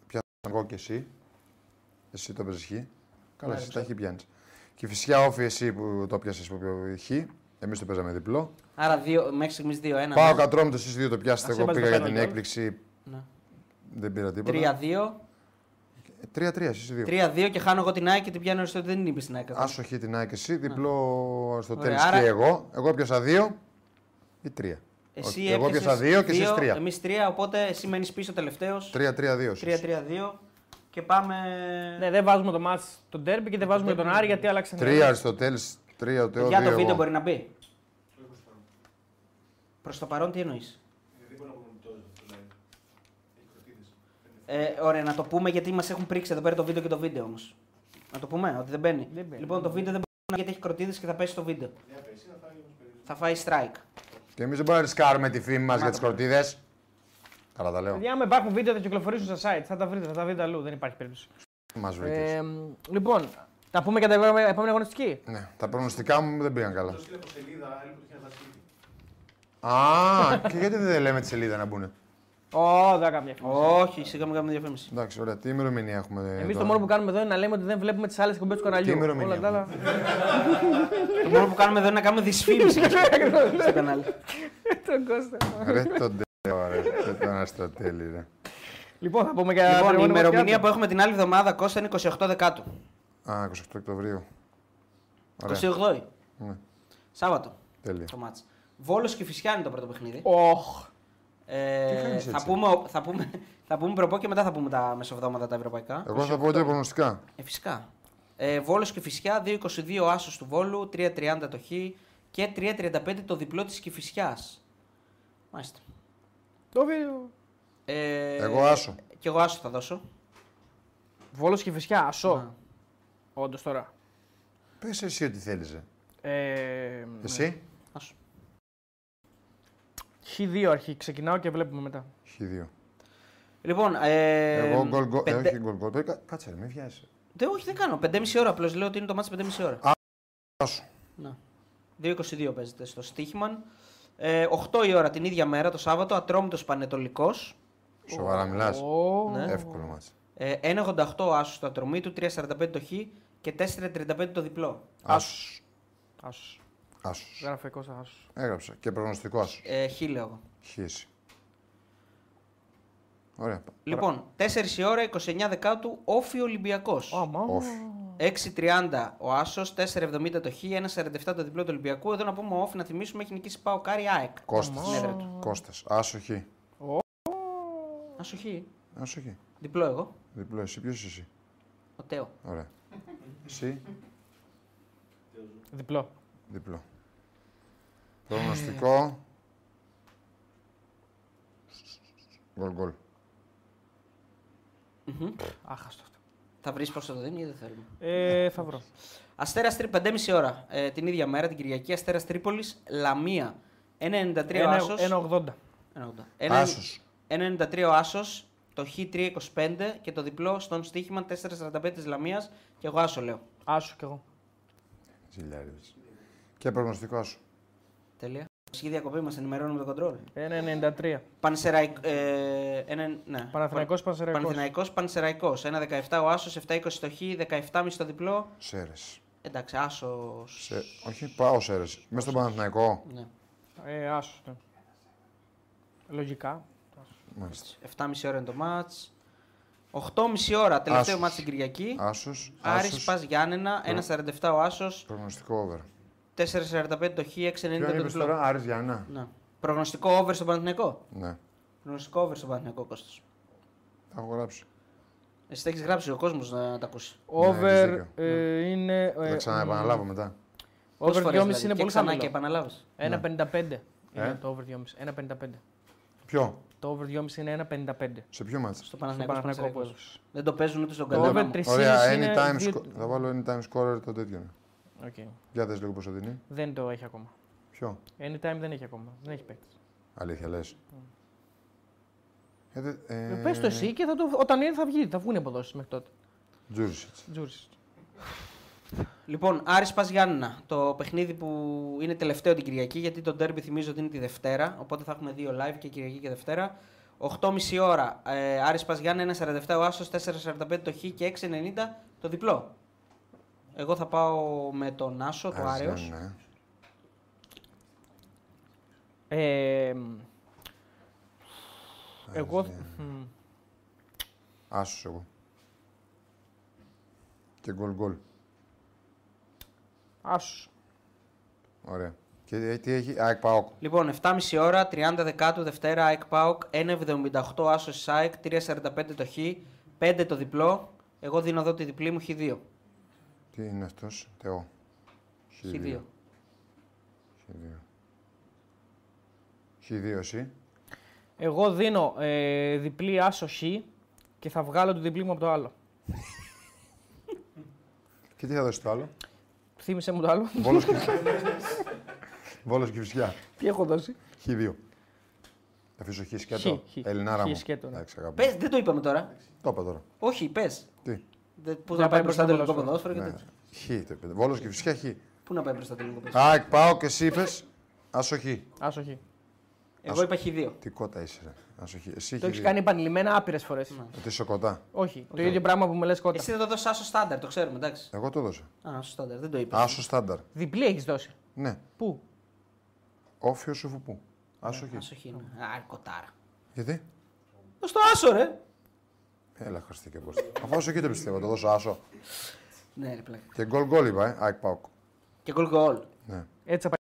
[SPEAKER 3] Πιάσαμε εγώ και εσύ. Εσύ το παίζεις χ. Καλά, εσύ τα χ πιάνεις. Και φυσικά όφη εσύ που το πιάσες που πιο χ. Εμείς το παίζαμε διπλό.
[SPEAKER 1] Άρα δύο, μέχρι στιγμής 2-1.
[SPEAKER 3] Πάω
[SPEAKER 1] ναι.
[SPEAKER 3] κατρόμητος, εσείς δύο το πιάσετε.
[SPEAKER 2] Ας
[SPEAKER 3] Εγώ
[SPEAKER 2] είμαστε
[SPEAKER 3] πήγα για
[SPEAKER 2] πέναλτι, ε.
[SPEAKER 3] την έκπληξη.
[SPEAKER 1] Ναι.
[SPEAKER 3] Δεν πήρα τίποτα.
[SPEAKER 1] 3-2.
[SPEAKER 3] 3-3, εσείς οι δύο.
[SPEAKER 1] 3-2 και χάνω εγώ την ΑΕΚ και την πιάνω ότι δεν είπε στην ΑΕΚ. αυτό.
[SPEAKER 3] Άσοχη την ΑΕΚ εσύ, διπλό στο τέλο
[SPEAKER 1] Ναι. Ωραία, άρα-
[SPEAKER 3] και εγώ. Εγώ πιάσα δύο ή τρία. Όχι, εγώ
[SPEAKER 1] έπιασες
[SPEAKER 3] πιάσα δύο και εσείς τρία.
[SPEAKER 1] Εμείς τρία, οπότε εσύ μένεις πίσω τελευταίος.
[SPEAKER 3] Τρία-τρία-δύο.
[SPEAKER 1] 3-3-2 και πάμε...
[SPEAKER 2] Ναι, δεν βάζουμε το μάτς τον Ντέρμπι και δεν βάζουμε και τον Άρη γιατί άλλαξαν.
[SPEAKER 3] Τρία Αριστοτέλης, τρία ο Τεό.
[SPEAKER 1] Για το
[SPEAKER 3] δύο
[SPEAKER 1] βίντεο
[SPEAKER 3] εγώ.
[SPEAKER 1] μπορεί να μπει. Προς το παρόν τι εννοείς. Ε, ωραία, να το πούμε γιατί μας έχουν πρίξει εδώ πέρα το βίντεο και το βίντεο όμως. Να το πούμε, ότι δεν μπαίνει.
[SPEAKER 2] Δεν μπαίνει.
[SPEAKER 1] Λοιπόν, το βίντεο δεν μπορεί γιατί έχει κροτίδες και θα πέσει στο βίντεο. Θα φάει strike.
[SPEAKER 3] Και εμείς δεν μπορούμε να ρισκάρουμε τη φήμη μας για τις
[SPEAKER 1] Μάτα.
[SPEAKER 3] κορτίδε. Καλά τα λέω.
[SPEAKER 2] Παιδιά, άμα υπάρχουν βίντεο θα κυκλοφορήσουν στα site. Θα τα βρείτε, θα τα βρείτε αλλού. Δεν υπάρχει περίπτωση.
[SPEAKER 3] Μας βρήκες.
[SPEAKER 2] Ε, μ, λοιπόν, τα πούμε για τα επόμενα επόμενα αγωνιστική.
[SPEAKER 3] Ναι, τα προγνωστικά μου δεν πήγαν καλά.
[SPEAKER 7] στείλε από σελίδα, έλεγε ότι είχε ένα
[SPEAKER 3] Α,
[SPEAKER 7] δαχτυλίδι.
[SPEAKER 3] και γιατί δεν λέμε τη σελίδα να μπουν.
[SPEAKER 2] Ω, δεν θα κάνω διαφήμιση.
[SPEAKER 1] Όχι, σιγά μην κάνουμε διαφήμιση.
[SPEAKER 3] Εντάξει, ωραία. Τι ημερομηνία έχουμε. ε,
[SPEAKER 2] Εμεί το
[SPEAKER 3] τώρα?
[SPEAKER 2] μόνο που κάνουμε εδώ είναι να λέμε ότι δεν βλέπουμε τις άλλες εκπομπές του
[SPEAKER 3] Τι
[SPEAKER 2] καναλιού.
[SPEAKER 3] ημερομηνία
[SPEAKER 2] Όλα τα άλλα.
[SPEAKER 1] Το μόνο που κάνουμε εδώ είναι να κάνουμε δυσφήμιση
[SPEAKER 3] ναι.
[SPEAKER 1] στο κανάλι.
[SPEAKER 2] Τον Κώστα.
[SPEAKER 3] Ρε τον τέλειο, ρε. Τε- Τον Αστροτέλη, ρε.
[SPEAKER 2] Λοιπόν, θα πούμε και τα
[SPEAKER 1] Λοιπόν, η
[SPEAKER 2] προηγούμενα
[SPEAKER 1] ημερομηνία που
[SPEAKER 2] μας
[SPEAKER 1] έχουμε την άλλη εβδομάδα Κώστα είναι 28 Δεκάτου.
[SPEAKER 3] Α, 28 Οκτωβρίου. Ωραία.
[SPEAKER 1] 28
[SPEAKER 3] Ναι.
[SPEAKER 1] Σάββατο
[SPEAKER 3] Τέλεια.
[SPEAKER 1] το μάτς. Βόλος και Φυσιά είναι το πρώτο παιχνίδι.
[SPEAKER 2] πιάτα. Οχ.
[SPEAKER 1] Ε,
[SPEAKER 3] Τι κάνεις
[SPEAKER 1] θα,
[SPEAKER 3] έτσι?
[SPEAKER 1] πούμε, θα, πούμε, θα πούμε προπό και μετά θα πούμε τα μεσοβδόματα τα ευρωπαϊκά.
[SPEAKER 3] Εγώ θα πω και προγνωστικά.
[SPEAKER 1] Ε, φυσικά. Ε, Βόλος και Φυσιά, 2.22 ο άσος του Βόλου, 3.30 το Χ και 3.35 το διπλό της Κηφισιάς. Μάλιστα.
[SPEAKER 2] Το βίντεο.
[SPEAKER 1] Ε,
[SPEAKER 3] Εγώ άσο.
[SPEAKER 1] Και εγώ άσο θα δώσω.
[SPEAKER 2] Βόλος και φυσιά,
[SPEAKER 1] Να.
[SPEAKER 2] ασό. Όντως τώρα.
[SPEAKER 3] Πες εσύ ό,τι θέλεις, ρε.
[SPEAKER 2] Ε,
[SPEAKER 3] Εσύ.
[SPEAKER 1] Άσο.
[SPEAKER 2] Χ2 αρχή, ξεκινάω και βλέπουμε μετά.
[SPEAKER 3] Χ2.
[SPEAKER 1] Λοιπόν, ε,
[SPEAKER 3] Εγώ γκολ γκολ. ε,
[SPEAKER 1] πεντε-
[SPEAKER 3] Όχι γκολ γκολ. Κα- Κάτσε, ρε, μην βιάζεις.
[SPEAKER 1] Δεν, όχι, δεν κάνω. 5,5 ώρα απλώς λέω ότι είναι το μάτς 5,5 ώρα.
[SPEAKER 3] Άσο.
[SPEAKER 1] Να. 2.22 παίζεται στο Στίχημαν. Ε, 8 η ώρα την ίδια μέρα το Σάββατο, Ατρόμητος Πανετολικός.
[SPEAKER 3] Σοβαρά μιλάς.
[SPEAKER 2] Ω,
[SPEAKER 1] Ναι.
[SPEAKER 3] Εύκολο μάτς.
[SPEAKER 1] Ε, 1.88 ο άσος του Ατρομήτου, 3.45 το Χ και 4.35 το διπλό.
[SPEAKER 3] Άσος.
[SPEAKER 2] Άσος.
[SPEAKER 3] Άσος.
[SPEAKER 2] Γράφε Κώστα, άσος.
[SPEAKER 3] Έγραψα. Και προγνωστικό άσος.
[SPEAKER 1] Ε, Χ λέω εγώ.
[SPEAKER 3] Χ εσύ. Ωραία.
[SPEAKER 1] Λοιπόν, 4 η ώρα, 29 Δεκάτου, όφι Ολυμπιακός.
[SPEAKER 2] Άμα.
[SPEAKER 3] Όφι.
[SPEAKER 1] 6.30 ο Άσος, 4.70 το Χ, 1.47 το διπλό του Ολυμπιακού. Εδώ να πούμε όφι, να θυμίσουμε, έχει νικήσει πάω Κάρι ΑΕΚ.
[SPEAKER 3] Κώστας.
[SPEAKER 1] Στην έδρα του.
[SPEAKER 3] Κώστας. Άσο Χ.
[SPEAKER 1] Άσο Χ.
[SPEAKER 3] Άσο Χ.
[SPEAKER 1] Διπλό εγώ.
[SPEAKER 3] Διπλό εσύ. Ποιος είσαι εσύ.
[SPEAKER 1] Ο Τέο.
[SPEAKER 3] Ωραία. Εσύ.
[SPEAKER 2] Διπλό.
[SPEAKER 3] Διπλό. Προγνωστικό. Γκολ γκολ.
[SPEAKER 2] Άχαστο αυτό.
[SPEAKER 1] Θα βρεις πώς θα το δίνει ή δεν θέλουμε.
[SPEAKER 2] Ε, θα βρω.
[SPEAKER 1] Αστέρα 5.30 ώρα ε, την ίδια μέρα, την Κυριακή, Αστέρα Τρίπολης, Λαμία. 1.93 ο
[SPEAKER 2] Ένα-
[SPEAKER 1] Άσος.
[SPEAKER 2] 1,80.
[SPEAKER 1] 1.80.
[SPEAKER 3] Άσος.
[SPEAKER 1] 1.93 ο Άσος, το Χ 3.25 και το διπλό στον στοίχημα 4.45 της Λαμίας. Και εγώ Άσο λέω.
[SPEAKER 2] Άσο κι εγώ.
[SPEAKER 3] Ζηλιάριδες. Και προγνωστικό σου.
[SPEAKER 1] Τέλεια. Σχή διακοπή μας ενημερώνουμε το κοντρόλ.
[SPEAKER 2] 1,93.
[SPEAKER 1] Πανσεραϊκ. Ε, ένα, ναι.
[SPEAKER 2] Παναθηναϊκός, Πανσεραϊκός.
[SPEAKER 1] Παναθηναϊκός, Πανσεραϊκός. 1.17 ο Άσος, 7.20 το Χ, 17.30 το διπλό.
[SPEAKER 3] Σέρες.
[SPEAKER 1] Εντάξει, Άσος.
[SPEAKER 3] Σε... Όχι, πάω Σέρες. Μέσα στον Παναθηναϊκό.
[SPEAKER 1] Ναι.
[SPEAKER 2] Ε, άσος. ναι. Λογικά.
[SPEAKER 3] Μάλιστα.
[SPEAKER 1] 7.30 ώρα είναι το μάτς. 8.30 ώρα, τελευταίο
[SPEAKER 3] Άσος.
[SPEAKER 1] μάτς την
[SPEAKER 2] Ε,
[SPEAKER 1] Κυριακή.
[SPEAKER 3] Άσος. Ναι.
[SPEAKER 1] Άρης
[SPEAKER 3] Άσος.
[SPEAKER 1] Πας Γιάννενα, 1.47 ο Άσος,
[SPEAKER 3] Προγνωστικό over.
[SPEAKER 1] 4.45 το Χ, 6.90
[SPEAKER 3] Ποιον
[SPEAKER 1] το
[SPEAKER 3] είπες
[SPEAKER 1] διπλό.
[SPEAKER 3] τώρα, Άρης Γιάννα.
[SPEAKER 1] Ναι. Προγνωστικό over στον Παναθηναϊκό.
[SPEAKER 3] Ναι.
[SPEAKER 1] Προγνωστικό over στον Παναθηναϊκό Κώστας.
[SPEAKER 3] Τα έχω γράψει.
[SPEAKER 1] Εσύ τα έχεις γράψει ο κόσμος να τα ακούσει.
[SPEAKER 2] Over
[SPEAKER 3] έχεις δίκιο.
[SPEAKER 2] ε, είναι. ε,
[SPEAKER 3] Θα τα ξαναεπαναλάβω μετά.
[SPEAKER 2] Over 2,5
[SPEAKER 1] δηλαδή,
[SPEAKER 2] είναι
[SPEAKER 1] και
[SPEAKER 2] πολύ
[SPEAKER 1] ξανά Και
[SPEAKER 2] χαμηλό. Ναι.
[SPEAKER 1] επαναλάβεις.
[SPEAKER 2] 1,55
[SPEAKER 3] Ε?
[SPEAKER 2] είναι το over 2,5. 1,55.
[SPEAKER 3] Ποιο,
[SPEAKER 2] Το over 2,5 είναι 1,55.
[SPEAKER 3] σε ποιο μάτς.
[SPEAKER 1] Στο
[SPEAKER 2] Στον
[SPEAKER 1] Παναθηναϊκό.
[SPEAKER 2] Παναθηναϊκό που
[SPEAKER 1] Παναθηναϊκός.
[SPEAKER 2] έδωσε.
[SPEAKER 1] Δεν το παίζουν ούτε στον
[SPEAKER 2] Το over
[SPEAKER 1] κανένα.
[SPEAKER 2] 3,5
[SPEAKER 3] Ωραία,
[SPEAKER 2] είναι.
[SPEAKER 3] anytime
[SPEAKER 2] δύο-
[SPEAKER 3] sco- θα βάλω anytime scorer το τέτοιο. είναι.
[SPEAKER 2] Οκ.
[SPEAKER 3] Για δες λίγο πόσο δίνει.
[SPEAKER 2] Δεν το έχει ακόμα.
[SPEAKER 3] Ποιο,
[SPEAKER 2] Anytime δεν έχει ακόμα. Δεν έχει παίκτη.
[SPEAKER 3] αλήθεια λες. Ε, δε-
[SPEAKER 2] Ε...
[SPEAKER 3] ε,
[SPEAKER 2] Πες το εσύ και θα το... όταν είναι θα βγει. Θα βγουν οι αποδόσεις μέχρι τότε.
[SPEAKER 3] Τζούρισιτς.
[SPEAKER 2] Τζούρισιτ.
[SPEAKER 1] Λοιπόν, Άρης Πας Γιάννενα, το παιχνίδι που είναι τελευταίο την Κυριακή, γιατί το ντέρμπι θυμίζω ότι είναι τη Δευτέρα, οπότε θα έχουμε δύο live και Κυριακή και Δευτέρα. 8.30 ώρα, ε, Άρης Πας Γιάννενα, 1.47 ο Άσος, 4.45 το Χ και 6.90 το διπλό. Εγώ θα πάω με τον Άσο, το
[SPEAKER 3] Άρης
[SPEAKER 1] Άρεος.
[SPEAKER 3] Γιάννα, ε.
[SPEAKER 2] Ε, μ, εγώ. μ,
[SPEAKER 3] Άσος εγώ. Και γκολ γκολ.
[SPEAKER 2] Άσου.
[SPEAKER 3] Ωραία. Και ε, τι έχει, ΑΕΚ ΠΑΟΚ.
[SPEAKER 1] Λοιπόν, 7.30 ώρα, 30 Δεκάτου, Δευτέρα, ΑΕΚ ΠΑΟΚ, 1.78 Άσος ΣΑΕΚ, 3.45 το Χ, 5 το διπλό. Εγώ δίνω εδώ τη διπλή μου Χ2.
[SPEAKER 3] Τι είναι αυτός, Θεό.
[SPEAKER 1] Χ2.
[SPEAKER 3] Χ2. Χ2 εσύ.
[SPEAKER 2] Εγώ δίνω ε, διπλή άσο χ και θα βγάλω το διπλή μου από το άλλο.
[SPEAKER 3] Και τι θα δώσεις το άλλο.
[SPEAKER 2] Θύμησε μου το άλλο.
[SPEAKER 3] Βόλος και, Βόλος και φυσιά.
[SPEAKER 2] Τι έχω δώσει.
[SPEAKER 3] Χ2. Θα αφήσω χ σκέτο.
[SPEAKER 2] Χ, χ.
[SPEAKER 3] Ελληνάρα
[SPEAKER 2] Χ
[SPEAKER 3] μου.
[SPEAKER 2] σκέτο, ναι.
[SPEAKER 3] Εντάξει, αγαπώ.
[SPEAKER 1] Πες, δεν το είπαμε τώρα.
[SPEAKER 3] Το είπα τώρα.
[SPEAKER 1] Όχι, πες.
[SPEAKER 3] Τι.
[SPEAKER 1] Δε- Πού
[SPEAKER 2] Για
[SPEAKER 1] να πάει μπροστά
[SPEAKER 2] πάει
[SPEAKER 1] το
[SPEAKER 2] μπροστά
[SPEAKER 1] ελληνικό
[SPEAKER 2] το
[SPEAKER 1] ποδόσφαιρο και
[SPEAKER 3] Ναι.
[SPEAKER 1] τέτοια.
[SPEAKER 3] Χ το είπε. Βόλος και φυσιά χ.
[SPEAKER 1] Πού να πάει μπροστά το ελληνικό ποδόσφαιρο.
[SPEAKER 3] ΑΕΚ ΠΑΟΚ εσύ είπες. Άσο χ.
[SPEAKER 2] Άσο χ.
[SPEAKER 1] Εγώ είπα έχει δύο.
[SPEAKER 3] Τι κότα είσαι, ρε. Ας όχι- Εσύ Ε,
[SPEAKER 2] Το
[SPEAKER 3] έχεις
[SPEAKER 2] έχει κάνει επανειλημμένα άπειρες φορές.
[SPEAKER 3] Ότι είσαι κοντά.
[SPEAKER 2] Όχι. Το ίδιο πράγμα που με λες κότα.
[SPEAKER 1] Εσύ δεν το δώσεις άσο στάνταρ, το ξέρουμε, εντάξει.
[SPEAKER 3] Εγώ το δώσα.
[SPEAKER 1] Α, άσο στάνταρ, δεν το είπα.
[SPEAKER 3] Άσο στάνταρ.
[SPEAKER 2] Διπλή έχεις δώσει.
[SPEAKER 3] Ναι.
[SPEAKER 2] Πού?
[SPEAKER 3] Όφιο σου φουπού. Άσο χ.
[SPEAKER 1] Άσο χ είναι. Α, κοτάρα.
[SPEAKER 3] Γιατί?
[SPEAKER 1] Δώσ' το άσο, ρε.
[SPEAKER 3] Έλα, χαστήκε Κώστα. Αφού άσο εκεί το πιστεύω, το δώσω άσο.
[SPEAKER 1] Ναι, ρε πλάκα.
[SPEAKER 3] Και γκολ γκολ είπα, ε. ΑΕΚ ΠΑΟΚ.
[SPEAKER 1] Και γκολ γκολ.
[SPEAKER 3] Ναι.
[SPEAKER 2] Έτσι απα...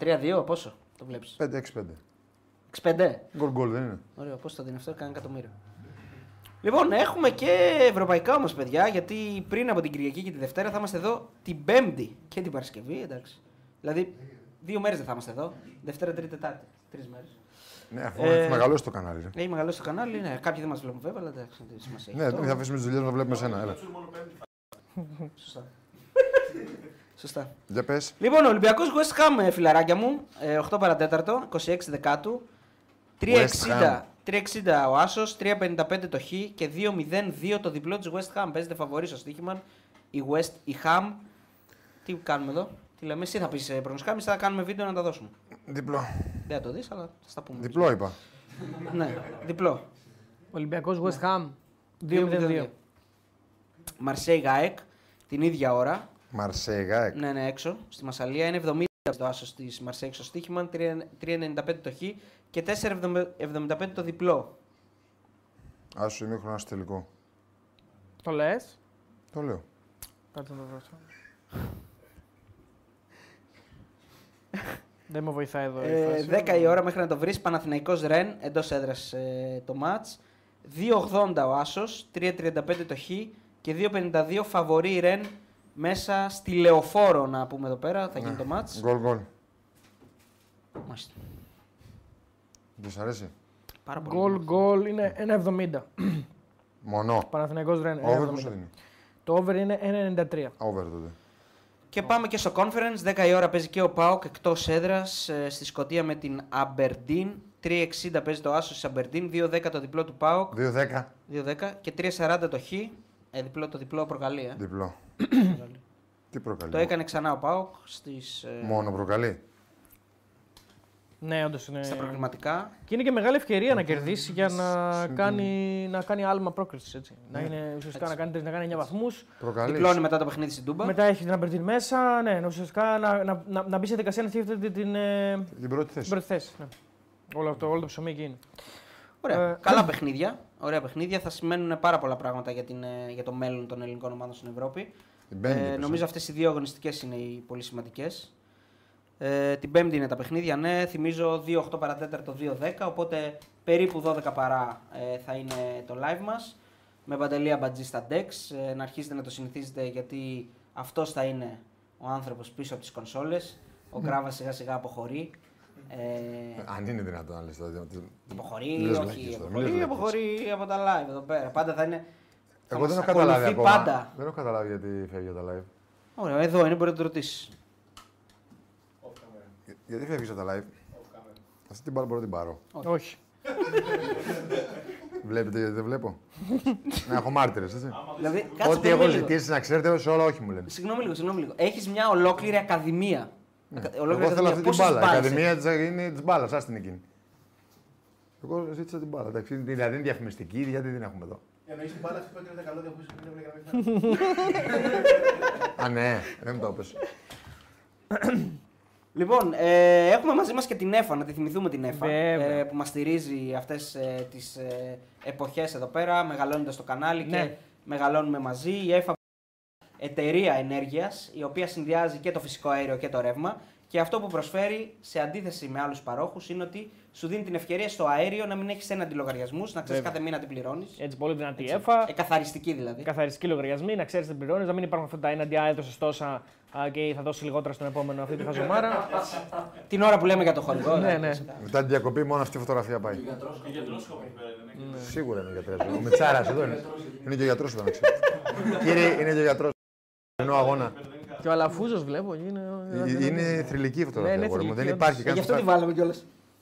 [SPEAKER 1] 2-1, 3-2, πόσο το βλέπεις.
[SPEAKER 3] 5-6-5.
[SPEAKER 1] 6-5.
[SPEAKER 3] Γκολ γκολ δεν είναι.
[SPEAKER 1] Ωραίο, πώ θα δίνει αυτό, κανένα εκατομμύριο. Λοιπόν, έχουμε και ευρωπαϊκά όμως, παιδιά, γιατί πριν από την Κυριακή και τη Δευτέρα θα είμαστε εδώ την Πέμπτη και την Παρασκευή, εντάξει. Δηλαδή, δύο μέρες δεν θα είμαστε εδώ. Δευτέρα, Τρίτη, Τετάρτη. Τρεις μέρες.
[SPEAKER 3] Ναι, αφού έχει μεγαλώσει το κανάλι. ρε.
[SPEAKER 1] Έχει μεγαλώσει το κανάλι, ναι. Κάποιοι δεν μας βλέπουν βέβαια, αλλά εντάξει, δεν σημασία. έχει
[SPEAKER 3] Ναι,
[SPEAKER 1] αυτό.
[SPEAKER 3] θα αφήσουμε τις δουλειές να βλέπουμε σένα. Έλα.
[SPEAKER 1] Σωστά. Σωστά.
[SPEAKER 3] Για πες.
[SPEAKER 1] Λοιπόν, ο Ολυμπιακός West Ham, ε, φιλαράκια μου, ε, 8 παρατέταρτο, 26 δεκάτου. 360, 360 ο Άσος, 355 το Χ και 2-0-2 το διπλό της West Ham. Παίζεται φαβορή στο στοίχημα. Η West, η Ham. Τι κάνουμε εδώ, τι λέμε, εσύ θα πεις προγνωστικά, εμείς θα κάνουμε βίντεο να τα δώσουμε.
[SPEAKER 3] Διπλό.
[SPEAKER 1] Δεν θα το δεις, αλλά θα στα πούμε.
[SPEAKER 3] Διπλό είπα.
[SPEAKER 1] Ναι, διπλό.
[SPEAKER 2] Ολυμπιακός West Ham.
[SPEAKER 1] 2-0-2.
[SPEAKER 2] 2-0-2.
[SPEAKER 1] Μαρσέη Γάεκ, την ίδια ώρα,
[SPEAKER 3] Μαρσέγα. ε. εκ.
[SPEAKER 1] Ναι, ναι, έξω. Στη Μασαλία είναι 70 το άσος της Μαρσέη στο στοίχημα, 3- 3,95 το χ και 4,75 το διπλό.
[SPEAKER 3] Άσο ημίχρονο, άσο τελικό.
[SPEAKER 2] Το λες.
[SPEAKER 3] Το λέω.
[SPEAKER 2] Κάτσε να το βρω. Δεν με βοηθάει εδώ. η
[SPEAKER 1] Ε,
[SPEAKER 2] φράση.
[SPEAKER 1] 10 η ώρα μέχρι να το βρεις. Παναθηναϊκός Ρεν εντός έδρας το ματ. 2,80 ο άσος, 3,35 το χ και 2,52 φαβορή Ρεν μέσα στη λεωφόρο να πούμε εδώ πέρα. Θα γίνει το ματ.
[SPEAKER 3] Γκολ γκολ.
[SPEAKER 1] Μάλιστα.
[SPEAKER 3] Δεν σ' αρέσει.
[SPEAKER 1] Πάρα πολύ.
[SPEAKER 2] Γκολ γκολ είναι 1,70.
[SPEAKER 3] Μονό.
[SPEAKER 2] Παναθηναϊκός Ρεν.
[SPEAKER 3] Over πόσο
[SPEAKER 2] 1,70.
[SPEAKER 3] δίνει.
[SPEAKER 2] Το over είναι 1,93.
[SPEAKER 3] Over τότε.
[SPEAKER 1] Και πάμε και στο conference. 10 η ώρα παίζει και ο Πάοκ εκτός έδρας στη Σκωτία με την Aberdeen. 3.60 παίζει το άσος της Aberdeen. 2.10 το διπλό του Πάοκ.
[SPEAKER 3] 2-10.
[SPEAKER 1] 2.10 και 3.40 το χ. Ε, διπλό το διπλό προκαλεί. ε.
[SPEAKER 3] Διπλό. Τι προκαλεί.
[SPEAKER 1] Το έκανε ξανά ο Πάοκ στις, ε,
[SPEAKER 3] Μόνο προκαλεί.
[SPEAKER 2] Ναι, όντως είναι.
[SPEAKER 1] στα προκριματικά.
[SPEAKER 2] Και είναι και μεγάλη ευκαιρία να κερδίσει για να
[SPEAKER 3] Συμφωνώ.
[SPEAKER 2] κάνει, να κάνει άλμα πρόκληση. Έτσι. Να είναι ουσιαστικά να κάνει, τρεις- να κάνει 9 βαθμού.
[SPEAKER 1] Διπλώνει
[SPEAKER 3] Προκαλεί.
[SPEAKER 1] μετά το παιχνίδι στην Τούμπα.
[SPEAKER 2] Μετά έχει την Αμπερτίν μέσα. Ναι, ουσιαστικά να, να, να, να μπει σε δικασία να σκέφτεται την, την, ε,
[SPEAKER 3] Την πρώτη
[SPEAKER 2] την
[SPEAKER 3] θέση.
[SPEAKER 2] πρώτη θέση. Ναι. Όλο, αυτό, όλο το ψωμί εκεί είναι.
[SPEAKER 1] Ωραία.
[SPEAKER 2] Ε,
[SPEAKER 1] Καλά παιχνίδια. Ωραία παιχνίδια. Θα σημαίνουν πάρα πολλά πράγματα για, την, ε, για το μέλλον των ελληνικών ομάδων στην Ευρώπη.
[SPEAKER 3] Η Μπέγκη,
[SPEAKER 1] Ε,
[SPEAKER 3] πες,
[SPEAKER 1] νομίζω
[SPEAKER 3] ε.
[SPEAKER 1] αυτές οι δύο αγωνιστικές είναι οι πολύ σημαντικές. Ε, την Πέμπτη είναι τα παιχνίδια, ναι. Θυμίζω 2-8 παρατέταρτο, 2-10. Οπότε περίπου 12 παρά ε, θα είναι το live μας. Με παντελή αμπατζή στα DEX. Ε, να αρχίσετε να το συνηθίζετε γιατί αυτός θα είναι ο άνθρωπος πίσω από τις κονσόλες. Ο
[SPEAKER 3] Ναι.
[SPEAKER 1] Κράβας σιγά σιγά αποχωρεί. Ε,
[SPEAKER 3] Αν είναι δυνατόν να λες. δηλαδή,
[SPEAKER 1] αποχωρεί,
[SPEAKER 3] Μιλάς
[SPEAKER 1] όχι.
[SPEAKER 3] βλακίες τώρα, μιλάς
[SPEAKER 1] Αποχωρεί,
[SPEAKER 3] βλακίες.
[SPEAKER 1] αποχωρεί από τα live εδώ πέρα. Πάντα θα είναι. θα
[SPEAKER 3] Εγώ
[SPEAKER 1] μας
[SPEAKER 3] δεν έχω
[SPEAKER 1] ακολουθεί
[SPEAKER 3] καταλάβει ακόμα.
[SPEAKER 1] Πάντα.
[SPEAKER 3] Δεν έχω καταλάβει γιατί φεύγει από τα live.
[SPEAKER 1] Ωραία, εδώ είναι, μπορεί να το ρωτήσεις.
[SPEAKER 3] Για- Γιατί φεύγει από τα live. Αυτή την πάρω μπορώ να την πάρω.
[SPEAKER 2] Όχι.
[SPEAKER 3] Βλέπετε γιατί δεν βλέπω. Να έχω μάρτυρες, έτσι.
[SPEAKER 1] Δηλαδή, κάτσε
[SPEAKER 3] Ό,τι
[SPEAKER 1] περίμενε
[SPEAKER 3] έχω
[SPEAKER 1] λίγο.
[SPEAKER 3] ζητήσει να ξέρετε, σε όλα όχι μου λένε.
[SPEAKER 1] Συγγνώμη λίγο, συγγνώμη λίγο. Έχεις μια ολόκληρη ακαδημία. Ακα- Ολόκληρη
[SPEAKER 3] Ναι. Εγώ θέλω αυτή την
[SPEAKER 1] Πόσες
[SPEAKER 3] μπάλα. Η
[SPEAKER 1] μπάλες έχεις?
[SPEAKER 3] Ακαδημία της- είναι της μπάλας, α την εκείνη. Εγώ ζήτησα την μπάλα. Εντάξει, δηλαδή είναι διαφημιστική, γιατί δεν έχουμε εδώ.
[SPEAKER 6] Εννοείς την μπάλα, που έκανε τα καλώδια που είσαι πριν έβλεγα να μην φτάνει.
[SPEAKER 3] Α, ναι, δεν μου το έπεσε.
[SPEAKER 1] Λοιπόν, ε, έχουμε μαζί μας και την ΕΦΑ, να τη θυμηθούμε την ΕΦΑ.
[SPEAKER 2] Βέβαια.
[SPEAKER 1] Ε, που μας στηρίζει αυτές ε, τις ε, εποχές εδώ πέρα, μεγαλώνοντας το κανάλι και
[SPEAKER 2] Ναι.
[SPEAKER 1] μεγαλώνουμε μαζί. Η ΕΦΑ εταιρεία ενέργειας, η οποία συνδυάζει και το φυσικό αέριο και το ρεύμα. Και αυτό που προσφέρει, σε αντίθεση με άλλους παρόχους, είναι ότι σου δίνει την ευκαιρία στο αέριο να μην έχεις έναντι λογαριασμού, να ξέρεις κάθε μήνα τι πληρώνεις.
[SPEAKER 2] Έτσι, πολύ δυνατή έφα.
[SPEAKER 1] Εκαθαριστική δηλαδή.
[SPEAKER 2] Καθαριστική λογαριασμή, να ξέρεις τι πληρώνεις, να μην υπάρχουν αυτά τα έναντι έδωσε τόσα α, και θα δώσει λιγότερα στον επόμενο αυτή τη χαζομάρα.
[SPEAKER 1] Την ώρα που λέμε για το χορηγό.
[SPEAKER 2] Ναι,
[SPEAKER 1] ε,
[SPEAKER 2] ναι.
[SPEAKER 1] φυσικά.
[SPEAKER 3] Μετά την διακοπή, μόνο αυτή η φωτογραφία πάει. Ναι. Σίγουρα είναι ο γιατρός. Ο Μιτσάρας εδώ είναι. Είναι και ο γιατρός εδώ, να ξέρετε. Κύριε, είναι και ο γιατρός. Ενώ αγώνα.
[SPEAKER 2] και ο Αλαφούζος βλέπω. Είναι,
[SPEAKER 3] Ε, Είναι θρηλυκή η
[SPEAKER 2] Ναι,
[SPEAKER 3] φωτογραφία.
[SPEAKER 2] είναι
[SPEAKER 3] αγόρι μου. Δεν
[SPEAKER 2] θρηλυκή,
[SPEAKER 3] υπάρχει
[SPEAKER 1] Ε, Γι' αυτό τη
[SPEAKER 3] κανένα.
[SPEAKER 1] βάλαμε κιόλας.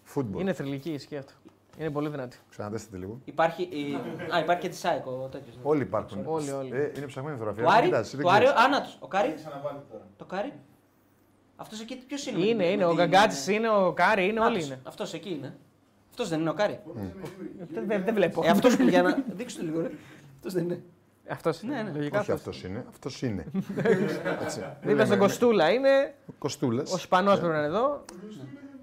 [SPEAKER 3] Φούτμπολ.
[SPEAKER 2] είναι θρηλυκή η ισχύ αυτό. Είναι πολύ δυνατή.
[SPEAKER 3] Ξανατέστε λίγο.
[SPEAKER 1] Υπάρχει, η... Α, υπάρχει και τη ΣΑΕΚ ο ναι. τέτοιο.
[SPEAKER 3] Όλοι υπάρχουν.
[SPEAKER 2] Όλοι, όλοι.
[SPEAKER 3] Ε, είναι ψαγμένη η φωτογραφία.
[SPEAKER 1] Το Άρη,
[SPEAKER 3] Κοιτάς, δεν
[SPEAKER 1] το Άρη,
[SPEAKER 3] ξέρεις.
[SPEAKER 1] Άννα τους. Ο Κάρι. Το Κάρι. Αυτός εκεί ποιος είναι.
[SPEAKER 2] Είναι, είναι. Ο Γκαγκάτσης είναι, ο Κάρι είναι, όλοι είναι.
[SPEAKER 1] Αυτός εκεί είναι. Αυτός δεν είναι ο Κάρι.
[SPEAKER 2] Δεν δεν βλέπω.
[SPEAKER 1] Ε, αυτός που για να. Δείξτε το λίγο. Αυτός δεν είναι.
[SPEAKER 2] Αυτός είναι.
[SPEAKER 1] ναι.
[SPEAKER 2] Λογικά
[SPEAKER 3] Όχι
[SPEAKER 2] αυτός.
[SPEAKER 3] αυτός είναι. Αυτός είναι. Έτσι.
[SPEAKER 2] Δίπλα στον Κοστούλα είναι.
[SPEAKER 3] Κοστούλε.
[SPEAKER 2] Ο Ισπανό πρέπει να είναι εδώ.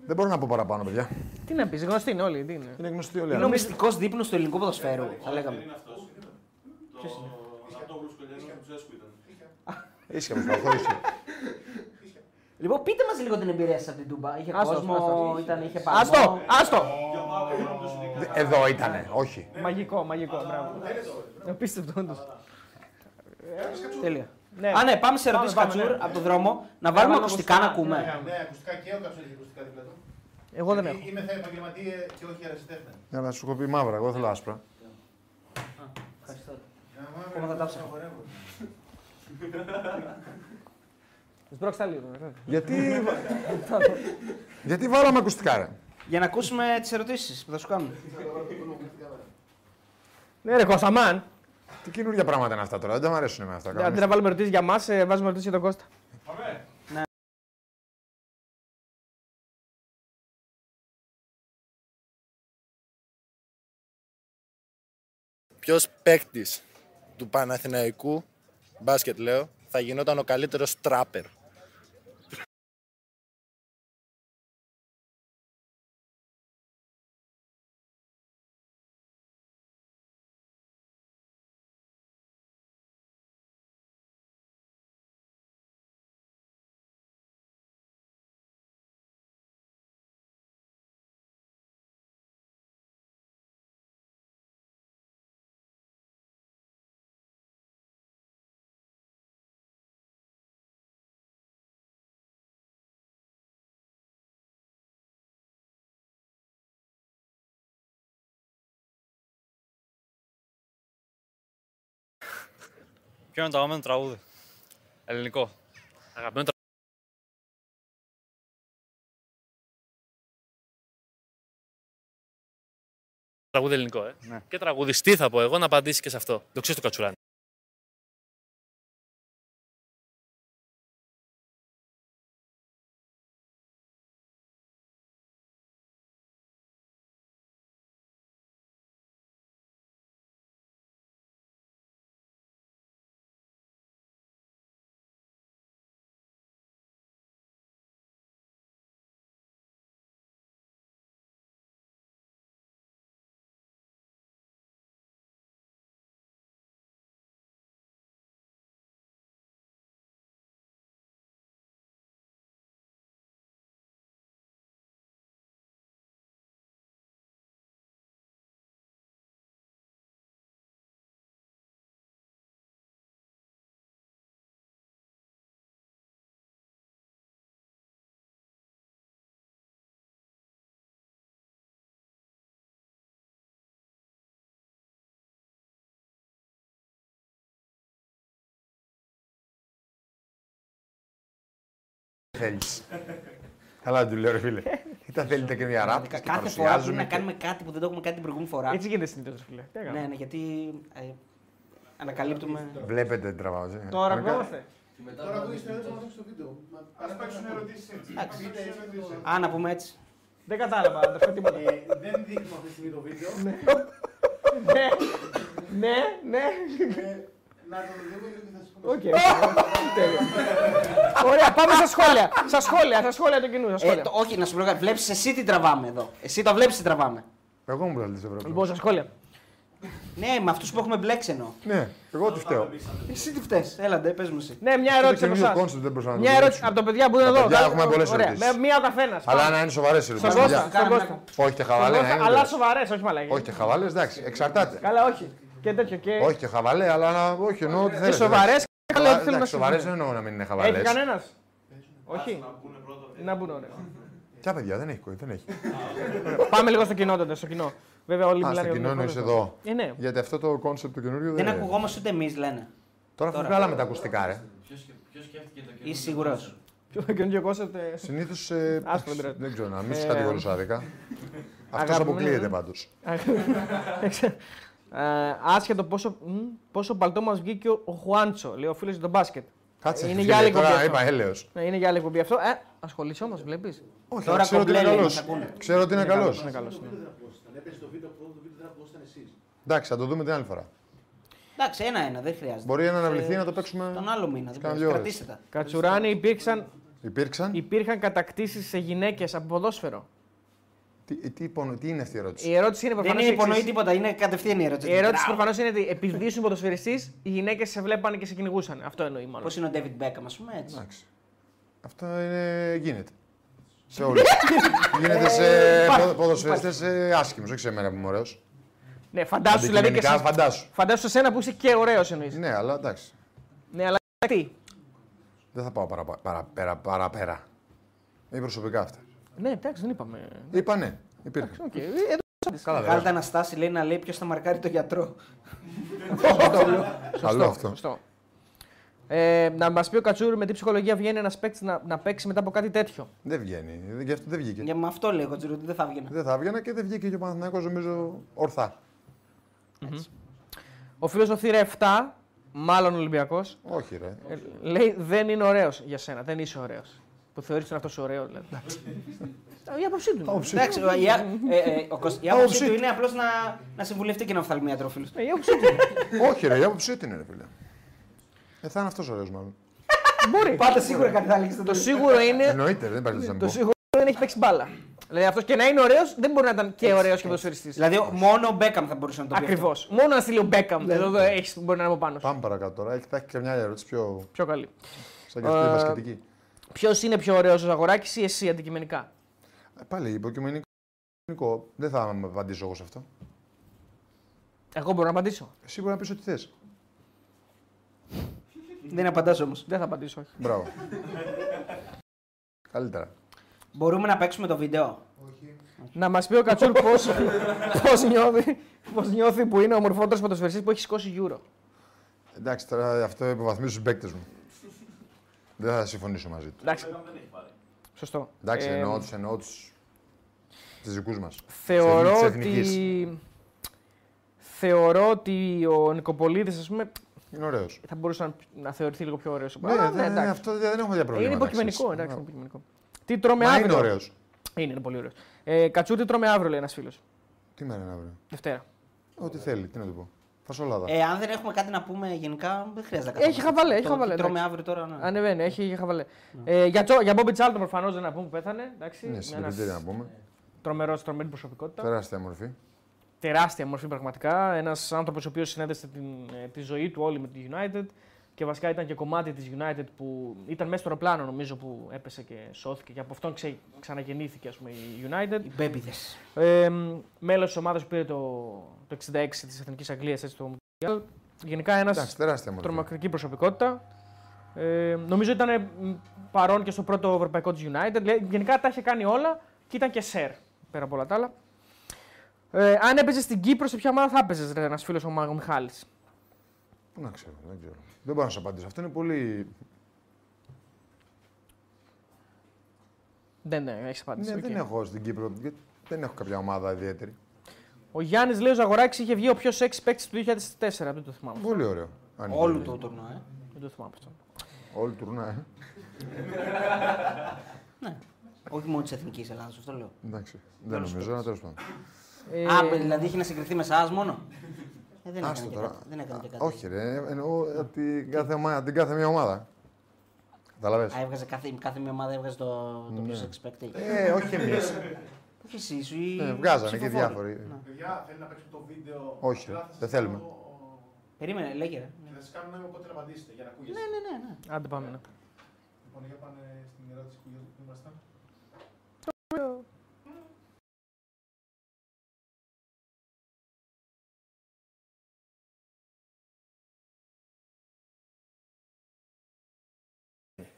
[SPEAKER 3] Δεν μπορώ να πω παραπάνω, παιδιά.
[SPEAKER 2] Τι να πεις, γνωστοί είναι όλοι. Τι είναι.
[SPEAKER 3] Είναι γνωστή όλη
[SPEAKER 1] Είναι ο
[SPEAKER 3] η
[SPEAKER 1] μυστικός δείπνος του ελληνικού ποδοσφαίρου. Θα λέγαμε.
[SPEAKER 7] είναι αυτός. Το Ανατόπουλος Κολιανός του Τζέσκου ήταν.
[SPEAKER 3] Ήσυχα, προσπαθώ. ήσυχα.
[SPEAKER 1] Λοιπόν, πείτε μας λίγο την εμπειρία σας από την Τούμπα. Είχε
[SPEAKER 2] Άστο,
[SPEAKER 1] κόσμο,
[SPEAKER 2] άστο.
[SPEAKER 1] ήταν, είχε παλμό.
[SPEAKER 2] Άστο, άστο.
[SPEAKER 7] Για πάω εγώ από το συνδικάτο.
[SPEAKER 3] Εδώ ήτανε, όχι.
[SPEAKER 2] Μαγικό, μαγικό. Μπράβο. Απίστευτο όντως.
[SPEAKER 1] Τέλεια.
[SPEAKER 2] Ναι.
[SPEAKER 1] Α, ναι, πάμε σε ερωτήσεις
[SPEAKER 2] Πάμε, πάμε,
[SPEAKER 1] Κατσούρ
[SPEAKER 2] ναι.
[SPEAKER 1] από τον δρόμο. Να βάλουμε
[SPEAKER 2] βάλουμε
[SPEAKER 1] ακουστικά να
[SPEAKER 2] ακουστικά, ναι.
[SPEAKER 1] ακούμε.
[SPEAKER 6] Ναι, ακουστικά και ο Καψόλη έχει ακουστικά δίπλα του.
[SPEAKER 2] Εγώ δεν
[SPEAKER 6] Γιατί
[SPEAKER 2] έχω.
[SPEAKER 6] Είμαι θα επαγγελματίε και όχι αρεσιτέχνε.
[SPEAKER 3] Για να σου έχω πει μαύρα, εγώ θέλω άσπρα.
[SPEAKER 1] Εγώ θα τα ψάχνω.
[SPEAKER 2] Σμπρώξα λίγο.
[SPEAKER 3] Γιατί. Γιατί βάλαμε ακουστικά, ρε.
[SPEAKER 1] Για να ακούσουμε τις ερωτήσεις που θα σου κάνουν.
[SPEAKER 2] Ναι, ρε Κώστα,
[SPEAKER 3] Τι καινούργια πράγματα είναι αυτά τώρα, δεν μου αρέσουν με αυτά.
[SPEAKER 2] Αντί
[SPEAKER 3] κανονικά.
[SPEAKER 2] να βάλουμε ερωτήσεις για μας, βάζουμε ερωτήσεις για τον Κώστα.
[SPEAKER 7] Πάμε.
[SPEAKER 8] Ποιος παίκτης του Παναθηναϊκού, μπάσκετ λέω, θα γινόταν ο καλύτερος τράπερ.
[SPEAKER 9] Ποιο είναι το αγαπημένο τραγούδι. Ελληνικό. Αγαπημένο τραγούδι. Τραγούδι ελληνικό, ε. Και τραγουδιστή θα πω εγώ να απαντήσει και σε αυτό. Το ξέρεις του Κατσουράνη.
[SPEAKER 3] Θέλεις. Καλά του λέω, ρε φίλε. Τι τα θέλετε και μια ράπτη. και
[SPEAKER 1] Κάθε φορά πρέπει
[SPEAKER 3] παρουσιάζουμε
[SPEAKER 1] να
[SPEAKER 3] και-
[SPEAKER 1] κάνουμε κάτι που δεν το έχουμε κάνει την προηγούμενη φορά.
[SPEAKER 2] Έτσι γίνεται συνήθως, φίλε. Τι έκανα.
[SPEAKER 1] Ναι, ναι, γιατί ε, ανακαλύπτουμε.
[SPEAKER 3] Βλέπετε τι τραβάω. έτσι.
[SPEAKER 2] Τώρα
[SPEAKER 3] Κανονικά.
[SPEAKER 2] βγόμαστε.
[SPEAKER 6] Τώρα που είστε εδώ, θα δείξω το βίντεο.
[SPEAKER 7] Ας παίξουν ερωτήσεις έτσι.
[SPEAKER 1] Εντάξει.
[SPEAKER 7] Πείτε ερωτήσεις έτσι.
[SPEAKER 1] Α, να πούμε έτσι.
[SPEAKER 2] Δεν κατάλαβα, αδερφέ, τίποτα.
[SPEAKER 6] Ε, Δεν δείχνουμε αυτή τη στιγμή το βίντεο.
[SPEAKER 2] Ναι, ναι, ναι.
[SPEAKER 6] Ε, Να το δούμε λίγο και θα σας πω.
[SPEAKER 2] Οκ. Τέλεια. Ωραία, πάμε στα σχόλια. Στα σχόλια, στα σχόλια του κοινού. Στα
[SPEAKER 1] Ε,
[SPEAKER 2] σχόλια.
[SPEAKER 1] το, όχι, να σου πω κάτι. Βλέπεις εσύ τι τραβάμε εδώ. Εσύ τα βλέπεις τι τραβάμε.
[SPEAKER 3] Εγώ μου πλαλεί Ευρώπη.
[SPEAKER 2] Λοιπόν, στα σχόλια.
[SPEAKER 1] Ναι, με αυτούς που έχουμε μπλέξει εννοώ.
[SPEAKER 3] Ναι, εγώ τι φταίω.
[SPEAKER 1] Εσύ τι φταίς. Ε. Έλα, ντε, πες μου εσύ.
[SPEAKER 2] Ναι, μια
[SPEAKER 3] Το
[SPEAKER 2] ερώτηση από
[SPEAKER 3] καινούργιο
[SPEAKER 2] εσά.
[SPEAKER 3] κόνσεπτ δεν μπορούσαμε να
[SPEAKER 2] Μια
[SPEAKER 3] το
[SPEAKER 2] ερώτηση
[SPEAKER 3] δουλέψουμε.
[SPEAKER 2] από τα παιδιά που είναι
[SPEAKER 3] Τα
[SPEAKER 2] εδώ.
[SPEAKER 3] παιδιά
[SPEAKER 2] Κάτσε,
[SPEAKER 3] έχουμε πολλές
[SPEAKER 2] ωραία.
[SPEAKER 3] ερωτήσεις.
[SPEAKER 2] Με Μία ο καθένας.
[SPEAKER 3] Αλλά να είναι σοβαρές οι
[SPEAKER 2] Στον
[SPEAKER 3] ερωτήσει.
[SPEAKER 2] Κώστα,
[SPEAKER 3] παιδιά.
[SPEAKER 2] στον
[SPEAKER 1] Κάναμε
[SPEAKER 2] Κώστα.
[SPEAKER 3] Όχι και
[SPEAKER 2] Στον
[SPEAKER 3] χαβαλέ.
[SPEAKER 2] Κώστα,
[SPEAKER 3] ναι,
[SPEAKER 2] Αλλά
[SPEAKER 3] ναι.
[SPEAKER 2] σοβαρές, όχι μαλακή.
[SPEAKER 3] Όχι και χαβαλές, εντάξει, εξαρτάται.
[SPEAKER 2] Καλά, όχι. Και τέτοιο. Και,
[SPEAKER 3] Όχι και χαβαλέ, αλλά να- όχι, εννοώ ότι
[SPEAKER 2] και
[SPEAKER 3] θέλει.
[SPEAKER 2] σοβαρέ. Καλά, Ε, ό,τι θέλουν να
[SPEAKER 3] Σοβαρές δεν
[SPEAKER 2] συζητήσουν.
[SPEAKER 3] εννοώ να μην είναι
[SPEAKER 2] Έχει
[SPEAKER 3] χαβαλές.
[SPEAKER 2] κανένας. Όχι. Να μπουν ωραία.
[SPEAKER 3] Ποια παιδιά δεν έχει κο- δεν έχει.
[SPEAKER 2] Πάμε λίγο στο κοινό τότε, στο κοινό. Βέβαια, όλοι
[SPEAKER 3] Α,
[SPEAKER 2] μιλάνε
[SPEAKER 3] στο
[SPEAKER 2] για
[SPEAKER 3] κοινό
[SPEAKER 2] τον
[SPEAKER 3] εννοείς
[SPEAKER 2] Ιωάννη.
[SPEAKER 3] εδώ.
[SPEAKER 2] Ε, ναι.
[SPEAKER 3] Γιατί αυτό το κόνσεπτ του καινούριου
[SPEAKER 1] Δεν
[SPEAKER 3] δεν είναι.
[SPEAKER 1] ακουγόμαστε ούτε εμείς, λένε.
[SPEAKER 3] Τώρα αφού βγάλαμε τα ακουστικά, ρε.
[SPEAKER 1] Είσαι σίγουρος.
[SPEAKER 2] Ποιο θα καινούργιο κόνσεπτ. ε,
[SPEAKER 3] Συνήθω.
[SPEAKER 2] Άσπρο ντρέπ.
[SPEAKER 3] Δεν ξέρω, να μην
[SPEAKER 2] Ε,
[SPEAKER 3] του κατηγορήσω άδικα. Αυτό
[SPEAKER 2] αγαπημένο.
[SPEAKER 3] αποκλείεται πάντω.
[SPEAKER 2] Ε, άσχετο πόσο, μ, πόσο παλτό μας βγήκε ο, ο Χουάντσο, λέει ο φίλος για τον μπάσκετ.
[SPEAKER 3] Κάτσε.
[SPEAKER 2] Είναι
[SPEAKER 3] φίλε,
[SPEAKER 2] για άλλη
[SPEAKER 3] Τώρα
[SPEAKER 2] κοπιά.
[SPEAKER 3] είπα έλεος.
[SPEAKER 2] Ναι, είναι για άλλη εκπομπή αυτό. Ε, ασχολείσαι όμως, βλέπεις.
[SPEAKER 3] Όχι,
[SPEAKER 1] Τώρα
[SPEAKER 3] ξέρω ότι είναι
[SPEAKER 1] κομπλέ λέει,
[SPEAKER 3] καλός.
[SPEAKER 1] μας ακούνε.
[SPEAKER 3] Ξέρω ότι είναι καλός.
[SPEAKER 2] Είναι καλός, ναι.
[SPEAKER 7] Έπαιζε το βίντεο πρώτο, το βίντεο δεύτερο, πώς ήταν εσείς.
[SPEAKER 3] Εντάξει, θα το δούμε την άλλη φορά.
[SPEAKER 1] Εντάξει, ένα-ένα, δεν χρειάζεται. Ε,
[SPEAKER 3] Μπορεί να αναβληθεί να το
[SPEAKER 1] Τον
[SPEAKER 3] παίξουμε.
[SPEAKER 1] άλλο μήνα. Δεν
[SPEAKER 3] Κάνα
[SPEAKER 1] πειράζει.
[SPEAKER 3] δύο ώρες.
[SPEAKER 1] Κρατήστε τα.
[SPEAKER 2] Κατσουράνη υπήρξαν,
[SPEAKER 3] Υπήρξαν.
[SPEAKER 2] υπήρχαν κατακτήσεις σε γυναίκες από ποδόσφαιρο.
[SPEAKER 3] Τι, τι, πονο- τι είναι αυτή η ερώτηση.
[SPEAKER 2] Η ερώτηση είναι
[SPEAKER 1] Δεν
[SPEAKER 2] προφανώ.
[SPEAKER 1] είναι υπονοεί τίποτα, είναι κατευθείαν η ερώτηση.
[SPEAKER 2] Η ερώτηση προφανώς είναι ότι επειδή ήσουν ποδοσφαιριστής, οι γυναίκες σε βλέπανε και σε κυνηγούσαν. Αυτό εννοεί μάλλον.
[SPEAKER 1] Πώς είναι ο David Beckham, ας πούμε έτσι.
[SPEAKER 3] Εντάξει. Αυτό είναι... γίνεται. Σε όλους. γίνεται σε πο- ποδοσφαιριστές ε, άσχημους, όχι σε μένα που είμαι ωραίος.
[SPEAKER 2] Ναι, φαντάσου δηλαδή και
[SPEAKER 3] Αντικειμενικά,
[SPEAKER 2] σε-
[SPEAKER 3] φαντάσου.
[SPEAKER 2] Φαντάσου σε σένα που είσαι και ωραίος εννοείς. Ναι.
[SPEAKER 3] Ναι, αλλά εντάξει.
[SPEAKER 2] αλλά τι.
[SPEAKER 3] Δεν θα πάω παραπα- παραπέρα. παραπέρα. Είναι προσωπικά αυτά.
[SPEAKER 2] Ναι, εντάξει, δεν είπαμε.
[SPEAKER 3] Είπα ναι, υπήρχε.
[SPEAKER 2] Οκ, ε, εδώ-
[SPEAKER 3] Καλά, δεν
[SPEAKER 1] Κάλτα Αναστάση λέει να λέει ποιος θα μαρκάρει το γιατρό.
[SPEAKER 3] είναι. Καλό αυτό.
[SPEAKER 2] Σωστό. Ε, να μας πει ο Κατσούρη με τι ψυχολογία βγαίνει ένας παίκτης να, να παίξει μετά από κάτι τέτοιο.
[SPEAKER 3] Δεν βγαίνει. Γι' αυτό δεν βγήκε.
[SPEAKER 1] Για με αυτό λέει ο Τζουρού, δεν θα βγει.
[SPEAKER 3] Δεν θα βγαίνα και δεν βγήκε και ο Παναθηναϊκός νομίζω ορθά.
[SPEAKER 2] Ο φίλος ο Θηρε 7, μάλλον Ολυμπιακός,
[SPEAKER 3] Όχι ρε.
[SPEAKER 2] λέει δεν είναι ωραίος για σένα. Δεν είσαι ωραίος. Που θεωρεί τον αυτό σου ωραίο, δηλαδή. Ε, Η άποψή του. είναι.
[SPEAKER 3] Όψη.
[SPEAKER 1] Εντάξει, ο- η α- ε, ε, ο Κωσ- η
[SPEAKER 2] Oh,
[SPEAKER 3] shit.
[SPEAKER 1] άποψή του είναι απλώς να, να συμβουλευτεί και ένα οφθαλμίατρο φίλο.
[SPEAKER 2] Ναι, η άποψή του είναι.
[SPEAKER 3] Όχι ρε, η άποψή του είναι ρε φίλε. Ε, θα είναι αυτός ωραίος μάλλον.
[SPEAKER 2] Μπορεί.
[SPEAKER 1] Πάντα σίγουρα κάτι θα λέγεις.
[SPEAKER 2] Το σίγουρο είναι
[SPEAKER 3] Εννοείται, δεν υπάρχει να
[SPEAKER 2] Ε, Το
[SPEAKER 3] πω.
[SPEAKER 2] σίγουρο δεν έχει παίξει μπάλα. Δηλαδή αυτός και να είναι ωραίος δεν μπορεί να ήταν και ωραίο και ποδοσφαιριστής.
[SPEAKER 1] Δηλαδή, μόνο ο Μπέκαμ θα μπορούσε να το πει.
[SPEAKER 2] Ακριβώς. Μόνο να στείλει ο Μπέκαμ. Εδώ έχεις, μπορεί να είναι από πάνω. σου.
[SPEAKER 3] Πάμε παρακάτω τώρα, έχει- θα έχει και μια άλλη ερώτηση πιο
[SPEAKER 2] Πιο καλή.
[SPEAKER 3] σαν και αυτή
[SPEAKER 2] Ε,
[SPEAKER 3] η βασκετική.
[SPEAKER 2] Ποιος είναι πιο ωραίος ο Ζαγοράκης ή εσύ αντικειμενικά.
[SPEAKER 3] Ε, Πάλι υποκειμενικό. Δεν θα απαντήσω εγώ σε αυτό.
[SPEAKER 2] Εγώ μπορώ να απαντήσω.
[SPEAKER 3] Εσύ μπορεί να πεις ό,τι θες.
[SPEAKER 1] αυτό. Δεν απαντάς όμως.
[SPEAKER 2] Δεν θα απαντήσω, όχι.
[SPEAKER 3] Μπράβο. Καλύτερα.
[SPEAKER 1] Μπορούμε να παίξουμε το βίντεο.
[SPEAKER 2] Να μας πει ο Κατσούλ πώς πώς νιώθει, πώς νιώθει που είναι ο μορφότερος ποδοσφαιριστής που έχει σηκώσει γύρω.
[SPEAKER 3] Εντάξει, τώρα αυτό υποβαθμίζει του παίκτες μου. Δεν θα συμφωνήσω μαζί τους.
[SPEAKER 2] Εντάξει. Σωστό.
[SPEAKER 3] Εντάξει,
[SPEAKER 2] Ε,
[SPEAKER 3] εννοώ τους εννοώ τους. Τους δικούς μας.
[SPEAKER 2] Θεωρώ
[SPEAKER 3] της
[SPEAKER 2] ότι.
[SPEAKER 3] εθνικής.
[SPEAKER 2] Θεωρώ ότι ο Νικοπολίδης, ας πούμε,
[SPEAKER 3] Είναι ωραίος.
[SPEAKER 2] θα μπορούσε να- να θεωρηθεί λίγο πιο ωραίος.
[SPEAKER 3] Ναι, δεν- αυτό δεν, δεν έχουμε για
[SPEAKER 2] Είναι
[SPEAKER 3] προβλήματα.
[SPEAKER 2] υποκειμενικό,
[SPEAKER 3] ξέρεις.
[SPEAKER 2] εντάξει, είναι
[SPEAKER 3] Μα-
[SPEAKER 2] υποκειμενικό. Τι τρώμε
[SPEAKER 3] Μα
[SPEAKER 2] αύριο.
[SPEAKER 3] είναι ωραίος.
[SPEAKER 2] Είναι, είναι πολύ ωραίος. Ε, κατσού, τι τρώμε αύριο, λέει ένας φίλος.
[SPEAKER 3] Τι μέρα είναι αύριο.
[SPEAKER 2] Δευτέρα.
[SPEAKER 3] Ό,τι θέλει, τι να του πω. Φασολάδα.
[SPEAKER 1] Ε, αν δεν έχουμε κάτι να πούμε γενικά, δεν χρειάζεται να
[SPEAKER 2] Έχει
[SPEAKER 1] κάνουμε.
[SPEAKER 2] χαβαλέ, έχει
[SPEAKER 1] Το-
[SPEAKER 2] χαβαλέ,
[SPEAKER 1] το Τρώμε
[SPEAKER 2] εντάξει.
[SPEAKER 1] αύριο τώρα. ναι.
[SPEAKER 2] Ανεβαίνει, έχει είχε χαβαλέ. Ε, για, τσο, για Μπόμπι Τσάλτον προφανώς δεν να πούμε που πέθανε. Εντάξει,
[SPEAKER 3] ναι, συντηρητήρια να
[SPEAKER 2] Ε,
[SPEAKER 3] πούμε.
[SPEAKER 2] τρομερός, τρομερή προσωπικότητα.
[SPEAKER 3] Τεράστια μορφή.
[SPEAKER 2] Τεράστια μορφή πραγματικά. Ένας άνθρωπος ο οποίος συνέδεσε την, ε, τη ζωή του όλη με τη United και βασικά ήταν και κομμάτι της United που ήταν μέσα στο αεροπλάνο νομίζω που έπεσε και σώθηκε και από αυτόν ξε, ξαναγεννήθηκε ας πούμε, η United.
[SPEAKER 1] Οι μπέμπιδες.
[SPEAKER 2] Ε, Μέλος της ομάδας που πήρε το, το 66 της Εθνικής Αγγλίας έτσι το Mundial. Γενικά ένας
[SPEAKER 3] Εντάξει, τεράστια μορφή.
[SPEAKER 2] τρομακτική προσωπικότητα. Ε, νομίζω ήταν ε, μ, παρόν και στο πρώτο ευρωπαϊκό της United. Δηλαδή, Γενικά τα είχε κάνει όλα και ήταν και σερ πέρα από όλα τα άλλα. Ε, αν έπαιζες στην Κύπρο, σε ποια ομάδα θα έπαιζες ένας φίλος ο Μάγο Μιχάλης.
[SPEAKER 3] Πού να ξέρω, δεν ξέρω. Δεν μπορώ να σου απαντήσω. Αυτό είναι πολύ.
[SPEAKER 2] Δεν ναι, έχεις απάντηση.
[SPEAKER 3] Ναι,
[SPEAKER 2] οκ.
[SPEAKER 3] δεν έχω στην Κύπρο. γιατί Δεν έχω κάποια ομάδα ιδιαίτερη.
[SPEAKER 2] Ο Γιάννης λέει ο Ζαγοράκης είχε βγει ο πιο σεξ παίκτης του 2004. Δεν το θυμάμαι. αυτό.
[SPEAKER 3] Πολύ ωραίο. Αν είναι
[SPEAKER 1] Όλου
[SPEAKER 3] πολύ.
[SPEAKER 1] του τουρνουά. ε.
[SPEAKER 2] Δεν το θυμάμαι αυτό.
[SPEAKER 3] Όλου τουρνά, ε.
[SPEAKER 1] Όχι μόνο της εθνικής Ελλάδα, αυτό λέω.
[SPEAKER 3] Εντάξει. Δεν νομίζω, αλλά τέλος πάντων.
[SPEAKER 2] Ε,
[SPEAKER 1] Α, μπε, δηλαδή είχε να συγκριθεί με εσά μόνο. Ε, δεν,
[SPEAKER 3] Άστο
[SPEAKER 1] έκανε και
[SPEAKER 3] τώρα.
[SPEAKER 1] κάτι, δεν έκανε και κάτι.
[SPEAKER 3] Όχι, ρε. Εννοώ από την κάθε, ομάδα, την κάθε μια ομάδα.
[SPEAKER 1] Α,
[SPEAKER 3] Καταλαβέ.
[SPEAKER 1] έβγαζε κάθε, κάθε μια ομάδα έβγαζε το, το ναι. ποιο expected.
[SPEAKER 3] Ε, όχι εμεί.
[SPEAKER 1] Όχι εσύ, Ναι. σου ή.
[SPEAKER 3] Ε, βγάζανε και διάφοροι.
[SPEAKER 7] Παιδιά, θέλει να παίξουμε το βίντεο.
[SPEAKER 3] Όχι,
[SPEAKER 7] Απλά
[SPEAKER 3] ρε,
[SPEAKER 7] θα
[SPEAKER 3] δεν
[SPEAKER 7] σας
[SPEAKER 3] θέλουμε.
[SPEAKER 7] κάνω, ο,
[SPEAKER 1] Περίμενε, λέγε. Ρε.
[SPEAKER 7] και Θα σας κάνω νόημα πότε να απαντήσετε για να ακούγεσαι.
[SPEAKER 1] Ναι, ναι, ναι.
[SPEAKER 2] Άντε πάμε. ναι.
[SPEAKER 7] Λοιπόν, για πάνε στην ερώτηση που ήμασταν.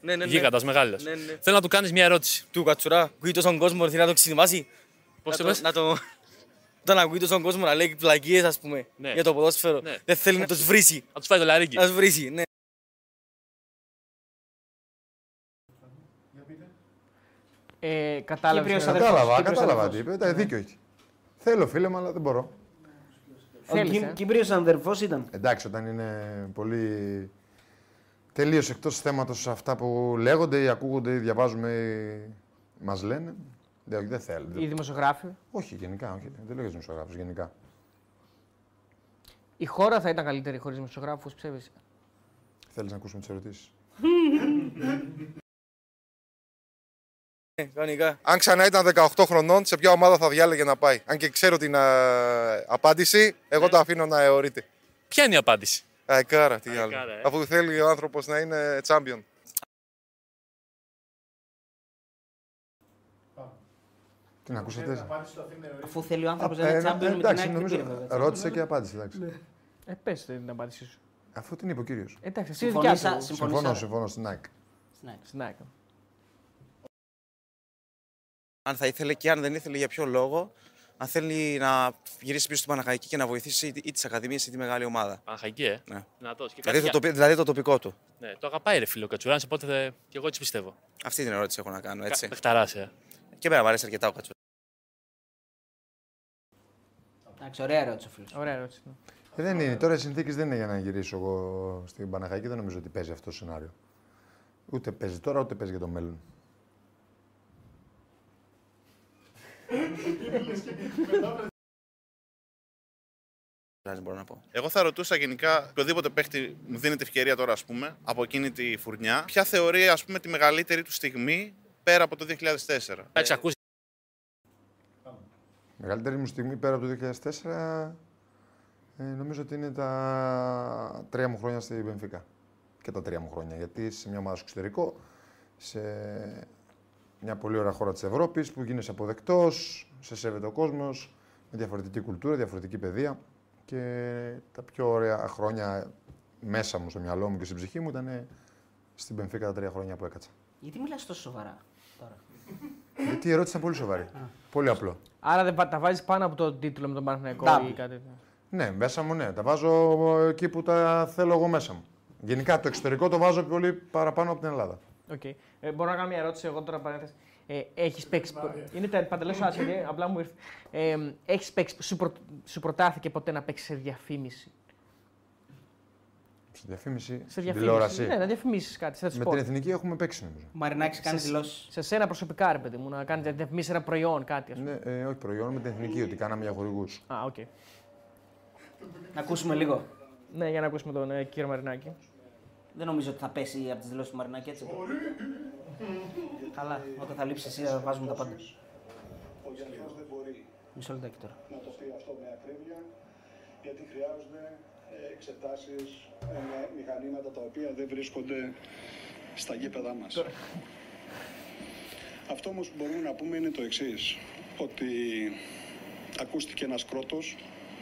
[SPEAKER 9] Ναι, Γίγαντας, μεγάλος.
[SPEAKER 10] Ναι, ναι.
[SPEAKER 9] Θέλω να του κάνεις μια ερώτηση.
[SPEAKER 10] Του κατσουρά, ακούει τόσον κόσμο, ήρθε να το ξυνημάσει.
[SPEAKER 9] Πώς
[SPEAKER 10] Να
[SPEAKER 9] το
[SPEAKER 10] το-
[SPEAKER 9] πες?
[SPEAKER 10] Να το... Τον ακούει τόσον κόσμο να λέει πλαγίες, ας πούμε,
[SPEAKER 9] Ναι.
[SPEAKER 10] για το ποδόσφαιρο.
[SPEAKER 9] Ναι.
[SPEAKER 10] Δεν θέλει να τους βρίσει.
[SPEAKER 9] Να τους φάει το λαρίκι.
[SPEAKER 10] Να τους βρίσει, ναι.
[SPEAKER 2] Ε, κατάλαβες.
[SPEAKER 1] Κύπριος
[SPEAKER 3] Κατάλαβα, κατάλαβα τι είπε. Ε, Δίκιο έχεις. Θέλω, φίλε μου, αλλά δεν μπορώ.
[SPEAKER 2] ε?
[SPEAKER 1] Ο Κύ- Κύπριος αδερφός ήταν.
[SPEAKER 3] Εντάξει, όταν είναι πολύ Τελείως εκτός θέματος αυτά που λέγονται ή ακούγονται ή διαβάζουμε ή μας λένε. Δεν, δεν θέλω.
[SPEAKER 2] Οι δημοσιογράφοι.
[SPEAKER 3] Όχι, γενικά. Όχι. Δεν λέω για δημοσιογράφους, γενικά.
[SPEAKER 2] Η χώρα θα ήταν καλύτερη χωρίς δημοσιογράφους, ψεύδεσαι.
[SPEAKER 3] Θέλεις να ακούσουμε τις ερωτήσεις.
[SPEAKER 10] Ε, κανονικά.
[SPEAKER 11] Αν ξανά ήταν 18 χρονών, σε ποια ομάδα θα διάλεγε να πάει. Αν και ξέρω την α, απάντηση,
[SPEAKER 9] Ε.
[SPEAKER 11] εγώ το αφήνω να αιωρείται.
[SPEAKER 9] Ποια είναι η απάντηση.
[SPEAKER 11] Αεκάρα, τι άλλο.
[SPEAKER 9] Αεκάρα, ε.
[SPEAKER 11] Αφού θέλει ο άνθρωπος να είναι champion.
[SPEAKER 3] Την
[SPEAKER 2] Ε,
[SPEAKER 3] ακούσατε.
[SPEAKER 1] Αφού θέλει ο άνθρωπος να
[SPEAKER 3] Ε,
[SPEAKER 1] είναι
[SPEAKER 3] ε,
[SPEAKER 11] ναι,
[SPEAKER 1] champion με την
[SPEAKER 3] εντάξει,
[SPEAKER 1] ΑΕΚ, δεν πήρε
[SPEAKER 3] νομίζω.
[SPEAKER 1] βέβαια. Ναι.
[SPEAKER 3] Ρώτησε και απάντησε. εντάξει.
[SPEAKER 2] Ε, πες την απάντησή σου.
[SPEAKER 3] Αφού την είπε ο κύριος.
[SPEAKER 2] Εντάξει, εσύ δικιά
[SPEAKER 1] Συμφωνείς,
[SPEAKER 2] σου.
[SPEAKER 1] α, συμφωνείς,
[SPEAKER 3] Συμφωνώ,
[SPEAKER 1] άρα.
[SPEAKER 3] συμφωνώ στην ΑΕΚ.
[SPEAKER 1] Στην ΑΕΚ.
[SPEAKER 2] Στην ΑΕΚ.
[SPEAKER 10] Αν θα ήθελε και αν δεν ήθελε, για ποιο λόγο. Αν θέλει να γυρίσει πίσω στην Παναχαϊκή και να βοηθήσει ή τι ακαδημίε ή τη μεγάλη ομάδα.
[SPEAKER 9] Παναχαϊκή, ε.
[SPEAKER 10] Ναι.
[SPEAKER 9] Δυνατός. Και
[SPEAKER 10] Δηλαδή το,
[SPEAKER 9] κάτι-
[SPEAKER 10] τοπι- δηλαδή το τοπικό του.
[SPEAKER 9] Ναι, το αγαπάει ρε φίλο ο Κατσουράνης, οπότε δε- και εγώ έτσι πιστεύω.
[SPEAKER 10] Αυτή την ερώτηση έχω να κάνω, έτσι.
[SPEAKER 9] Πεχταράς, ε.
[SPEAKER 10] Και εμένα μου αρέσει αρκετά ο Κατσουράνης.
[SPEAKER 1] Εντάξει, ωραία ερώτηση ο φίλος.
[SPEAKER 2] Ωραία ερώτηση. ναι.
[SPEAKER 3] Ε, δεν είναι. Τώρα οι συνθήκες δεν είναι για να γυρίσω εγώ στην Παναχαϊκή. Δεν νομίζω ότι παίζει αυτό το σενάριο. Ούτε παίζει τώρα, ούτε παίζει για το μέλλον.
[SPEAKER 10] Δεν μπορώ να πω.
[SPEAKER 12] Εγώ θα ρωτούσα γενικά, οποιοδήποτε παίχτη μου δίνεται ευκαιρία τώρα, ας πούμε, από εκείνη τη φουρνιά, ποια θεωρεί, ας πούμε, τη μεγαλύτερη του στιγμή πέρα από το 2004.
[SPEAKER 9] Εντάξει, ακούσει.
[SPEAKER 3] Μεγαλύτερη μου στιγμή πέρα από το 2004 ε, νομίζω ότι είναι τα τρία μου χρόνια στη Μπενφίκα. Και τα τρία μου χρόνια. Γιατί σε μια ομάδα στο εξωτερικό, σε μια πολύ ωραία χώρα της Ευρώπης που γίνεσαι αποδεκτός, σε σέβεται ο κόσμος, με διαφορετική κουλτούρα, διαφορετική παιδεία. Και τα πιο ωραία χρόνια μέσα μου, στο μυαλό μου και στην ψυχή μου ήταν στην Μπενφίκα τα τρία χρόνια που έκατσα.
[SPEAKER 1] Γιατί μιλάς τόσο σοβαρά τώρα.
[SPEAKER 3] Γιατί η ερώτηση ήταν πολύ σοβαρή. πολύ απλό.
[SPEAKER 2] Άρα δεν βα- τα βάζεις πάνω από τον τίτλο με τον Παναθηναϊκό
[SPEAKER 1] Double.
[SPEAKER 2] ή κάτι τέτοιο.
[SPEAKER 3] Ναι, μέσα μου ναι. Τα βάζω εκεί που τα θέλω εγώ μέσα μου. Γενικά το εξωτερικό το βάζω πολύ παραπάνω από την Ελλάδα.
[SPEAKER 2] Okay. Ε, μπορώ να κάνω μια ερώτηση εγώ τώρα παρένθεση. Ε, έχεις παίξει. Είναι τα παντελώς άσχετη, απλά μου ήρθε. Ε, έχεις παίξει. Σου, προτ- σου προτάθηκε ποτέ να παίξεις σε διαφήμιση.
[SPEAKER 3] Στη διαφήμιση,
[SPEAKER 2] Σε
[SPEAKER 3] στην
[SPEAKER 2] διαφήμιση.
[SPEAKER 3] τηλεόραση.
[SPEAKER 2] Ναι, να διαφημίσεις κάτι. Σε
[SPEAKER 3] Με την εθνική έχουμε παίξει νομίζω.
[SPEAKER 1] Ο Μαρινάκη κάνει δηλώσεις.
[SPEAKER 2] Σε σένα προσωπικά, ρε παιδί μου, να κάνει να διαφημίσει ένα προϊόν, κάτι. Ας πούμε.
[SPEAKER 3] Ναι, ε, όχι προϊόν, με την εθνική, ότι κάναμε για χορηγούς.
[SPEAKER 2] Α, οκ.
[SPEAKER 1] Να ακούσουμε λίγο.
[SPEAKER 2] Ναι, για να ακούσουμε τον ε, κύριο Μαρινάκη.
[SPEAKER 1] Δεν νομίζω ότι θα πέσει από τις δηλώσεις του Μαρινάκη έτσι. Καλά, όταν θα λείψεις εσύ θα βάζουμε τα πάντα.
[SPEAKER 6] Ο Γιάννης δεν μπορεί
[SPEAKER 1] Μισό λεπτάκι τώρα.
[SPEAKER 6] να το πει αυτό με ακρίβεια, γιατί χρειάζονται ε, εξετάσεις ε, με μηχανήματα τα οποία δεν βρίσκονται στα γήπεδά μας. Αυτό όμως που μπορούμε να πούμε είναι το εξής, ότι ακούστηκε ένας κρότος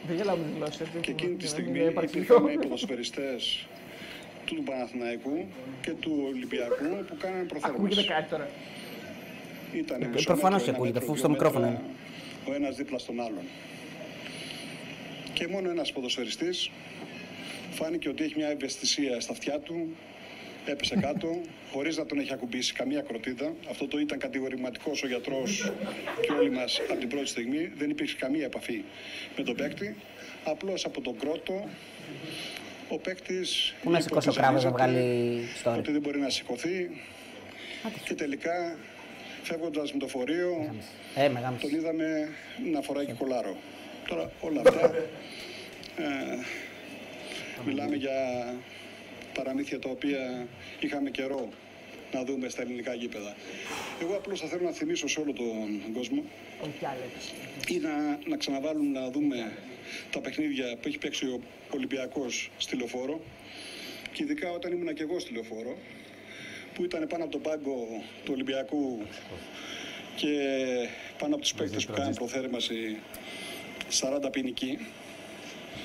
[SPEAKER 2] Δεν γελάω με δηλώσει.
[SPEAKER 6] και εκείνη
[SPEAKER 2] Ναι,
[SPEAKER 6] τη στιγμή υπήρχαν οι ποδοσφαιριστές του Παναθηναϊκού και του Ολυμπιακού που κάνανε
[SPEAKER 2] Ακούγεται
[SPEAKER 6] προθέρμανση.
[SPEAKER 2] κάτι τώρα.
[SPEAKER 6] Ήταν
[SPEAKER 1] Ε,
[SPEAKER 6] μισό
[SPEAKER 1] προφανώς
[SPEAKER 6] μέτρο,
[SPEAKER 1] και
[SPEAKER 6] ένα
[SPEAKER 1] ακούγεται,
[SPEAKER 6] μέτρο,
[SPEAKER 1] αφού στο
[SPEAKER 6] δύο
[SPEAKER 1] μικρόφωνο
[SPEAKER 6] μέτρα, Ο ένας δίπλα στον άλλον. Και μόνο ένας ποδοσφαιριστής φάνηκε ότι έχει μια ευαισθησία στα αυτιά του, έπεσε κάτω, χωρίς να τον έχει ακουμπήσει καμία κροτίδα. Αυτό το ήταν κατηγορηματικός ο γιατρός και όλοι μας από την πρώτη στιγμή. Δεν υπήρξε καμία επαφή με τον παίκτη. Απλώς από τον κρότο ο παίκτης
[SPEAKER 1] Πού να σηκώσει ο κράβος να βγάλει story.
[SPEAKER 6] ότι δεν μπορεί να σηκωθεί. Και τελικά, φεύγοντας με το φορείο,
[SPEAKER 1] Ε, μεγάλο.
[SPEAKER 6] τον είδαμε να φοράει και κολάρο. Τώρα όλα αυτά. ε, μιλάμε για παραμύθια τα οποία είχαμε καιρό να δούμε στα ελληνικά γήπεδα. Εγώ απλώς θα θέλω να θυμίσω σε όλο τον κόσμο ή να, να ξαναβάλουν να δούμε τα παιχνίδια που έχει παίξει ο Ολυμπιακός στη Λεωφόρο και ειδικά όταν ήμουν και εγώ στη Λεωφόρο που ήταν πάνω από τον πάγκο του Ολυμπιακού και πάνω από τους παίκτες που κάνουν προθέρμανση 40 ποινικοί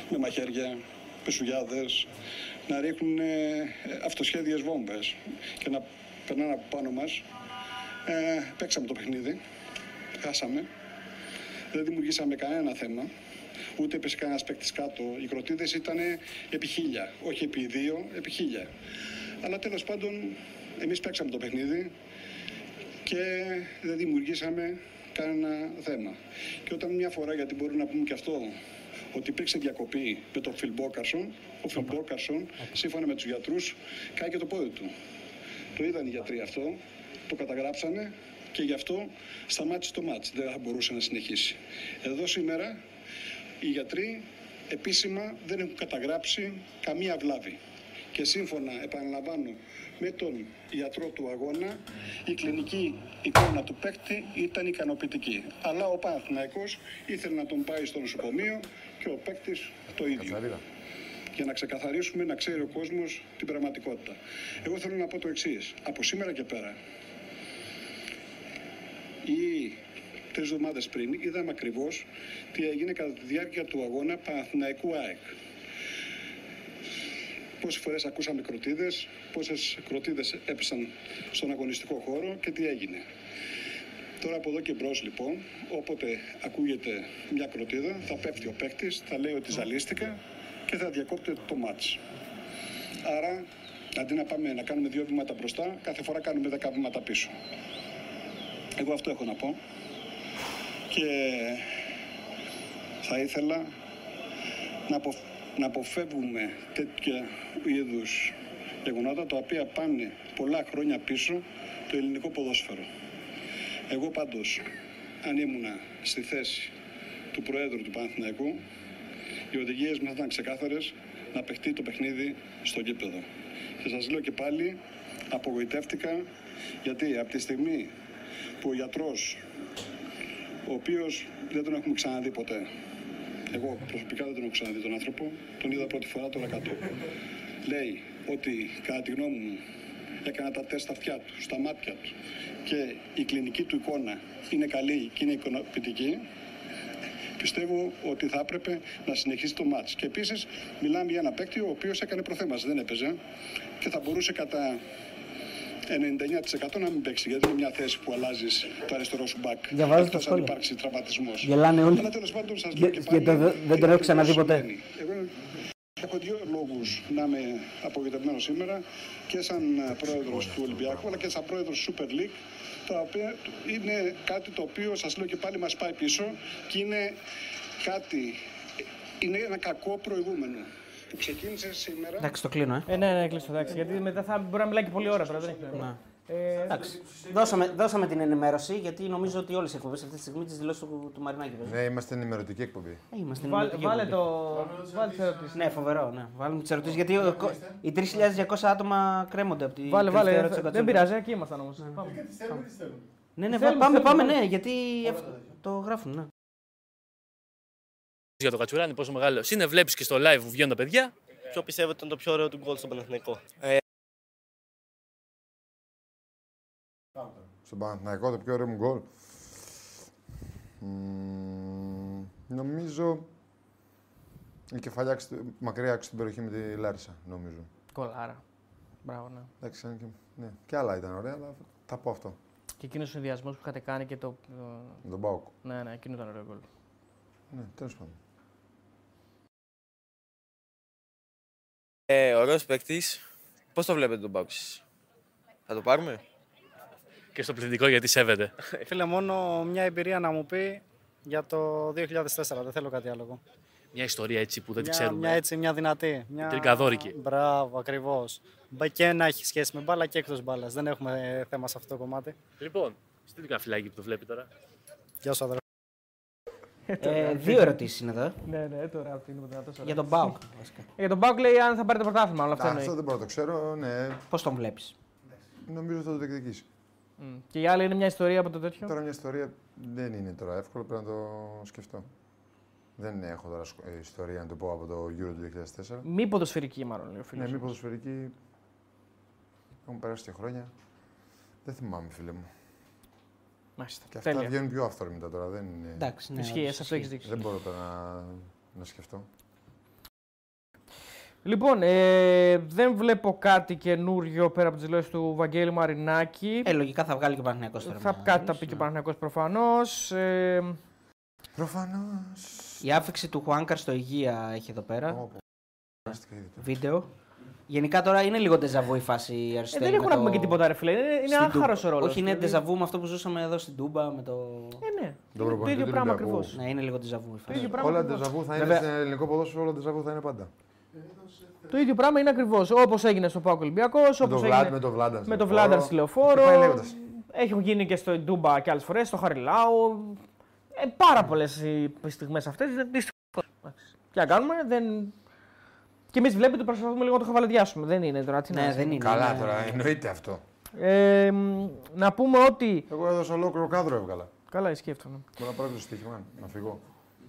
[SPEAKER 6] με μαχαίρια, πεσουγιάδες, να ρίχνουν ε, αυτοσχέδιες βόμβες και να περνάνε από πάνω μας. Ε, παίξαμε το παιχνίδι, χάσαμε, δεν δημιουργήσαμε κανένα θέμα, ούτε έπεσε κανένας παίκτης κάτω. Οι κροτίδες ήταν επί χίλια, όχι επί δύο, επί χίλια. Αλλά τέλος πάντων, εμείς παίξαμε το παιχνίδι, και δεν δημιουργήσαμε κανένα θέμα. Και όταν μια φορά, γιατί μπορούμε να πούμε και αυτό, ότι υπήρξε διακοπή με τον Φιλμπόκαρσον. Ο Φιλμπόκαρσον, σύμφωνα με τους γιατρούς, κάηκε το πόδι του. Το είδαν οι γιατροί αυτό, το καταγράψανε και γι' αυτό σταμάτησε το μάτς. Δεν θα μπορούσε να συνεχίσει. Εδώ σήμερα οι γιατροί επίσημα δεν έχουν καταγράψει καμία βλάβη. Και σύμφωνα, επαναλαμβάνω, με τον ιατρό του αγώνα, η κλινική εικόνα του παίκτη ήταν ικανοποιητική. Αλλά ο Παναθηναϊκός ήθελε να τον πάει στο νοσοκομείο και ο παίκτης το ίδιο. Για να ξεκαθαρίσουμε, να ξέρει ο κόσμος την πραγματικότητα. Εγώ θέλω να πω το εξής. Από σήμερα και πέρα, ή τρεις εβδομάδες πριν, είδαμε ακριβώς τι έγινε κατά τη διάρκεια του αγώνα Παναθηναϊκού ΑΕΚ. Πόσες φορές ακούσαμε κροτίδες, πόσες κροτίδες έπεσαν στον αγωνιστικό χώρο και τι έγινε. Τώρα από εδώ και μπρος, λοιπόν, όποτε ακούγεται μια κροτίδα, θα πέφτει ο παίκτης, θα λέει ότι ζαλίστηκα και θα διακόπτεται το μάτς. Άρα, αντί να πάμε να κάνουμε δύο βήματα μπροστά, κάθε φορά κάνουμε δέκα βήματα πίσω. Εγώ αυτό έχω να πω. Και θα ήθελα να, αποφ- να αποφεύγουμε τέτοια είδους γεγονότα τα οποία πάνε πολλά χρόνια πίσω το ελληνικό ποδόσφαιρο. Εγώ πάντως, αν ήμουνα στη θέση του Προέδρου του Παναθηναϊκού, οι οδηγίες μας ήταν ξεκάθαρες να παιχτεί το παιχνίδι στο γήπεδο. Και σας λέω και πάλι, απογοητεύτηκα γιατί από τη στιγμή που ο γιατρός, ο οποίος δεν τον έχουμε ξαναδεί ποτέ, εγώ προσωπικά δεν τον έχω ξαναδεί τον άνθρωπο, τον είδα πρώτη φορά τώρα κάτω. Λέει ότι κατά τη γνώμη μου έκανα τα τεστ στα αυτιά του, στα μάτια του και η κλινική του εικόνα είναι καλή και είναι ικανοποιητική, πιστεύω ότι θα έπρεπε να συνεχίσει το μάτς. Και επίσης μιλάμε για ένα παίκτη ο οποίος έκανε προθέμαση, δεν έπαιζε και θα μπορούσε κατά 99% να μην παίξει, γιατί είναι μια θέση που αλλάζεις το αριστερό σου μπακ.
[SPEAKER 1] Διαβάζω
[SPEAKER 6] Εκτός
[SPEAKER 1] τα
[SPEAKER 6] αν
[SPEAKER 1] σχόλια.
[SPEAKER 6] υπάρξει τραυματισμός.
[SPEAKER 1] Γελάνε όλοι.
[SPEAKER 6] Αλλά τέλος πάντων σας λέω
[SPEAKER 1] Γε-
[SPEAKER 6] και πάλι.
[SPEAKER 1] γιατί δεν- δεν τον έχω ξαναδεί ποτέ.
[SPEAKER 6] Εγώ έχω δύο λόγους να είμαι απογοητευμένος σήμερα και σαν πρόεδρος του Ολυμπιακού αλλά και σαν πρόεδρος τη Super League. Τα οποία είναι κάτι το οποίο σας λέω και πάλι μας πάει πίσω και είναι κάτι. ε, Είναι ένα κακό προηγούμενο που ξεκίνησε σήμερα.
[SPEAKER 13] Εντάξει, το κλείνω, ε.
[SPEAKER 2] Ε, ναι, ναι, κλείστο, εντάξει. Γιατί μετά θα μπορεί να μιλάει και πολλή ώρα τώρα, δεν έχει
[SPEAKER 13] Ναι.
[SPEAKER 2] νόημα. Ε,
[SPEAKER 13] Εντάξει. Δώσαμε, δώσαμε την ενημέρωση γιατί νομίζω ότι όλες οι εκπομπές αυτή τη στιγμή τη δηλώσεις του, του Μαρινάκη. παίζουν.
[SPEAKER 3] Ναι, είμαστε ενημερωτική εκπομπή.
[SPEAKER 13] Ε, Είμαστε
[SPEAKER 2] Βάλε-
[SPEAKER 13] ενημερωτική
[SPEAKER 2] βάλε
[SPEAKER 13] εκπομπή.
[SPEAKER 2] το- βάλε τις ερωτήσεις.
[SPEAKER 13] Ναι, φοβερό. Ναι. Βάλουμε τις ερωτήσεις γιατί ο- οι 3.200 άτομα κρέμονται από τη
[SPEAKER 2] Βάλε,
[SPEAKER 13] τελευταία
[SPEAKER 2] βάλε.
[SPEAKER 13] ερώτηση του
[SPEAKER 2] Δεν
[SPEAKER 13] Κατσούλη.
[SPEAKER 2] πειράζει, εκεί ήμασταν όμως.
[SPEAKER 7] Ε,
[SPEAKER 13] Ναι,
[SPEAKER 2] Θέλουμε,
[SPEAKER 13] ναι, πάμε,
[SPEAKER 2] θέλουμε,
[SPEAKER 13] πάμε,
[SPEAKER 2] θέλουμε.
[SPEAKER 13] ναι, γιατί αυτό- το γράφουν. Ναι.
[SPEAKER 9] Για το Κατσουράνη, πόσο μεγάλο είναι, βλέπει και στο live που βγαίνουν τα παιδιά. Ποιο πιστεύω ότι ήταν το πιο ωραίο του γκολ στον Παναθηναϊκό.
[SPEAKER 3] Στον Παναθηναϊκό το πιο ωραίο μου γκολ. Μμμ, Νομίζω η κεφαλιά ξε- μακριά έξω στην περιοχή με τη Λάρισα, νομίζω.
[SPEAKER 2] Κολάρα. Μπράβο, ναι.
[SPEAKER 3] Εντάξει, αν και, ναι. και άλλα ήταν ωραία, αλλά θα πω αυτό.
[SPEAKER 2] Και εκείνος ο συνδυασμός που είχατε κάνει και το.
[SPEAKER 3] Με τον Πάοκ.
[SPEAKER 2] Ναι, ναι, εκείνο ήταν ωραίο γκολ.
[SPEAKER 3] Ναι, τέλος πάντων.
[SPEAKER 14] Ε, ωραίος παίκτης. Πώς το βλέπετε τον Πάουξ. Θα το πάρουμε.
[SPEAKER 9] Και στο πληθυντικό γιατί σέβεται.
[SPEAKER 15] Ε, Φίλε, μόνο μια εμπειρία να μου πει για το 2004. Δεν θέλω κάτι άλλο. εγώ.
[SPEAKER 9] Μια ιστορία έτσι που δεν
[SPEAKER 15] μια,
[SPEAKER 9] τη ξέρουμε.
[SPEAKER 15] Μια έτσι, μια δυνατή. Μια...
[SPEAKER 9] Τρικαδόρικη.
[SPEAKER 15] Μπράβο, ακριβώς. Και να έχει σχέση με μπάλα και εκτός μπάλας. Δεν έχουμε ε, θέμα σε αυτό το κομμάτι.
[SPEAKER 9] Λοιπόν, στείλ του καφυλάκι που το βλέπει τώρα.
[SPEAKER 15] Γεια σου, αδερφέ.
[SPEAKER 13] Ε, δύο ερωτήσεις είναι εδώ. ε.
[SPEAKER 2] Ναι, ναι, τώρα αυτή είναι δυνατό.
[SPEAKER 13] Για τον Πάουκ. βασικά.
[SPEAKER 2] Για Ε, τον Πάουκ λέει αν θα πάρει το πρωτάθλημα, αλλά αυτό
[SPEAKER 3] Α, Αυτό
[SPEAKER 2] εννοεί.
[SPEAKER 3] δεν μπορώ να το ξέρω, ναι.
[SPEAKER 13] Πώς τον βλέπεις.
[SPEAKER 3] Νομίζω θα το διεκδικήσει.
[SPEAKER 2] Μμ. Και η άλλη είναι μια ιστορία από το τέτοιο.
[SPEAKER 3] Τώρα μια ιστορία δεν είναι τώρα εύκολο, πρέπει να το σκεφτώ. Δεν έχω τώρα σκο- ε, ιστορία να το πω από το Euro του 2004.
[SPEAKER 2] Μη ποδοσφαιρική, μάλλον λέει ο φίλος.
[SPEAKER 3] Ναι, μη ποδοσφαιρική. Έχουν περάσει και χρόνια. Δεν θυμάμαι, φίλε μου.
[SPEAKER 2] Μάλιστα.
[SPEAKER 3] Και αυτά
[SPEAKER 2] Τέλεια.
[SPEAKER 3] βγαίνουν πιο αυθόρμητα τώρα. Δεν είναι...
[SPEAKER 2] Εντάξει, ναι, Ισχύει, όντως, σε αυτό ισχύει. έχεις δίκιο.
[SPEAKER 3] Δεν μπορώ τώρα να, να σκεφτώ.
[SPEAKER 2] Λοιπόν, ε, δεν βλέπω κάτι καινούριο πέρα από τις δηλώσεις του Βαγγέλη Μαρινάκη.
[SPEAKER 13] Ε, λογικά θα βγάλει και ο Παναθηναϊκός τώρα. ναι.
[SPEAKER 2] Θα κάτι θα πει και ο Παναθηναϊκός προφανώς. Ε,
[SPEAKER 3] Προφανώς.
[SPEAKER 13] Η άφηξη του Χουάνκαρ στο Υγεία έχει εδώ πέρα. Βίντεο. Γενικά τώρα είναι λίγο ντεζαβού η φάση
[SPEAKER 2] Ε,
[SPEAKER 13] αριστερή.
[SPEAKER 2] δεν έχουμε να πούμε και τίποτα, ρε φίλε. Είναι, είναι άχαρο ο ρόλος.
[SPEAKER 13] Όχι, είναι ντεζαβού με αυτό που ζούσαμε εδώ στην Τούμπα. Με το...
[SPEAKER 2] Ε, Ναι.
[SPEAKER 3] Τον
[SPEAKER 2] είναι το
[SPEAKER 3] προπονητή
[SPEAKER 2] ίδιο
[SPEAKER 3] του
[SPEAKER 2] πράγμα
[SPEAKER 3] Ολυμπιακού.
[SPEAKER 2] ακριβώς.
[SPEAKER 3] Ναι, είναι λίγο ντεζαβού η
[SPEAKER 2] Το ίδιο πράγμα.
[SPEAKER 3] Όλα
[SPEAKER 2] ακριβώς.
[SPEAKER 3] ντεζαβού θα είναι
[SPEAKER 2] Βέβαια,
[SPEAKER 3] στην ελληνικό ποδόσφαιρο, όλα ντεζαβού θα είναι πάντα.
[SPEAKER 2] Το ίδιο πράγμα είναι ακριβώς. Όπως έγινε στο Πάο Ολυμπιακό, όπω
[SPEAKER 3] τον
[SPEAKER 2] έγινε.
[SPEAKER 3] Βλάν- με τον Βλάντα στη
[SPEAKER 2] με τον
[SPEAKER 3] Λεωφόρο.
[SPEAKER 2] Βλάντα στη λεωφόρο.
[SPEAKER 3] Και πάει λέγοντας.
[SPEAKER 2] Έχουν γίνει και στο Ντούμπα και άλλες φορές, στο Χαριλάο. Ε, πάρα πολλές οι στιγμές αυτές. Δυστυχώς. Τι να κάνουμε, δεν. Και εμείς βλέπετε προσπαθούμε λίγο να το χαβαλαδιάσουμε. Ναι, Δεν είναι τώρα. Τι να-
[SPEAKER 1] Ναι,
[SPEAKER 3] Καλά τώρα, εννοείται αυτό.
[SPEAKER 2] Ε, μ, να πούμε ότι.
[SPEAKER 3] Εγώ έδωσα ολόκληρο κάδρο έβγαλα.
[SPEAKER 2] Καλά, σκέφτομαι.
[SPEAKER 3] Μπορώ να πάρω και το στοίχημα, να φύγω.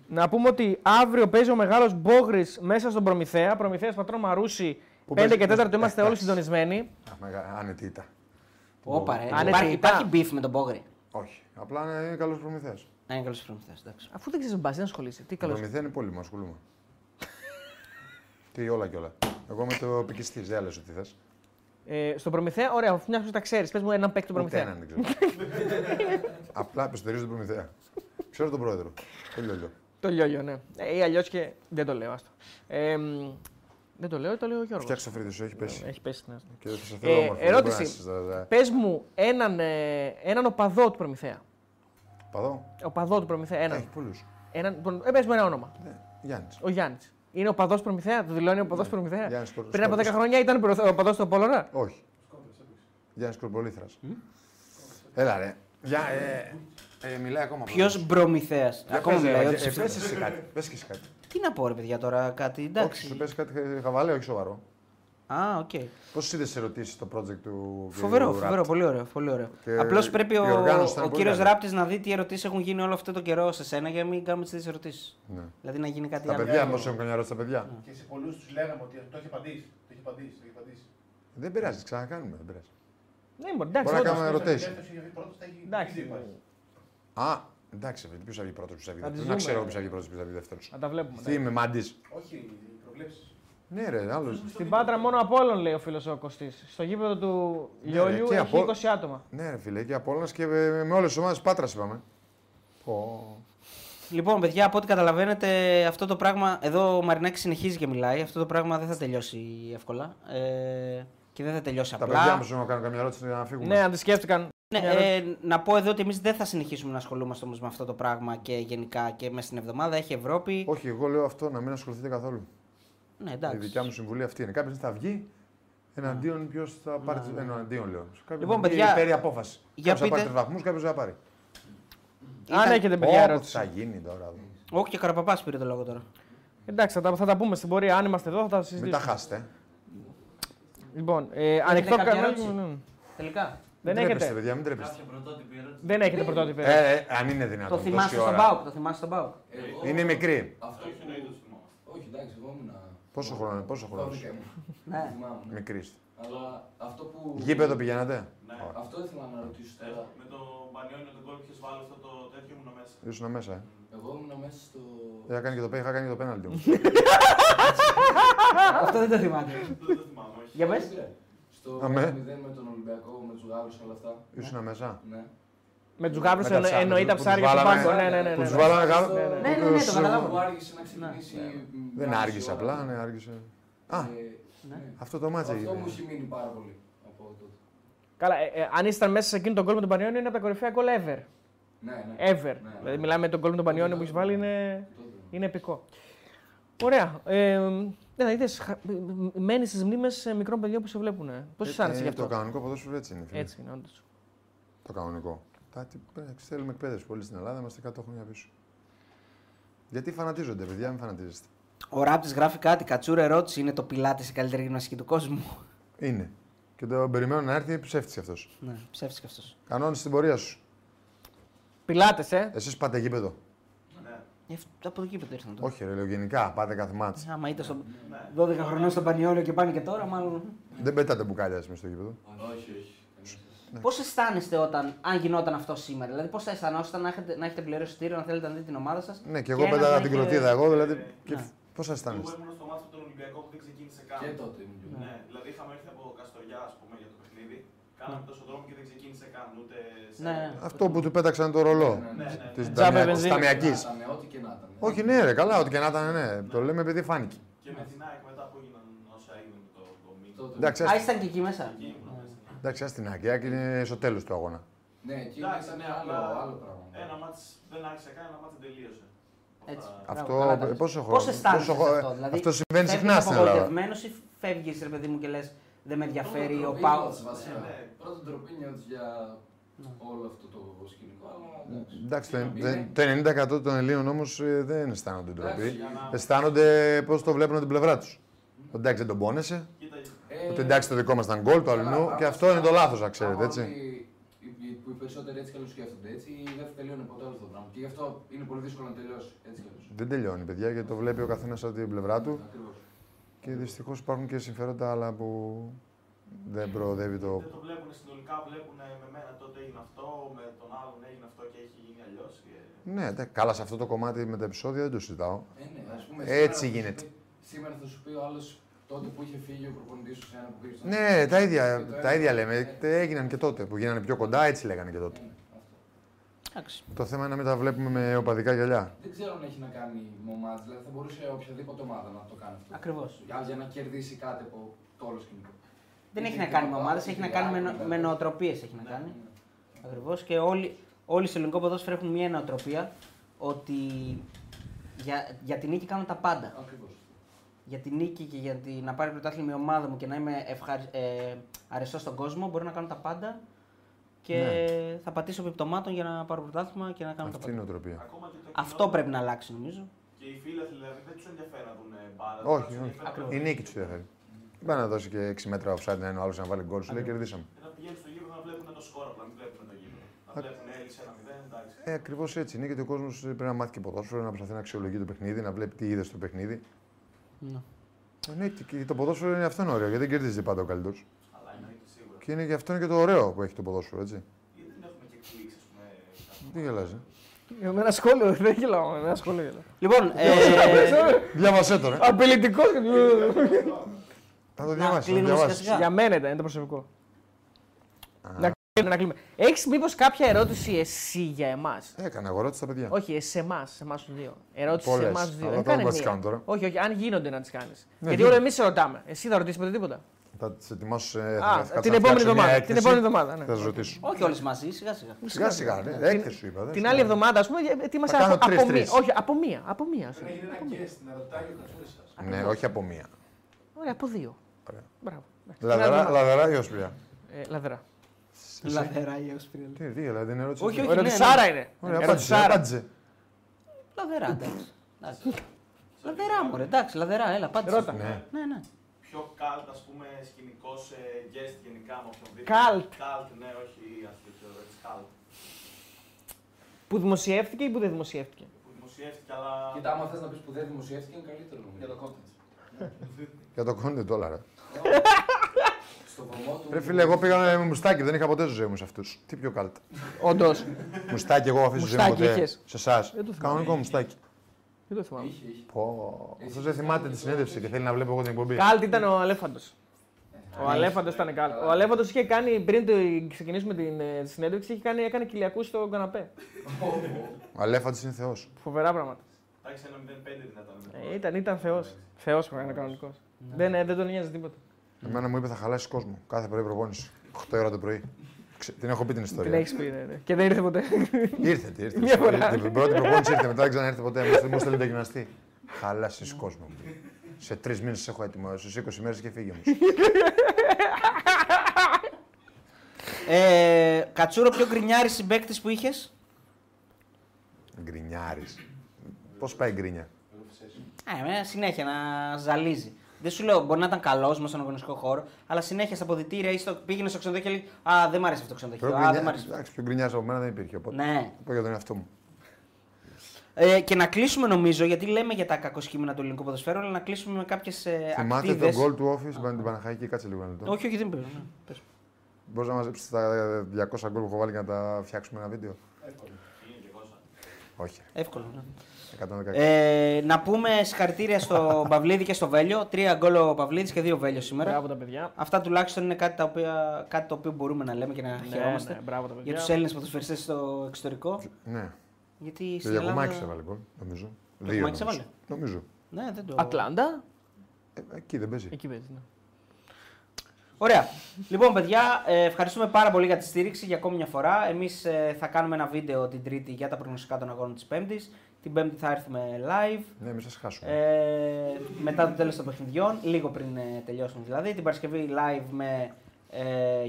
[SPEAKER 2] Να πούμε ότι αύριο παίζει ο μεγάλος Μπόγρης μέσα στον Προμηθέα. Προμηθέας πατρών Μαρούση.
[SPEAKER 3] Πού
[SPEAKER 2] 5
[SPEAKER 3] παίζει?
[SPEAKER 2] και 4 είμαστε όλοι
[SPEAKER 3] Εντάξει.
[SPEAKER 2] συντονισμένοι.
[SPEAKER 3] Α, μεγα- Άνετη ήττα.
[SPEAKER 2] Όπα, ρε.
[SPEAKER 3] Άνετη
[SPEAKER 2] Υπάρχει-
[SPEAKER 3] ήττα.
[SPEAKER 2] υπάρχει
[SPEAKER 1] Μπιφ με τον Πόγρη.
[SPEAKER 3] Όχι. Απλά είναι καλός προμηθέας.
[SPEAKER 1] Να είναι καλός προμηθευτή. εντάξει.
[SPEAKER 2] Αφού δεν ξέρεις μπα, δεν ασχολείσαι. Τι καλό.
[SPEAKER 3] Προμηθέα είναι πολύ, μου ασχολούμαι. Τι όλα και όλα. Εγώ είμαι το επικιστή, δεν λες ότι θες.
[SPEAKER 2] Ε, στον Προμηθέα, ωραία, αφού μια που τα ξέρεις, πες μου έναν παίκτη του Προμηθέα.
[SPEAKER 3] έναν δεν Απλά επιστηρίζω τον προμηθέα. Ξέρω τον πρόεδρο. Το λιόλιο.
[SPEAKER 2] το λιόλιο, ναι. Ε, ή αλλιώς και. Δεν το λέω, άστο. Ε, μ, δεν το λέω, το λέω ο Γιώργος.
[SPEAKER 3] Φτιάξε το φρύδι σου, έχει πέσει.
[SPEAKER 2] Έχει πέσει, ναι.
[SPEAKER 3] Και θα σε θέλω
[SPEAKER 2] Ε,
[SPEAKER 3] όμορφο, δεν μπορείς να
[SPEAKER 2] ερώτηση.
[SPEAKER 3] είσαι, δε- δε-
[SPEAKER 2] Πες μου έναν, ε, έναν οπαδό του Προμηθέα.
[SPEAKER 3] Παδό.
[SPEAKER 2] Οπαδό του Προμηθέα. Έναν.
[SPEAKER 3] Έχει πολλούς.
[SPEAKER 2] Έναν, λοιπόν, ε, πες μου ένα όνομα.
[SPEAKER 3] Ναι. Γιάννης.
[SPEAKER 2] Ο Γιάννης. Είναι ο παδό Προμηθέα, το δηλώνει ο παδό Προμηθέα.
[SPEAKER 3] Ναι. Γιάννης Κορ-
[SPEAKER 2] Πριν από 10
[SPEAKER 3] Σκόπης.
[SPEAKER 2] χρόνια ήταν ο παδό του Απόλλωνα.
[SPEAKER 3] Όχι. Γιάννης Κορμπολήθρα. Έλα ρε. Για, ε, ε, μιλάει ακόμα.
[SPEAKER 1] Ποιος Προμηθέα.
[SPEAKER 3] Για
[SPEAKER 1] Ακόμα
[SPEAKER 3] πες,
[SPEAKER 1] μιλάει.
[SPEAKER 3] ε,
[SPEAKER 1] ό,τι
[SPEAKER 3] ε,
[SPEAKER 1] σκέφτεται.
[SPEAKER 3] πες εσύ κάτι. Πες και εσύ κάτι.
[SPEAKER 1] Τι να πω, ρε παιδιά, τώρα κάτι. Εντάξει.
[SPEAKER 3] Όχι, σου πες κάτι ε, χαβαλέ, όχι σοβαρό.
[SPEAKER 1] Α, οκ.
[SPEAKER 3] Πώς είδες ερωτήσεις το project του κ.
[SPEAKER 1] Φοβερό,
[SPEAKER 3] Ράπτη?
[SPEAKER 1] φοβερό, πολύ ωραίο. Πολύ ωραίο.
[SPEAKER 3] Και
[SPEAKER 1] Απλώς πρέπει
[SPEAKER 3] η
[SPEAKER 1] ο,
[SPEAKER 3] οργάνωση ήταν
[SPEAKER 1] ο
[SPEAKER 3] πολύ
[SPEAKER 1] κύριος
[SPEAKER 3] καλή.
[SPEAKER 1] Ράπτης να δει τι ερωτήσεις έχουν γίνει όλο αυτό το καιρό σε σένα για να μην κάνουμε τις ίδιε ερωτήσεις.
[SPEAKER 3] Ναι.
[SPEAKER 1] Δηλαδή να γίνει κάτι
[SPEAKER 3] Τα
[SPEAKER 1] άλλο. Ναι.
[SPEAKER 3] παιδιά, πώς έχουν κάνει ερώτηση τα παιδιά.
[SPEAKER 7] Και σε πολλούς τους λέγαμε ότι το έχει απαντήσει. Το έχει απαντήσει. Το έχει απαντήσει.
[SPEAKER 3] Δεν πειράζει, ξανακάνουμε, δεν πειράζει.
[SPEAKER 2] Ναι, μπορεί, εντάξει,
[SPEAKER 3] Μπορεί να
[SPEAKER 2] όντως.
[SPEAKER 3] κάνουμε ερωτήσεις.
[SPEAKER 2] Εντάξει.
[SPEAKER 3] Α, εντάξει, παιδί, ποιος θα βγει πρώτος, ποιος θα βγει
[SPEAKER 2] Να τις
[SPEAKER 3] δεύτερος. Να
[SPEAKER 2] δούμε,
[SPEAKER 3] ξέρω
[SPEAKER 2] ρε.
[SPEAKER 3] ποιος θα βγει πρώτος, ποιος θα βγει δεύτερος.
[SPEAKER 2] Να τα βλέπουμε.
[SPEAKER 3] Τι είμαι, μάντης.
[SPEAKER 7] Όχι, οι προβλέψεις.
[SPEAKER 3] Ναι ρε, άλλος.
[SPEAKER 2] Στην Πάτρα μόνο από όλων λέει ο φίλος ο Κωστής. Στο γήπεδο του
[SPEAKER 3] Ναι,
[SPEAKER 2] Λιόλιου
[SPEAKER 3] ρε, και
[SPEAKER 2] έχει
[SPEAKER 3] από-
[SPEAKER 2] 20 άτομα.
[SPEAKER 3] Ναι ρε φίλε, και από όλες και ε, με όλες τις ομάδες Πάτρας είπαμε. Πω.
[SPEAKER 1] Λοιπόν, παιδιά, από ό,τι καταλαβαίνετε, αυτό το πράγμα. Εδώ ο Μαρινάκης συνεχίζει και μιλάει. Αυτό το πράγμα δεν θα τελειώσει εύκολα. Ε, και δεν θα τελειώσει
[SPEAKER 3] Τα
[SPEAKER 1] απλά.
[SPEAKER 3] παιδιά μου σου να κάνουν καμιά ερώτηση για να φύγουμε.
[SPEAKER 2] Ναι, αν τη σκέφτηκαν.
[SPEAKER 1] Ναι,
[SPEAKER 2] Μια ερώτηση.
[SPEAKER 1] ε, να πω εδώ ότι εμείς δεν θα συνεχίσουμε να ασχολούμαστε όμως με αυτό το πράγμα και γενικά και μέσα στην εβδομάδα. Έχει Ευρώπη.
[SPEAKER 3] Όχι, εγώ λέω αυτό, να μην ασχοληθείτε καθόλου.
[SPEAKER 1] Ναι, εντάξει.
[SPEAKER 3] Η δικιά μου συμβουλή αυτή είναι. Κάποια στιγμή θα βγει εναντίον ποιος θα πάρει. τις-
[SPEAKER 1] ναι, ναι.
[SPEAKER 3] Εναντίον λέω. Κάποια
[SPEAKER 1] Λοιπόν,
[SPEAKER 3] στιγμή
[SPEAKER 1] παιδιά,
[SPEAKER 3] Υπέρ η απόφαση.
[SPEAKER 1] για
[SPEAKER 3] Κάποιος θα πάρει
[SPEAKER 1] πείτε-
[SPEAKER 3] τρει βαθμούς, κάποιος θα πάρει.
[SPEAKER 2] Αν έχετε Ε, παιδιά
[SPEAKER 3] Όπω
[SPEAKER 2] ερώτηση.
[SPEAKER 3] θα γίνει τώρα.
[SPEAKER 1] Όχι, και ο Καραπαπάς πήρε το λόγο τώρα.
[SPEAKER 2] Εντάξει, θα τα, θα τα πούμε στην πορεία. Αν είμαστε εδώ, θα τα συζητήσουμε.
[SPEAKER 3] Μην τα χάσετε. ε.
[SPEAKER 2] Λοιπόν, ε, ανοιχτό
[SPEAKER 1] κάποια
[SPEAKER 2] κανάλι.
[SPEAKER 1] ερώτηση?
[SPEAKER 2] ναι, ναι.
[SPEAKER 1] Τελικά.
[SPEAKER 2] Δεν
[SPEAKER 3] Μην τρέπεστε,
[SPEAKER 2] έχετε.
[SPEAKER 3] παιδιά, μην τρέπεστε.
[SPEAKER 2] Δεν έχετε πρωτότυπη ερώτηση.
[SPEAKER 3] Ε, ε, αν είναι δυνατόν.
[SPEAKER 1] Το
[SPEAKER 3] τόση
[SPEAKER 1] θυμάσαι στον
[SPEAKER 3] ώρα.
[SPEAKER 1] Μπάουκ. Το θυμάσαι στον Μπάουκ.
[SPEAKER 3] Είναι μικρή.
[SPEAKER 16] Αυτό έχει εννοεί το θυμάμαι. Όχι, εντάξει, εγώ ήμουν.
[SPEAKER 3] Πόσο χρόνο, πόσο χρόνο.
[SPEAKER 16] Δώδεκα ήμουν.
[SPEAKER 1] Ναι.
[SPEAKER 16] Θυμάμαι, ναι.
[SPEAKER 3] Μικρή. είστε.
[SPEAKER 16] Αλλά αυτό που.
[SPEAKER 3] Γήπεδο πηγαίνατε.
[SPEAKER 16] Ναι. Αυτό ήθελα να ρωτήσω τώρα.
[SPEAKER 7] Με το μπανιόνιο τον κόλπο που είχε βάλει αυτό το τέτοιο ήμουν μέσα.
[SPEAKER 3] Ήσουν μέσα. ε.
[SPEAKER 16] Εγώ ήμουν μέσα στο.
[SPEAKER 3] Ε, Είχα κάνει και το, πέ- είχα κάνει και το πέναλτι μου.
[SPEAKER 1] Αυτό δεν το θυμάται. Για πες.
[SPEAKER 16] Στο
[SPEAKER 3] Αμέ.
[SPEAKER 16] 0 Ναι, με τον Ολυμπιακό, με τους Γάβρου και όλα αυτά.
[SPEAKER 3] Ήσουν μέσα.
[SPEAKER 16] Ναι.
[SPEAKER 2] Με τους γάβρου
[SPEAKER 3] Με τα ψάρια
[SPEAKER 2] εννοεί τα
[SPEAKER 3] που τους
[SPEAKER 2] ψάρια του
[SPEAKER 3] βάλαμε.
[SPEAKER 2] πάγκο. Ναι, ναι, ναι.
[SPEAKER 3] Που
[SPEAKER 2] ναι.
[SPEAKER 3] τους βάλανε γάβρου.
[SPEAKER 2] Ναι, ναι, ναι.
[SPEAKER 3] ναι, ναι, το καταλάβαμε.
[SPEAKER 16] Που άργησε να ξεκινήσει.
[SPEAKER 1] Ναι.
[SPEAKER 16] μ,
[SPEAKER 3] Δεν
[SPEAKER 16] μισή
[SPEAKER 3] άργησε
[SPEAKER 16] ώρα.
[SPEAKER 3] απλά, ναι, άργησε. Α,
[SPEAKER 16] Ε, ναι.
[SPEAKER 3] αυτό το μάτς
[SPEAKER 16] Αυτό
[SPEAKER 3] έγινε.
[SPEAKER 16] μου έχει μείνει πάρα πολύ από τότε.
[SPEAKER 2] Καλά, ε, ε, αν ήσταν μέσα σε εκείνο τον κόλ με τον Πανιόνιο, είναι από τα κορυφαία κόλ ever.
[SPEAKER 16] Ναι, ναι.
[SPEAKER 2] Ever.
[SPEAKER 16] Ναι, ναι.
[SPEAKER 2] Δηλαδή, μιλάμε με τον κόλ με τον Πανιόνιο που έχει βάλει είναι, είναι επικό. Ωραία. Ε, δεν θα είδε. Μένεις στις μνήμες μικρών παιδιών που σε βλέπουν. Ε. Πώς
[SPEAKER 3] Ε,
[SPEAKER 2] σου άρεσε
[SPEAKER 3] ε,
[SPEAKER 2] γι' αυτό.
[SPEAKER 3] Το κανονικό ποδόσφαιρο έτσι είναι. φίλε.
[SPEAKER 2] Έτσι είναι, όντως.
[SPEAKER 3] Το κανονικό. Τα, τι- πρέπει να θέλουμε εκπαίδευση πολύ στην Ελλάδα, είμαστε 100 χρόνια πίσω. Γιατί φανατίζονται, παιδιά, μην φανατίζεστε.
[SPEAKER 1] Ο Ράπτης γράφει κάτι. Κατσούρα ερώτηση. Είναι το πιλάτες η καλύτερη γυμναστική του κόσμου.
[SPEAKER 3] Είναι. Και το περιμένω να έρθει ψεύτης αυτός.
[SPEAKER 1] Ναι, ψεύτης κι αυτός.
[SPEAKER 3] Κανόνισε την πορεία σου.
[SPEAKER 2] Πιλάτες, ε.
[SPEAKER 3] Εσείς πάτε γήπεδο.
[SPEAKER 1] Ε, Από εκεί πέρα ήρθαν τώρα.
[SPEAKER 3] Όχι, ρε, λέω γενικά. Πάτε κάθε μάτς.
[SPEAKER 1] Άμα ήταν στο 12 χρονών στο Πανιόλιο και πάνε και τώρα, μάλλον.
[SPEAKER 3] Δεν πετάτε μπουκάλια εσείς μες στο γήπεδο.
[SPEAKER 16] Όχι, όχι.
[SPEAKER 1] Πώς αισθάνεστε όταν, αν γινόταν αυτό σήμερα, Δηλαδή, πώς θα αισθανόσασταν να έχετε, να έχετε πληρώσει εισιτήριο, να θέλετε να δείτε την ομάδα σας.
[SPEAKER 3] Ναι, και εγώ πέταγα την κροτίδα. Εγώ δηλαδή. και
[SPEAKER 1] Ναι.
[SPEAKER 3] Πώ αισθάνεστε.
[SPEAKER 7] Εγώ ήμουν στο μάτι με τον Ολυμπιακό που δεν ξεκίνησε καν.
[SPEAKER 16] Και τότε ήμουν.
[SPEAKER 7] Ναι, δηλαδή είχαμε έρθει από Καστοριά ας πούμε, για το παιχνίδι. Κάναμε τόσο δρόμο και δεν ξεκίνησε καν ούτε σε.
[SPEAKER 1] Ναι,
[SPEAKER 3] Αυτό που του πέταξαν το ρολό.
[SPEAKER 7] Ναι, ναι, ναι.
[SPEAKER 3] Της
[SPEAKER 7] Τζάμπε
[SPEAKER 16] βενζίνη.
[SPEAKER 3] ταμιακή.
[SPEAKER 16] Να ήταν, ό,τι και να ήταν.
[SPEAKER 3] Όχι, ναι, ρε, καλά, ό,τι και να ήταν, ναι. Το λέμε επειδή φάνηκε.
[SPEAKER 7] Και με την ΑΕΚ μετά που έγιναν όσα έγιναν το, το μήνυμα.
[SPEAKER 3] Εντάξει,
[SPEAKER 1] Ας,
[SPEAKER 3] ας-
[SPEAKER 1] ήσταν και εκεί μέσα.
[SPEAKER 3] Εντάξει, ας την άκρη, είναι στο τέλος του αγώνα.
[SPEAKER 7] Ναι, εκεί
[SPEAKER 4] Εντάξει,
[SPEAKER 7] ήταν
[SPEAKER 4] ναι,
[SPEAKER 7] άλλο,
[SPEAKER 4] απλά
[SPEAKER 7] άλλο πράγμα.
[SPEAKER 10] Ναι.
[SPEAKER 4] Ένα μάτς δεν άρχισε καν, ένα μάτς δεν τελείωσε.
[SPEAKER 1] Έτσι.
[SPEAKER 3] Αυτό ε, πόσο χρόνο.
[SPEAKER 1] Πώς αισθάνεσαι
[SPEAKER 3] πόσο χο-
[SPEAKER 1] αυτό, δηλαδή,
[SPEAKER 3] αυτό συμβαίνει
[SPEAKER 1] φεύγεις
[SPEAKER 3] συχνά στην Ελλάδα.
[SPEAKER 1] απογοητευμένος ή φεύγεις, ρε παιδί μου, και λες, δεν με ενδιαφέρει ο
[SPEAKER 7] Πρώτον ντροπή
[SPEAKER 1] Πάο.
[SPEAKER 7] νιώθεις βασικά. Πρώτον Ναι, ντροπή νιώθεις για όλο αυτό το σκηνικό, αλλά Ναι, εντάξει.
[SPEAKER 3] Εντάξει, το, το
[SPEAKER 7] Είναι-
[SPEAKER 3] 90% των Ελλήνων όμως δεν αισθάνονται
[SPEAKER 7] Εντάξει,
[SPEAKER 3] ντροπή.
[SPEAKER 7] για να-
[SPEAKER 3] Αισθάνονται πώς το βλέπουν από την πλευρά τους. Εντάξει, δεν τον πόνεσαι.
[SPEAKER 7] Ε,
[SPEAKER 3] Ότι εντάξει, το δικό μας ήταν γκολ του αλλού.
[SPEAKER 7] καλά,
[SPEAKER 3] Και αυτό είναι το λάθος, να ξέρετε
[SPEAKER 7] Άμα
[SPEAKER 3] έτσι.
[SPEAKER 7] ότι οι- οι- Που οι περισσότεροι έτσι κι αλλιώς σκέφτονται έτσι, δεν τελειώνει ποτέ όλο αυτό το πράγμα. Και γι' αυτό είναι πολύ δύσκολο να τελειώσει έτσι κι αλλιώς.
[SPEAKER 3] Δεν τελειώνει, παιδιά, γιατί το βλέπει ο καθένας από την πλευρά του.
[SPEAKER 7] Ακριβώς.
[SPEAKER 3] Και δυστυχώς υπάρχουν και συμφέροντα άλλα που δεν προοδεύει το.
[SPEAKER 4] Δεν το βλέπουν συνολικά, βλέπουν ε, με μένα τότε έγινε αυτό, με τον άλλον έγινε αυτό και έχει γίνει αλλιώς.
[SPEAKER 3] Ναι, εντάξει, καλά, σε αυτό το κομμάτι με τα επεισόδια δεν το συζητάω.
[SPEAKER 7] Ε, ναι, ας πούμε, σήμερα θα
[SPEAKER 3] Έτσι
[SPEAKER 7] σου
[SPEAKER 3] γίνεται.
[SPEAKER 7] πει- Σήμερα θα σου πει ο άλλος τότε που είχε φύγει ο προπονητής σου σε ένα που Ε, πήρε στον
[SPEAKER 3] Ναι,
[SPEAKER 7] Άρη.
[SPEAKER 3] τα
[SPEAKER 7] Και
[SPEAKER 3] ίδια,
[SPEAKER 7] το
[SPEAKER 3] τα
[SPEAKER 7] ένα-
[SPEAKER 3] ίδια λέμε. Ε, Έγιναν και τότε που γίνανε πιο κοντά, έτσι λέγανε και
[SPEAKER 7] ναι,
[SPEAKER 3] τότε. Το θέμα είναι να μην τα βλέπουμε με οπαδικά γυαλιά.
[SPEAKER 7] Δεν ξέρω αν έχει να κάνει με ομάδες, δηλαδή θα μπορούσε οποιαδήποτε ομάδα να το κάνει αυτό.
[SPEAKER 1] Ακριβώς.
[SPEAKER 7] Για, για να κερδίσει κάτι από το όλο σκηνικό.
[SPEAKER 1] Δεν έχει
[SPEAKER 7] είναι
[SPEAKER 1] να κάνει με
[SPEAKER 7] κλαμπά,
[SPEAKER 1] ομάδες, έχει να
[SPEAKER 7] είναι
[SPEAKER 1] κάνει με, Ναι.
[SPEAKER 7] άκρη,
[SPEAKER 1] νο-
[SPEAKER 7] δηλαδή.
[SPEAKER 1] με νοοτροπίες. Έχει
[SPEAKER 4] Ναι.
[SPEAKER 1] να κάνει. Ακριβώς και όλοι, όλοι στο ελληνικό ποδόσφαιρο έχουν μια νοοτροπία ότι για, για την νίκη κάνω τα πάντα. Για την νίκη και για τη, να πάρει πρωτάθλημα η ομάδα μου και να είμαι ευχαρι... ε, αρεστό στον κόσμο, μπορώ να κάνω τα πάντα και
[SPEAKER 3] Ναι.
[SPEAKER 1] θα πατήσω επιπτωμάτων για να πάρω πρωτάθλημα και να κάνω
[SPEAKER 3] Αυτή
[SPEAKER 1] τα
[SPEAKER 3] είναι η
[SPEAKER 1] πάντα.
[SPEAKER 3] νοοτροπία.
[SPEAKER 1] Αυτό πρέπει να αλλάξει νομίζω.
[SPEAKER 4] Και οι φίλοι δηλαδή δεν τους ενδιαφέρει να δουν ε, μπάλα. τους
[SPEAKER 3] Όχι,
[SPEAKER 4] ενδιαφέρει να
[SPEAKER 3] όχι.
[SPEAKER 4] δουν-
[SPEAKER 3] Η νίκη τους ενδιαφέρει. Πάει να δώσει και 6 μέτρα offside να είναι ο άλλος να βάλει γκολ σου, λέει
[SPEAKER 4] Ακριβώς.
[SPEAKER 3] κερδίσαμε.
[SPEAKER 4] Ε, Να πηγαίνουν στο γήπεδο να βλέπουν το σκορ, απλά μην βλέπουν το γήπεδο. Να
[SPEAKER 3] Α-
[SPEAKER 4] βλέπουν έλυσε ένα μηδέν, εντάξει.
[SPEAKER 3] Ε, Ακριβώς έτσι είναι γιατί ο κόσμος πρέπει να μάθει και ποδόσφαιρο, να προσπαθεί να αξιολογεί το παιχνίδι, να βλέπει τι είδες στο παιχνίδι.
[SPEAKER 1] Ναι.
[SPEAKER 3] Ε, Ναι, και- και το ποδόσφαιρο είναι αυτό είναι ωραίο γιατί δεν κερδίζει πάντα ο καλύτερος.
[SPEAKER 4] Αλλά είναι και σίγουρα.
[SPEAKER 3] Και είναι γι' αυτό είναι και το ωραίο που έχει το ποδόσφαιρο, έτσι.
[SPEAKER 4] Γιατί δεν έχουμε και εκπλήξεις, ας πούμε.
[SPEAKER 3] Τι ε? γελάζει.
[SPEAKER 2] Με ένα σχόλιο, δεν γελάω. Με ένα σχόλιο γελάω.
[SPEAKER 1] Λοιπόν,
[SPEAKER 2] Ε,
[SPEAKER 3] Διάβασέ το, ρε.
[SPEAKER 2] Απειλητικός.
[SPEAKER 3] Θα το διαβάσει. Θα το διαβάσει.
[SPEAKER 2] Για μένα ήταν, είναι το προσωπικό. Να κλείνουμε, να κλείνουμε. Έχει μήπω κάποια ερώτηση εσύ για εμά.
[SPEAKER 3] Έκανα εγώ ρώτησα τα παιδιά.
[SPEAKER 2] Όχι, σε εμά, σε εμά του δύο. Ερώτηση σε
[SPEAKER 3] Πολλές,
[SPEAKER 2] εμά του δύο.
[SPEAKER 3] αλλά
[SPEAKER 2] Δεν
[SPEAKER 3] τώρα
[SPEAKER 2] κάνε
[SPEAKER 3] δεν τις
[SPEAKER 2] μία.
[SPEAKER 3] κάνω τώρα.
[SPEAKER 2] Όχι, όχι, αν γίνονται να τι κάνει.
[SPEAKER 3] Ναι,
[SPEAKER 2] Γιατί
[SPEAKER 3] γίνονται.
[SPEAKER 2] όλοι εμεί σε ρωτάμε. Εσύ θα ρωτήσει ποτέ τίποτα.
[SPEAKER 3] Θα τις ετοιμάσω. ε, θα
[SPEAKER 2] Α,
[SPEAKER 3] κάτσε να
[SPEAKER 2] την
[SPEAKER 3] φτιάξω
[SPEAKER 2] επόμενη
[SPEAKER 3] μια
[SPEAKER 2] εβδομάδα, την
[SPEAKER 3] έκθεση.
[SPEAKER 2] επόμενη εβδομάδα, ναι.
[SPEAKER 3] Θα σα ρωτήσω.
[SPEAKER 1] Όχι όλες μαζί, σιγά σιγά.
[SPEAKER 3] Σιγά σιγά, ναι. Έκθεση σου είπα. ναι. δεν
[SPEAKER 2] Την
[SPEAKER 3] σου
[SPEAKER 2] άλλη
[SPEAKER 3] λέω.
[SPEAKER 2] εβδομάδα, ας πούμε, γιατί είμαστε
[SPEAKER 3] κάνω
[SPEAKER 2] από, από μία.
[SPEAKER 3] τρεις-τρεις.
[SPEAKER 2] Όχι, από μία. Από μία. ας πούμε.
[SPEAKER 7] Πρέπει να γίνει ένα guest να ρωτάει για τα σχόλια σας.
[SPEAKER 3] Ναι, όχι από μία.
[SPEAKER 2] Ωραία, από δύο. Μπράβο. Εντάξει, την άλλη
[SPEAKER 3] Λαδερά,
[SPEAKER 2] εβδομάδα.
[SPEAKER 3] λαδερά ή όσπρια.
[SPEAKER 2] Ε, Λαδερά.
[SPEAKER 1] Λαδερά ή όσπρια.
[SPEAKER 3] Τι, τι, δηλαδή είναι ερώτηση.
[SPEAKER 2] Όχι, όχι,
[SPEAKER 3] Ωραία,
[SPEAKER 2] ναι,
[SPEAKER 3] Σάρα
[SPEAKER 2] ναι.
[SPEAKER 3] είναι. Ωραία,
[SPEAKER 2] Ναι,
[SPEAKER 3] απάντησε,
[SPEAKER 2] Σάρα.
[SPEAKER 3] απάντησε.
[SPEAKER 1] Λαδερά, εντάξει. Εντάξει. Λαδερά μου, ρε, εντάξει, λαδερά, έλα, πάντως.
[SPEAKER 2] Ρώτα.
[SPEAKER 3] Ναι.
[SPEAKER 1] ναι, ναι.
[SPEAKER 4] Πιο καλτ, ας πούμε, σκηνικός ε, guest γενικά με οποιονδήποτε.
[SPEAKER 2] Cult.
[SPEAKER 4] Καλτ, ναι, όχι αστείο, έτσι καλτ.
[SPEAKER 2] Που δημοσιεύτηκε ή που δεν δημοσιεύτηκε.
[SPEAKER 4] Που δημοσιεύτηκε, αλλά.
[SPEAKER 7] Κοίτα, άμα θες να πεις που δεν δημοσιεύτηκε είναι καλύτερο. Για το content.
[SPEAKER 3] Για το κόντε τώρα, ρε.
[SPEAKER 7] Στο βωμό του.
[SPEAKER 3] Ρε φίλε, εγώ πήγα με μουστάκι, δεν είχα ποτέ ζωή μου σε αυτούς. Τι πιο καλτ.
[SPEAKER 2] Όντως.
[SPEAKER 3] Μουστάκι, εγώ αφήσω ζωή μου
[SPEAKER 2] Μουστάκι
[SPEAKER 3] ποτέ.
[SPEAKER 2] είχες.
[SPEAKER 3] Σε εσάς.
[SPEAKER 2] Δεν το θυμάμαι.
[SPEAKER 3] Κανονικό μουστάκι.
[SPEAKER 2] Δεν το θυμάμαι.
[SPEAKER 3] Πω. Αυτό δεν θυμάται τη συνέντευξη και θέλει να βλέπω εγώ την εκπομπή.
[SPEAKER 2] Κάλτ ήταν ο Αλέφαντος. Ο
[SPEAKER 3] ναι.
[SPEAKER 2] Αλέφαντος ήταν κάλτ. Ο Αλέφαντος είχε κάνει, πριν το ξεκινήσουμε την ε, συνέντευξη, είχε κάνει, έκανε κοιλιακούς στο καναπέ.
[SPEAKER 3] Ο Αλέφαντος είναι Θεός.
[SPEAKER 2] Φοβερά πράγματα.
[SPEAKER 4] Εντάξει, ένα 05 δυνατόν.
[SPEAKER 2] Ε, ήταν ήταν Θεός. Θεό ήταν κανονικός.
[SPEAKER 3] Ναι.
[SPEAKER 2] Δεν, ε, δεν τον νοιάζει τίποτα.
[SPEAKER 3] Εμένα μου είπε θα χαλάσει κόσμο. Κάθε πρωί προπόνηση. 8 ώρα το πρωί. Ξε- Την έχω πει την
[SPEAKER 2] Την
[SPEAKER 3] ιστορία.
[SPEAKER 2] έχεις πει, ναι, ναι. Και δεν ήρθε ποτέ.
[SPEAKER 3] Ήρθε, τι, ήρθε.
[SPEAKER 2] Μια φορά.
[SPEAKER 3] Την πρώτη προπόνηση ήρθε, μετά δεν ξαναήρθε ποτέ. Μου στέλνει- Μου στέλνει το γυμναστή. Χαλάσει κόσμο. μου λέει. Σε τρεις μήνες έχω έτοιμο. Στους 20 μέρες και φύγε μου.
[SPEAKER 1] Ε, κατσούρο, πιο γκρινιάρη συμπέκτη που είχες.
[SPEAKER 3] Γκρινιάρης. Πώς πάει η γκρίνια.
[SPEAKER 1] Ε, συνέχεια να ζαλίζει. Δεν σου λέω, μπορεί να ήταν καλός μα στον αγωνιστικό χώρο, αλλά συνέχεια στα αποδητήρια ή στο, πήγαινε στο ξενοδοχείο και λέει Α, δεν μ' αρέσει αυτό το ξενοδοχείο. Α, δεν μ' αρέσει.
[SPEAKER 3] Εντάξει, πιο γκρινιά από μένα δεν υπήρχε. Οπότε.
[SPEAKER 1] Ναι.
[SPEAKER 3] Το πω για τον εαυτό μου.
[SPEAKER 1] Ε, και να κλείσουμε νομίζω, γιατί λέμε για τα κακοσχήμενα του ελληνικού ποδοσφαίρου, αλλά να κλείσουμε με κάποιες ε,
[SPEAKER 3] Θυμάται τον
[SPEAKER 1] ακτίδες.
[SPEAKER 3] γκολ του office με την Παναχαϊκή, κάτσε λίγο ένα λεπτό.
[SPEAKER 1] Όχι, όχι, δεν πήρε. ναι, πες.
[SPEAKER 3] Μπορείς να μαζέψεις τα 200 γκολ που έχω βάλει και να τα φτιάξουμε ένα βίντεο. Όχι.
[SPEAKER 1] Εύκολο. ναι.
[SPEAKER 3] 116.
[SPEAKER 1] Ε, να πούμε συγχαρητήρια στο Παυλίδη και στο Βέλιο. Τρία γκολ ο Παυλίδης και δύο Βέλιο σήμερα.
[SPEAKER 2] Μπράβο τα παιδιά.
[SPEAKER 1] Αυτά τουλάχιστον είναι κάτι, τα οποία, κάτι το οποίο μπορούμε να λέμε και να χαιρόμαστε.
[SPEAKER 2] ναι, μπράβο τα παιδιά.
[SPEAKER 1] Για τους Έλληνες ποδοσφαιριστές στο εξωτερικό.
[SPEAKER 3] Ναι.
[SPEAKER 1] Γιατί
[SPEAKER 3] Και
[SPEAKER 1] στην
[SPEAKER 3] ο
[SPEAKER 1] Ε, Ελλάδα...
[SPEAKER 3] Γιακουμάκη έβαλε γκολ, νομίζω.
[SPEAKER 1] Ο
[SPEAKER 3] Δύο.
[SPEAKER 1] Γιακουμάκης
[SPEAKER 3] νομίζω.
[SPEAKER 1] έβαλε?
[SPEAKER 3] Νομίζω.
[SPEAKER 1] Ναι, δεν το.
[SPEAKER 2] Ατλάντα.
[SPEAKER 3] Ε, εκεί δεν παίζει.
[SPEAKER 2] Εκεί παίζει. ναι.
[SPEAKER 1] Ωραία. λοιπόν, παιδιά, ε, ευχαριστούμε πάρα πολύ για τη στήριξη για ακόμη μια φορά. Εμείς θα κάνουμε ένα βίντεο την Τρίτη για τα προγνωστικά των αγώνων της Πέμπτης. Την Πέμπτη θα έρθουμε live.
[SPEAKER 3] Ναι, μην σας χάσουμε.
[SPEAKER 1] Ε, μετά το τέλος των παιχνιδιών, λίγο πριν ε, τελειώσουν δηλαδή. Την Παρασκευή live με ε,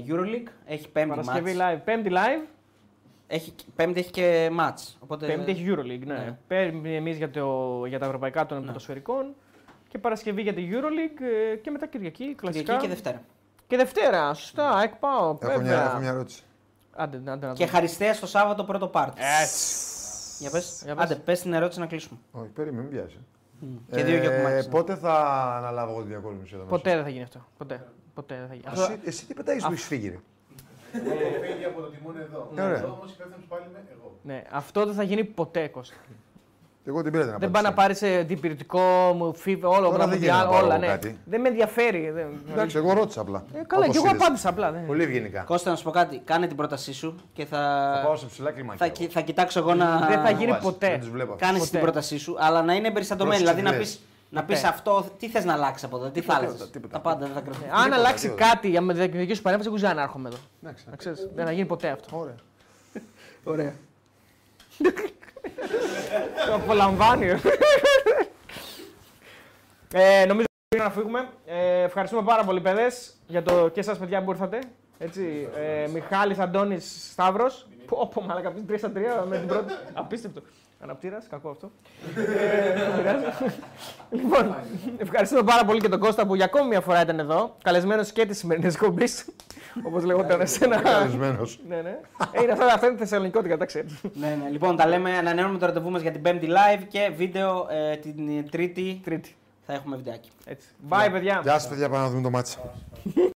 [SPEAKER 1] Euroleague. Έχει πέμπτη
[SPEAKER 2] Παρασκευή
[SPEAKER 1] match.
[SPEAKER 2] live. Πέμπτη live.
[SPEAKER 1] Έχει, πέμπτη έχει και match. Οπότε...
[SPEAKER 2] Πέμπτη έχει Euroleague, ναι.
[SPEAKER 1] Ναι.
[SPEAKER 2] Πέμπτη εμείς για, το, για τα ευρωπαϊκά των ποδοσφαιρικών. Και Παρασκευή για τη Euroleague ε, και μετά Κυριακή, κλασικά.
[SPEAKER 1] και Δευτέρα.
[SPEAKER 2] Και Ναι. Δευτέρα, σωστά, εκ πάω.
[SPEAKER 3] Έχω μια, έχω μια ερώτηση.
[SPEAKER 2] Άντε, άντε, να
[SPEAKER 1] Και
[SPEAKER 2] δούμε.
[SPEAKER 1] χαριστέας στο Σάββατο πρώτο πάρτι. Για πες. Άντε, πες την ερώτηση να κλείσουμε.
[SPEAKER 3] Όχι, περίμενε, μην πιάσει.
[SPEAKER 1] Και δύο γιοκουμάκια.
[SPEAKER 3] Πότε θα αναλάβω εγώ τη διακόσμηση εδώ
[SPEAKER 2] Ποτέ
[SPEAKER 3] μέσα.
[SPEAKER 2] δεν θα γίνει αυτό. Ποτέ. Ποτέ δεν θα γίνει.
[SPEAKER 3] Εσύ, εσύ τι πετάει που
[SPEAKER 2] Α-
[SPEAKER 3] έχει φύγει. ρε.
[SPEAKER 4] Ε,
[SPEAKER 17] Φεύγει από το τιμόνι εδώ.
[SPEAKER 3] Ναι, ωραία.
[SPEAKER 17] Εδώ όμω υπεύθυνο πάλι είμαι εγώ.
[SPEAKER 2] Ναι, αυτό δεν θα γίνει ποτέ, Κώστα.
[SPEAKER 3] Εγώ την πήρα την
[SPEAKER 2] Δεν πάει να
[SPEAKER 3] απάντηση.
[SPEAKER 2] πάρει αντιπυρητικό, μου φίβ, όλο
[SPEAKER 3] Τώρα
[SPEAKER 2] όλα,
[SPEAKER 3] δεν
[SPEAKER 2] μου
[SPEAKER 3] γίνεται να πάρω
[SPEAKER 2] όλα,
[SPEAKER 3] εγώ
[SPEAKER 2] ναι.
[SPEAKER 3] κάτι.
[SPEAKER 2] Δεν με ενδιαφέρει. Δεν...
[SPEAKER 3] Εντάξει, εγώ ρώτησα απλά.
[SPEAKER 2] Ε, καλά,
[SPEAKER 3] Όπως
[SPEAKER 2] και εγώ
[SPEAKER 3] είδες.
[SPEAKER 2] απάντησα απλά. Δεν...
[SPEAKER 3] Πολύ ευγενικά.
[SPEAKER 1] Κώστα, να σου πω κάτι. Κάνε την πρότασή σου και θα.
[SPEAKER 3] Θα πάω σε ψηλά κλιμάκια
[SPEAKER 1] Θα,
[SPEAKER 3] εγώ.
[SPEAKER 1] κι- θα κοιτάξω εγώ να.
[SPEAKER 3] Δεν θα γίνει Βάζεις, ποτέ. δεν τους βλέπω.
[SPEAKER 1] Κάνε
[SPEAKER 3] Ποτέ.
[SPEAKER 1] την πρότασή σου, αλλά να είναι εμπεριστατωμένη.
[SPEAKER 3] Πρόσεξε
[SPEAKER 1] Δηλαδή να
[SPEAKER 3] τις
[SPEAKER 1] πεις
[SPEAKER 3] λες.
[SPEAKER 1] να
[SPEAKER 2] Ποτέ.
[SPEAKER 1] πεις αυτό, τι θες να αλλάξει από εδώ, τι θα
[SPEAKER 2] Τίποτα,
[SPEAKER 1] άλλαζε. Τα πάντα δεν θα κρατήσει.
[SPEAKER 2] Αν αλλάξει κάτι για με την δική σου παρέμβαση, εγώ ζητάω να έρχομαι εδώ. Να ξέρεις, δεν θα γίνει ποτέ αυτό.
[SPEAKER 3] Ωραία.
[SPEAKER 2] Ωραία. Το απολαμβάνει. ε, νομίζω ότι πρέπει να φύγουμε. Ε, ευχαριστούμε πάρα πολύ, παιδες, για το και εσά, παιδιά που ήρθατε. Έτσι, ε, Μιχάλης Αντώνης Σταύρος. Πω, πω, μαλάκα, πεις 3 στα 3 με την πρώτη. Απίστευτο. Αναπτήρας, κακό αυτό. Ε, δεν πειράζει. λοιπόν, ευχαριστούμε πάρα πολύ και τον Κώστα που για ακόμη μια φορά ήταν εδώ. Καλεσμένος και της σημερινής εκπομπής. Όπως λεγόταν εσένα.
[SPEAKER 3] Καλεσμένος.
[SPEAKER 2] ναι, ναι. Ε, είναι αυτά, αυτά είναι θεσσαλονικότικα, τα ξέρεις.
[SPEAKER 1] Ναι, ναι. Λοιπόν, τα λέμε, ανανεώνουμε το ραντεβού μας για την Πέμπτη live και βίντεο ε, την ε, Τρίτη.
[SPEAKER 2] Τρίτη.
[SPEAKER 1] Θα έχουμε βιντεάκι.
[SPEAKER 2] Έτσι. Bye, παιδιά.
[SPEAKER 3] Γεια σας, παιδιά, πάμε να δούμε το μάτσο.